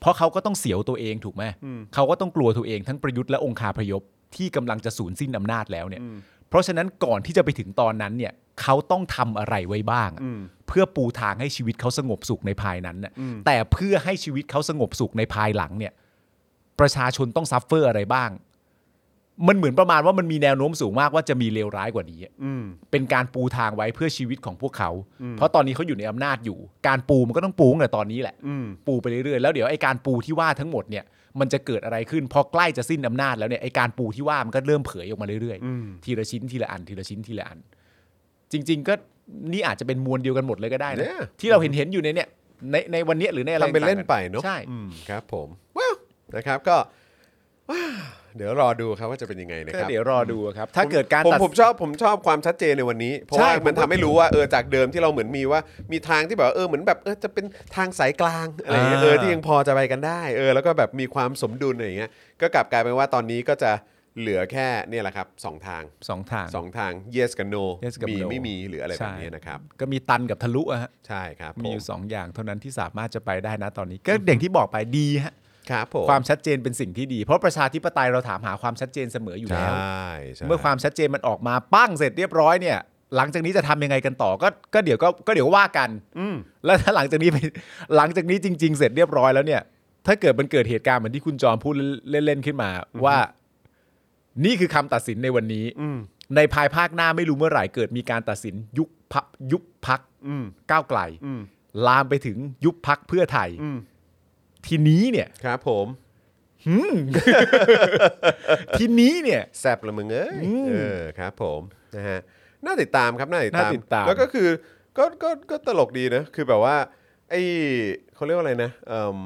[SPEAKER 2] เพราะเขาก็ต้องเสียวตัวเองถูกไหม
[SPEAKER 1] อืม
[SPEAKER 2] เขาก็ต้องกลัวตัวเองทั้งประยุทธ์และองคาพยพที่กำลังจะสูญสิ้นอำนาจแล้วเนี่ย
[SPEAKER 1] อืม
[SPEAKER 2] เพราะฉะนั้นก่อนที่จะไปถึงตอนนั้นเนี่ยเขาต้องทำอะไรไว้บ้างอะ
[SPEAKER 1] อืม
[SPEAKER 2] เพื่อปูทางให้ชีวิตเขาสงบสุขในภายนั้นน่ะ
[SPEAKER 1] อืม
[SPEAKER 2] แต่เพื่อให้ชีวิตเขาสงบสุขในภายหลังเนี่ย ประชาชนต้องซัฟเฟอร์อะไรบ้าง มันเหมือนประมาณว่ามันมีแนวโน้มสูงมากว่าจะมีเลวร้ายกว่านี้อะ
[SPEAKER 1] อืม
[SPEAKER 2] เป็นการปูทางไว้เพื่อชีวิตของพวกเขา เพราะตอนนี้เขาอยู่ในอำนาจอยู่ การปูมันก็ต้องปูตั้งแต่ตอนนี้แหละ
[SPEAKER 1] อืม
[SPEAKER 2] ปูไปเรื่อยๆแล้วเดี๋ยวไอ้การปูที่ว่าทั้งหมดเนี่ยมันจะเกิดอะไรขึ้นพอใกล้จะสิ้นอำนาจแล้วเนี่ยไอ้การปูที่ว่ามันก็เริ่มเผยออกมาเรื่อย
[SPEAKER 1] อืม
[SPEAKER 2] ทีละชิ้นทีละอันทีละชิ้นทีละอัน จริง ๆ ก็นี่อาจจะเป็นมวลเดียวกันหมดเลยก็ได้นะ
[SPEAKER 1] เนี่ย
[SPEAKER 2] ที่เราเห็นเห็นๆอยู่ในเนี่ยในในวันเนี้ยหรือในอะไร
[SPEAKER 1] ทำเป็นเล่น
[SPEAKER 2] ต่างๆ
[SPEAKER 1] ไปเนาะ
[SPEAKER 2] ใช่
[SPEAKER 1] อืมครับผมว้าวนะครับก็ว้าว เดี๋ยวรอดูครับว่าจะเป็นยังไงนะค
[SPEAKER 2] ก็
[SPEAKER 1] รับ
[SPEAKER 2] เดี๋ยวรอดูครับ ถ้าเกิดการ
[SPEAKER 1] ผม
[SPEAKER 2] ตัด
[SPEAKER 1] ผมชอบผมชอบความชัดเจนในวันนี้ เพราะ
[SPEAKER 2] ใช่
[SPEAKER 1] ว่ามัน
[SPEAKER 2] ผมก็
[SPEAKER 1] ทำให้รู้ว่าเออจากเดิมที่เราเหมือนมีว่ามีทางที่แบบว่าเออเหมือนแบบเออจะเป็นทางสายกลางอะไรอย่างเงี้ย
[SPEAKER 2] อ่า
[SPEAKER 1] เออที่ยังพอจะไปกันได้เออแล้วก็แบบมีความสมดุลอะไรอย่างเงี้ยก็กลับกลายเป็นว่าตอนนี้ก็จะเหลือแค่เนี่ยแหละครับสองทาง
[SPEAKER 2] สองทาง
[SPEAKER 1] สองทาง yes กับ no
[SPEAKER 2] Yes กับ
[SPEAKER 1] มี
[SPEAKER 2] no
[SPEAKER 1] ไม่มีหรืออะไร
[SPEAKER 2] ใช่
[SPEAKER 1] แบบนี้นะครับ
[SPEAKER 2] ก็มีตันกับทะลุอะฮะ
[SPEAKER 1] ใช่ครับผ
[SPEAKER 2] มีอ
[SPEAKER 1] ม
[SPEAKER 2] ยู่สองอย่างเท่านั้นที่สามารถจะไปได้นะตอนนี้ ก็อย่างที่บอกไปดีฮะ
[SPEAKER 1] ครับผม
[SPEAKER 2] ความชัดเจนเป็นสิ่งที่ดี เพราะประชาธิปไตยเราถามหาความชัดเจนเสมออยู่
[SPEAKER 1] ใช
[SPEAKER 2] แล้ว
[SPEAKER 1] ่ใช่
[SPEAKER 2] เมื่อความชัดเจนมันออกมาปั้งเสร็จเรียบร้อยเนี่ย หลังจากนี้จะทำยังไงกันต่อก็ก็เดี๋ยวก็ก็เดี๋ยวว่ากัน
[SPEAKER 1] อืม
[SPEAKER 2] แล้วถ้าหลังจากนี้ไปหลังจากนี้จริง ๆ เสร็จเรียบร้อยแล้วเนี่ย ถ้าเกิดมันเกิดเหตุการณ์เหมือนที่คุณจอมพูดเล่นๆขึ้นมา ว่า นี่คือคำตัดสินในวันนี้
[SPEAKER 1] อืม
[SPEAKER 2] ในภายภาคหน้าไม่รู้เมื่อไหร่เกิดมีการตัดสินยุบพักยุบพัก
[SPEAKER 1] อืม
[SPEAKER 2] ก้าวไกล
[SPEAKER 1] อืม
[SPEAKER 2] ลามไปถึงยุบพักเพื่อไทย
[SPEAKER 1] อืม
[SPEAKER 2] ทีนี้เนี่ย
[SPEAKER 1] ครับผม
[SPEAKER 2] ทีนี้เนี่ย
[SPEAKER 1] แซบละมึงเอ้ย
[SPEAKER 2] อืม
[SPEAKER 1] เออครับผมนะฮะน่าติดตามครับน่าติดตาม
[SPEAKER 2] น่าติดตาม
[SPEAKER 1] แล้วก็คือก็ก็ก็ตลกดีนะ คือแบบว่าไอเขาเรียกว่าอะไรนะเอิ่ม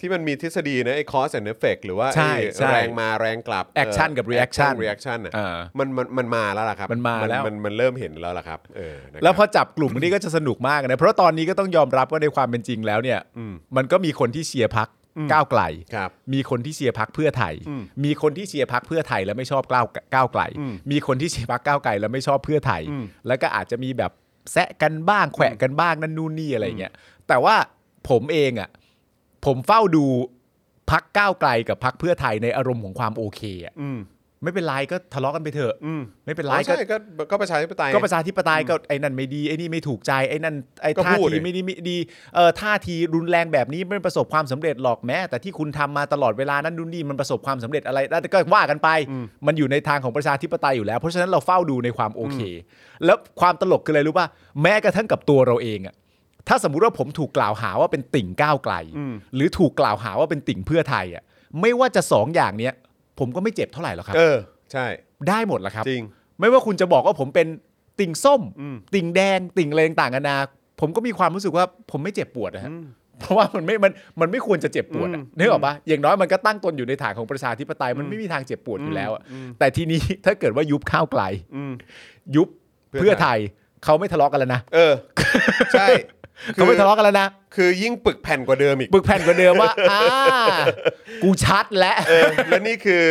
[SPEAKER 1] ที่มันมีทฤษฎีนะไอ้ cause and effect หรือว่า
[SPEAKER 2] ใช่
[SPEAKER 1] ไอ้
[SPEAKER 2] ใช่
[SPEAKER 1] แรงมาแรงกลับ
[SPEAKER 2] Action กับ reaction
[SPEAKER 1] reaction อ่ะ
[SPEAKER 2] เออ
[SPEAKER 1] มันมันมันมาแล้วล่ะครับ
[SPEAKER 2] มันมาแล้ว
[SPEAKER 1] มันมันเริ่มเห็นแล้วล่ะครับเออนะครับ
[SPEAKER 2] แล้วพอจับกลุ่มนี้ก็จะสนุกมากนะ เพราะตอนนี้ก็ต้องยอมรับว่าในความเป็นจริงแล้วเนี่ย
[SPEAKER 1] อืม
[SPEAKER 2] มันก็มีคนที่เชียร์พักก้าวไกล
[SPEAKER 1] ครับ
[SPEAKER 2] มีคนที่เชียร์พักเพื่อไทย
[SPEAKER 1] อืม
[SPEAKER 2] มีคนที่เชียร์พักเพื่อไทยแล้วไม่ชอบก้าวก้าวไกล
[SPEAKER 1] อืม
[SPEAKER 2] มีคนที่เชียร์พักก้าวไกลแล้วไม่ชอบเพื่อไทย
[SPEAKER 1] อืม
[SPEAKER 2] แล้วก็อาจจะมีแบบแซะกันบ้างแขวะกันบ้างนั่นนู่นนี่อะไรอย่างเงี้ย แต่ว่าผมเองอ่ะ ผมเฝ้าดูพักก้าวไกลกับพักเพื่อไทยในอารมณ์ของความโอเคอ่ะ
[SPEAKER 1] อืม
[SPEAKER 2] ไม่เป็นไรก็ทะเลาะกันไปเถอะ
[SPEAKER 1] อืม
[SPEAKER 2] ไม่เป็น
[SPEAKER 1] อ๋
[SPEAKER 2] ไร
[SPEAKER 1] อ
[SPEAKER 2] ก็
[SPEAKER 1] ใช่ก็ก็ประชาธิปไตย
[SPEAKER 2] ก็ประชาธิปไตยก็ไอ้นั่นไม่ดีไอ้นี่ไม่ถูกใจไอ้นั่นไอ้
[SPEAKER 1] ก็
[SPEAKER 2] ท่า
[SPEAKER 1] พูดดิ
[SPEAKER 2] ทีไม่ดีไม่ดีเอ่อท่าทีรุนแรงแบบนี้ไม่ประสบความสำเร็จหรอกแม้ แต่ที่คุณทำมาตลอดเวลานั้นนู่นนี่มันประสบความสำเร็จอะไรได้แต่ก็ว่ากันไป มันอยู่ในทางของประชาธิปไตยอยู่แล้ว เพราะฉะนั้นเราเฝ้าดูในความโอเค แล้วความตลกคืออะไรรู้ป่ะแม้กระทั่งกับตัวเราเองอะถ้าสมมุติว่าผมถูกกล่าวหาว่าเป็นติ่งก้าวไกล หรือถูกกล่าวหาว่าเป็นติ่งเพื่อไทยอะไม่ว่าจะสองอย่างเนี้ยผมก็ไม่เจ็บเท่าไหร่หรอกครับ
[SPEAKER 1] เออ ใช่
[SPEAKER 2] ได้หมดแหละครับ
[SPEAKER 1] จริง
[SPEAKER 2] ไม่ว่าคุณจะบอกว่าผมเป็นติ่งส้ม
[SPEAKER 1] อืม
[SPEAKER 2] ติ่งแดง ติ่งอะไรต่างกันานาผมก็มีความรู้สึกว่าผมไม่เจ็บปวดนะฮะเพราะว่ามันไม่มันมันไม่ควรจะเจ็บปวดอะนึกออกปะอย่างน้อยมันก็ตั้งตนอยู่ในฐานของประชาธิปไตยมันไม่มีทางเจ็บปวดอยู่แล้วอะแต่ทีนี้ ถ้าเกิดว่ายุบข้าวไกล
[SPEAKER 1] อืม
[SPEAKER 2] ยุบ
[SPEAKER 1] เพื่
[SPEAKER 2] เพื่
[SPEAKER 1] อ
[SPEAKER 2] อ
[SPEAKER 1] ไท
[SPEAKER 2] ไท
[SPEAKER 1] ย
[SPEAKER 2] ยเขาไม่ทะเลาะกันแล้วนะ
[SPEAKER 1] เออ ใช่คื
[SPEAKER 2] เขาไม่ทะเลาะกันแล้วนะ
[SPEAKER 1] คือยิ่งปึกแผ่นกว่าเดิมอีก
[SPEAKER 2] ปึกแผ่นกว่าเดิมว่า อ่ากูชัดแล้ว
[SPEAKER 1] เออและนี่คือ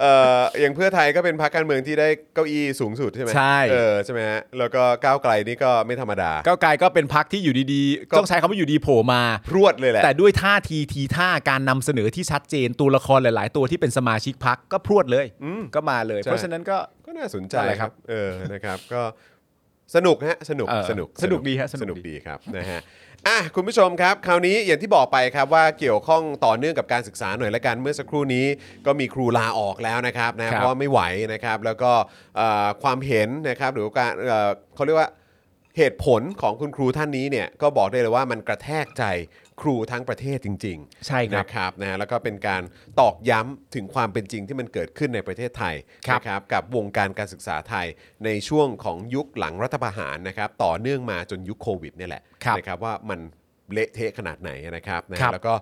[SPEAKER 1] เอ่ออย่างเพื่อไทยก็เป็นพรรคการเมืองที่ได้เก้าอี้สูงสุดใช่ไหม
[SPEAKER 2] ใช่
[SPEAKER 1] เออใช่ไหมฮะแล้วก็ก้าวไกลนี่ก็ไม่ธรรมดา
[SPEAKER 2] ก้าวไกลก็เป็นพักที่อยู่ดี
[SPEAKER 1] ก็
[SPEAKER 2] ๆต้องใช้คำว่าอยู่ดีโผล่มา
[SPEAKER 1] รวดเลยแหละ
[SPEAKER 2] แต่ด้วยท่าทีทีท่าการนำเสนอที่ชัดเจนตัวละครหลาย ๆ ตัวที่เป็นสมาชิกพักก็พรวดเลย
[SPEAKER 1] อืม
[SPEAKER 2] ก็มาเลย
[SPEAKER 1] ใช่
[SPEAKER 2] เพราะฉะนั้นก็
[SPEAKER 1] ก็น่าสนใจ
[SPEAKER 2] นั่นแหละครับ
[SPEAKER 1] เออนะครับก็สนุกฮะสนุก
[SPEAKER 2] เออ
[SPEAKER 1] สนุก
[SPEAKER 2] สนุกดีฮะ
[SPEAKER 1] ส
[SPEAKER 2] สนุ
[SPEAKER 1] นุก
[SPEAKER 2] กดี
[SPEAKER 1] ดีครับนะฮะอ่ะคุณผู้ชมครับ คราวนี้อย่างที่บอกไปครับว่าเกี่ยวข้องต่อเนื่องกับการศึกษาหน่อยละกันเมื่อสักครู่นี้ก็มีครูลาออกแล้วนะครับนะเพราะว่าไม่ไหวนะครับ แล้วก็เอ่อความเห็นนะครับหรือว่าการเอ่อเขาเรียกว่า เหตุผลของคุณครูท่านนี้เนี่ยก็บอกได้เลยว่ามันกระแทกใจครูทั้งประเทศจริงๆ
[SPEAKER 2] ใช่ครับ
[SPEAKER 1] นะครับนะฮะแล้วก็เป็นการตอกย้ำถึงความเป็นจริงที่มันเกิดขึ้นในประเทศไทย
[SPEAKER 2] ครับ
[SPEAKER 1] นะครับกับวงการการศึกษาไทยในช่วงของยุคหลังรัฐประหารนะครับต่อเนื่องมาจนยุคโควิดเนี่ยแหละ
[SPEAKER 2] ครับ
[SPEAKER 1] นะครับว่ามันเละเทะขนาดไหนนะครับนะฮะ
[SPEAKER 2] ครับ
[SPEAKER 1] แล้วก็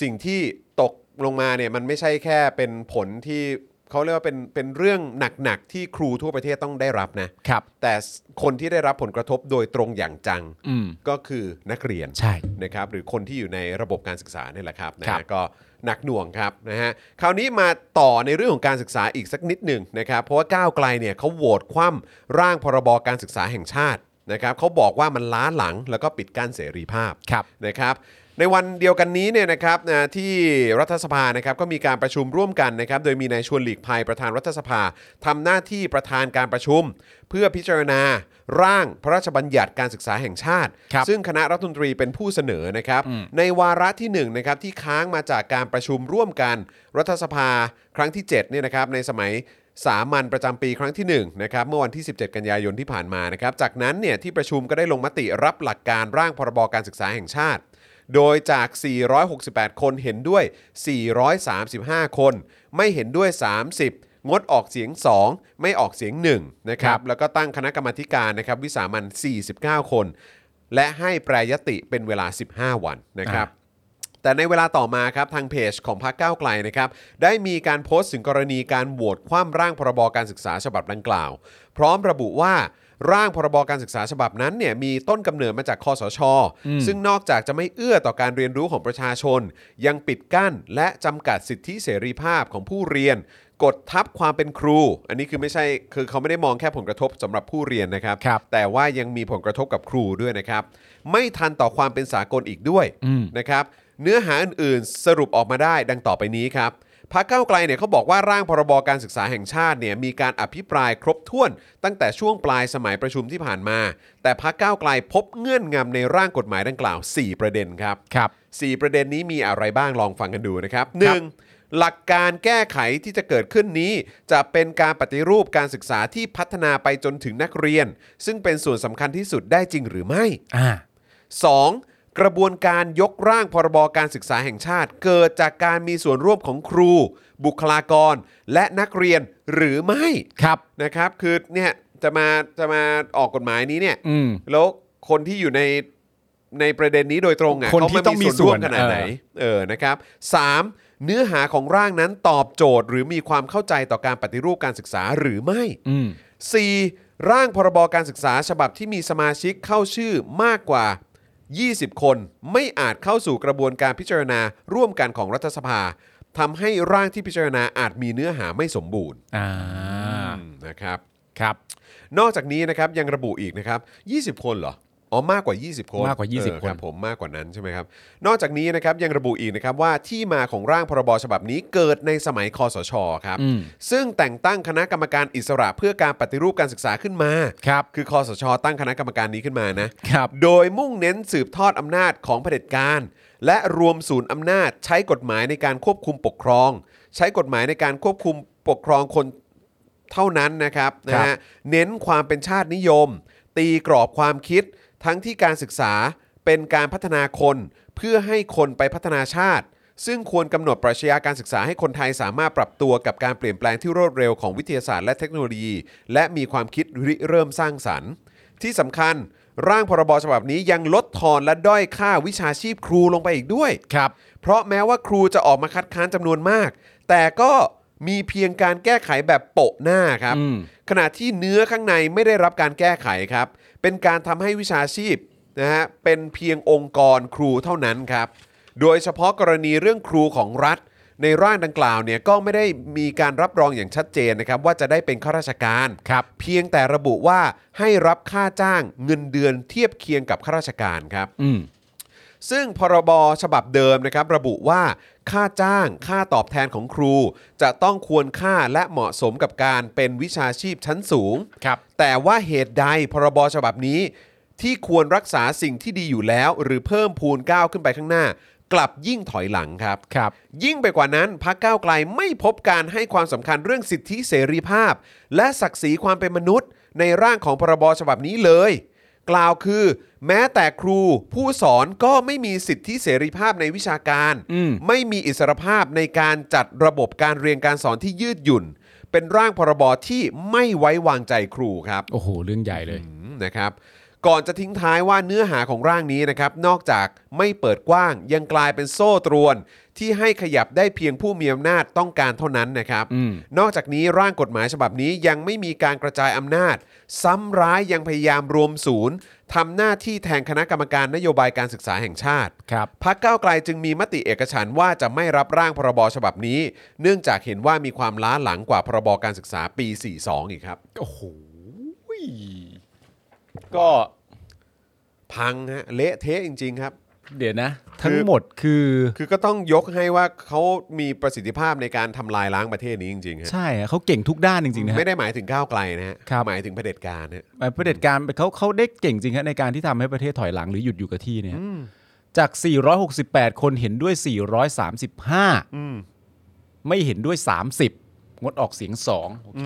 [SPEAKER 1] สิ่งที่ตกลงมาเนี่ยมันไม่ใช่แค่เป็นผลที่เขาเรียกว่าเป็นเป็นเรื่องหนักๆที่ครูทั่วประเทศต้องได้รับนะ
[SPEAKER 2] ครับ
[SPEAKER 1] แต่คนที่ได้รับผลกระทบโดยตรงอย่างจัง
[SPEAKER 2] อืม
[SPEAKER 1] ก็คือนักเรียน
[SPEAKER 2] ใช่
[SPEAKER 1] นะครับหรือคนที่อยู่ในระบบการศึกษาเนี่ยแหละครับนะ
[SPEAKER 2] ครั
[SPEAKER 1] ฮะ
[SPEAKER 2] บ
[SPEAKER 1] ก็หนักหน่วงครับนะฮะคราวนี้มาต่อในเรื่องของการศึกษาอีกสักนิดหนึ่งนะครับเพราะว่าก้าวไกลเนี่ยเขาโหวตคว่ำร่างพรบการศึกษาแห่งชาตินะครับเขาบอกว่ามันล้าหลังแล้วก็ปิดกั้นเสรีภาพ
[SPEAKER 2] ครับ
[SPEAKER 1] นะครับในวันเดียวกันนี้เนี่ยนะครับนะที่รัฐสภานะครับก็มีการประชุมร่วมกันนะครับโดยมีนายชวนหลีกภัยประธานรัฐสภาทำหน้าที่ประธานการประชุม เพื่อพิจารณาร่างพระราชบัญญัติการศึกษาแห่งชาติ
[SPEAKER 2] ครับ
[SPEAKER 1] ซึ่งคณะรัฐมนตรีเป็นผู้เสนอนะครับในวาระที่1นะครับที่ค้างมาจากการประชุมร่วมกันรัฐสภาครั้งที่7เนี่ยนะครับในสมัย สามัญประจำปีครั้งที่1นะครับเมื่อวันที่ 17 กันยายนที่ผ่านมานะครับจากนั้นเนี่ยที่ประชุมก็ได้ลงมติรับหลักการร่างพรบการศึกษาแห่งชาติ โดยจาก 468 คนเห็นด้วย 435 คน ไม่เห็นด้วย 30 งดออกเสียง 2 ไม่ออกเสียง1นะครั
[SPEAKER 2] ครับ บ
[SPEAKER 1] แล้วก็ตั้งคณะกรรมาธิการนะครับวิสามัน49 คน และให้แปรยติเป็นเวลา 15 วันนะครับ แต่ในเวลาต่อมาครับทางเพจของพรรคก้าวไกลนะครับได้มีการโพสต์ถึงกรณีการโหวตคว่ำร่างพรบการศึกษาฉบับดังกล่าว พร้อมระบุว่าร่างพรบการศึกษาฉบับนั้นเนี่ยมีต้นกำเนิดมาจากคอสช ซึ่งนอกจากจะไม่เอื้อต่อการเรียนรู้ของประชาชน ยังปิดกั้นและจำกัดสิทธิเสรีภาพของผู้เรียน กดทับความเป็นครู อันนี้คือไม่ใช่คือเขาไม่ได้มองแค่ผลกระทบสำหรับผู้เรียนนะครับ
[SPEAKER 2] ครับ
[SPEAKER 1] แต่ว่ายังมีผลกระทบกับครูด้วยนะครับ ไม่ทันต่อความเป็นสากลอีกด้วยนะครับ เนื้อหาอื่นๆ สรุปออกมาได้ดังต่อไปนี้ครับพรรคก้าวไกลเนี่ยเขาบอกว่าร่างพรบการศึกษาแห่งชาติเนี่ยมีการอภิปรายครบถ้วน ตั้งแต่ช่วงปลายสมัยประชุมที่ผ่านมา แต่พรรคก้าวไกลพบเงื่อนงำในร่างกฎหมายดังกล่าว 4 ประเด็นครับ
[SPEAKER 2] ครับ
[SPEAKER 1] สี่ประเด็นนี้มีอะไรบ้างลองฟังกันดูนะครับหนึ่งหลักการแก้ไขที่จะเกิดขึ้นนี้ จะเป็นการปฏิรูปการศึกษาที่พัฒนาไปจนถึงนักเรียน ซึ่งเป็นส่วนสำคัญที่สุดได้จริงหรือไม่
[SPEAKER 2] อ่า
[SPEAKER 1] 2. กระบวนการยกร่างพรบการศึกษาแห่งชาติ เกิดจากการมีส่วนร่วมของครู บุคลากร และนักเรียนหรือไม่
[SPEAKER 2] ครับ
[SPEAKER 1] นะครับคือเนี่ยจะมาจะมาออกกฎหมายนี้เนี่ย
[SPEAKER 2] อืม
[SPEAKER 1] แล้วคนที่อยู่ในในประเด็นนี้โดยตรงอ่ะ
[SPEAKER 2] คนที่
[SPEAKER 1] เขาา
[SPEAKER 2] ต้องมี
[SPEAKER 1] ร่วม
[SPEAKER 2] ส่วน
[SPEAKER 1] ขนาดไหน
[SPEAKER 2] เออ
[SPEAKER 1] เออนะครับสามเนื้อหาของร่างนั้นตอบโจทย์ หรือมีความเข้าใจต่อการปฏิรูปการศึกษาหรือไม่
[SPEAKER 2] อืม
[SPEAKER 1] 4. ร่างพรบการศึกษาฉบับที่มีสมาชิกเข้าชื่อมากกว่า 20 คน ไม่อาจเข้าสู่กระบวนการพิจารณาร่วมกันของรัฐสภาทำให้ร่างที่พิจารณาอาจมีเนื้อหาไม่สมบูรณ์
[SPEAKER 2] อ่า
[SPEAKER 1] อืมนะครับ
[SPEAKER 2] ครับ
[SPEAKER 1] นอกจากนี้นะครับยังระบุอีกนะครับ 20 คนเหรอ อ๋อมากกว่า 20 คน
[SPEAKER 2] มากกว่า
[SPEAKER 1] เออ
[SPEAKER 2] 20คน
[SPEAKER 1] รับผมมากกว่านั้นใช่ไหมครับ นอกจากนี้นะครับยังระบุอีกนะครับว่าที่มาของร่างพรบฉบับนี้เกิดในสมัยคอสชครับ
[SPEAKER 2] อืม
[SPEAKER 1] ซึ่งแต่งตั้งคณะกรรมการอิสระเพื่อการปฏิรูปการศึกษาขึ้นมา
[SPEAKER 2] ครับ
[SPEAKER 1] คือคอสช ตั้งคณะกรรมการนี้ขึ้นมานะ
[SPEAKER 2] ครับ
[SPEAKER 1] โดยมุ่งเน้นสืบทอดอำนาจของเผด็จการ และรวมศูนย์อำนาจใช้กฎหมายในการควบคุมปกครอง ใช้กฎหมายในการควบคุมปกครองคนเท่านั้นนะครับ
[SPEAKER 2] ค
[SPEAKER 1] นะ
[SPEAKER 2] รับ
[SPEAKER 1] ฮะเน้นความเป็นชาตินิยม ตีกรอบความคิด ทั้งที่การศึกษาเป็นการพัฒนาคนเพื่อให้คนไปพัฒนาชาติ ซึ่งควรกำหนดปรัชญาการศึกษาให้คนไทยสามารถปรับตัวกับการเปลี่ยนแปลงที่รวดเร็วของวิทยาศาสตร์และเทคโนโลยี และมีความคิดริเริ่มสร้างสรรค์ ที่สำคัญ ร่างพรบฉบับนี้ยังลดทอนและด้อยค่าวิชาชีพครูลงไปอีกด้วย
[SPEAKER 2] ครับ
[SPEAKER 1] เพราะแม้ว่าครูจะออกมาคัดค้านจำนวนมาก แต่ก็มีเพียงการแก้ไขแบบโปะหน้าครับ
[SPEAKER 2] อืม
[SPEAKER 1] ขณะที่เนื้อข้างในไม่ได้รับการแก้ไขครับ เป็นการทำให้วิชาชีพนะฮะเป็นเพียงองค์กรครูเท่านั้นครับ โดยเฉพาะกรณีเรื่องครูของรัฐ ในร่างดังกล่าวเนี่ยก็ไม่ได้มีการรับรองอย่างชัดเจนนะครับว่าจะได้เป็นข้าราชการ
[SPEAKER 2] ครับ
[SPEAKER 1] เพียงแต่ระบุว่าให้รับค่าจ้างเงินเดือนเทียบเคียงกับข้าราชการครับ
[SPEAKER 2] อืม
[SPEAKER 1] ซึ่งพรบฉบับเดิมนะครับระบุว่า ค่าจ้าง ค่าตอบแทนของครู จะต้องควรค่าและเหมาะสมกับการเป็นวิชาชีพชั้นสูง
[SPEAKER 2] ครับ
[SPEAKER 1] แต่ว่าเหตุใดพรบฉบับนี้ ที่ควรรักษาสิ่งที่ดีอยู่แล้ว หรือเพิ่มพูนก้าวขึ้นไปข้างหน้า กลับยิ่งถอยหลังครับ
[SPEAKER 2] ครับ
[SPEAKER 1] ยิ่งไปกว่านั้นพักก้าวไกลไม่พบการให้ความสำคัญเรื่องสิทธิเสรีภาพ และศักดิ์ศรีความเป็นมนุษย์ ในร่างของพรบฉบับนี้เลย กล่าวคือ แม้แต่ครูผู้สอนก็ไม่มีสิทธิเสรีภาพในวิชาการ
[SPEAKER 2] อืม
[SPEAKER 1] ไม่มีอิสรภาพในการจัดระบบการเรียนการสอนที่ยืดหยุ่น เป็นร่างพรบที่ไม่ไว้วางใจครูครับ
[SPEAKER 2] โอ้โห เรื่องใหญ่เลย
[SPEAKER 1] อืมนะครับก่อนจะทิ้งท้ายว่าเนื้อหาของร่างนี้นะครับนอกจากไม่เปิดกว้างยังกลายเป็นโซ่ตรวน ที่ให้ขยับได้เพียงผู้มีอำนาจต้องการเท่านั้นนะครับ
[SPEAKER 2] อืม
[SPEAKER 1] นอกจากนี้ร่างกฎหมายฉบับนี้ยังไม่มีการกระจายอำนาจ ซ้ำร้ายยังพยายามรวมศูนย์ทำหน้าที่แทนคณะกรรมการนโยบายการศึกษาแห่งชาติ
[SPEAKER 2] ครับ
[SPEAKER 1] พักก้าวไกลจึงมีมติเอกฉันท์ว่าจะไม่รับร่างพรบฉบับนี้ เนื่องจากเห็นว่ามีความล้าหลังกว่าพรบการศึกษาปี 42 อีกครับ
[SPEAKER 2] โอ้โห ก็
[SPEAKER 1] พังฮะเละเทะจริงๆครับ
[SPEAKER 2] เดี๋ยวนะ ทั้งหมดคือ
[SPEAKER 1] คือก็ต้องยกให้ว่าเขามีประสิทธิภาพในการทำลายล้างประเทศนี้จริงๆฮะ
[SPEAKER 2] ใช่อะเขาเก่งทุกด้านจริงๆนะ
[SPEAKER 1] ไม่
[SPEAKER 2] ฮะ
[SPEAKER 1] ได้หมายถึงก้าวไกลนะฮะ
[SPEAKER 2] ครับ
[SPEAKER 1] หมายถึงเผด็จการเนี่ย
[SPEAKER 2] หมายประเผด็จการเขาเขาได้เก่งจริงฮะในการที่ทำให้ประเทศถอยหลังหรือหยุดอยู่กับที่เนี่ยฮะจาก 468 คนเห็นด้วย 435 ไม่เห็นด้วย 30 งดออกเสียง 2 โอเค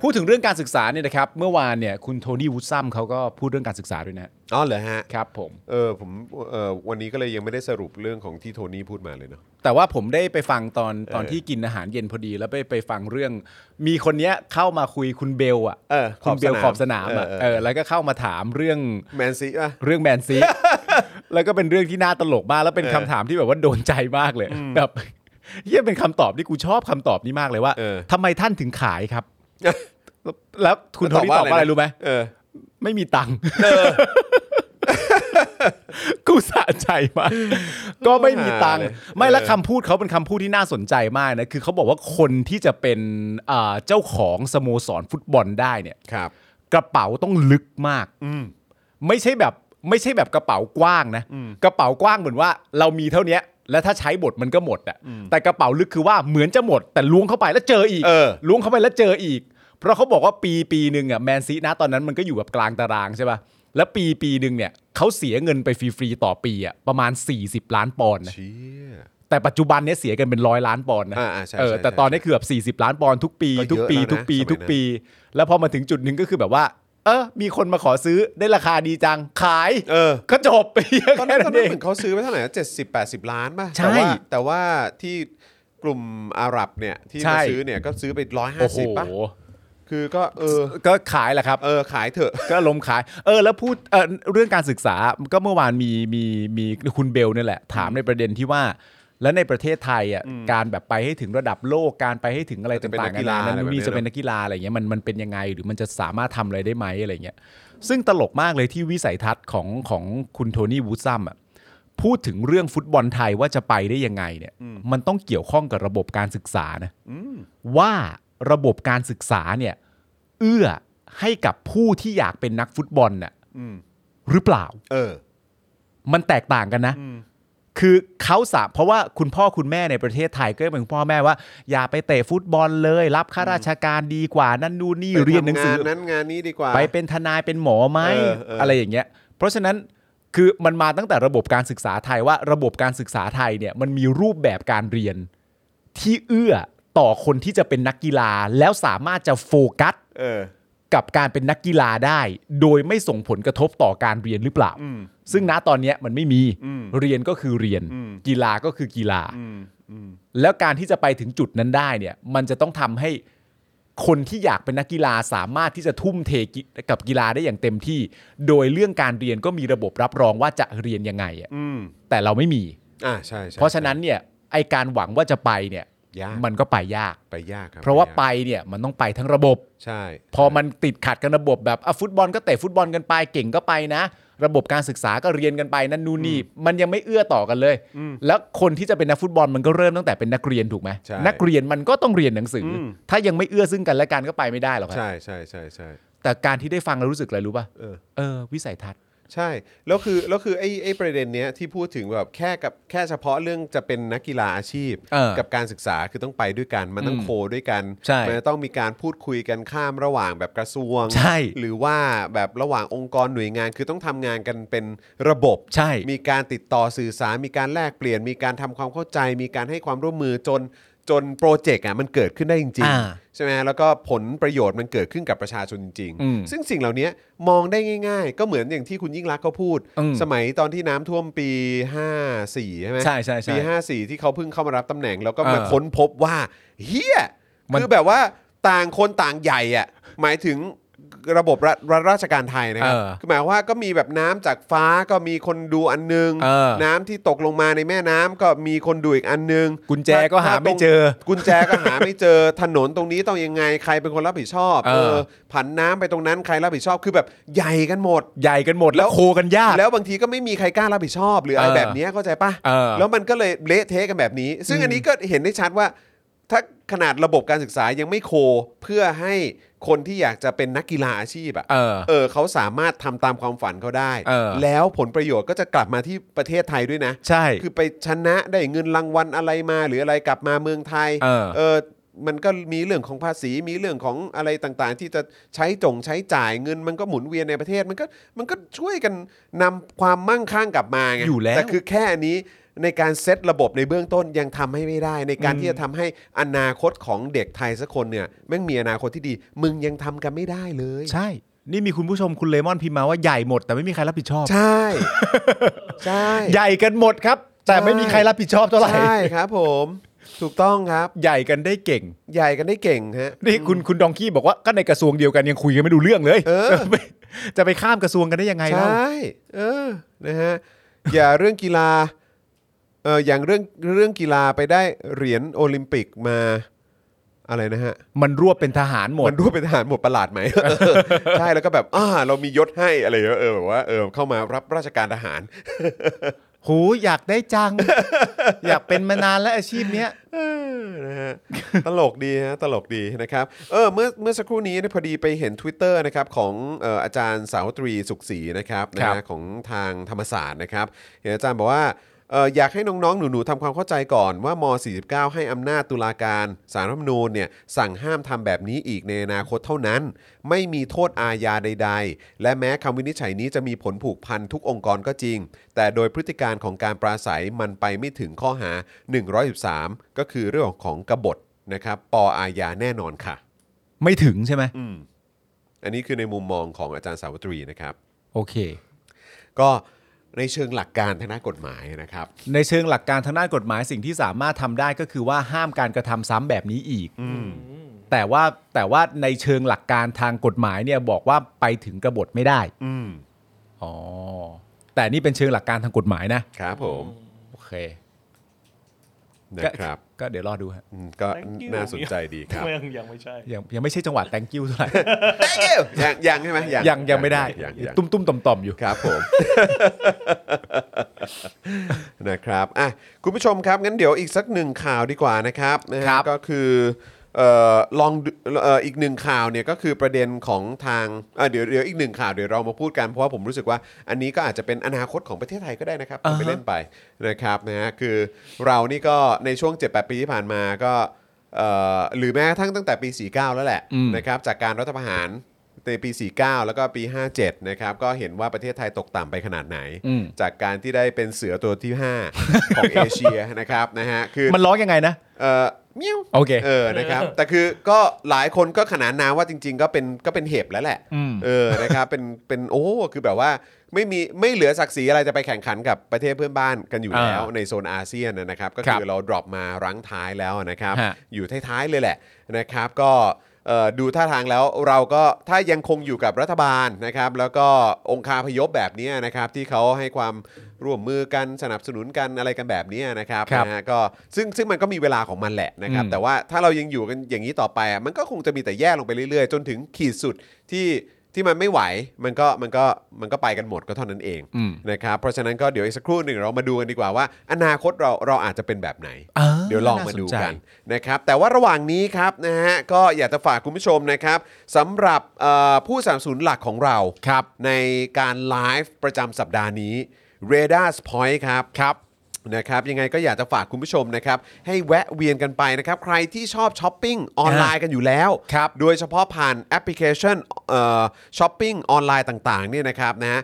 [SPEAKER 2] พูดถึงเรื่องการศึกษาเนี่ยนะครับ เมื่อวานเนี่ยคุณโทนี่วูดซัมเขาก็พูดเรื่องการศึกษาด้วยนะ
[SPEAKER 1] อ๋อเหรอฮะ
[SPEAKER 2] ครับผม
[SPEAKER 1] เออผมเออวันนี้ก็เลยยังไม่ได้สรุปเรื่องของที่โทนี่พูดมาเลยเนาะ
[SPEAKER 2] แต่ว่าผมได้ไปฟังตอนตอน
[SPEAKER 1] เออ
[SPEAKER 2] ที่กินอาหารเย็นพอดี แล้วไปไปฟังเรื่อง มีคนเนี้ยเข้ามาคุยคุณเบลอ่ะ
[SPEAKER 1] เออ
[SPEAKER 2] คุณเบลขอบสนามอ่ะ
[SPEAKER 1] เออ
[SPEAKER 2] เออแล้วก็เข้ามาถามเรื่อง
[SPEAKER 1] แมนซีอ่ะ
[SPEAKER 2] เรื่องแมนซี แล้วก็เป็นเรื่องที่น่าตลกมากแล้วเป็น
[SPEAKER 1] เออ
[SPEAKER 2] คำถามที่แบบว่าโดนใจมากเลย
[SPEAKER 1] อืม
[SPEAKER 2] แบบ เยี่ยเป็นคำตอบที่กูชอบคำตอบนี้มากเลยว่า
[SPEAKER 1] เออ
[SPEAKER 2] ทำไมท่านถึงขาย ครับ แล้วคุณโทนี่ตอบว่าอะไรรู้ไหม
[SPEAKER 1] เออ
[SPEAKER 2] ไม่มีตังค์ กูสะใจมากก็ไม่มีตังค์
[SPEAKER 1] เลย
[SPEAKER 2] ไม่และ
[SPEAKER 1] เออ
[SPEAKER 2] คำพูดเขาเป็นคำพูดที่น่าสนใจมากนะคือเขาบอกว่าคนที่จะเป็นอ่าเจ้าของสโมสรฟุตบอลได้เนี่ย
[SPEAKER 1] ครับ
[SPEAKER 2] กระเป๋าต้องลึกมากไม่ใช่แบบไม่ใช่แบบกระเป๋ากว้างนะกระเป๋ากว้างเหมือนว่าเรามีเท่าเนี้ยแล้วถ้าใช้บทมันก็หมดอะแต่กระเป๋าลึกคือว่าเหมือนจะหมด แต่ล้วงเข้าไปแล้วเจออีก
[SPEAKER 1] เออ
[SPEAKER 2] ล้วงเข้าไปแล้วเจออีก เพราะเขาบอกว่าปีปีหนึ่งอะแมนซีนะตอนนั้นมันก็อยู่แบบกลางตารางใช่ป่ะแล้วปีปีหนึ่งเนี่ยเขาเสียเงินไปฟรีๆต่อปีอะประมาณ 40 ล้านปอนด์นะ
[SPEAKER 1] เชี่ย
[SPEAKER 2] แต่ปัจจุบันเนี้ยเสียกันเป็นร้อยล้านปอนด์นะ
[SPEAKER 1] อ่าอ่าใช่
[SPEAKER 2] เออ
[SPEAKER 1] ใช่
[SPEAKER 2] แต่ตอนนี้คือแบบ40 ล้านปอนด์ทุกปี
[SPEAKER 1] ก็
[SPEAKER 2] ทุ
[SPEAKER 1] เย
[SPEAKER 2] ก
[SPEAKER 1] อะ
[SPEAKER 2] ปี
[SPEAKER 1] แล้วนะสมัยนั้น
[SPEAKER 2] ทุกปีทุกปี แล้วพอมาถึงจุดหนึ่งก็คือแบบว่า เออมีคนมาขอซื้อได้ราคาดีจัง ขาย
[SPEAKER 1] เออ
[SPEAKER 2] ก็จบไป
[SPEAKER 1] ตอน
[SPEAKER 2] แค่
[SPEAKER 1] นั้นตอนั้
[SPEAKER 2] นั้น นเอน ง
[SPEAKER 1] เหมือนเขาซื้อไปเท่าไหร่เจ็ดสิบแปดสิบล้านป่ะ
[SPEAKER 2] ใช่
[SPEAKER 1] แต่ว่าแต่ว่าที่กลุ่มอาหรับเนี่ยที่
[SPEAKER 2] ใช่
[SPEAKER 1] มาซื้อเนี่ยก็ซื้อไปร้อยห้า
[SPEAKER 2] โอ้โห
[SPEAKER 1] สิบป่ะ คือก็เออ
[SPEAKER 2] ก็ขายแหละครับ
[SPEAKER 1] เออขายเถอะ
[SPEAKER 2] ก็ลมขาย เออ แล้วพูดเออเรื่องการศึกษาก็เมื่อวานมีมีมีคุณเบลเนี่ยแหละ ถามในประเด็นที่ว่า แล้วในประเทศไทยอ่ะการแบบไปให้ถึงระดับโลกการไปให้ถึงอะไร
[SPEAKER 1] จะเป็น
[SPEAKER 2] ต่าง
[SPEAKER 1] นัก
[SPEAKER 2] ๆ
[SPEAKER 1] กี
[SPEAKER 2] กั
[SPEAKER 1] ฬาอะ
[SPEAKER 2] นา
[SPEAKER 1] ไร
[SPEAKER 2] นั้น
[SPEAKER 1] แบบนี้
[SPEAKER 2] มี
[SPEAKER 1] เหรอ
[SPEAKER 2] จะเป็นนักกีฬาอะไรเงี้ยมันมันเป็นยังไงหรือมันจะสามารถทำอะไรได้ไหมอะไรเงี้ยซึ่งตลกมากเลยที่วิสัยทัศน์ของของคุณโทนี่วูดซัมอ่ะพูดถึงเรื่องฟุตบอลไทยว่าจะไปได้ยังไงเนี่ยมันต้องเกี่ยวข้องกับระบบการศึกษานะ ว่าระบบการศึกษาเนี่ย เอื้อให้กับผู้ที่อยากเป็นนักฟุตบอลน่ะหรือเปล่า
[SPEAKER 1] เออ
[SPEAKER 2] มันแตกต่างกันนะ คือเขาสาเพราะว่าคุณพ่อคุณแม่ในประเทศไทยก็เป็นพ่อแม่ว่า อย่าไปเตะฟุตบอลเลย รับข้าราชการดีกว่านั่นนู่นนี่
[SPEAKER 1] ไป
[SPEAKER 2] เรียนหนังสือ
[SPEAKER 1] ทำานนั้นงานนี้ดีกว่า
[SPEAKER 2] ไปเป็นทนายเป็นหมอไหม
[SPEAKER 1] เออเอออ
[SPEAKER 2] อะไรอย่างเงี้ย เพราะฉะนั้นคือมันมาตั้งแต่ระบบการศึกษาไทยว่าระบบการศึกษาไทยเนี่ยมันมีรูปแบบการเรียนที่เอื้อต่อคนที่จะเป็นนักกีฬา แล้วสามารถจะโฟกัส
[SPEAKER 1] เออ
[SPEAKER 2] กับการเป็นนักกีฬาได้ โดยไม่ส่งผลกระทบต่อการเรียนหรือเปล่า ซึ่งณตอนเนี้ยมันไม่มีเรียนก็คือเรียน กีฬาก็คือกีฬา แล้วการที่จะไปถึงจุดนั้นได้เนี่ย มันจะต้องทำให้ คนที่อยากเป็นนักกีฬาสามารถที่จะทุ่มเทกิกับกีฬาได้อย่างเต็มที่ โดยเรื่องการเรียนก็มีระบบรับรองว่าจะเรียนยังไงอะ
[SPEAKER 1] อืม
[SPEAKER 2] แต่เราไม่มี
[SPEAKER 1] อ่าใช่ใช่
[SPEAKER 2] เพราะฉะนั้นเนี่ยไอการหวังว่าจะไปเนี่ย
[SPEAKER 1] ยาก
[SPEAKER 2] มันก็ไปยาก
[SPEAKER 1] ไปยากครับ
[SPEAKER 2] เพราะว่าไป
[SPEAKER 1] ยก
[SPEAKER 2] เนี่ยมันต้องไปทั้งระบบ
[SPEAKER 1] ใช่
[SPEAKER 2] พอมันติดขัดกันระบบแบบอ่ะฟุตบอลก็เตะฟุตบอลกันไปเก่งก็ไปนะ ระบบการศึกษาก็เรียนกันไปนั่นนู่นนี่มันยังไม่เอื้อต่อกันเลย แล้วคนที่จะเป็นนักฟุตบอลมันก็เริ่มตั้งแต่เป็นนักเรียนถูกไหม
[SPEAKER 1] ใช่
[SPEAKER 2] นักเรียนมันก็ต้องเรียนหนังสืออถ้ายังไม่เอื้อซึ่งกันและกันก็ไปไม่ได้หรอกครับ
[SPEAKER 1] ใช่ใช่ใช่ใช่
[SPEAKER 2] แต่การที่ได้ฟังแล้วรู้สึกอะไรรู้ป่ะ
[SPEAKER 1] เออ
[SPEAKER 2] เออ วิสัยทัศน์
[SPEAKER 1] ใช่แล้วคือแล้วคือไอ้ไอ้ประเด็นเนี้ยที่พูดถึงแบบแค่กับแค่เฉพาะเรื่องจะเป็นนักกีฬาอาชีพ
[SPEAKER 2] เออ
[SPEAKER 1] กับการศึกษาคือต้องไปด้วยกันมันต้อง
[SPEAKER 2] อืม
[SPEAKER 1] โคด้วยกัน
[SPEAKER 2] ใช่
[SPEAKER 1] มันจะต้องมีการพูดคุยกันข้ามระหว่างแบบกระทรวง
[SPEAKER 2] ใช่
[SPEAKER 1] หรือว่าแบบระหว่างองค์กรหน่วยงานคือต้องทำงานกันเป็นระบบ
[SPEAKER 2] ใช่
[SPEAKER 1] มีการติดต่อสื่อสารมีการแลกเปลี่ยน มีการทำความเข้าใจ มีการให้ความร่วมมือจนจนโปรเจกต์อ่ะมันเกิดขึ้นได้จริง
[SPEAKER 2] อ่า
[SPEAKER 1] ๆใช่ไหมแล้วก็ผลประโยชน์มันเกิดขึ้นกับประชาชนจริงๆ
[SPEAKER 2] อืม
[SPEAKER 1] ซึ่งสิ่งเหล่านี้มองได้ง่าย ๆ ก็เหมือนอย่างที่คุณยิ่งรักษณ์เขาพูด
[SPEAKER 2] อืม
[SPEAKER 1] สมัยตอนที่น้ำท่วมปี 54 ใช่ไหม
[SPEAKER 2] ใช่ใช่ใช่
[SPEAKER 1] ปี 54 ที่เขาเพิ่งเข้ามารับตำแหน่ง แล้วก็
[SPEAKER 2] เออ
[SPEAKER 1] มาค้นพบว่าเฮีย
[SPEAKER 2] มัน
[SPEAKER 1] คือแบบว่าต่างคนต่างใหญ่อะหมายถึงระบบรัฐรัฐราชการไทยนะครับ
[SPEAKER 2] เออ
[SPEAKER 1] คือหมายว่าก็มีแบบน้ำจากฟ้าก็มีคนดูอันนึง
[SPEAKER 2] เออ
[SPEAKER 1] น้ำที่ตกลงมาในแม่น้ำก็มีคนดูอีกอันนึง
[SPEAKER 2] กุญแจก็หาไม่เจอ
[SPEAKER 1] กุญแจก็หาไม่เจอ ถนนตรงนี้ต้องยังไงใครเป็นคนรับผิดชอบ
[SPEAKER 2] เออ
[SPEAKER 1] ผันน้ำไปตรงนั้นใครรับผิดชอบคือแบบใหญ่กันหมด
[SPEAKER 2] ใหญ่กันหมด
[SPEAKER 1] แล้
[SPEAKER 2] แล้ว วโคกันยาก
[SPEAKER 1] แล้วบางทีก็ไม่มีใครกล้ารับผิดชอบหรืออะไร
[SPEAKER 2] เออ
[SPEAKER 1] แบบเนี้ยเข้าใจปะ
[SPEAKER 2] เออ
[SPEAKER 1] แล้วมันก็เลยเละเทะกันแบบนี้ ซึ่งอันนี้ก็เห็นได้ชัดว่า ถ้าขนาดระบบการศึกษายังไม่โค เพื่อให้คนที่อยากจะเป็นนักกีฬาอาชีพอะ
[SPEAKER 2] เออ
[SPEAKER 1] เอเขาสามารถทำตามความฝันเขาได้
[SPEAKER 2] เออ
[SPEAKER 1] แล้วผลประโยชน์ก็จะกลับมาที่ประเทศไทยด้วยนะ
[SPEAKER 2] ใช่
[SPEAKER 1] คือไปชนะได้เงินรางวัลอะไรมา หรืออะไรกลับมาเมืองไทย
[SPEAKER 2] เออ
[SPEAKER 1] มันก็มีเรื่องของภาษีมีเรื่องของอะไรต่างๆ ที่จะใช้จงใช้จ่ายเงินมันก็หมุนเวียนในประเทศมันก็มันก็ช่วยกันนำความมั่งคั่งกลับมาไง
[SPEAKER 2] อยู่แล้ว
[SPEAKER 1] แต่คือแค่อันนี้ในการเซตระบบในเบื้องต้นยังทำให้ไม่ได้ ในการที่จะทำให้อนาคตของเด็กไทยสักคนเนี่ยแม่งมีอนาคตที่ดี มึงยังทำกันไม่ได้เลย
[SPEAKER 2] ใช่ นี่มีคุณผู้ชมคุณเลมอนพิมพ์มาว่าใหญ่หมดแต่ไม่มีใครรับผิดชอบ
[SPEAKER 1] ใช่ใช่
[SPEAKER 2] ใหญ่กันหมดครับ แต่
[SPEAKER 1] ใช่
[SPEAKER 2] ไม่มีใครรับผิดชอบเท่าไหร่
[SPEAKER 1] ใช่ครับผมถูกต้องครับ
[SPEAKER 2] ใหญ่กันได้เก่ง
[SPEAKER 1] ใหญ่กันได้เก่งฮะ
[SPEAKER 2] นี่คุณคุณดองกี้บอกว่าก็ในกระทรวงเดียวกันยังคุยกันไม่ดูเรื่องเลย
[SPEAKER 1] เออ
[SPEAKER 2] จะไปจะไปข้ามกระทรวงกันได้ยังไง
[SPEAKER 1] ใช
[SPEAKER 2] เล่า
[SPEAKER 1] ่ เออ นะฮะ อย่าเรื่องกีฬาเอออย่างเรื่องเรื่องกีฬาไปได้เหรียญโอลิมปิกมาอะไรนะฮะ
[SPEAKER 2] มันรวบเป็นทหารหมด
[SPEAKER 1] มันรู้ว่าเป็นทหารหมวดประหลาดไหม ใช่แล้วก็แบบอ่าเรามียศให้อะไรเงี้ยเออแบบว่าเออเข้ามารับราชการทหาร
[SPEAKER 2] หูอยากได้จัง อยากเป็นมานานและอาชีพเนี้ย
[SPEAKER 1] เออนะฮะ ตลกดีฮะตลกดีนะครับเออเมื่อเมื่อสักครู่นี้เนี่ยพอดีไปเห็น Twitter นะครับของเอ่ออาจารย์สาวตรีสุขศรีนะครับนะ
[SPEAKER 2] ครั
[SPEAKER 1] ฮะ
[SPEAKER 2] บ
[SPEAKER 1] ของทางธรรมศาสตร์นะครับเห็นอาจารย์บอกว่าเอ่ออยากให้น้องๆ หนูๆทำความเข้าใจก่อนว่าม 49 ให้อำนาจตุลาการสารรัฐธรรมนูญเนี่ยสั่งห้ามทำแบบนี้อีกในอนาคตเท่านั้น ไม่มีโทษอาญาใด ๆ และแม้คำวินิจฉัยนี้จะมีผลผูกพันทุกองค์กรก็จริง แต่โดยพฤติการของการปราศัยมันไปไม่ถึงข้อหา 113 ก็คือเรื่องของกบฏนะครับปออาญาแน่นอนค่ะ
[SPEAKER 2] ไม่ถึงใช่ไหม
[SPEAKER 1] อืมอันนี้คือในมุมมองของอาจารย์สาวัตรีนะครับ
[SPEAKER 2] โอเค
[SPEAKER 1] ก็ในเชิงหลักการทางด้านกฎหมายนะครับ
[SPEAKER 2] ในเชิงหลักการทางด้านกฎหมายสิ่งที่สามารถทำได้ก็คือว่าห้ามการกระทำซ้ำแบบนี้อีก
[SPEAKER 3] อืม
[SPEAKER 2] แต่ว่าแต่ว่าในเชิงหลักการทางกฎหมายเนี่ยบอกว่าไปถึงกบฏไม่ได้
[SPEAKER 1] อืม
[SPEAKER 2] อ๋อแต่นี่เป็นเชิงหลักการทางกฎหมายนะครับ
[SPEAKER 1] ผม
[SPEAKER 2] โอเค
[SPEAKER 1] นะครับ
[SPEAKER 2] ก็เดี๋ยวรอดูฮะ
[SPEAKER 1] อืมก็น่าสนใจดีครับ
[SPEAKER 3] ยังยังไม่ใช่
[SPEAKER 2] ยังยังไม่ใช่จังหวะ thank you เท่าไหร่
[SPEAKER 1] Thank you ยังยังใช่ไหม
[SPEAKER 2] ยังยังไม่ได้
[SPEAKER 1] ยังยัง
[SPEAKER 2] ตุ้มตุ้มๆต่อมต่อมๆอยู่
[SPEAKER 1] ครับผม นะครับอ่ะคุณผู้ชมครับงั้นเดี๋ยวอีกสักหนึ่งข่าวดีกว่านะครับนะฮะ
[SPEAKER 2] ครับ
[SPEAKER 1] ก็คือเอ่อลองดูเอ่ออีกหนึ่งข่าวเนี่ยก็คือประเด็นของทางอ่ะเดี๋ยวเดี๋ยวอีกหนึ่งข่าวเดี๋ยวเรามาพูดกันเพราะว่าผมรู้สึกว่า อันนี้ก็อาจจะเป็นอนาคตของประเทศไทยก็ได้นะครับ
[SPEAKER 2] อ่าฮะ
[SPEAKER 1] ไปเล่นไปนะครับนะฮะคือเรานี่ก็ในช่วง 7-8 ปีที่ผ่านมาก็เอ่อหรือแม้กระทั้งตั้งแต่ปี 49 แล้วแหละ
[SPEAKER 2] อืม
[SPEAKER 1] นะครับ นะครับจากการรัฐประหารในปี 49 แล้วก็ปี 57 นะครับ ก็เห็นว่าประเทศไทยตกต่ำไปขนาดไหน
[SPEAKER 2] อืม
[SPEAKER 1] จากการที่ได้เป็นเสือตัวที่ 5 ของเอเชียนะครับนะฮะคือ
[SPEAKER 2] มันร้องยังไงนะ
[SPEAKER 1] เออเมี้ยว
[SPEAKER 2] โอเค
[SPEAKER 1] เออนะครับ แต่คือก็หลายคนก็ขนานนามว่าจริง ๆ ก็เป็นก็เป็นเห็บแล้วแหละ
[SPEAKER 2] อืม
[SPEAKER 1] เออนะครับเป็นเป็นโอ้คือแบบว่าไม่มีไม่เหลือศักดิ์ศรีอะไรจะไปแข่งขันกับประเทศเพื่อนบ้านกันอยู่แล้วในโซนอาเซียนนะครับ ก็คือเราดรอปมารั้งท้ายแล้วนะครับ
[SPEAKER 2] ฮะ
[SPEAKER 1] อยู่ท้ายๆเลยแหละนะครับก็เอ่อดูท่าทางแล้วเราก็ถ้ายังคงอยู่กับรัฐบาลนะครับ แล้วก็องคาพยพแบบเนี้ยนะครับที่เขาให้ความร่วมมือกันสนับสนุนกันอะไรกันแบบเนี้ยนะครับ
[SPEAKER 2] ครับ
[SPEAKER 1] นะฮะก็ซึ่งซึ่งมันก็มีเวลาของมันแหละนะครับ
[SPEAKER 2] อืม
[SPEAKER 1] แต่ว่าถ้าเรายังอยู่กันอย่างนี้ต่อไปอ่ะมันก็คงจะมีแต่แย่ลงไปเรื่อยๆ จนถึงขีดสุดที่ที่มันไม่ไหวมันก็มันก็มันก็ไปกันหมดก็เท่านั้นเอง
[SPEAKER 2] อืม
[SPEAKER 1] นะครับเพราะฉะนั้นก็เดี๋ยวอีกสักครู่หนึ่งเรามาดูกันดีกว่าว่า อนาคตเราเราอาจจะเป็นแบบไหน
[SPEAKER 2] อ่า
[SPEAKER 1] เดี๋ยวลองมาดู
[SPEAKER 2] สใจ
[SPEAKER 1] กันนะครับแต่ว่าระหว่างนี้ครับนะฮะก็อยากจะฝากคุณผู้ชมนะครับสำหรับเอ่อผู้สนับสนุนหลักของเราครับในการไลฟ์ประจำสัปดาห์นี้ r a d a r s Point ครับครับนะครับยังไงก็อยากจะฝากคุณผู้ชมนะครับให้แวะเวียนกันไปนะครับใครที่ชอบช้อปปิ้งออนไลน์กันอยู่แล้ว
[SPEAKER 2] ครับ
[SPEAKER 1] โดยเฉพาะผ่านแอปพลิเคชันเอ่อช้อปปิ้งออนไลน์ต่างๆเนี่ยนะครับนะฮะ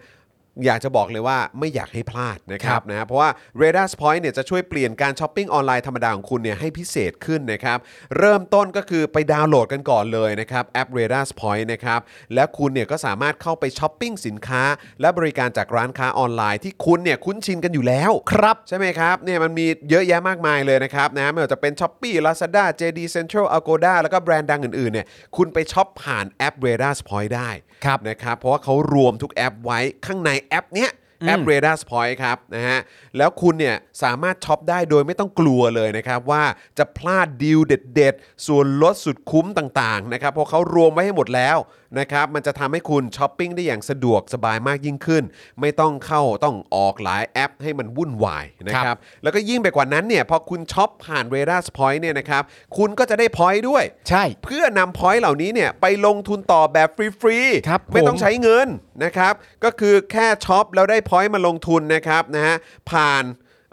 [SPEAKER 1] อยากจะบอกเลยว่าไม่อยากให้พลาดนะครั
[SPEAKER 2] ครับ บ
[SPEAKER 1] นะฮะเพราะว่า r a d a r Point เนี่ยจะช่วยเปลี่ยนการช้อปปิ้งออนไลน์ธรรมดาของคุณเนี่ยให้พิเศษขึ้นนะครับ เริ่มต้นก็คือไปดาวน์โหลดกันก่อนเลยนะครับแอป r a d a r Point นะครับ และคุณเนี่ยก็สามารถเข้าไปช้อปปิ้งสินค้า และบริการจากร้านค้าออนไลน์ที่คุณเนี่ยคุ้นชินกันอยู่แล้ว
[SPEAKER 2] ครับ
[SPEAKER 1] ใช่ไหมครับเนี่ยมันมีเยอะแยะมากมายเลยนะครับนะไม่ว่าจะเป็น s h o p e e Lazada JD Central Agoda แล้วก็แบรนด์ดังอื่นๆเนี่ยคุณไปช็อปผ่านแอป r a d a r Point ได้
[SPEAKER 2] ครับ
[SPEAKER 1] นะครับเพราะว่าเขารวมทุกแอปไว้ข้างในแอปเนี้ยแอป
[SPEAKER 2] อืม
[SPEAKER 1] r a d a r Point ครับนะฮะแล้วคุณเนี่ยสามารถช็อปได้โดยไม่ต้องกลัวเลยนะครับ ว่าจะพลาดดีลเด็ดๆ ส่วนลดสุดคุ้มต่างๆนะครับเพราะเขารวมไว้ให้หมดแล้วนะครับมันจะทำให้คุณช้อปปิ้งได้อย่างสะดวกสบายมากยิ่งขึ้น ไม่ต้องเข้าต้องออกหลายแอปให้มันวุ่นวายนะค
[SPEAKER 2] ครั
[SPEAKER 1] รับ
[SPEAKER 2] บ
[SPEAKER 1] ครับแล้วก็ยิ่งไปกว่านั้นเนี่ยพอคุณช็อปผ่านเรดาร์สพอยต์เนี่ยนะครับคุณก็จะได้พอยต์ด้วย
[SPEAKER 2] ใช่
[SPEAKER 1] เพื่อนำพอยต์เหล่านี้เนี่ยไปลงทุนต่อแบบฟรี
[SPEAKER 2] ครับ
[SPEAKER 1] ๆไม่ต้อง
[SPEAKER 2] ผม
[SPEAKER 1] ใช้เงินนะครับก็คือแค่ช็อปแล้วได้พอยต์มาลงทุนนะครับนะฮะผ่าน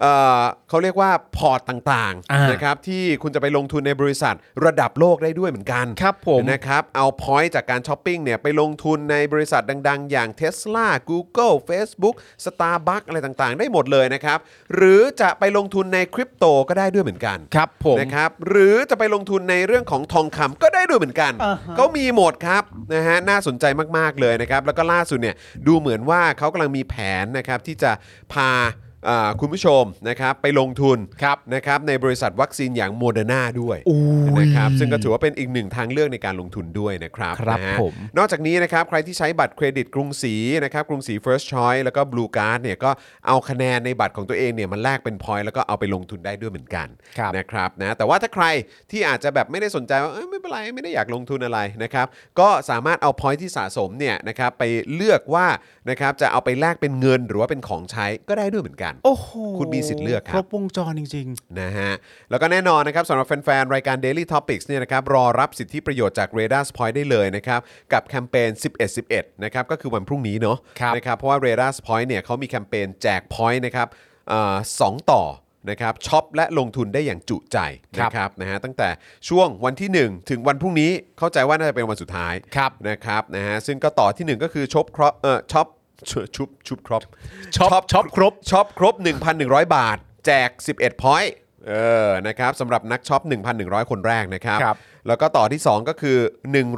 [SPEAKER 1] เอ่อเขาเรียกว่าพอร์ตต่าง
[SPEAKER 2] อ่า
[SPEAKER 1] ๆ
[SPEAKER 2] น
[SPEAKER 1] นะครับที่คุณจะไปลงทุนในบริษัทระดับโลกได้ด้วยเหมือนกัน
[SPEAKER 2] ครับผม
[SPEAKER 1] นะครับเอาพอยต์จากการช้อปปิ้งเนี่ยไปลงทุนในบริษัทดัง ๆ อย่าง Tesla Google Facebook Starbucks อะไรต่างๆ ได้หมดเลยนะครับหรือจะไปลงทุนในคริปโตก็ได้ด้วยเหมือนกัน
[SPEAKER 2] ครับผม
[SPEAKER 1] นะครับหรือจะไปลงทุนในเรื่องของทองคำก็ได้ด้วยเหมือนกัน
[SPEAKER 3] อ่าฮะ
[SPEAKER 1] เขามีหมดครับนะฮะน่าสนใจมาก ๆ เลยนะครับ แล้วก็ล่าสุดเนี่ยดูเหมือนว่าเขากำลังมีแผนนะครับที่จะพา อ่าคุณผู้ชมนะครับไปลงทุน
[SPEAKER 2] ครับ
[SPEAKER 1] นะครับในบริษัทวัคซีนอย่างโมเดอร์นาด้วย
[SPEAKER 2] อู้
[SPEAKER 1] นะครับซึ่งก็ถือว่าเป็นอีกหนึ่งทางเลือกในการลงทุนด้วยนะครับ
[SPEAKER 2] ครับ
[SPEAKER 1] นะฮะ
[SPEAKER 2] ผม
[SPEAKER 1] นอกจากนี้นะครับใครที่ใช้บัตรเครดิตกรุงศรีนะครับกรุงศรี First Choice แล้วก็ Blue Card เนี่ยก็เอาคะแนนในบัตรของตัวเองเนี่ยมันแลกเป็นพอยต์แล้วก็เอาไปลงทุนได้ด้วยเหมือนกัน
[SPEAKER 2] ครับ
[SPEAKER 1] นะครับนะแต่ว่าถ้าใครที่อาจจะแบบไม่ได้สนใจว่าเอ้ยไม่เป็นไรไม่ได้อยากลงทุนอะไรนะครับก็สามารถเอาพอยต์ที่สะสมเนี่ยนะครับไปเลือกว่านะครับจะเอาไปแลกเป็นเงินหรือว่าเป็นของใช้ก็ได้ด้วยเหมือนกัน
[SPEAKER 2] โอ้โห
[SPEAKER 1] คุณมีสิทธิ์เลือกครับ
[SPEAKER 2] ครบวงจรจริง
[SPEAKER 1] นะฮะแล้วก็แน่นอนนะครับสำหรับแฟนๆ รายการ Daily Topics เนี่ยนะครับรอรับสิทธิประโยชน์จาก r a d a r Point ได้เลยนะครับกับแคมเปญ 11 11 นะครับก็คือวันพรุ่งนี้เนาะ
[SPEAKER 2] ครับ
[SPEAKER 1] นะครับเพราะว่า r a d a r Point เนี่ยเขามีแคมเปญแจก Point นะครับเอ่อสองต่อนะครับช็อปและลงทุนได้อย่างจุใจ
[SPEAKER 2] ครั
[SPEAKER 1] นะ
[SPEAKER 2] บ
[SPEAKER 1] ครับนะฮะตั้งแต่ช่วงวันที่ 1 ถึงวันพรุ่งนี้เข้าใจว่าน่าจะเป็นวันสุดท้าย
[SPEAKER 2] ๆ ครับ
[SPEAKER 1] นะครับนะฮะซึ่งก็ต่อทีหนึ่1 ก็คือช็อปครอเอ่อช็อปชุบชุบชุบครอป
[SPEAKER 2] ช็อปช็อปครบ
[SPEAKER 1] ช็อปครบ 1,100 บาท แจก 11 พอยต์เออนะครับสำหรับนักช็อป 1,100 คนแรกนะครับ
[SPEAKER 2] ครับ
[SPEAKER 1] แล้วก็ต่อที่ 2 ก็คือ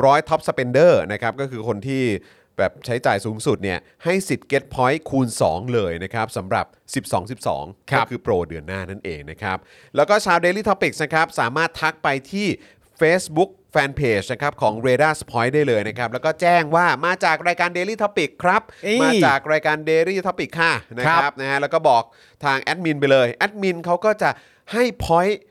[SPEAKER 1] 100 ท็อปสเปนเดอร์นะครับก็คือคนที่แบบใช้จ่ายสูงสุดเนี่ยให้สิทธิ์เก็ตพอยต์คูณ 2 เลยนะครับสำหรับ 12 12
[SPEAKER 2] ครั
[SPEAKER 1] ก็
[SPEAKER 2] บ
[SPEAKER 1] คือโปรเดือนหน้านั่นเองนะครับ แล้วก็ชาว Daily Topics นะครับ สามารถทักไปที่ Facebook Fanpage นะครับของ r a d a r Point ได้เลยนะครับ แล้วก็แจ้งว่ามาจากรายการ Daily Topic ครับ
[SPEAKER 2] เอ้ย
[SPEAKER 1] มาจากรายการ Daily Topic ค่ะนะค
[SPEAKER 2] ครั
[SPEAKER 1] รับบ นะฮะแล้วก็บอกทางแอดมินไปเลยแอดมินเขาก็จะให้พอยต์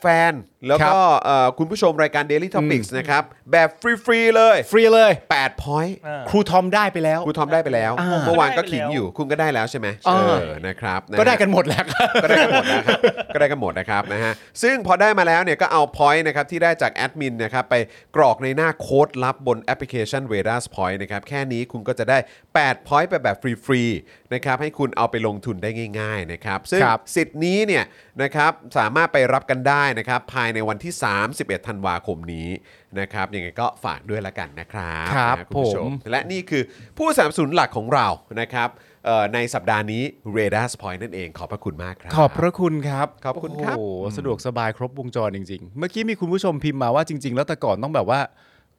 [SPEAKER 1] แฟนๆ แล้วก็เอ่อคุณผู้ชมรายการ Daily Topics นะครับ แบบฟรี ๆ เลย
[SPEAKER 2] ฟรีเลย
[SPEAKER 1] 8 พอยต์
[SPEAKER 3] อ่า
[SPEAKER 2] ครูทอมได้ไปแล้ว
[SPEAKER 1] ครูทอมได้ไปแล้ว
[SPEAKER 2] อ่า
[SPEAKER 1] เมื่อวานก็
[SPEAKER 3] ได้ไป
[SPEAKER 1] ขิง
[SPEAKER 3] แล้ว
[SPEAKER 1] อยู่ คุณก็ได้แล้วใช่ไหม
[SPEAKER 2] อ่า
[SPEAKER 1] เออนะครับะฮะ
[SPEAKER 2] ก็ได้กันหมดแล้ว ครับ
[SPEAKER 1] ก็ได้กันหมดนะครับ ก็ได้กันหมดนะครับนะฮะ ซึ่งพอได้มาแล้วเนี่ยก็เอา point นะครับที่ได้จากแอดมินนะครับไปกรอกในหน้าโค้ดลับบนแอปพลิเคชัน r a d a r Point นะครับแค่นี้คุณก็จะได้ 8 point ไปแบบฟรีๆนะครับให้คุณเอาไปลงทุนได้ง่าย ๆ นะครับ ซึ่ง
[SPEAKER 2] ครับ
[SPEAKER 1] สิทธิ์นี้เนี่ยนะครับสามารถไปรับกันได้นะครับภายในวันที่ 31 ธันวาคมนี้นะครับยังไงก็ฝากด้วยละกันนะครับ
[SPEAKER 2] ครับ
[SPEAKER 1] นะคุณผู้ชม
[SPEAKER 2] ผม
[SPEAKER 1] และนี่คือผู้สนับสนุนหลักของเรานะครับเอ่อในสัปดาห์นี้ r a d a r Point นั่นเองขอบพระคุณมากครับ
[SPEAKER 2] ขอบพระคุณครับ
[SPEAKER 1] ขอบคุณครับ
[SPEAKER 2] โอ้โหสะดวกสบายครบวงจรจริง ๆ เมื่อกี้มีคุณผู้ชมพิมพ์มาว่าจริง ๆ แล้วแต่ก่อนต้องแบบว่า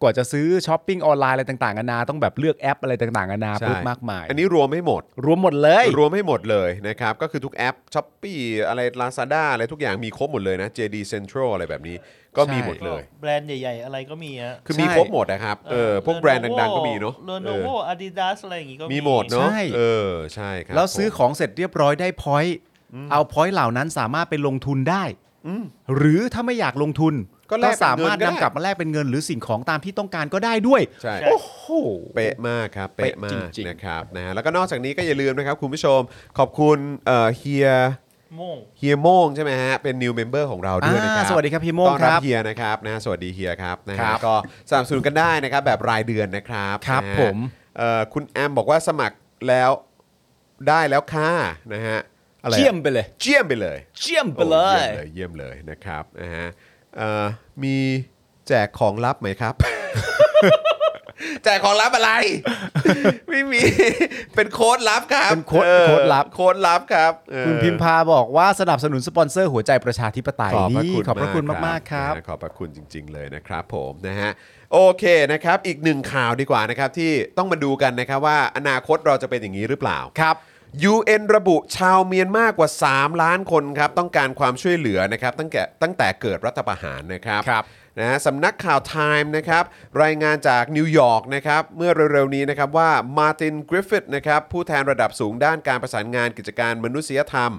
[SPEAKER 2] กว่าจะซื้อช้อปปิ้งออนไลน์อะไรต่างๆนานาต้องแบบเลือกแอปอะไรต่างๆนานา
[SPEAKER 1] ใช่
[SPEAKER 2] ปุ๊บมากมาย
[SPEAKER 1] อันนี้รวมให้หมด
[SPEAKER 2] รวมหมดเลย
[SPEAKER 1] รวมให้หมดเลยนะครับ ก็คือทุกแอปช้อปปี้อะไร Lazada อะไรทุกอย่างมีครบหมดเลยนะ JD Central อะไรแบบนี้ ก็มีหมดเลย
[SPEAKER 3] แบรนด์ใหญ่ ๆ อะไรก็มีอะ
[SPEAKER 1] คือมี
[SPEAKER 2] ใช่
[SPEAKER 1] ครบหมดนะครับ เออ พวกแบรนด์ดัง ๆ ก็มีเนาะ
[SPEAKER 3] เรโน
[SPEAKER 1] เอ
[SPEAKER 3] โว
[SPEAKER 1] อ
[SPEAKER 3] อาดิดาสอะไรอย่างงี้ก็
[SPEAKER 1] มีหมดเนาะ
[SPEAKER 2] ใช่
[SPEAKER 1] เออ ใช่ครับ
[SPEAKER 2] แล้วซื้อ
[SPEAKER 1] ผม
[SPEAKER 2] ของเสร็จเรียบร้อยได้พอยต์เอาพอยต์เหล่านั้นสามารถไปลงทุนได้หรือถ้าไม่อยากลงทุน
[SPEAKER 1] ก็แลกเป็น
[SPEAKER 2] สา
[SPEAKER 1] เงินก็ได้
[SPEAKER 2] มารถนำกลับมาแลกเป็นเงินหรือสิ่งของตามที่ต้องการก็ได้ด้วย
[SPEAKER 1] ใช่
[SPEAKER 2] โอ้โห
[SPEAKER 1] เป๊ะมากครับ เป๊ะมา
[SPEAKER 2] เป๊ะ
[SPEAKER 1] ก
[SPEAKER 2] จริงๆ
[SPEAKER 1] นะครับ นะฮะ แล้วก็นอกจากนี้ก็อย่าลืมนะครับ คุณผู้ชม ขอบคุณเอ่อเฮีย
[SPEAKER 3] โม่ง
[SPEAKER 1] เฮียโม่งใช่ไหมฮะ เป็น new member ของเราด้วยนะครับ
[SPEAKER 2] อ่าสวัสดีครับเฮียโม่ง
[SPEAKER 1] ต้อน
[SPEAKER 2] ครับ
[SPEAKER 1] เฮียนะครับนะสวัสดีเฮียครับนะ
[SPEAKER 2] ค
[SPEAKER 1] ฮะ
[SPEAKER 2] รับ
[SPEAKER 1] ก็สนับสนุนกันได้นะครับแบบรายเดือนนะครับ
[SPEAKER 2] ครับ
[SPEAKER 1] นะฮะ
[SPEAKER 2] ผม
[SPEAKER 1] เอ่อคุณแอมบอกว่าสมัครแล้วได้แล้วค่ะนะฮะอะไรอะ
[SPEAKER 2] เชี่ยมไปเลย
[SPEAKER 1] เชี่ยมไปเลย
[SPEAKER 2] เชี่ยมไปเลย
[SPEAKER 1] โอ้เยี่ยมเลยเยี่ยมเลยนะครับนะฮะเอ่อมีแจกของลับไหมครับ แจกของลับอะไร ไม่มี เป็นโค้ดลับครับ
[SPEAKER 2] เป็นโค้ด
[SPEAKER 1] ออ
[SPEAKER 2] โค้ดลับ
[SPEAKER 1] โค้ดลับครับเออ
[SPEAKER 2] คุณพิมพาบอกว่าสนับสนุนสปอนเซอร์หัวใจประชาธิปไตย
[SPEAKER 1] ขอบพระ
[SPEAKER 2] นี่
[SPEAKER 1] คุณ
[SPEAKER 2] ขอบพระคุณมาก ๆ ครับ
[SPEAKER 1] นะฮะขอบพระคุณจริง ๆ เลยนะครับผมนะฮะโอเคนะครับ อีกหนึ่งข่าวดีกว่านะครับ ที่ต้องมาดูกันนะครับว่าอนาคตเราจะเป็นอย่างนี้หรือเปล่า
[SPEAKER 2] ครับ
[SPEAKER 1] UN ระบุชาวเมียนมากกว่า 3 ล้านคนครับ ต้องการความช่วยเหลือนะครับ ตั้งแต่ตั้งแต่เกิดรัฐประหารนะครับ
[SPEAKER 2] ครับ
[SPEAKER 1] นะฮะสำนักข่าวไทม์นะครับ รายงานจากนิวยอร์กนะครับ เมื่อเร็วๆนี้นะครับว่ามาตินกริฟฟิธนะครับ ผู้แทนระดับสูงด้านการประสานงานกิจการมนุษยธรรม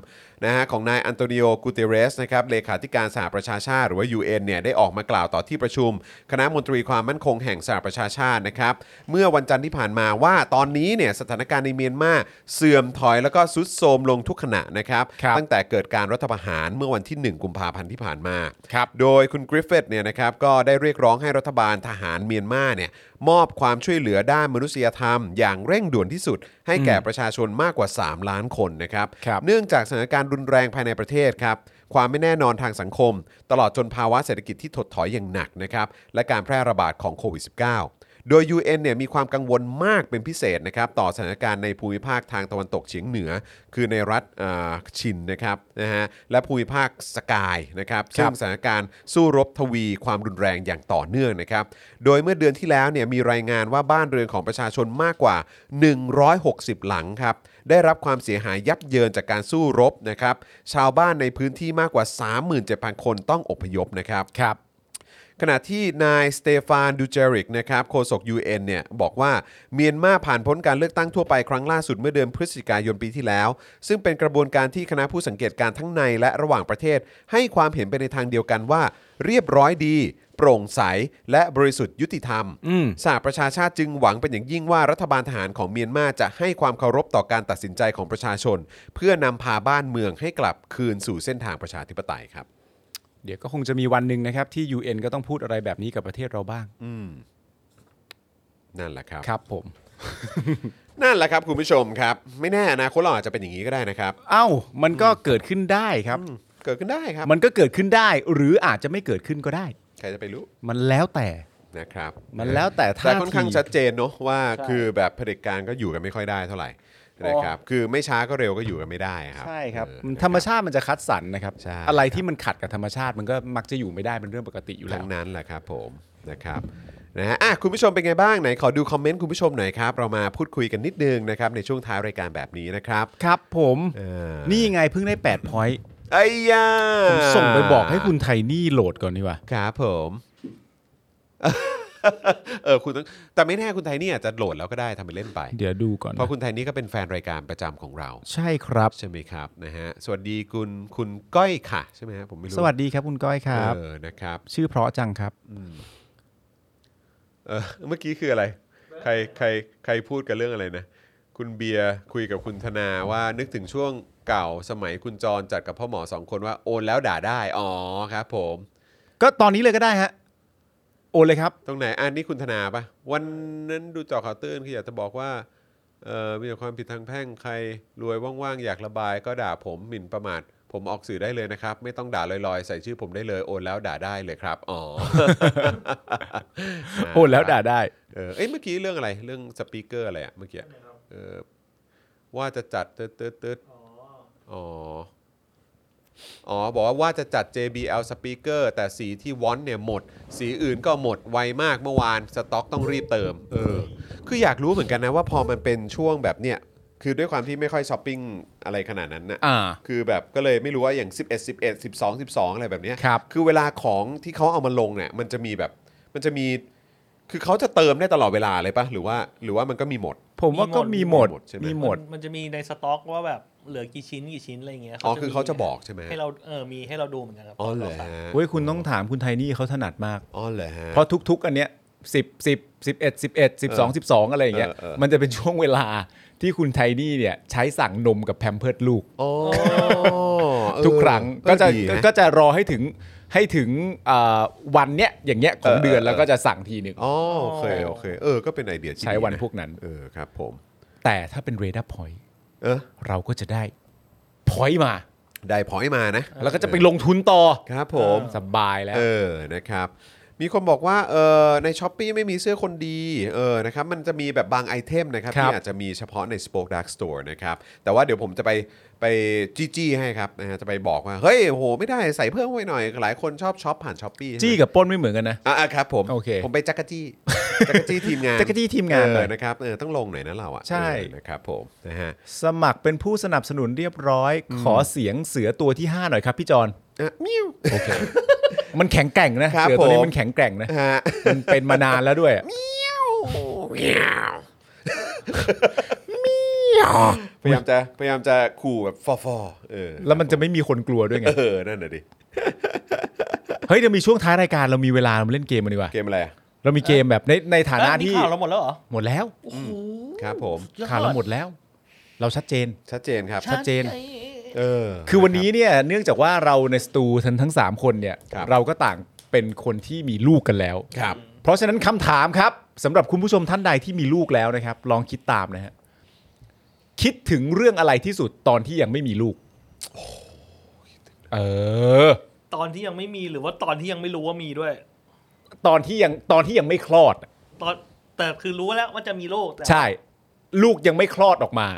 [SPEAKER 1] นะฮะของนายอันโตนิโอกูเตเรสนะครับเลขาธิการสหประชาชาติหรือว่า UN เนี่ยได้ออกมากล่าวต่อที่ประชุม คณะมนตรีความมั่นคงแห่งสหประชาชาตินะครับ เมื่อวันจันทร์ที่ผ่านมาว่าตอนนี้เนี่ยสถานการณ์ในเมียนมาเสื่อมถอยแล้วก็ซุดโทรมลงทุกขณะนะครับ
[SPEAKER 2] ครับ
[SPEAKER 1] ตั้งแต่เกิดการรัฐประหารเมื่อวันที่ 1 กุมภาพันธ์ที่ผ่านมา
[SPEAKER 2] ครับ
[SPEAKER 1] โดยคุณกริฟเฟตเนี่ยนะครับก็ได้เรียกร้องให้รัฐบาลทหารเมียนมาเนี่ยมอบความช่วยเหลือด้านมนุษยธรรม อย่างเร่งด่วนที่สุด ให้แก่ประชาชนมากกว่า 3 ล้านคนนะครับ
[SPEAKER 2] ครับ
[SPEAKER 1] เนื่องจากสถานการณ์รุนแรงภายในประเทศครับ ความไม่แน่นอนทางสังคม ตลอดจนภาวะเศรษฐกิจที่ถดถอยอย่างหนักนะครับ และการแพร่ระบาดของโควิด -19 โดย UN เนี่ยมีความกังวลมากเป็นพิเศษนะครับต่อสถานการณ์ในภูมิภาคทางตะวันตกเฉียงเหนือ คือในรัฐอ่าชินนะครับนะฮะและภูมิภาคสกายนะครับซึ่งสถานการณ์สู้รบทวีความรุนแรงอย่างต่อเนื่องนะครับโดยเมื่อเดือนที่แล้วเนี่ยมีรายงานว่าบ้านเรือนของประชาชนมากกว่า 160 หลังครับได้รับความเสียหายยับเยินจากการสู้รบนะครับชาวบ้านในพื้นที่มากกว่า 37,000 คนต้องอพยพนะครับ
[SPEAKER 2] ครับ
[SPEAKER 1] ขณะที่นายสเตฟานดูเจริกนะครับโฆษก UN เนี่ยบอกว่าเมียนมาผ่านพ้นการเลือกตั้งทั่วไปครั้งล่าสุดเมื่อเดือนพฤศจิกายนปีที่แล้ว ซึ่งเป็นกระบวนการที่คณะผู้สังเกตการทั้งในและระหว่างประเทศ ให้ความเห็นไปในทางเดียวกันว่า เรียบร้อยดี โปร่งใส และบริสุทธิ์ยุติธรรม
[SPEAKER 2] อืม
[SPEAKER 1] สหประชาชาติจึงหวังเป็นอย่างยิ่งว่ารัฐบาลทหารของเมียนมาจะให้ความเคารพต่อการตัดสินใจของประชาชน เพื่อนำพาบ้านเมืองให้กลับคืนสู่เส้นทางประชาธิปไตยครับ
[SPEAKER 2] เดี๋ยวก็คงจะมีวันหนึ่งนะครับ ที่ UN ก็ต้องพูดอะไรแบบนี้กับประเทศเราบ้าง
[SPEAKER 1] นั่นแหละครับ
[SPEAKER 2] ครับผม
[SPEAKER 1] นั่นแหละครับคุณผู้ชมครับ ไม่แน่อนะคนเราอาจจะเป็นอย่างนี้ก็ได้นะครับ
[SPEAKER 2] เอ้า มันก็เกิดขึ้นได้ครับ
[SPEAKER 1] เกิดขึ้นได้ครับ
[SPEAKER 2] มันก็เกิดขึ้นได้ หรืออาจจะไม่เกิดขึ้นก็ได้
[SPEAKER 1] ใครจะไปรู้
[SPEAKER 2] มันแล้วแต่
[SPEAKER 1] นะครับ
[SPEAKER 2] มันแล้วแต่ท่า
[SPEAKER 1] แต่ค่อนข้าง
[SPEAKER 2] ที
[SPEAKER 1] ชัดเจนเนอะว่า
[SPEAKER 2] ใช่
[SPEAKER 1] คือแบบเผด็จการก็อยู่กันไม่ค่อยได้เท่าไหร่นะครับคือไม่ช้าก็เร็วก็อยู่กันไม่ได้ครับ
[SPEAKER 2] ใช่ครับ
[SPEAKER 1] เออ
[SPEAKER 2] มันธรรมชาติมันจะคัดสรรนะครับ
[SPEAKER 1] ใช่
[SPEAKER 2] อะไรที่มันขัดกับธรรมชาติมันก็มักจะอยู่ไม่ได้เป็นเรื่องปกติอยู่แล้
[SPEAKER 1] ทั้
[SPEAKER 2] ว
[SPEAKER 1] งนั้นแหละครับผมนะครับนะฮะอ่ะคุณผู้ชมเป็นไงบ้างไหนขอดูคอมเมนต์คุณผู้ชมหน่อยครับเรามาพูดคุยกันนิดนึงนะครับในช่วงท้ายรายการแบบนี้นะครับ
[SPEAKER 2] ครับผม
[SPEAKER 1] เออ
[SPEAKER 2] นี่ไงเพิ่งได้8 point
[SPEAKER 1] ไอ้ยา
[SPEAKER 2] ผมส่งไปบอกให้คุณไทนี่โหลดก่อนดีกว่า
[SPEAKER 1] ครับผม เออคุณต้องแต่ไม่แน่คุณไทยนี่อาจจะโหลดแล้วก็ได้ทำไปเล่นไป
[SPEAKER 2] เดี๋ยวดูก่อน
[SPEAKER 1] เพราะคุณไทยนี่ก็เป็นแฟนรายการประจำของเรา
[SPEAKER 2] ใช่ครับ
[SPEAKER 1] ใช่ไหมครับนะฮะสวัสดีคุณคุณก้อยค่ะ ใช่ไหมฮะผมไม่รู้
[SPEAKER 2] สวัสดีครับคุณก้อยครับ
[SPEAKER 1] เออนะครับ
[SPEAKER 2] ชื่อเพราะจังครับ
[SPEAKER 1] เออเมื่อกี้คืออะไร ใครใครใครพูดกันเรื่องอะไรนะ คุณเบียร์คุยกับคุณธนาว่านึกถึงช่วงเก่าสมัยคุณจรจัดกับพ่อหมอสองคนว่าโอนแล้วด่าได้ อ๋อครับผม
[SPEAKER 2] ก็ตอนนี้เลยก็ได้ฮะโอนเลยครับ
[SPEAKER 1] ตรงไหนอันนี้คุณธนาปะวันนั้นดูจอข่าวตื่นคืออยากจะบอกว่าเออมีแต่ความผิดทางแพ่งใครรวยว่างๆอยากระบาย ก็ด่าผมหมิ่นประมาทผมออกสื่อได้เลยนะครับ ไม่ต้องด่าลอยๆ ใส่ชื่อผมได้เลยโอนแล้วด่าได้เลยครับอ๋อ
[SPEAKER 2] โอนแล้วด่าได้
[SPEAKER 1] เออเอ้ยเมื่อกี้เรื่องอะไรเรื่องสปีกเกอร์อะไรอะเมื่อกี้อะเออว่าจะจัดเติร์ดเติร์ดเติร์ดอ๋ออ๋อบอกว่าว่าจะจัด JBL สปีกเกอร์แต่สีที่วอนเนี่ยหมด สีอื่นก็หมดไวมากเมื่อวานสต็อกต้องรีบเติมเออคืออยากรู้เหมือนกันนะว่าพอมันเป็นช่วงแบบเนี่ยคือด้วยความที่ไม่ค่อยช้อปปิ้งอะไรขนาดนั้นนะ
[SPEAKER 2] อ่า
[SPEAKER 1] คือแบบก็เลยไม่รู้ว่าอย่าง 11 11 12 12 อะไรแบบเนี้ย
[SPEAKER 2] ครับ
[SPEAKER 1] คือเวลาของที่เขาเอามาลงเนี่ยมันจะมีแบบมันจะมีคือเขาจะเติมได้ตลอดเวลาเลยปะหรือว่าหรือว่ามันก็มีหมด
[SPEAKER 2] ผมว่าก็มีหมด
[SPEAKER 1] มีหมดใช่ไหม
[SPEAKER 2] มีหมด
[SPEAKER 3] นมันจะมีในสต็อกว่าแบบเหลือกี่ชิ้นกี่ชิ้นอะไรเงี้ย
[SPEAKER 1] อ๋อคือเขาจะ
[SPEAKER 3] มี
[SPEAKER 1] บอกใช่ไหม
[SPEAKER 3] ให้เราเออมีให้เราดูเหมือนกันครับ
[SPEAKER 1] อ๋อเหรอฮะ
[SPEAKER 2] เฮ้ยคุณต้องถามคุณไทนี่เขาถนัดมาก
[SPEAKER 1] อ๋อเหรอฮะ
[SPEAKER 2] เพราะทุกๆ อันเนี้ยสิบสิบสิบเอ็ดสิบเอ็ดสิบสองสิบสองอะไรอย่างเงี้ย
[SPEAKER 1] เออเออ
[SPEAKER 2] มันจะเป็นช่วงเวลาที่คุณไทนี่เนี่ยใช้สั่งนมกับแพมเพิร์ดลูก
[SPEAKER 1] อ๋อเออ
[SPEAKER 2] ทุกครั้ง
[SPEAKER 1] เออ
[SPEAKER 2] ก็จะ
[SPEAKER 1] ดีน
[SPEAKER 2] ก็จะรอให้ถึงให้ถึงเอ่อวันเนี้ยอย่างเงี้ยของ
[SPEAKER 1] เออ
[SPEAKER 2] เดือน
[SPEAKER 1] เออ
[SPEAKER 2] แล้วก็จะสั่งทีหนึ่ง
[SPEAKER 1] อ๋อโอเคโอเคเออก็เป็นไอเดียที่
[SPEAKER 2] ใช้
[SPEAKER 1] ดีะ
[SPEAKER 2] วันพวกนั้น
[SPEAKER 1] เออครับผม
[SPEAKER 2] แต่ถ้าเป็นเรดาร์พอยต์
[SPEAKER 1] เออ
[SPEAKER 2] เราก็จะได้พอยต์มา
[SPEAKER 1] ได้พอยต์มานะ
[SPEAKER 2] แล้วก็จะไปลงทุนต่อ
[SPEAKER 1] ครับผม
[SPEAKER 2] สบายแล้ว
[SPEAKER 1] เออ นะครับ มีคนบอกว่า เออในช้อปปีไม่มีเสื้อคนดี เออ นะครับ มันจะมีแบบบางไอเทมนะครับ
[SPEAKER 2] ครับ
[SPEAKER 1] ที่อาจจะมีเฉพาะใน Spoke Dark Store นะครับ แต่ว่าเดี๋ยวผมจะไปไปจี้จี้ให้ครับนะฮะจะไปบอกว่า เฮ้ยโห ไม่ได้ใส่เพิ่มไว้หน่อย หลายคนชอบช็อปผ่านช้อปปี้
[SPEAKER 2] จี้กับปล้นไม่เหมือนกันนะ
[SPEAKER 1] อ่ะอ่ะครับผม
[SPEAKER 2] โอเค
[SPEAKER 1] ผมไปจักร จี้ จักรจี้ทีมงาน
[SPEAKER 2] จักรจี้ทีมงานห
[SPEAKER 1] เอ
[SPEAKER 2] น่อย
[SPEAKER 1] อนะครับ เออ ต้องลงหน่อยนะเราอ่ะ
[SPEAKER 2] ใช่
[SPEAKER 1] เออนะครับผม นะฮะ
[SPEAKER 2] สมัครเป็นผู้สนับสนุนเรียบร้อย ขอเสียงเสือตัวที่ห้าหน่อยครับพี่จอน
[SPEAKER 1] อ่ะมิ้ว
[SPEAKER 2] โอเค มันแข็งแกร่งนะครับ เสือตัวนี้
[SPEAKER 1] ผม
[SPEAKER 2] มันแข็งแกร่งนะ
[SPEAKER 1] ฮะ
[SPEAKER 2] มันเป็นมานานแล้วด้วย
[SPEAKER 1] มิ้วพยายามจะพยายามจะขู่แบบฟอฟอเออ
[SPEAKER 2] แล้วมันจะไม่มีคนกลัวด้วยไง
[SPEAKER 1] เออ นั่นน่ะดิ
[SPEAKER 2] เฮ้ยเดี๋ยวมีช่วงท้ายรายการเรามีเวลาเรามาเล่นเกมกันดีกว่า
[SPEAKER 1] เกมอะไรอะ
[SPEAKER 2] เรามีเกมแบบในในฐานะ
[SPEAKER 3] เอ้ยมี
[SPEAKER 2] ที่
[SPEAKER 3] ข่าวเราหมดแล้วเหรอ
[SPEAKER 2] หมดแล้ว
[SPEAKER 3] โอ้โห
[SPEAKER 1] ครับผม
[SPEAKER 3] ยอ
[SPEAKER 2] ข่าวเราหมดแล้ว เราชัดเจน
[SPEAKER 1] ชัดเจนครับ
[SPEAKER 2] ชัดเจน
[SPEAKER 1] เออ
[SPEAKER 2] คือวันนี้เนี่ยเนื่องจากว่าเราในสตูทั้งทั้งสามคนเนี่ย
[SPEAKER 1] ครับ
[SPEAKER 2] เราก็ต่างเป็นคนที่มีลูกกันแล้ว
[SPEAKER 1] ครับ
[SPEAKER 2] เพราะฉะนั้นคำถามครับสำหรับคุณผู้ชมท่านใดที่มีลูกแล้วนะครับ ลองคิดตามนะฮะคิดถึงเรื่องอะไรที่สุดตอนที่ยังไม่มีลูกเออ
[SPEAKER 3] ตอนที่ยังไม่มีหรือว่าตอนที่ยังไม่รู้ว่ามีด้วย
[SPEAKER 2] ตอนที่ยังตอนที่ยังไม่คลอด
[SPEAKER 3] ตอน แต่คือรู้แล้วว่าจะมีโรคแต่
[SPEAKER 2] ใช่ ลูกยังไม่คลอดออกมา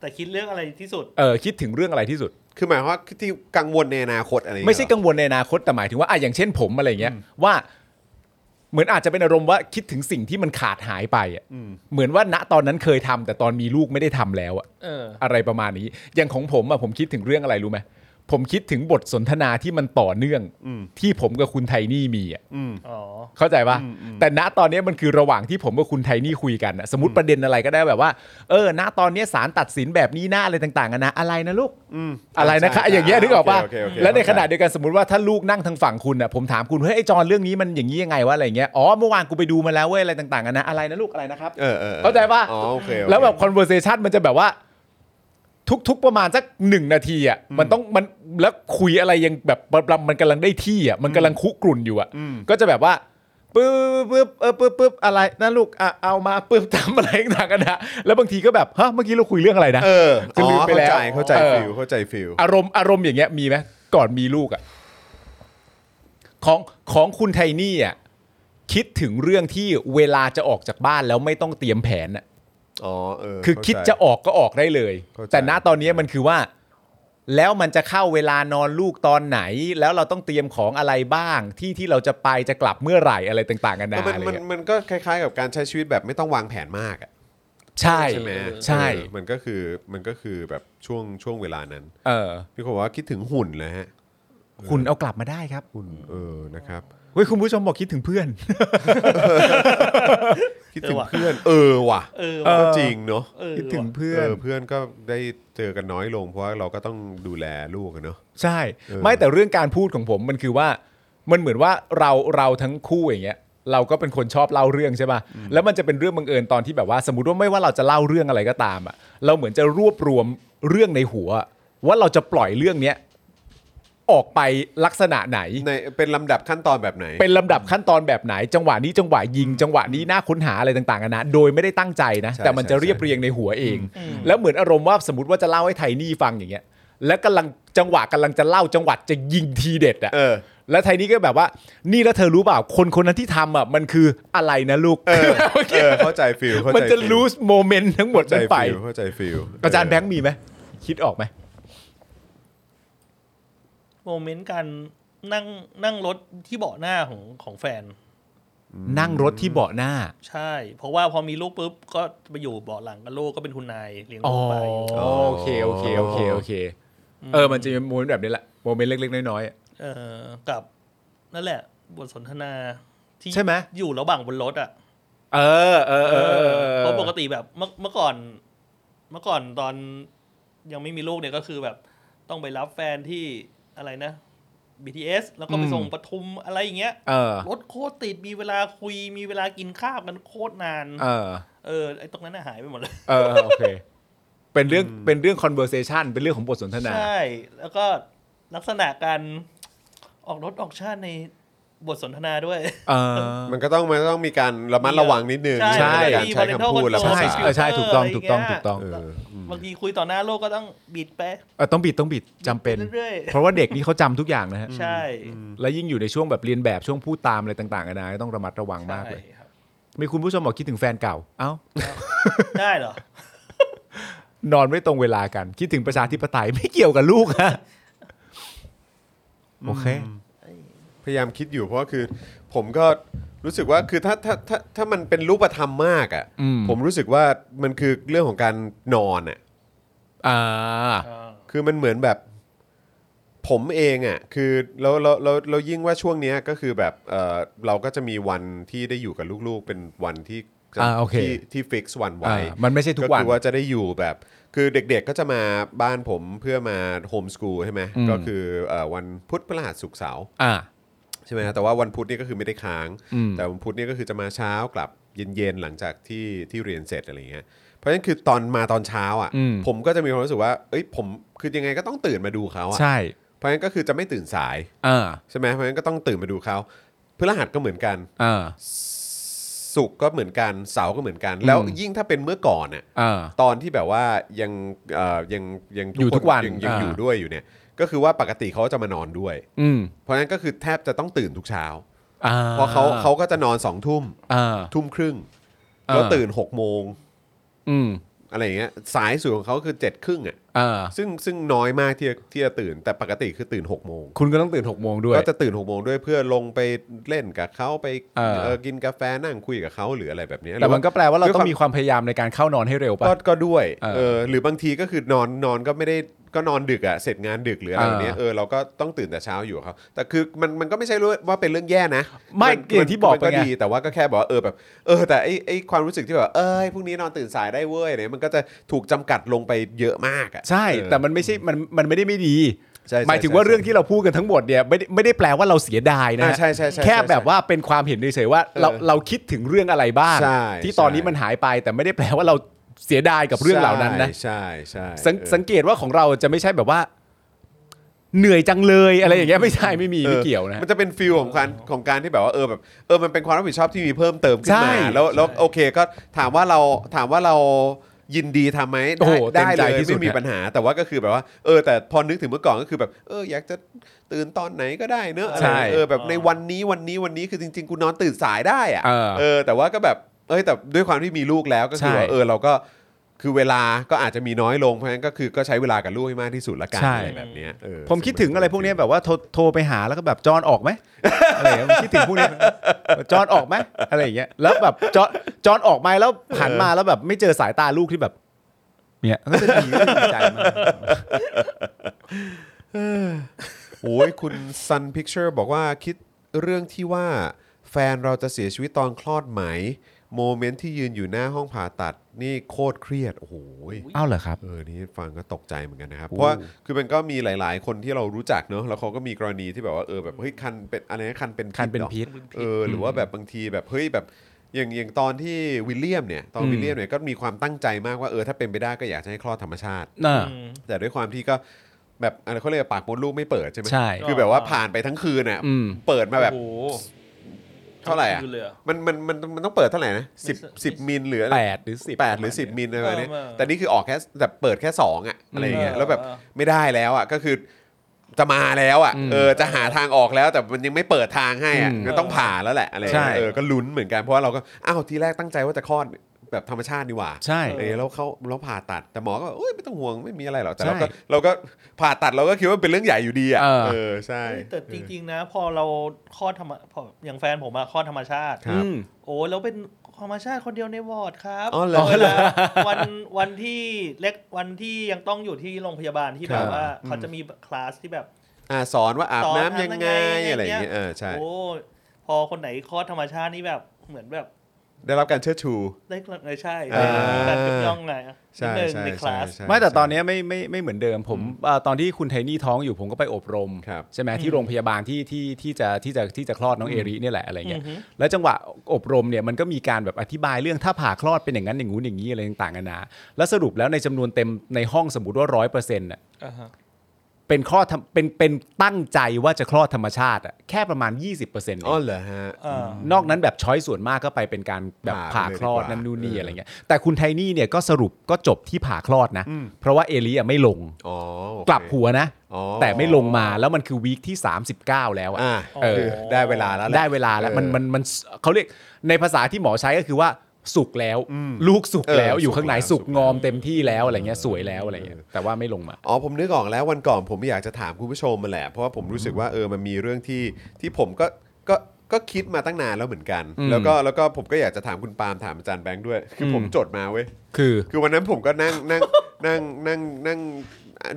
[SPEAKER 3] แต่คิดเรื่องอะไรที่สุด
[SPEAKER 2] เออคิดถึงเรื่องอะไรที่สุด
[SPEAKER 1] คือหมายความว่าที่กังวลในอนาคตอะไรอย่าง
[SPEAKER 2] ไม่ใช่
[SPEAKER 1] เงี้ยเหรอ
[SPEAKER 2] กังวลในอนาคตแต่หมายถึงว่าอ่ะอย่างเช่นผมอะไรเงี้ยว่า เหมือนอาจจะเป็นอารมณ์ว่าคิดถึงสิ่งที่มันขาดหายไปอ่ะเหมือนว่าณตอนนั้นเคยทำแต่ตอนมีลูกไม่ได้ทำแล้วอ่ะ
[SPEAKER 3] เออ
[SPEAKER 2] อะไรประมาณนี้ อย่างของผมอะผมคิดถึงเรื่องอะไรรู้ไหมผมคิดถึงบทสนทนาที่มันต่อเนื่อง ที่ผมกับคุณไทนี่มีอะ
[SPEAKER 3] อ๋อ
[SPEAKER 2] เข้าใจปะแต่ณตอนเนี้ยมันคือระหว่างที่ผมกับคุณไทนี่คุยกันอะสมมติประเด็นอะไรก็ได้แบบว่า เออ ณตอนเนี้ยศาลตัดสินแบบนี้หน้าอะไรต่างๆอะนะอะไรนะลูกอะไรนะคะอย่างเงี้ยนึกออกปะ
[SPEAKER 1] โเคโเค
[SPEAKER 2] แล้วใน
[SPEAKER 1] เข้
[SPEAKER 2] ข
[SPEAKER 1] จ
[SPEAKER 2] ณะเดียวกันสมมติว่าถ้าลูกนั่งทางฝั่งคุณอะผมถามคุณเฮ้ยไอจอนเรื่องนี้มันอย่างนี้ยังไงวะอะไรเงี้ยอ๋อเมื่อวานกูไปดูมาแล้วเว้ยอะไรต่างๆอะนะอะไรนะลูกอะไรนะครับ
[SPEAKER 1] เออออออ
[SPEAKER 2] เข้าใจปะ
[SPEAKER 1] อ๋อโอเคโอเค
[SPEAKER 2] แล้วแบบ conversation มันจะแบบว่าทุกๆประมาณสักหนึ่งนาทีอ่ะมันต้องมันแล้วคุยอะไรยังแบบแบบมันกำลังได้ที่อ่ะมันกำลังคุกรุ่นอยู่อ่ะก็จะแบบว่าปึ๊บปึ๊บเออปึ๊บปึ๊บอะไรนั่นลูกอ่ะเอามาปึ๊บ ทำอะไรต่างกันนะแล้วบางทีก็แบบฮะเมื่อกี้เราคุยเรื่องอะไรนะ
[SPEAKER 1] เออ
[SPEAKER 2] คือลืมไปแล้ว
[SPEAKER 1] เข้าใจ
[SPEAKER 2] เออ
[SPEAKER 1] เข้าใจฟิลเข้าใจฟิล
[SPEAKER 2] อารมณ์อารมณ์อย่างเงี้ยมีไหมก่อนมีลูกอ่ะของของคุณไทนี่อ่ะคิดถึงเรื่องที่เวลาจะออกจากบ้านแล้วไม่ต้องเตรียมแผนอ่ะ
[SPEAKER 1] อ๋อเออ
[SPEAKER 2] คือ
[SPEAKER 1] เข้า
[SPEAKER 2] คิด
[SPEAKER 1] ใจ
[SPEAKER 2] จะออกก็ออกได้เลย
[SPEAKER 1] เข้าใจ
[SPEAKER 2] แต่ณตอนนี้มันคือว่า แล้วมันจะเข้าเวลานอนลูกตอนไหน แล้วเราต้องเตรียมของอะไรบ้าง ที่ที่เราจะไปจะกลับเมื่อไหร่อะไรต่างๆกันนะ
[SPEAKER 1] แต่มัน
[SPEAKER 2] อะไร
[SPEAKER 1] มัน
[SPEAKER 2] เงี้ย
[SPEAKER 1] มันก็คล้ายๆ กับการใช้ชีวิตแบบไม่ต้องวางแผนมากอะ
[SPEAKER 2] ใช่
[SPEAKER 1] ใช่ไหม
[SPEAKER 2] ใช่
[SPEAKER 1] เออมันก็คือมันก็คือแบบช่วงช่วงเวลานั้น
[SPEAKER 2] เออ
[SPEAKER 1] พี่คนบอกว่าคิดถึงหุ่นเลยฮะ
[SPEAKER 2] คุณเอากลับมาได้ครับ
[SPEAKER 1] หุ่นเออนะครับ
[SPEAKER 2] เฮ้ยคุณผู้ชมบอกคิดถึงเพื่อน
[SPEAKER 1] คิดถึง
[SPEAKER 3] เออว่ะ
[SPEAKER 1] เพื่อน เออว่ะ
[SPEAKER 3] เออ
[SPEAKER 1] ก็
[SPEAKER 3] ว่ะ
[SPEAKER 1] จริงเนาะ
[SPEAKER 3] เออ
[SPEAKER 2] คิดถึง
[SPEAKER 3] ว่ะ
[SPEAKER 2] เพื่อ
[SPEAKER 1] เอน อเพื่อนก็ได้เจอกันน้อยลง เพราะว่าเราก็ต้องดูแลลูกกันเนาะ
[SPEAKER 2] ใช่
[SPEAKER 1] เออ
[SPEAKER 2] ไม่แต่เรื่องการพูดของผมมันคือว่า มันเหมือนว่าเราเราทั้งคู่อย่างเงี้ย เราก็เป็นคนชอบเล่าเรื่องใช่ป่ะแล้วมันจะเป็นเรื่องบังเอิญตอนที่แบบว่า สมมติว่าไม่ว่าเราจะเล่าเรื่องอะไรก็ตามอ่ะเราเหมือนจะรวบรวมเรื่องในหัว ว่าเราจะปล่อยเรื่องเนี้ยออกไปลักษณะไหน
[SPEAKER 1] ในเป็นลำดับขั้นตอนแบบไหน
[SPEAKER 2] เป็นลำดับขั้นตอนแบบไหน จังหวะนี้จังหวะยิง จังหวะนี้น่าค้นหาอะไรต่างๆกันานะโดยไม่ได้ตั้งใจนะ
[SPEAKER 1] ใช่
[SPEAKER 2] แต่มันจะ
[SPEAKER 1] ใช่
[SPEAKER 2] เรียบเรียงในหัวเอง แล้วเหมือนอารมณ์ว่าสมมติว่าจะเล่าให้ไทนี่ฟังอย่างเงี้ย แล้วกำลังจังหวะกำลังจะเล่าจังหวัดจะยิงทีเด็ดอะ
[SPEAKER 1] เออ
[SPEAKER 2] แล้วไทนี่ก็แบบว่า นี่แล้วเธอรู้เปล่าคนคนนั้นที่ทำอ่ะมันคืออะไรนะลูก
[SPEAKER 1] เออ เออเข้าใจฟิลเข้าใจ
[SPEAKER 2] มันจะ
[SPEAKER 1] ฟิล
[SPEAKER 2] lose moment ทั้งหมด
[SPEAKER 1] เข้าใจ
[SPEAKER 2] นั้นไป
[SPEAKER 1] ฟิลเข้าใจฟิล
[SPEAKER 2] อาจารย์แบงค์มีไหมคิดออกไหม
[SPEAKER 3] โมเมนต์การนั่งนั่งรถที่เบาะหน้าของของแฟน
[SPEAKER 2] นั่งรถที่เบาะหน้า
[SPEAKER 3] ใช่ เพราะว่าพอมีลูกปุ๊บก็ไปอยู่เบาะหลังกับลูกก็เป็นคุณนายเลี้ยง
[SPEAKER 2] อ๋
[SPEAKER 3] ลู
[SPEAKER 2] อก
[SPEAKER 3] ไป
[SPEAKER 2] โอเคโอเคโอเคโอเคเออมันจะมีโมเมนต์แบบนี้แหละโมเมนต์เล็กๆน้อยๆอะ
[SPEAKER 3] เออกับนั่นแหละ บทสนทนาที่
[SPEAKER 2] ใช่ไหม
[SPEAKER 3] อยู่ระหว่างบนรถอ่ะ
[SPEAKER 2] เออเออเออเออออ
[SPEAKER 3] เพราะปกติแบบเมื่อเมื่อก่อน เมื่อก่อนตอนยังไม่มีลูกเนี่ยก็คือแบบต้องไปรับแฟนที่อะไรนะ BTS แล้วก็ไปส่งปทุมอะไรอย่างเงี้ย
[SPEAKER 2] เออ
[SPEAKER 3] รถโคตรติดมีเวลาคุย มีเวลากินข้าวกันโคตรนาน
[SPEAKER 2] เออ
[SPEAKER 3] เออไอ้ตรงนั้นน่ะหายไปหมดเลย
[SPEAKER 2] เออโอเค เป็นเรื่องเป็นเรื่อง conversation เป็นเรื่องของบทสนทนา
[SPEAKER 3] ใช่ แล้วก็ลักษณะการออกรถออกชาติในบทสนทนาด้วย
[SPEAKER 2] เออ
[SPEAKER 1] มันก็ต้องมันก็ต้องมีการระมัดระวังนิดนึง
[SPEAKER 3] ใช่
[SPEAKER 1] ในการใช้คำพูดและภา
[SPEAKER 2] ใช่
[SPEAKER 1] ษา
[SPEAKER 2] เออใช่ถูกต้องถูกต้องถูกต้อง
[SPEAKER 1] เออ
[SPEAKER 3] บางทีคุยต่อหน้าโลกก็ต้องบีดไป
[SPEAKER 2] เออต้องบิดต้องบิดจำเป็น
[SPEAKER 3] เรื่อย
[SPEAKER 2] เพราะว่าเด็กนี่เขาจำทุกอย่างนะฮะ
[SPEAKER 3] ๆ ใช่
[SPEAKER 2] และยิ่งอยู่ในช่วงแบบเรียนแบบช่วงพูดตามอะไรต่างๆกันานะต้องระมัดระวังมากเลย
[SPEAKER 3] ใช่ครับ
[SPEAKER 2] มีคุณผู้ชมบอกคิดถึงแฟนเก่า เอ้า
[SPEAKER 3] ได้เหรอ
[SPEAKER 2] นอนไม่ตรงเวลากัน คิดถึงประชาธิปไตยไม่เกี่ยวกับลูกฮะโอเค
[SPEAKER 1] พยายามคิดอยู่เพราะว่าคือผมก็รู้สึกว่าคือถ้าถ้าถ้าถ้ามันเป็นรูปธรรมมากอะ่ะ
[SPEAKER 2] อืม
[SPEAKER 1] ผมรู้สึกว่ามันคือเรื่องของการนอนอะ่ะ
[SPEAKER 2] อ่า
[SPEAKER 1] คือมันเหมือนแบบผมเองอะ่ะคือเราเราเราเรายิ่งว่าช่วงเนี้ยก็คือแบบเออเราก็จะมีวันที่ได้อยู่กับลูกๆ เป็นวันที่จะ
[SPEAKER 2] อ่าโอเค
[SPEAKER 1] ที่ที่ฟิกซ์วันไว้
[SPEAKER 2] อ่ามันไม่ใช่ทุกวัน
[SPEAKER 1] คือว่าจะได้อยู่แบบคือเด็กๆก็จะมาบ้านผมเพื่อมาโฮมสกูลใช่ไหม
[SPEAKER 2] อืม
[SPEAKER 1] ก็คือเอ่อวันพุธพฤหัสศุกร์เสาร์
[SPEAKER 2] อ่า
[SPEAKER 1] ใช่ไหมฮะแต่ว่าวันพุธนี่ก็คือไม่ได้ค้าง
[SPEAKER 2] อืม
[SPEAKER 1] แต่วันพุธนี่ก็คือจะมาเช้ากลับเย็นๆหลังจากที่ที่เรียนเสร็จอะไรอย่างเงี้ยเพราะฉะนั้นคือตอนมาตอนเช้าอ่ะผมก็จะมีความรู้สึกว่าเอ้ยผมคือยังไงก็ต้องตื่นมาดูเขาอ่ะ
[SPEAKER 2] ใช่
[SPEAKER 1] เพราะฉะนั้นก็คือจะไม่ตื่นสาย
[SPEAKER 2] อ่า
[SPEAKER 1] ใช่ไหมเพราะฉะนั้นก็ต้องตื่นมาดูเขาพฤหัสก็เหมือนกัน
[SPEAKER 2] อ่า
[SPEAKER 1] ศุกร์ก็เหมือนกันเสาร์ก็เหมือนกัน แล้วยิ่งถ้าเป็นเมื่อก่อนอ่ะ
[SPEAKER 2] อ่า
[SPEAKER 1] ตอนที่แบบว่ายังเอ่อยังยัง
[SPEAKER 2] อยู่ทุกวัน
[SPEAKER 1] ยังยัง
[SPEAKER 2] อ่า
[SPEAKER 1] อยู่ด้วยอยู่เนี่ย ก็คือว่าปกติเขาจะมานอนด้วย
[SPEAKER 2] อืม
[SPEAKER 1] เพราะฉะนั้นก็คือแทบจะต้องตื่นทุกเช้า
[SPEAKER 2] อ่า
[SPEAKER 1] เพราะเขาเขาก็จะนอนสองทุ่ม
[SPEAKER 2] อ่า
[SPEAKER 1] ทุ่มครึ่ง
[SPEAKER 2] เออ
[SPEAKER 1] แล้วตื่น6กโมง
[SPEAKER 2] อืม
[SPEAKER 1] อะไรอย่างเงี้ยสายสุดของเขาคือ7จ็ดครึ่งอ่ะ
[SPEAKER 2] เออ
[SPEAKER 1] ซึ่งซึ่งน้อยมากที่จะที่จะตื่นแต่ปกติคือตื่น6กโมง
[SPEAKER 2] คุณก็ต้องตื่นหกโมงด้วย
[SPEAKER 1] ก็จะตื่น6กโมงด้วยเพื่อลงไปเล่นกับเขาไป
[SPEAKER 2] เออ
[SPEAKER 1] เออกินกาแฟนั่งคุยกับเขาหรืออะไรแบบเนี้ย
[SPEAKER 2] แต่มันก็แปลว่าเรา
[SPEAKER 1] ด้วยค
[SPEAKER 2] ต้อ
[SPEAKER 1] วาม
[SPEAKER 2] งมีความพยายามในการเข้านอนให้เร็วป่ะ
[SPEAKER 1] ก็ก็ด้วย
[SPEAKER 2] เออ
[SPEAKER 1] เออหรือบางทีก็คือนอนนอนก็ไม่ได้ก็นอนดึกอะเสร็จงานดึกหรืออะไรแบบเนี้ย
[SPEAKER 2] เออ
[SPEAKER 1] เออเราก็ต้องตื่นแต่เช้าอยู่ครับ แต่คือมันมันก็ไม่ใช่ว่าเป็นเรื่องแย่นะ
[SPEAKER 2] ไม่
[SPEAKER 1] น
[SPEAKER 2] อย่างที่บอก
[SPEAKER 1] มัน
[SPEAKER 2] ไป
[SPEAKER 1] ก็
[SPEAKER 2] ไง
[SPEAKER 1] ดีแต่ว่าก็แค่บอกว่าเออแบบเออแต่ไอไอความรู้สึกที่แบบเอ้ยพรุ่งนี้นอนตื่นสายได้เว้ยเนี่ยมันก็จะถูกจำกัดลงไปเยอะมากอะ
[SPEAKER 2] ใช่
[SPEAKER 1] เออ
[SPEAKER 2] แต่มันไม่ใช่มันมันไม่ได้ไม่ดี
[SPEAKER 1] ใช่ใช่
[SPEAKER 2] หมายถึงว่าเรื่องที่เราพูดกันทั้งหมดเนี่ยไม่ได้ไม่ได้แปลว่าเราเสียดายนะ
[SPEAKER 1] อ่าใช่ใช่ใช่
[SPEAKER 2] แค่แบบว่าเป็นความเห็นเฉยๆว่าเรา
[SPEAKER 1] เออ
[SPEAKER 2] เราคิดถึงเรื่องอะไรบ้าง
[SPEAKER 1] ใช่
[SPEAKER 2] ที่ตอนนี้
[SPEAKER 1] ใช่
[SPEAKER 2] มันหายไปแต่ไม่ได้แปลว่าเราเสียดายกับเรื่องเหล่านั้นนะ
[SPEAKER 1] ใช่ใช่
[SPEAKER 2] สัง
[SPEAKER 1] เออ
[SPEAKER 2] สังเกตว่าของเราจะไม่ใช่แบบว่า เหนื่อยจังเลยอะไรอย่างเงี้ยไม่ใช่ไม่มีไม่เกี่ยวนะ
[SPEAKER 1] มันจะเป็นฟิลของการของการที่แบบว่าเออแบบเออมันเป็นความรับผิดชอบที่มีเพิ่มเติมขึ้น
[SPEAKER 2] ใช่
[SPEAKER 1] มาแล้วแล้วโอเคก็ถามว่าเราถามว่าเรายินดีทำไหม
[SPEAKER 2] โอ้
[SPEAKER 1] ได้
[SPEAKER 2] โหเต็ม
[SPEAKER 1] ได้
[SPEAKER 2] ใจ
[SPEAKER 1] เลย
[SPEAKER 2] ที่สุด
[SPEAKER 1] ไม่มี
[SPEAKER 2] ฮะ
[SPEAKER 1] ปัญหา แต่ว่าก็คือแบบว่าเออแต่พอนึกถึงเมื่อก่อนก็คือแบบเอออยากจะตื่นตอนไหนก็ได้เนอะอะไร
[SPEAKER 2] ใช่
[SPEAKER 1] เออแบบในวันนี้วันนี้วันนี้คือจริง ๆ กูนอนตื่นสายได้อะ
[SPEAKER 2] เออ
[SPEAKER 1] เออ แต่ว่าก็แบบเอ้ยแต่ด้วยความที่มีลูกแล้วก็คือว่า
[SPEAKER 2] ใช่
[SPEAKER 1] เออเราก็คือเวลาก็อาจจะมีน้อยลงเพราะฉะนั้นก็คือก็ใช้เวลากับลูกให้มากที่สุดละกัน
[SPEAKER 2] ใช่
[SPEAKER 1] อะไรแบบเนี้ยเออ
[SPEAKER 2] ผมคิดถึงอะไรพวกเนี้ยแบบว่าโทรโทรไปหาแล้วก็แบบจอนออกไหมอะไรอย่างเงี้ยผมคิดถึงพวกเนี้ยจอนออกไหมอะไรอย่างเงี้ยแล้วแบบจอนจอนออกไหมแล้วหันมาแล้วแบบไม่เจอสายตาลูกที่แบบ เนี่ยก็จะดีก็ดีใจมาก
[SPEAKER 1] โอ้ยคุณ Sun Picture บอกว่าคิดเรื่องที่ว่าแฟนเราจะเสียชีวิตตอนคลอดไหม โมเมนต์ที่ยืนอยู่หน้าห้องผ่าตัด นี่โคตรเครียด โอ้โหย
[SPEAKER 2] อ้าวเหรอครับ
[SPEAKER 1] เออนี่ฟังก็ตกใจเหมือนกันนะครับ
[SPEAKER 2] โอ้
[SPEAKER 1] เพราะว่าคือมันก็มีหลาย ๆ คนที่เรารู้จักเนอะแล้วเขาก็มีกรณีที่แบบว่าเออแบบเฮ้ยคันเป็นอะไรนะคันเป็น
[SPEAKER 2] คันเป็น
[SPEAKER 1] หรอ
[SPEAKER 2] พิษ
[SPEAKER 1] เออหรือว่าแบบบางทีแบบเฮ้ยแบบอย่างอย่างตอนที่วิลเลียมเนี่ยตอน
[SPEAKER 2] อืม
[SPEAKER 1] วิลเลียมเนี่ยก็มีความตั้งใจมากว่าเออถ้าเป็นไปได้ก็อยากจะให้คลอดธรรมชาติ
[SPEAKER 2] น่ะ
[SPEAKER 3] อืม
[SPEAKER 1] แต่ด้วยความที่ก็แบบอะไรเขาเรียกว่าปากมดลูกไม่เปิดใช่ไหม
[SPEAKER 2] ใช่
[SPEAKER 1] คือแบบว่าผ่านไปทั้งคืนอ่ะ
[SPEAKER 2] อืม
[SPEAKER 1] เปิดมาแบบ
[SPEAKER 3] โอ้โห
[SPEAKER 1] เท่าไหร่อ่ะ
[SPEAKER 3] คืนเลยเหรอ
[SPEAKER 1] มันมันมันมันต้องเปิดเท่าไหร่นะสิบ
[SPEAKER 3] ไม่ใช่
[SPEAKER 1] สิบมิลหรืออะไร
[SPEAKER 2] แปดหรือสิบ
[SPEAKER 1] แปดหรือสิบมิลอะไรแบบนี้
[SPEAKER 3] เออเออ
[SPEAKER 1] แต่นี่คือออกแค่แต่เปิดแค่สองอ่ะอะไรอย่างเงี้ย
[SPEAKER 3] เออ
[SPEAKER 1] แล้วแบบ
[SPEAKER 3] เออ
[SPEAKER 1] ไม่ได้แล้วอ่ะก็คือจะมาแล้วอ่ะ
[SPEAKER 2] อืม
[SPEAKER 1] เออจะหาทางออกแล้วแต่มันยังไม่เปิดทางให้อ่ะ
[SPEAKER 2] อืม
[SPEAKER 1] ก็ต้องผ่าแล้วแหละอะไรอย่างเงี้ย
[SPEAKER 2] ใช่
[SPEAKER 1] เออก็ลุ้นเหมือนกันเพราะว่าเราก็อ้าวทีแรกตั้งใจว่าจะคลอดแบบธรรมชาตินี่หว่า
[SPEAKER 2] ใช่
[SPEAKER 1] เออแล้วเขาเราผ่าตัดแต่หมอก็เอ้ยไม่ต้องห่วงไม่มีอะไรหรอกแต่
[SPEAKER 2] ใช่
[SPEAKER 1] เราก็เราก็ผ่าตัดเราก็คิดว่าเป็นเรื่องใหญ่อยู่ดีอ่ะ
[SPEAKER 2] เออ
[SPEAKER 1] เออใช่
[SPEAKER 3] เฮ้ยแต่จริงๆนะ พอเราคลอดธรรมพออย่างแฟนผมอะคลอดธรรมชาติ
[SPEAKER 1] ครับ
[SPEAKER 2] อืม
[SPEAKER 3] โอ้แล้วเป็นธรรมชาติคนเดียวในวอร์ดครับ
[SPEAKER 1] อ๋อเหรอ
[SPEAKER 3] วลาวันวันที่เล็กวันที่ยังต้องอยู่ที่โรงพยาบาลที่
[SPEAKER 1] ครั
[SPEAKER 3] แบบ บว่าเขาจะมีคลาสที่แบบ
[SPEAKER 1] อ่าสอนว่าอาบ
[SPEAKER 3] สอน
[SPEAKER 1] น้ำ
[SPEAKER 3] อาบน้ำ
[SPEAKER 1] ยังไง
[SPEAKER 3] ยังไง
[SPEAKER 1] อะไรอย่าง
[SPEAKER 3] เนี่ย
[SPEAKER 1] เงี้ยเออใช่
[SPEAKER 3] โอ้พอคนไหนคลอดธรรมชาตินี่แบบเหมือนแบบ
[SPEAKER 1] ได้รับการเชิดชู
[SPEAKER 3] ได้กลับเลยใช่
[SPEAKER 1] อ่า
[SPEAKER 3] การยกย่องไง
[SPEAKER 1] ใช่
[SPEAKER 3] นิดนึง
[SPEAKER 1] ใช่
[SPEAKER 3] ในค
[SPEAKER 1] ใช่
[SPEAKER 3] ลาส
[SPEAKER 1] ใช่
[SPEAKER 2] ไม่แต่ตอนเนี้ยไม่ไม่ไม่เหมือนเดิมผมเอ่อตอนที่คุณไทนี่ท้องอยู่ผมก็ไปอบรม
[SPEAKER 1] ครับ
[SPEAKER 2] ใช่ไหมที่โรงพยาบาลที่ที่ที่จะที่จะที่จะคลอดน้องเอริเนี่ยแหละอะไรเงี้ย
[SPEAKER 3] อือฮึ
[SPEAKER 2] แล้วจังหวะอบรมเนี่ยมันก็มีการแบบอธิบายเรื่องถ้าผ่าคลอดเป็นอย่างนั้นอย่างงู้นอย่างนี้อะไรต่างๆนานาแล้วสรุปแล้วในจำนวนเต็มในห้องสมมติว่าร้อยเปอร์เซ็นต์่ะ
[SPEAKER 3] อ่าฮะ
[SPEAKER 2] เป็นคลอดทำเป็นเป็นตั้งใจว่าจะคลอดธรรมชาติอ่ะแค่ประมาณ 20%เอง
[SPEAKER 1] อ๋อเหรอฮะ
[SPEAKER 3] อ่าน
[SPEAKER 2] อกนั้นแบบช้อยส่วนมากก็ไปเป็นการแบบ
[SPEAKER 1] ผ่า
[SPEAKER 2] ผ่า
[SPEAKER 1] ไปเลย
[SPEAKER 2] คลอ
[SPEAKER 1] ดีก
[SPEAKER 2] ด
[SPEAKER 1] ว่า
[SPEAKER 2] นั่นนู่นนี่
[SPEAKER 1] เอออ
[SPEAKER 2] อะไรเงี้ยแต่คุณไทนี่เนี่ยก็สรุปก็จบที่ผ่าคลอดนะ เพราะว่าเอลิอะไม่ลง
[SPEAKER 1] อ๋อโอเค
[SPEAKER 2] กลับหัวนะ
[SPEAKER 1] อ๋อ
[SPEAKER 2] แต่ไม่ลงมาแล้วมันคือวีคที่ 39 แล้วอะ
[SPEAKER 1] อ่า
[SPEAKER 2] เออ
[SPEAKER 1] คือได้เวลาแล้วแหะ
[SPEAKER 2] ได้เวลาแล้ว
[SPEAKER 1] ออ
[SPEAKER 2] มันมันมันเขาเรียกในภาษาที่หมอใช้ก็คือว่าสุกแล้ว ลูกสุก
[SPEAKER 1] เออ
[SPEAKER 2] แล้วอยู่ข้างในสุก
[SPEAKER 1] สุกแล้ว
[SPEAKER 2] งอมเต็มที่แล้วอะไรเงี้ยสวยแล้วอะไรเงี้ยแต่ว่าไม่ลงมา
[SPEAKER 1] อ๋อผมนึกออกแล้ววันก่อนผมอยากจะถามคุณผู้ชมมาแหละ เพราะว่าผมรู้สึกว่าเออมันมีเรื่องที่ที่ผมก็ก็ก็คิดมาตั้งนานแล้วเหมือนกัน
[SPEAKER 2] อืม
[SPEAKER 1] แล้วก็แล้วก็ผมก็อยากจะถามคุณปาล์มถามอาจารย์แบงค์ด้วย คือผมจดมาเว้ย
[SPEAKER 2] คือ
[SPEAKER 1] คือวันนั้นผมก็นั่งนั่ง นั่งนั่งนั่ง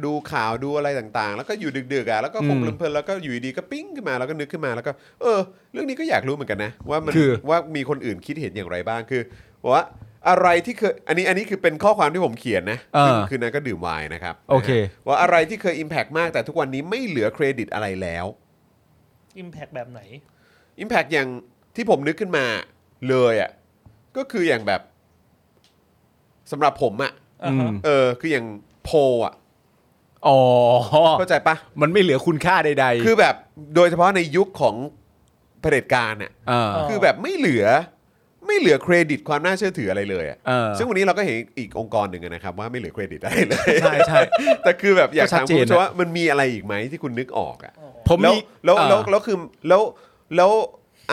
[SPEAKER 1] ดูข่าวดูอะไรต่างๆ แล้วก็อยู่ดึกๆอ่ะแล้วก็คง
[SPEAKER 2] อืม
[SPEAKER 1] เพลินๆแล้วก็อยู่ดีๆก็ปิ้งขึ้นมาแล้วก็นึกขึ้นมาแล้วก็ เออ เรื่องนี้ก็อยากรู้เหมือนกันนะ ว่ามัน
[SPEAKER 2] คือ
[SPEAKER 1] ว่ามีคนอื่นคิดเห็นอย่างไรบ้างคือว่าอะไรที่เคยอันนี้อันนี้คือเป็นข้อความที่ผมเขียนนะ
[SPEAKER 2] เออ
[SPEAKER 1] คืคืนนั้นก็ดื่มไวน์นะครับ
[SPEAKER 2] โอเค
[SPEAKER 1] นะฮะว่าอะไรที่เคย Impact มากแต่ทุกวันนี้ไม่เหลือเครดิตอะไรแล้ว
[SPEAKER 3] อิมแพกแบบไหน
[SPEAKER 1] Impact อย่างที่ผมนึกขึ้นมาเลยอ่ะก็คืออย่างแบบสำหรับผมอ่ะ
[SPEAKER 3] อ่าฮะ
[SPEAKER 2] ม
[SPEAKER 1] เออคืออย่างโพลอ่ะ
[SPEAKER 2] อ๋อ
[SPEAKER 1] เข้าใจปะ
[SPEAKER 2] มันไม่เหลือคุณค่าใดๆ
[SPEAKER 1] คือแบบโดยเฉพาะในยุคของเผด็จการเนี่ย
[SPEAKER 2] เออ
[SPEAKER 3] อ
[SPEAKER 1] คือแบบไม่เหลือไม่เหลือเครดิตความน่าเชื่อถืออะไรเลยอะ
[SPEAKER 2] เออ
[SPEAKER 1] ซึ่งวันนี้เราก็เห็นอีกองค์กรหนึ่งอะนะครับ ว่าไม่เหลือเครดิตอะไรเลย
[SPEAKER 2] ใช่ใช่
[SPEAKER 1] แต่คือแบบอยากถาม
[SPEAKER 2] ก็ชัดเจ
[SPEAKER 1] คุ
[SPEAKER 2] น
[SPEAKER 1] ณผู้ชม
[SPEAKER 2] อะ
[SPEAKER 1] ว่ามันมีอะไรอีกไหมที่คุณนึกออกอ่ะ
[SPEAKER 2] ผม
[SPEAKER 1] แล้ว
[SPEAKER 2] มี
[SPEAKER 1] แล้ว
[SPEAKER 2] เออ
[SPEAKER 1] แล้วแล้วคือแล้วแล้ว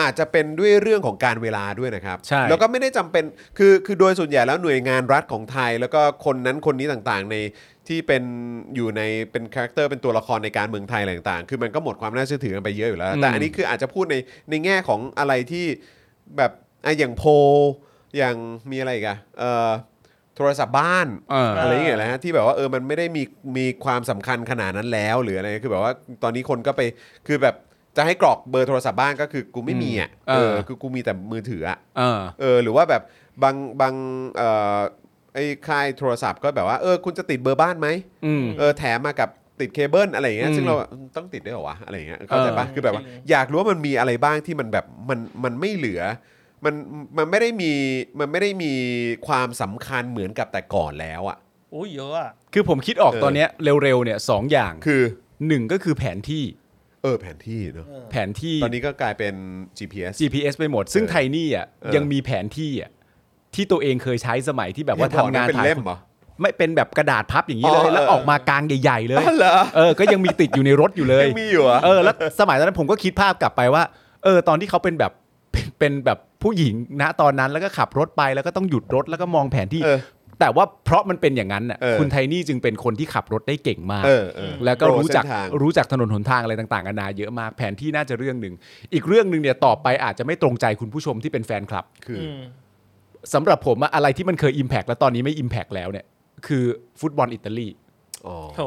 [SPEAKER 1] อาจจะเป็นด้วยเรื่องของการเวลาด้วยนะครับ
[SPEAKER 2] ใช่
[SPEAKER 1] แล้วก็ไม่ได้จำเป็นคือคือโดยส่วนใหญ่แล้วหน่วยงานรัฐของไทย แล้วก็คนนั้นคนนี้ต่างๆ ในที่เป็นอยู่ในเป็นคาแรคเตอร์เป็นตัวละครในการเมืองไทยอะไรต่างๆ คือมันก็หมดความน่าเชื่อถือกันไปเยอะอยู่แล้ว
[SPEAKER 2] อืม
[SPEAKER 1] แต่อันนี้คืออาจจะพูดในในแง่ของอะไรที่แบบอ่ะอย่างโพลอย่างมีอะไรอีกันเอ่อโทรศัพท์บ้าน
[SPEAKER 2] เออ
[SPEAKER 1] อะไรอย่างเงี้ยนะฮะที่แบบว่าเออมันไม่ได้มีมีความสำคัญขนาดนั้นแล้ว หรืออะไรคือแบบว่าตอนนี้คนก็ไปคือแบบจะให้กรอกเบอร์โทรศัพท์บ้านก็คือกูไม่มีอ่ะ
[SPEAKER 2] อืมเออ
[SPEAKER 1] คือกูมีแต่มือถืออ่ะ
[SPEAKER 2] เออ
[SPEAKER 1] เออหรือว่าแบบบางบางเอ่อไอ้ค่ายโทรศัพท์ก็แบบว่าเออคุณจะติดเบอร์บ้านไหม
[SPEAKER 2] อืม
[SPEAKER 1] เออแถมมากับติดเคเบิลอะไรอย่างเงี้ย
[SPEAKER 2] อืม
[SPEAKER 1] ซึ่งเราต้องติดด้วยเหรอวะอะไรอย่างเงี้ยเข้าใจปะ
[SPEAKER 3] เออ
[SPEAKER 1] คือแบบว่า
[SPEAKER 3] จริง
[SPEAKER 1] อยากรู้ว่ามันมีอะไรบ้างที่มันแบบมันมันไม่เหลือมันมันไม่ได้มีมันไม่ได้มีความสำคัญเหมือนกับแต่ก่อนแล้วอ่ะ
[SPEAKER 3] โอ้ยเยอะอะ
[SPEAKER 2] คือผมคิดออก
[SPEAKER 1] เออ
[SPEAKER 2] ตอนเนี้ยเร็วๆเนี่ยสองอย่าง
[SPEAKER 1] คือ
[SPEAKER 2] หนึ่งก็คือแผนที่
[SPEAKER 1] เออแผนที่เนอะ
[SPEAKER 3] เออ
[SPEAKER 2] แผนที่
[SPEAKER 1] ตอนนี้ก็กลายเป็น GPS
[SPEAKER 2] GPS ไปหมด ซึ่งไทยนี่อ่ะ
[SPEAKER 1] เออ
[SPEAKER 2] ยังมีแผนที่อ่ะที่ตัวเองเคยใช้สมัยที่แบบว่า
[SPEAKER 1] อย่บ
[SPEAKER 2] ทำ
[SPEAKER 1] อกะ
[SPEAKER 2] งาน
[SPEAKER 1] เป็น
[SPEAKER 2] ถ่าย
[SPEAKER 1] เล่มเหรอ
[SPEAKER 2] ไม่เป็นแบบกระดาษพับอย่างนี้เล
[SPEAKER 1] อ๋
[SPEAKER 2] ย
[SPEAKER 1] อ
[SPEAKER 2] แล้ว
[SPEAKER 1] เออ
[SPEAKER 2] ออกมากลางใหญ่ๆ เลย
[SPEAKER 1] อ๋อเหรอ
[SPEAKER 2] เออ ก็ยังมีติดอยู่ในรถอยู่เลย
[SPEAKER 1] ยังมีอยู่เหรอ
[SPEAKER 2] เออแล้วสมัยตอนนั้นผมก็คิดภาพกลับไปว่า เออ ตอนที่เขาเป็นแบบ เป็นเป็นแบบผู้หญิงนะตอนนั้นแล้วก็ขับรถไปแล้วก็ต้องหยุดรถแล้วก็มองแผนที่
[SPEAKER 1] เออ
[SPEAKER 2] แต่ว่าเพราะมันเป็นอย่างนั้นน่ะ
[SPEAKER 1] เออ
[SPEAKER 2] คุณไทนี่จึงเป็นคนที่ขับรถได้เก่งมาก
[SPEAKER 1] เออเออ
[SPEAKER 2] แล้วก็
[SPEAKER 1] โป
[SPEAKER 2] รู้จัก
[SPEAKER 1] เส้นทาง
[SPEAKER 2] รู้จักถนนหนทางอะไรต่างๆนานาเยอะมากแผนที่น่าจะเรื่องหนึ่งอีกเรื่องหนึ่งเนี่ยต่อไปอาจจะไม่ตรงใจคุณผู้ชมที่เป็นแฟนคลับ
[SPEAKER 1] คือ
[SPEAKER 3] อืม
[SPEAKER 2] สำหรับผมอะอะไรที่มันเคย Impact แล้วตอนนี้ไม่ Impact แล้วเนี่ยคือฟุตบอลอิตาลี
[SPEAKER 1] อ๋อ
[SPEAKER 3] โถ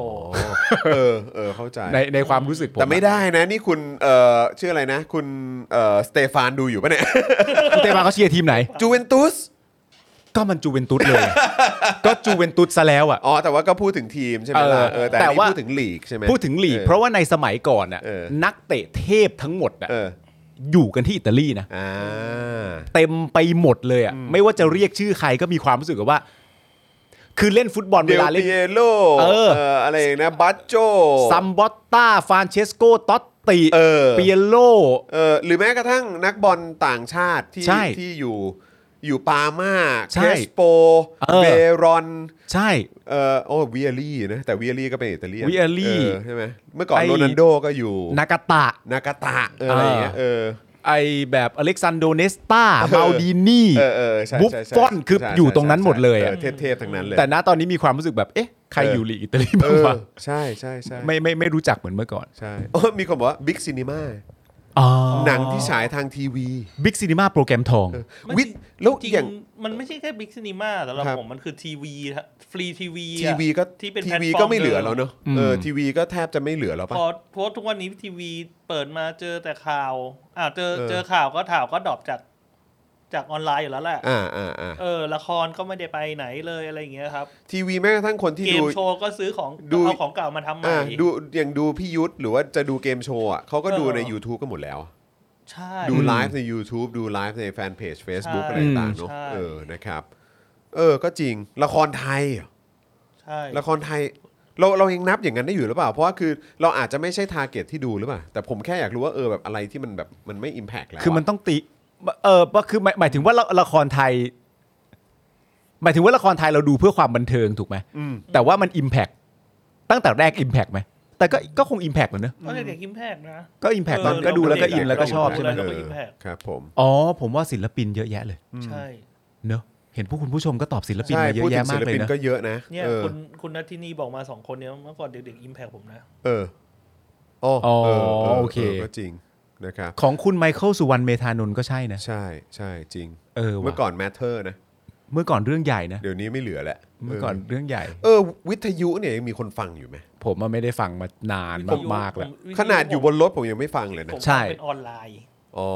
[SPEAKER 1] เออเออเข้าใจ
[SPEAKER 2] ในในความรู้สึกผม
[SPEAKER 1] แต่ไม่ได้นะ นี่คุณเอ่อชื่ออะไรนะ คุณเอ่อสเตฟานดูอยู่ปะเนี่ย
[SPEAKER 2] คุณเตมาเขาเชียร์ทีมไหน
[SPEAKER 1] จูเวนตุส
[SPEAKER 2] ก็มันจูเวนตุสเลย ก็จูเวนตุสซะแล้วอ่ะ
[SPEAKER 1] อ๋อ แต่ว่าก็พูดถึงทีมใช่ไหมล่ะ
[SPEAKER 2] เออ
[SPEAKER 1] เออแต่อัน
[SPEAKER 2] แต่
[SPEAKER 1] นี้
[SPEAKER 2] ว่า
[SPEAKER 1] พูดถึงลีกใช่ไหม
[SPEAKER 2] พูดถึงลีก เพราะว่าในสมัยก่อนอ่ะ
[SPEAKER 1] เออ
[SPEAKER 2] นักเตะเทพทั้งหมดอ่ะ
[SPEAKER 1] เออ
[SPEAKER 2] อยู่กันที่อิตาลีนะ
[SPEAKER 1] อ่า
[SPEAKER 2] เต็มไปหมดเลยอ่ะไม่ว่าจะเรียกชื่อใครก็มีความรู้สึกกับว่า คือเล่นฟุตบอล
[SPEAKER 1] เดล
[SPEAKER 2] เวลาเล่น
[SPEAKER 1] เปียโล
[SPEAKER 2] เออ
[SPEAKER 1] อะไรอย่างนะบัตโจ
[SPEAKER 2] ซัมบอตตาฟรานเชสโกตอตติ
[SPEAKER 1] เออ
[SPEAKER 2] เปียโล
[SPEAKER 1] เออหรือแม้กระทั่งนักบอลต่างชาติที่
[SPEAKER 2] ใช่
[SPEAKER 1] ที่อยู่อยู่ปามา
[SPEAKER 2] ใช่
[SPEAKER 1] เคสโป
[SPEAKER 2] เออ
[SPEAKER 1] เบรอน
[SPEAKER 2] ใช่
[SPEAKER 1] เออโอ้วิเอลี่นะแต่วิเอลี่ก็เป็นอิตาเลียน
[SPEAKER 2] วิเอลี่
[SPEAKER 1] เออใช่ไหมเมื่อก่อน
[SPEAKER 2] ไอ้
[SPEAKER 1] โรนันโดก็อยู่
[SPEAKER 2] นากาตะ
[SPEAKER 1] นากาตะเอออะไรอย่างเงี้ย
[SPEAKER 2] อ่า
[SPEAKER 1] เออ
[SPEAKER 2] ไอแบบอเล็กซานโดเนสตา
[SPEAKER 1] เออ
[SPEAKER 2] มาดินี่
[SPEAKER 1] เออเออใช่
[SPEAKER 2] บุฟ
[SPEAKER 1] ใช่ใช่
[SPEAKER 2] ฟอนคือ
[SPEAKER 1] ใช่
[SPEAKER 2] อยู่ตรงนั้นหมดเลยอะ
[SPEAKER 1] ออเทพๆทั้งนั้นเลย
[SPEAKER 2] แต่ณตอนนี้มีความรู้สึกแบบเอ๊ะใครอยู่ลีกอิตาลี
[SPEAKER 1] เอ
[SPEAKER 2] บ้าง
[SPEAKER 1] อ
[SPEAKER 2] วะ
[SPEAKER 1] ใช่ใช่ใช่
[SPEAKER 2] ไม่ไม่ไม่รู้จักเหมือนเมื่อก่อน
[SPEAKER 1] ใช่โอ้มีคนบอกว่าบิ๊กซีนีมา
[SPEAKER 2] อ๋อ
[SPEAKER 1] หนังที่ฉายทางทีวี
[SPEAKER 2] บิ๊กซีนีมาโปรแกรมทอง
[SPEAKER 1] เออ
[SPEAKER 3] มัน
[SPEAKER 1] วิทย์แล้ว
[SPEAKER 3] จริง
[SPEAKER 1] อย่าง
[SPEAKER 3] มันไม่ใช่แค่บิ๊กซีนีมาสำหรับ
[SPEAKER 1] ครับ
[SPEAKER 3] ผมมันคือทีวีฟรีทีวี
[SPEAKER 1] ทีวีก็
[SPEAKER 3] ที่เป็น
[SPEAKER 1] ที
[SPEAKER 3] แพลต
[SPEAKER 1] วี
[SPEAKER 3] ฟอร์
[SPEAKER 1] ก็ไม่เหลือแล้วเนอะ
[SPEAKER 2] อืม
[SPEAKER 1] เออทีวีก็แทบจะไม่เหลือแล้ว
[SPEAKER 3] พ
[SPEAKER 1] ปะ
[SPEAKER 3] อโพสต์ทุกวันนี้ทีวีเปิดมาเจอแต่ข่าวอ่าเจอ
[SPEAKER 1] เออ
[SPEAKER 3] เจอข่าวก็ข่าวก็ดรอปจากจากออนไลน์อยู่แล้วแหละ
[SPEAKER 1] อ่าอ่าอ่า
[SPEAKER 3] เออละครก็ไม่ได้ไปไหนเลยอะไรอย่างเงี้ยครับ
[SPEAKER 1] ทีวีแม้กระทั่งคนที่
[SPEAKER 3] เก
[SPEAKER 1] ดู
[SPEAKER 3] มโชว์ก็ซื้อของ
[SPEAKER 1] ดู
[SPEAKER 3] เอาของเก่ามาทำใหม่
[SPEAKER 1] อ่าดูอย่างดูพี่ยุทธหรือว่าจะดูเกมโชว์อ่ะเขาก็ดู
[SPEAKER 3] เออ
[SPEAKER 1] ใน YouTube กันหมดแล้ว
[SPEAKER 3] ใช่
[SPEAKER 1] ดูไลฟ์ใน YouTube ดูไลฟ์ในแฟนเพจ Facebook
[SPEAKER 3] ใช่
[SPEAKER 1] อะไรต่างๆเนอะ
[SPEAKER 3] ใช่
[SPEAKER 1] เออนะครับ เออก็จริงละครไทยเหรอ
[SPEAKER 3] ใช่
[SPEAKER 1] ละครไทย เราเรายังนับอย่างนั้นได้อยู่หรือเปล่า เพราะว่าคือเราอาจจะไม่ใช่ทาร์เก็ตที่ดูหรือเปล่า แต่ผมแค่อยากรู้ว่าเออแบบอะไรที่มันแบบมันไม่อิมแพกแล้วะ
[SPEAKER 2] คือมันต้องตีเออว่าคือหมายหมายถึงว่าละละครไทย หมายถึงว่าละครไทยเราดูเพื่อความบันเทิงถูกไหม
[SPEAKER 1] อืม
[SPEAKER 2] แต่ว่ามัน Impact ตั้งแต่แรก Impact ไหม แต่ก็ก็คง Impact เหมือนเนอะ
[SPEAKER 3] ตอนเด็กๆกิมแพกนะ
[SPEAKER 2] ก็ Impact
[SPEAKER 3] เออ
[SPEAKER 2] ตอนก็ดูแล้วก็
[SPEAKER 3] เราก็
[SPEAKER 2] อินแล้วก็ชอบ
[SPEAKER 3] เราก็
[SPEAKER 2] ใช่ไหม
[SPEAKER 3] เราก็
[SPEAKER 1] เออ
[SPEAKER 3] impact
[SPEAKER 1] ครับผม
[SPEAKER 2] อ๋อ ผมว่าศิลปินเยอะแยะเลย
[SPEAKER 3] ใช่
[SPEAKER 2] เนอะเห็นพวกคุณผู้ชมก็ตอบศิลปิน
[SPEAKER 1] ใช่
[SPEAKER 2] มาเย
[SPEAKER 1] พูดถึ
[SPEAKER 2] อะแยะ
[SPEAKER 1] งศิ
[SPEAKER 2] มาก
[SPEAKER 1] ล
[SPEAKER 2] เลย
[SPEAKER 1] ปิน
[SPEAKER 2] นะ
[SPEAKER 1] ก็เยอะนะ
[SPEAKER 3] เนี่ย
[SPEAKER 1] เออ
[SPEAKER 3] คุณคุณนัทที่นี่บอกมาสองคนเนี้ยเมื่อก่อนเด็กๆอิมแพกผมนะ
[SPEAKER 1] เอออ๋อเออเออ
[SPEAKER 2] โอเค
[SPEAKER 1] ก็จริงนะครับ
[SPEAKER 2] ของคุณไมเคิลสุวรรณเมธานนท์ก็ใช่นะ
[SPEAKER 1] ใช่ใช่จริง
[SPEAKER 2] เออ
[SPEAKER 1] เมื่อ
[SPEAKER 2] ว่ะ
[SPEAKER 1] ก่อน Matter นะ
[SPEAKER 2] เมื่อก่อนเรื่องใหญ่นะ
[SPEAKER 1] เดี๋ยวนี้ไม่เหลือแล้ว
[SPEAKER 2] เมื่อก่อนเรื่องใหญ่
[SPEAKER 1] เออ วิทยุเนี่ยยังมีคนฟังอยู่ไหม
[SPEAKER 2] ผมอะไม่ได้ฟังมานานมากๆแล้ว
[SPEAKER 3] ผม
[SPEAKER 1] ขนาดอยู่บนรถผมยังไม่ฟังเลยนะ
[SPEAKER 3] ผม
[SPEAKER 2] ใช่
[SPEAKER 3] เป็นออนไลน์
[SPEAKER 1] อ๋อ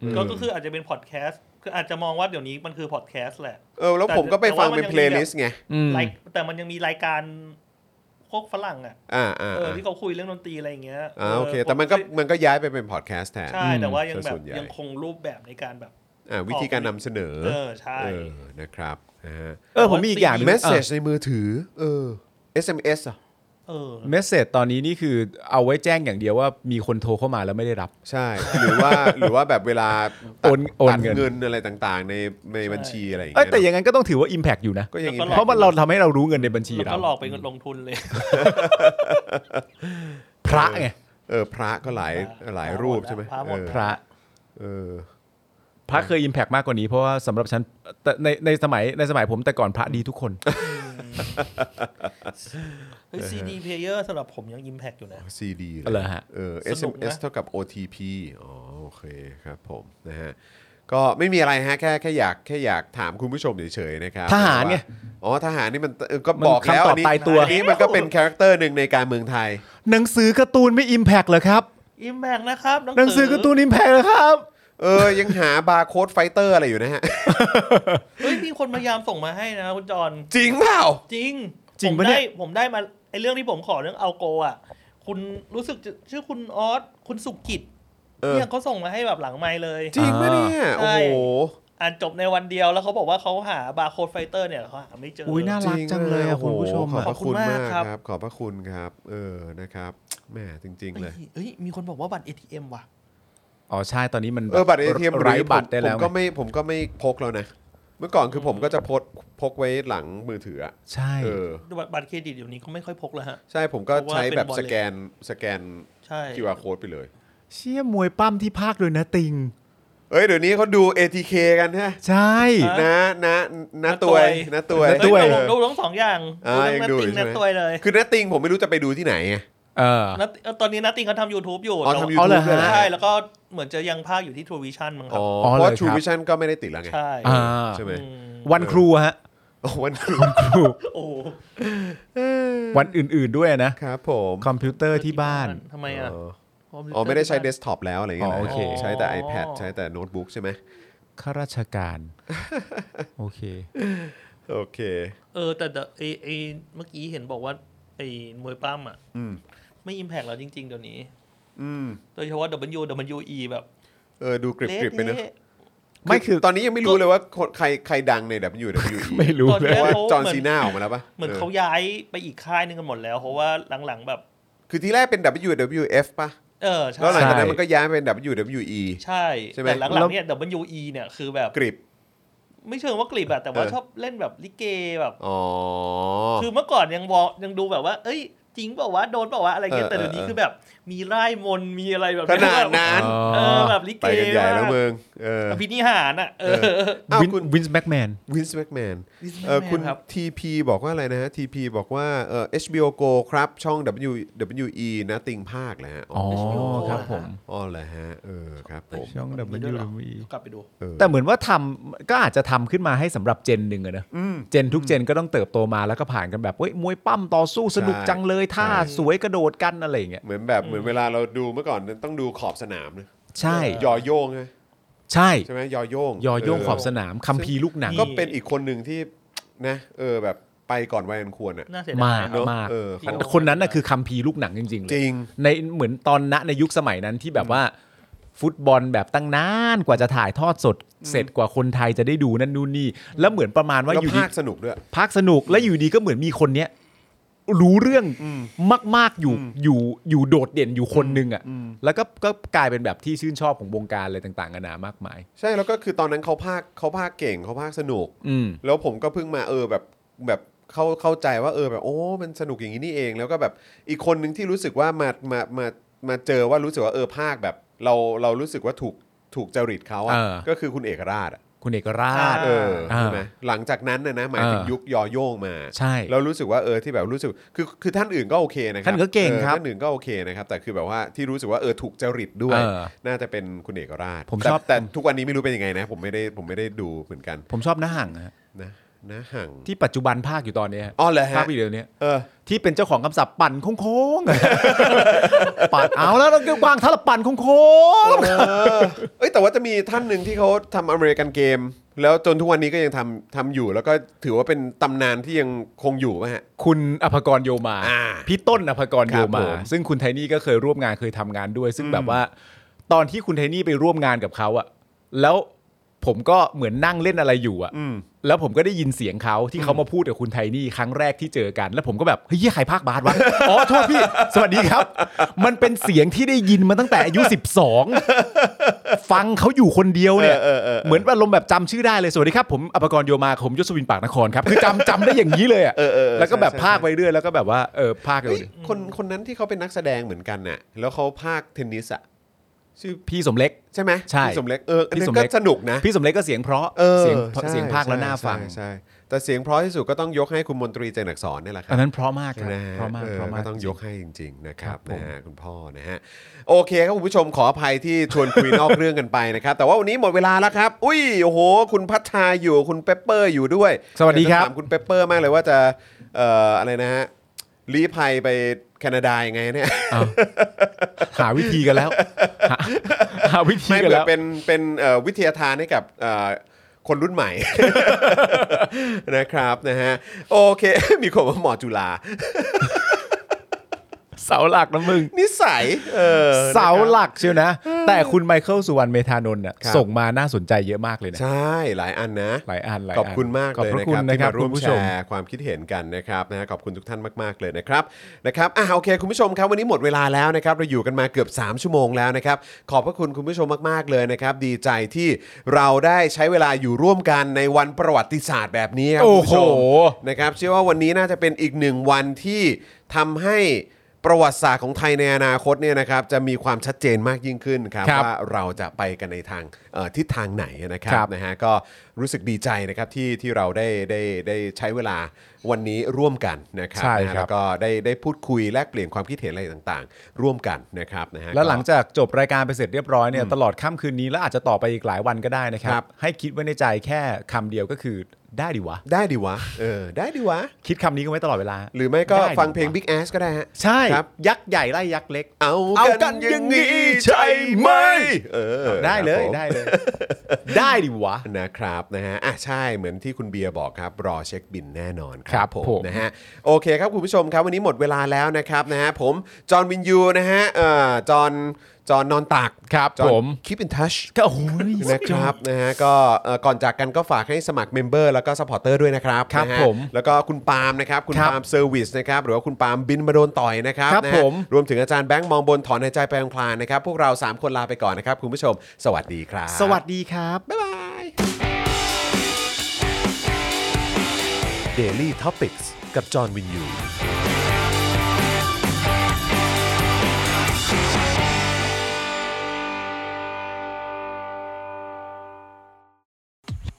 [SPEAKER 1] เออ
[SPEAKER 3] ก็ก็คืออาจจะเป็นพอดแคสต์คืออาจจะมองว่าเดี๋ยวนี้มันคือพอดแคสต์แหละ
[SPEAKER 1] เออ แล้วผมก็ไปฟังเป็น
[SPEAKER 3] แต่
[SPEAKER 1] เพ
[SPEAKER 3] ว่ามันยัง
[SPEAKER 1] ล
[SPEAKER 3] มี
[SPEAKER 1] ย์ลิสต์ไง
[SPEAKER 2] อืม
[SPEAKER 3] รายแต่มันยังมีรายการพวกฝรั่งอ่ะ
[SPEAKER 1] อ่าอ่า
[SPEAKER 3] เออ
[SPEAKER 1] อ่า
[SPEAKER 3] ที่เขาคุยเรื่องดนตรีอะไรอย่างเงี้ย
[SPEAKER 1] อ่าโอเค
[SPEAKER 3] ผ
[SPEAKER 1] แต่มันก็
[SPEAKER 3] ใช่
[SPEAKER 1] มันก็ย้ายไปเป็นพอดแคสต์แทน
[SPEAKER 3] ใช่แต่ว่ายังแบ
[SPEAKER 1] ส่
[SPEAKER 3] บ
[SPEAKER 1] วนใหญ่
[SPEAKER 3] ยังคงรูปแบบในการแบบ
[SPEAKER 1] อ่าวิธีการนำเสนอ
[SPEAKER 3] เออใช่
[SPEAKER 1] เออ นะครับนะฮะ
[SPEAKER 2] เออผมมีอีกอย่างหนึง
[SPEAKER 1] เม
[SPEAKER 2] อ่ะ
[SPEAKER 1] สเซจในมือถือ เออ SMS อ่ะ
[SPEAKER 3] เออ
[SPEAKER 2] เมสเซจตอนนี้นี่คือเอาไว้แจ้งอย่างเดียวว่ามีคนโทรเข้ามาแล้วไม่ได้รับ
[SPEAKER 1] ใช่ หรือว่า หรือว่าแบบเวลา
[SPEAKER 2] โอนโอน
[SPEAKER 1] ตัด
[SPEAKER 2] เงิน
[SPEAKER 1] เงินอะไรต่างๆ ในในบัญชีอะไรอย่าง
[SPEAKER 2] เอ้ย
[SPEAKER 1] เงี้ย
[SPEAKER 2] แต่อย่างนั้นก็ต้องถือว่า Impact อยู่นะ
[SPEAKER 1] ก็ยัง
[SPEAKER 3] แล้วก็
[SPEAKER 1] impact
[SPEAKER 2] เพราะมันเราทำให้เรารู้เงินในบัญชี
[SPEAKER 3] แล้ว
[SPEAKER 2] เรา
[SPEAKER 3] ก็หลอกไปลงทุนเลย
[SPEAKER 2] พระไง
[SPEAKER 1] เออพระก็หลายหลายรูปใช่ไหม
[SPEAKER 3] พระหมด
[SPEAKER 1] เออ
[SPEAKER 2] พระ
[SPEAKER 1] เอ
[SPEAKER 2] เออพระเคยอิมแพกมากกว่านี้เพราะว่าสำหรับฉันแต่ในในสมัยในสมัยผมแต่ก่อนพระดีทุกคน
[SPEAKER 3] เฮ้ยซีดีเพลเยอร์สำหรับผมยังอิมแพกอยู่นะ
[SPEAKER 1] ซีดี
[SPEAKER 2] เหรอฮะ
[SPEAKER 1] เออ
[SPEAKER 3] สนุก
[SPEAKER 1] SMS
[SPEAKER 3] นะ
[SPEAKER 1] เท่ากับ OTP อ๋อโอเคครับผมนะฮะก็ไม่มีอะไรฮะแค่แค่อยากแค่อยากถามคุณผู้ชมเฉยๆนะครับ
[SPEAKER 2] ทหารไง
[SPEAKER 1] ว่อ๋อทหารนี่มันเออก็
[SPEAKER 2] มัน
[SPEAKER 1] บอกแล้ว
[SPEAKER 2] คำตอ
[SPEAKER 1] น
[SPEAKER 2] บ
[SPEAKER 1] นี้
[SPEAKER 2] ตายตัว
[SPEAKER 1] อันนี้มันก็เป็นคาแรคเตอร์หนึ่งในการเมืองไทย
[SPEAKER 2] หนังสือการ์ตูนไม่อิมแพกเหรอครับ
[SPEAKER 3] อิมแพกนะครับ
[SPEAKER 2] หนังสือการ์ตูนอิมแพกเหรอครับ
[SPEAKER 1] เออ ยังหาบาร์โค้ดไฟเตอร์อะไรอยู่นะฮะ
[SPEAKER 3] เฮ้ยมีคนพยายามส่งมาให้นะคุณจอน
[SPEAKER 1] จริงเปล่า
[SPEAKER 3] จริง
[SPEAKER 2] จริง
[SPEAKER 3] ผม
[SPEAKER 2] ปะเนี่
[SPEAKER 3] ได้
[SPEAKER 2] ย
[SPEAKER 3] ผมได้มาไอเรื่องที่ผมขอเรื่องเอาโกอ่ะ คุณรู้สึกจะชื่อคุณออสคุณสุกิจ
[SPEAKER 1] เออ
[SPEAKER 3] เนี่ยเขาส่งมาให้แบบหลังไมค์เลย
[SPEAKER 1] จริงปะเนี่ยโอ้
[SPEAKER 3] ใช่
[SPEAKER 1] โห
[SPEAKER 3] อ่านจบในวันเดียวแล้วเขาบอกว่าเขาหาบาร์โค้ดไฟเตอร์เนี่ยเขาหาไม่เจออ
[SPEAKER 2] อุ้ยน่ารักจังเลยอะ
[SPEAKER 1] โอ้โห
[SPEAKER 2] คุณผู้ชม
[SPEAKER 1] ขอบ
[SPEAKER 2] อะ
[SPEAKER 1] พระคุณ
[SPEAKER 3] ขอบคุ
[SPEAKER 1] มาม
[SPEAKER 3] ณาก ก
[SPEAKER 1] ค
[SPEAKER 3] ครั
[SPEAKER 1] รับ บ ขอบพระคุณครับ เออนะครับแหมจริง ๆ เลย
[SPEAKER 3] เอ้ยเอ้ยมีคนบอกว่าบัตร ATM ว่ะ
[SPEAKER 2] อ๋อใช่ตอนนี้มันแบบ
[SPEAKER 1] เออบัตรเอทีเอ็ม
[SPEAKER 2] ไร้บัตรได้
[SPEAKER 1] ผ
[SPEAKER 2] แล้
[SPEAKER 1] ม
[SPEAKER 2] ว
[SPEAKER 1] ก็ไม่ผมก็ไม่พกแล้วนะ เมื่อก่อนคือผมก็จะพกพกไว้หลังมือถืออะ
[SPEAKER 2] ใช่
[SPEAKER 1] เออ
[SPEAKER 3] บัตรบัตรเครดิตเดี๋ยวนี้ก็ไม่ค่อยพกแล้วฮะ
[SPEAKER 1] ใช่ผมก็
[SPEAKER 3] เพราะว่า
[SPEAKER 1] ใช้แบบ
[SPEAKER 3] เป็น wallet
[SPEAKER 1] สแกนสแกน
[SPEAKER 3] ใช่
[SPEAKER 1] QR code ไปเลย
[SPEAKER 2] เชี่ยมวยปั้มที่ภาคเลยนะติง
[SPEAKER 1] เอ้ย เดี๋ยวนี้เขาดู ATK กันฮะ
[SPEAKER 2] ใช่
[SPEAKER 3] อ่ะ
[SPEAKER 1] นะนะนะ
[SPEAKER 3] นะ
[SPEAKER 1] ตั
[SPEAKER 3] ตัว วย ย
[SPEAKER 1] นะตัวย
[SPEAKER 2] นะ
[SPEAKER 3] เฮ้ย
[SPEAKER 2] ด้วย
[SPEAKER 3] เราดูทั้งสองอย่าง
[SPEAKER 1] อ่ายังดู
[SPEAKER 3] ดู
[SPEAKER 1] อยู่
[SPEAKER 3] ทั้งนัตติง
[SPEAKER 1] ใช่ไหม
[SPEAKER 3] นัตตัวยเลย
[SPEAKER 1] คือนะติงผมไม่รู้จะไปดูที่ไหนไง
[SPEAKER 2] เออ
[SPEAKER 3] นัตเอ่อตอนนี้นัตติงเขาทำ YouTube อยู่
[SPEAKER 1] อ๋อ
[SPEAKER 3] แต่
[SPEAKER 1] ทำ
[SPEAKER 3] ว่า
[SPEAKER 1] ยู
[SPEAKER 2] เอา
[SPEAKER 1] ทู
[SPEAKER 2] เหร
[SPEAKER 1] บ
[SPEAKER 2] อ
[SPEAKER 1] เลย
[SPEAKER 2] ฮะ
[SPEAKER 3] ใช่ แล้วก็เหมือนจะยังภาคอยู่ที่ทรูวิชั่นมั้งครั
[SPEAKER 1] อ๋
[SPEAKER 3] บ
[SPEAKER 1] อ
[SPEAKER 2] อ๋อ
[SPEAKER 1] เพราะ
[SPEAKER 2] เลย
[SPEAKER 1] ทู
[SPEAKER 2] ครับ
[SPEAKER 1] วิชั่นก็ไม่ได้ติดแล้วไง
[SPEAKER 3] ใช่
[SPEAKER 2] อ่า
[SPEAKER 1] ใช่ไหม
[SPEAKER 3] อืม
[SPEAKER 2] วันครูฮะ
[SPEAKER 1] อ๋อวันครู
[SPEAKER 3] โอ้โห
[SPEAKER 2] วันอื่นๆด้วยนะครับ
[SPEAKER 1] ผม
[SPEAKER 2] คอมพิวเตอร์ที่บ้าน
[SPEAKER 3] ทำไมอ่ะ
[SPEAKER 1] อ๋อ
[SPEAKER 3] คมพิวเต
[SPEAKER 1] อ๋
[SPEAKER 3] อ๋
[SPEAKER 1] อ ไม่ได้ใช้เดสก์ท็อปแล้วอะไรเงี้ยนะ
[SPEAKER 2] อ๋อโอเค
[SPEAKER 1] ใช้แต่ iPad ใช้แต่โน้ตบุ๊กใช่ไหม
[SPEAKER 2] ข้าราชการ โอเค
[SPEAKER 1] โอเค
[SPEAKER 3] เออแต่แต่ไอไอเมื่อกี้เห็นบอกว่าไอมวยปล้ำอ่ะ
[SPEAKER 1] อืม
[SPEAKER 3] ไม่อิมแพกแล้วจริง ๆ เดี๋ยวนี้
[SPEAKER 1] อืม
[SPEAKER 3] โดยเฉพาะ WWE แบบ
[SPEAKER 1] เออ ดูกริบกริบไปเนอะ
[SPEAKER 3] เละ
[SPEAKER 2] ไม่คือ
[SPEAKER 1] ตอนนี้ยังไม่รู้เลยว่าคนใครใครดังใน WWE
[SPEAKER 2] ไม่รู้เล
[SPEAKER 1] เพ
[SPEAKER 2] ย
[SPEAKER 1] ราะว่า
[SPEAKER 3] เขา
[SPEAKER 1] จอห์น
[SPEAKER 3] เหมือน
[SPEAKER 1] ซีน่าออกมาแล้วปะ
[SPEAKER 3] เหมือนเขาย้ายไปอีกค่ายหนึงกันหมดแล้ว เพราะว่าหลังๆแบบ
[SPEAKER 1] คือที่แรกเป็น WWF ปะ
[SPEAKER 3] เออใช่
[SPEAKER 1] แล้วหลังจากนั้น
[SPEAKER 2] ใช่
[SPEAKER 1] มันก็ย้ายเป็น WWE
[SPEAKER 3] ใช่
[SPEAKER 1] ใช่ไหม
[SPEAKER 3] แต่หลั
[SPEAKER 2] แล้
[SPEAKER 3] ง
[SPEAKER 2] ว
[SPEAKER 3] ๆเนี่ย WE เนี่ยคือแบบ
[SPEAKER 1] กริบ
[SPEAKER 3] ไม่เชิงว่ากลีบอะแต่ว่า
[SPEAKER 1] เออ
[SPEAKER 3] ชอบเล่นแบบลิเกแบบ
[SPEAKER 1] อ๋อ
[SPEAKER 3] คือเมื่อก่อนยังวอยังดูแบบว่า เอ้ย จริงเปล่าวะโดนเปล่าวะอะไรเงี้
[SPEAKER 1] เอ
[SPEAKER 3] ย
[SPEAKER 1] อ
[SPEAKER 3] แต่เดี๋ยวนี้
[SPEAKER 1] เออ
[SPEAKER 3] คือแบบ มีไร่มนต์มีอะไรแบบ
[SPEAKER 1] ข
[SPEAKER 3] เย
[SPEAKER 1] นาด
[SPEAKER 3] แบบ
[SPEAKER 1] นั้น
[SPEAKER 3] เออแบบลิ
[SPEAKER 1] ไป
[SPEAKER 3] เก
[SPEAKER 1] กันใหญ่แล้ว
[SPEAKER 3] มาก
[SPEAKER 1] เมืองเออ
[SPEAKER 3] อภินิหารอ่ะเอ
[SPEAKER 1] เออ
[SPEAKER 3] อ
[SPEAKER 1] อ้าว
[SPEAKER 2] วิน
[SPEAKER 1] คุณ
[SPEAKER 2] วินส์แม็กแมน
[SPEAKER 1] วินส์แมกแมน
[SPEAKER 3] Vince
[SPEAKER 1] เออ
[SPEAKER 3] McMahon
[SPEAKER 1] คุณ
[SPEAKER 3] ครับ
[SPEAKER 1] TP บอกว่าอะไรนะฮะ TP บอกว่าเออ HBO Go ครับ ช่อง WWE นะติงภาคแหละฮะอ๋
[SPEAKER 2] อ๋
[SPEAKER 1] อ
[SPEAKER 2] อครับผม
[SPEAKER 1] อ๋อเหรอฮะเออครับผม
[SPEAKER 2] ช่อง
[SPEAKER 3] มีด้วยเหรอ
[SPEAKER 2] WWE
[SPEAKER 3] กลับไปดู
[SPEAKER 1] เออ
[SPEAKER 2] แต่เหมือนว่าทำก็อาจจะทำขึ้นมาให้สำหรับเจนหนึ่งอะนะ
[SPEAKER 1] อืม
[SPEAKER 2] เจนทุกเจนก็ต้องเติบโตมาแล้วก็ผ่านกันแบบเว้ยมวยปั้มต่อสู้สนุก
[SPEAKER 1] ใช่
[SPEAKER 2] จังเลยท่า
[SPEAKER 1] ใช่
[SPEAKER 2] สวยกระโดดกันอะไรอย่างเงี้ย
[SPEAKER 1] เหมือนแบบเหมือนเวลาเราดูเมื่อก่อนต้องดูขอบสนามนะ
[SPEAKER 2] ใช่
[SPEAKER 1] ยอโยงนะ
[SPEAKER 2] ใช่
[SPEAKER 1] ใช่ไหมยอโยง
[SPEAKER 2] ยอโยง
[SPEAKER 1] เ
[SPEAKER 2] ขอบสนามคัมภีร์ลูกหนัง
[SPEAKER 1] ก็เป็นอีกคนหนึ่งที่นะเออแบบไปก่อนวัยอันควรอ่ะ
[SPEAKER 3] น่าเสียดาย
[SPEAKER 2] มาก
[SPEAKER 3] เนอะ
[SPEAKER 1] เนาะเออ
[SPEAKER 3] จริ
[SPEAKER 1] เขา
[SPEAKER 3] ง
[SPEAKER 2] คนนั้นน่ะคือคัมภีร์ลูกหนังจริงๆเล
[SPEAKER 1] จ
[SPEAKER 2] ย
[SPEAKER 1] ริง
[SPEAKER 2] ในเหมือนตอนณในยุคสมัยนั้นที่แบบว่า ฟุตบอลแบบตั้งนานกว่าจะถ่ายทอดสด เสร็จกว่าคนไทยจะได้ดูนั่นนู่นนี่ แล้วเหมือนประมาณว่า
[SPEAKER 1] แล้ว
[SPEAKER 2] อยู่ดี
[SPEAKER 1] ภาคสนุกด้วย
[SPEAKER 2] ภาคสนุกแล้วอยู่ดีก็เหมือนมีคนเนี้ยรู้เรื่องมาก ๆอยู่อยู่อยู่โดดเด่นอยู่คนหนึงอ่ะแล้วก็ก็กลายเป็นแบบที่ชื่นชอบของวงการอะไรต่างๆนานามากมาย
[SPEAKER 1] ใช่แล้วก็คือตอนนั้นเขาภาคเขาภาคเก่งเขาภาคสนุก
[SPEAKER 2] อืม
[SPEAKER 1] แล้วผมก็เพิ่งมาเออแบบแบบเข้าเข้าใจว่าเออแบบโอ้ มันสนุกอย่างนี้นี่เอง แล้วก็แบบอีกคนหนึ่งที่รู้สึกว่ามามามามาเจอว่ารู้สึกว่าเออภาคแบบ เราเรารู้สึกว่าถูกถูกจริตเขาอะ
[SPEAKER 2] เออ
[SPEAKER 1] ก็คือคุณเอกราชอะ
[SPEAKER 2] คุณเอกราช
[SPEAKER 1] เออ
[SPEAKER 2] อ่า
[SPEAKER 1] ใช่ไหมหลังจากนั้นนะนะหมายถึง
[SPEAKER 2] เออ
[SPEAKER 1] ยุคยอโยงมา
[SPEAKER 2] ใช่
[SPEAKER 1] แล้วรู้สึกว่าเออที่แบบรู้สึกคือคือท่านอื่นก็โอเคนะครับ
[SPEAKER 2] ท่านก็เก่ง
[SPEAKER 1] ออ
[SPEAKER 2] ครับ
[SPEAKER 1] ท่านอื่นก็โอเคนะครับแต่คือแบบว่าที่รู้สึกว่าเออถูกจริตด้วย
[SPEAKER 2] เออ
[SPEAKER 1] น่าจะเป็นคุณเอกราช
[SPEAKER 2] ผม
[SPEAKER 1] แต่
[SPEAKER 2] ชอบ
[SPEAKER 1] แต่ทุกวันนี้ไม่รู้เป็นยังไงนะ ผมไม่ได้ผมไม่ได้ดูเหมือนกัน
[SPEAKER 2] ผมชอบน้าหังฮะ
[SPEAKER 1] นะนะห่าง
[SPEAKER 2] ที่ปัจจุบันภาคอยู่ตอนเนี้ยฮะ
[SPEAKER 1] อ๋อเหรอฮะ
[SPEAKER 2] ภาคอยู่เดี๋ยวเนี้ย
[SPEAKER 1] เออ
[SPEAKER 2] ที่เป็นเจ้าของคำศัพท์ปั่นโค้งๆ ปั่นเอาแล้วแล้วก็วางท่าละปั่นโค้ง
[SPEAKER 1] เออเอ้ยแต่ว่าจะมีท่านหนึ่งที่เขาทำอเมริกันเกม แล้วจนทุกวันนี้ก็ยังทำทำอยู่ แล้วก็ถือว่าเป็นตำนานที่ยังคงอยู่ไหมฮะ
[SPEAKER 2] ๆคุณอภกรโยมา
[SPEAKER 1] อ่า
[SPEAKER 2] พี่ต้นอภกรโย
[SPEAKER 1] ครับ
[SPEAKER 2] มา
[SPEAKER 1] ผม
[SPEAKER 2] ซึ่งคุณไทนี่ก็เคยร่วมงานเคยทำงานด้วย ซึ่งแบบว่า ตอนที่คุณไทนี่ไปร่วมงานกับเขาอะแล้วผมก็เหมือนนั่งเล่นอะไรอยู่อะ
[SPEAKER 1] อืม
[SPEAKER 2] แล้วผมก็ได้ยินเสียงเขาที่เขามาพูดกับคุณไทนี่ครั้งแรกที่เจอกัน แล้วผมก็แบบเฮ้ยเหี้ยใครภาคบาสวะอ๋อโทษพี่ สวัสดีครับ มันเป็นเสียงที่ได้ยินมาตั้งแต่อายุ 12 ฟังเขาอยู่คนเดียวเนี่ย
[SPEAKER 1] เออเออ
[SPEAKER 2] เหมือนอารมณ์แบบจำชื่อได้เลย สวัสดีครับ ผมอภกรโยมาผมยศวินปากนครครับ คือจำจำได้อย่างนี้เลยอ่ะ
[SPEAKER 1] เออเออเออ
[SPEAKER 2] แล้วก็แบบ
[SPEAKER 1] ใช่ใช่
[SPEAKER 2] ภาคไปเรื่อยแล้วก็แบบว่าเออภาคไป
[SPEAKER 1] เฮ้ย
[SPEAKER 2] เลย
[SPEAKER 1] คนคนนั้นที่เขาเป็นนักแสดงเหมือนกันน่ะ แล้วเขาภาคเทนนิสอะ ชื่อ
[SPEAKER 2] พี่สมเล็ก
[SPEAKER 1] ใช่ไหม
[SPEAKER 2] ใช่
[SPEAKER 1] พี่สมเล็กเอออัน
[SPEAKER 2] พี่
[SPEAKER 1] นี้
[SPEAKER 2] สม
[SPEAKER 1] ก็
[SPEAKER 2] เล็ก
[SPEAKER 1] สนุกนะ
[SPEAKER 2] พี่สมเล็กก็เสียงเพราะ
[SPEAKER 1] เออ
[SPEAKER 2] เสียง
[SPEAKER 1] ใช่
[SPEAKER 2] เสียงภาคแล้วน่า
[SPEAKER 1] ใช่
[SPEAKER 2] ฟัง
[SPEAKER 1] ใช่ใช่แต่เสียงเพราะที่สุดก็ต้องยกให้คุณมนตรีเจนอักษรเนี่ยแหละครับ
[SPEAKER 2] อันนั้นเพราะมากครับ
[SPEAKER 1] นะฮะ
[SPEAKER 2] เพราะมาก
[SPEAKER 1] เออ
[SPEAKER 2] เพราะมาก
[SPEAKER 1] ก็ต้องยกให้จริง ๆ นะครับ
[SPEAKER 2] ครับผม
[SPEAKER 1] นะฮะคุณพ่อนะฮะโอเคครับคุณผู้ชมขออภัยที่ชวนคุย นอกเรื่องกันไปนะครับ แต่ว่าวันนี้หมดเวลาแล้วครับ อุ้ยโอ้โห คุณพัชชาอยู่คุณเปปเปอร์อยู่ด้วย
[SPEAKER 2] สวัสดีครับ
[SPEAKER 1] อยากจะถามคุณเปปเปอร์มากเลยว่าจะเอ่ออะไรนะฮะลี้ภัยไปแคนาดายังไงเนี่ย
[SPEAKER 2] เอาหาวิธีกัน แล้วหาหาวิธี
[SPEAKER 1] ไม่
[SPEAKER 2] กั
[SPEAKER 1] เผื่
[SPEAKER 2] น
[SPEAKER 1] อ
[SPEAKER 2] แล้ว
[SPEAKER 1] เป็นเป็นเอ่อวิทยาทานให้กับเอ่อคนรุ่นใหม่ นะครับนะฮะโอเค มีคนว่าหมอจุฬา
[SPEAKER 2] เสาหลักนะมึง
[SPEAKER 1] นิสัยเออนะครับ
[SPEAKER 2] เสาหลักเชียวนะ แต่คุณไมเคิลสุวรรณเมธานนท์น่ะ
[SPEAKER 1] ครับ
[SPEAKER 2] ส่งมาน่าสนใจเยอะมากเลยนะ
[SPEAKER 1] ใช่หลายอันนะ
[SPEAKER 2] หลายอันหลายน
[SPEAKER 1] ขอบคุณมาก
[SPEAKER 2] ขอบ
[SPEAKER 1] เลย
[SPEAKER 2] พ
[SPEAKER 1] นะค
[SPEAKER 2] ระคุณ
[SPEAKER 1] รับ
[SPEAKER 2] นะ
[SPEAKER 1] ที่
[SPEAKER 2] ครับ
[SPEAKER 1] มาร่วม
[SPEAKER 2] คุณผู้
[SPEAKER 1] แช
[SPEAKER 2] ชม
[SPEAKER 1] ร์ความคิดเห็นกันนะครับนะฮะขอบคุณทุกท่านมากๆเลยนะครับนะครับอ่ะโอเคคุณผู้ชมครับวันนี้หมดเวลาแล้วนะครับเราอยู่กันมาเกือบ 3 ชั่วโมงแล้วนะครับขอบพระคุณคุณผู้ชมมากๆเลยนะครับดีใจที่เราได้ใช้เวลาอยู่ร่วมกันในวันประวัติศาสตร์แบบนี้ครับคุณผู้ชม
[SPEAKER 2] โอ้โห
[SPEAKER 1] นะครับเชื่อว่าวันนี้น่าจะเป็นอีกหนึ่งวันที่ทำให้ประวัติศาสตร์ของไทยในอนาคตเนี่ยนะครับจะมีความชัดเจนมากยิ่งขึ้นครับ
[SPEAKER 2] ครับ
[SPEAKER 1] ว่าเราจะไปกันในทางเอ่อทิศทางไหนนะครับ ค
[SPEAKER 2] ครั
[SPEAKER 1] รับบ นะฮะก็รู้สึกดีใจนะครับที่ที่เราได้ได้ได้ใช้เวลาวันนี้ร่วมกันนะครับ
[SPEAKER 2] ใช่
[SPEAKER 1] นะฮะ
[SPEAKER 2] ครับ
[SPEAKER 1] แล้วก็ได้ได้พูดคุยแลกเปลี่ยนความคิดเห็นอะไรต่างๆ ร่วมกันนะครับนะฮะ
[SPEAKER 2] แล้วหลัง
[SPEAKER 1] ก็
[SPEAKER 2] จากจบรายการไปเสร็จเรียบร้อยเนี่ยตลอดค่ำคืนนี้แล้วอาจจะต่อไปอีกหลายวันก็ได้นะค
[SPEAKER 1] ครั
[SPEAKER 2] รับ
[SPEAKER 1] บ
[SPEAKER 2] ให้คิดไว้ในใจแค่คำเดียวก็คือได้ดิวะ
[SPEAKER 1] ได้ดีวะเออได้ดีวะ
[SPEAKER 2] คิดคำนี้กันไว้ตลอดเวลา
[SPEAKER 1] หรือไม่ก็
[SPEAKER 2] ได้ดิวะ
[SPEAKER 1] ฟังเพลง Big Ass ก็ได้ฮะ
[SPEAKER 2] ใช่
[SPEAKER 1] ครับ
[SPEAKER 2] ยักษ์ใหญ่ไล่ยักษ์เล็ก
[SPEAKER 1] เอา
[SPEAKER 2] เอากั
[SPEAKER 1] กัน
[SPEAKER 2] น
[SPEAKER 1] อย่างนี้
[SPEAKER 2] อย่างนี้ใช่
[SPEAKER 1] ใช่ไห
[SPEAKER 2] ไห
[SPEAKER 1] ม
[SPEAKER 2] ม
[SPEAKER 1] เออ
[SPEAKER 2] ได้เลย
[SPEAKER 1] ครับผม
[SPEAKER 2] ได้เลย ได้ดิวะ
[SPEAKER 1] นะครับนะฮะอ่ะใช่เหมือนที่คุณเบียร์บอกครับ รอเช็คบินแน่นอน
[SPEAKER 2] ครับผม
[SPEAKER 1] นะฮะโอเคครับคุณผู้ชมครับ วันนี้หมดเวลาแล้วนะครับนะฮะผมจอห์นวินยูนะฮะเอ่อจอห์นจอห์นนอนตัก
[SPEAKER 2] ครับ
[SPEAKER 1] จอห์น
[SPEAKER 2] ผม
[SPEAKER 1] keep in touch
[SPEAKER 2] ก็โอ้ย
[SPEAKER 1] นะครับนะฮะก็เอ่อก่อนจากกันก็ฝากให้สมัครเมมเบอร์แล้วก็สปอร์เตอร์ด้วยนะครับ
[SPEAKER 2] ครับ
[SPEAKER 1] นะฮะ
[SPEAKER 2] ผม
[SPEAKER 1] แล้วก็คุณปาล์มนะครับคุณ
[SPEAKER 2] ครับ
[SPEAKER 1] ปาล์มเซอร์วิสนะครับหรือว่าคุณปาล์มบินมาโดนต่อยนะครับ
[SPEAKER 2] ครับ
[SPEAKER 1] นะฮะ
[SPEAKER 2] ผม
[SPEAKER 1] รวมถึงอาจารย์แบงค์มองบนถอนหายใจไปพลางๆนะครับพวกเราสามคนลาไปก่อนนะครับคุณผู้ชม สวัสดีครับ
[SPEAKER 2] สวัสดีครับ
[SPEAKER 1] บ๊ายบาย Daily Topics กับจอห์นวินยู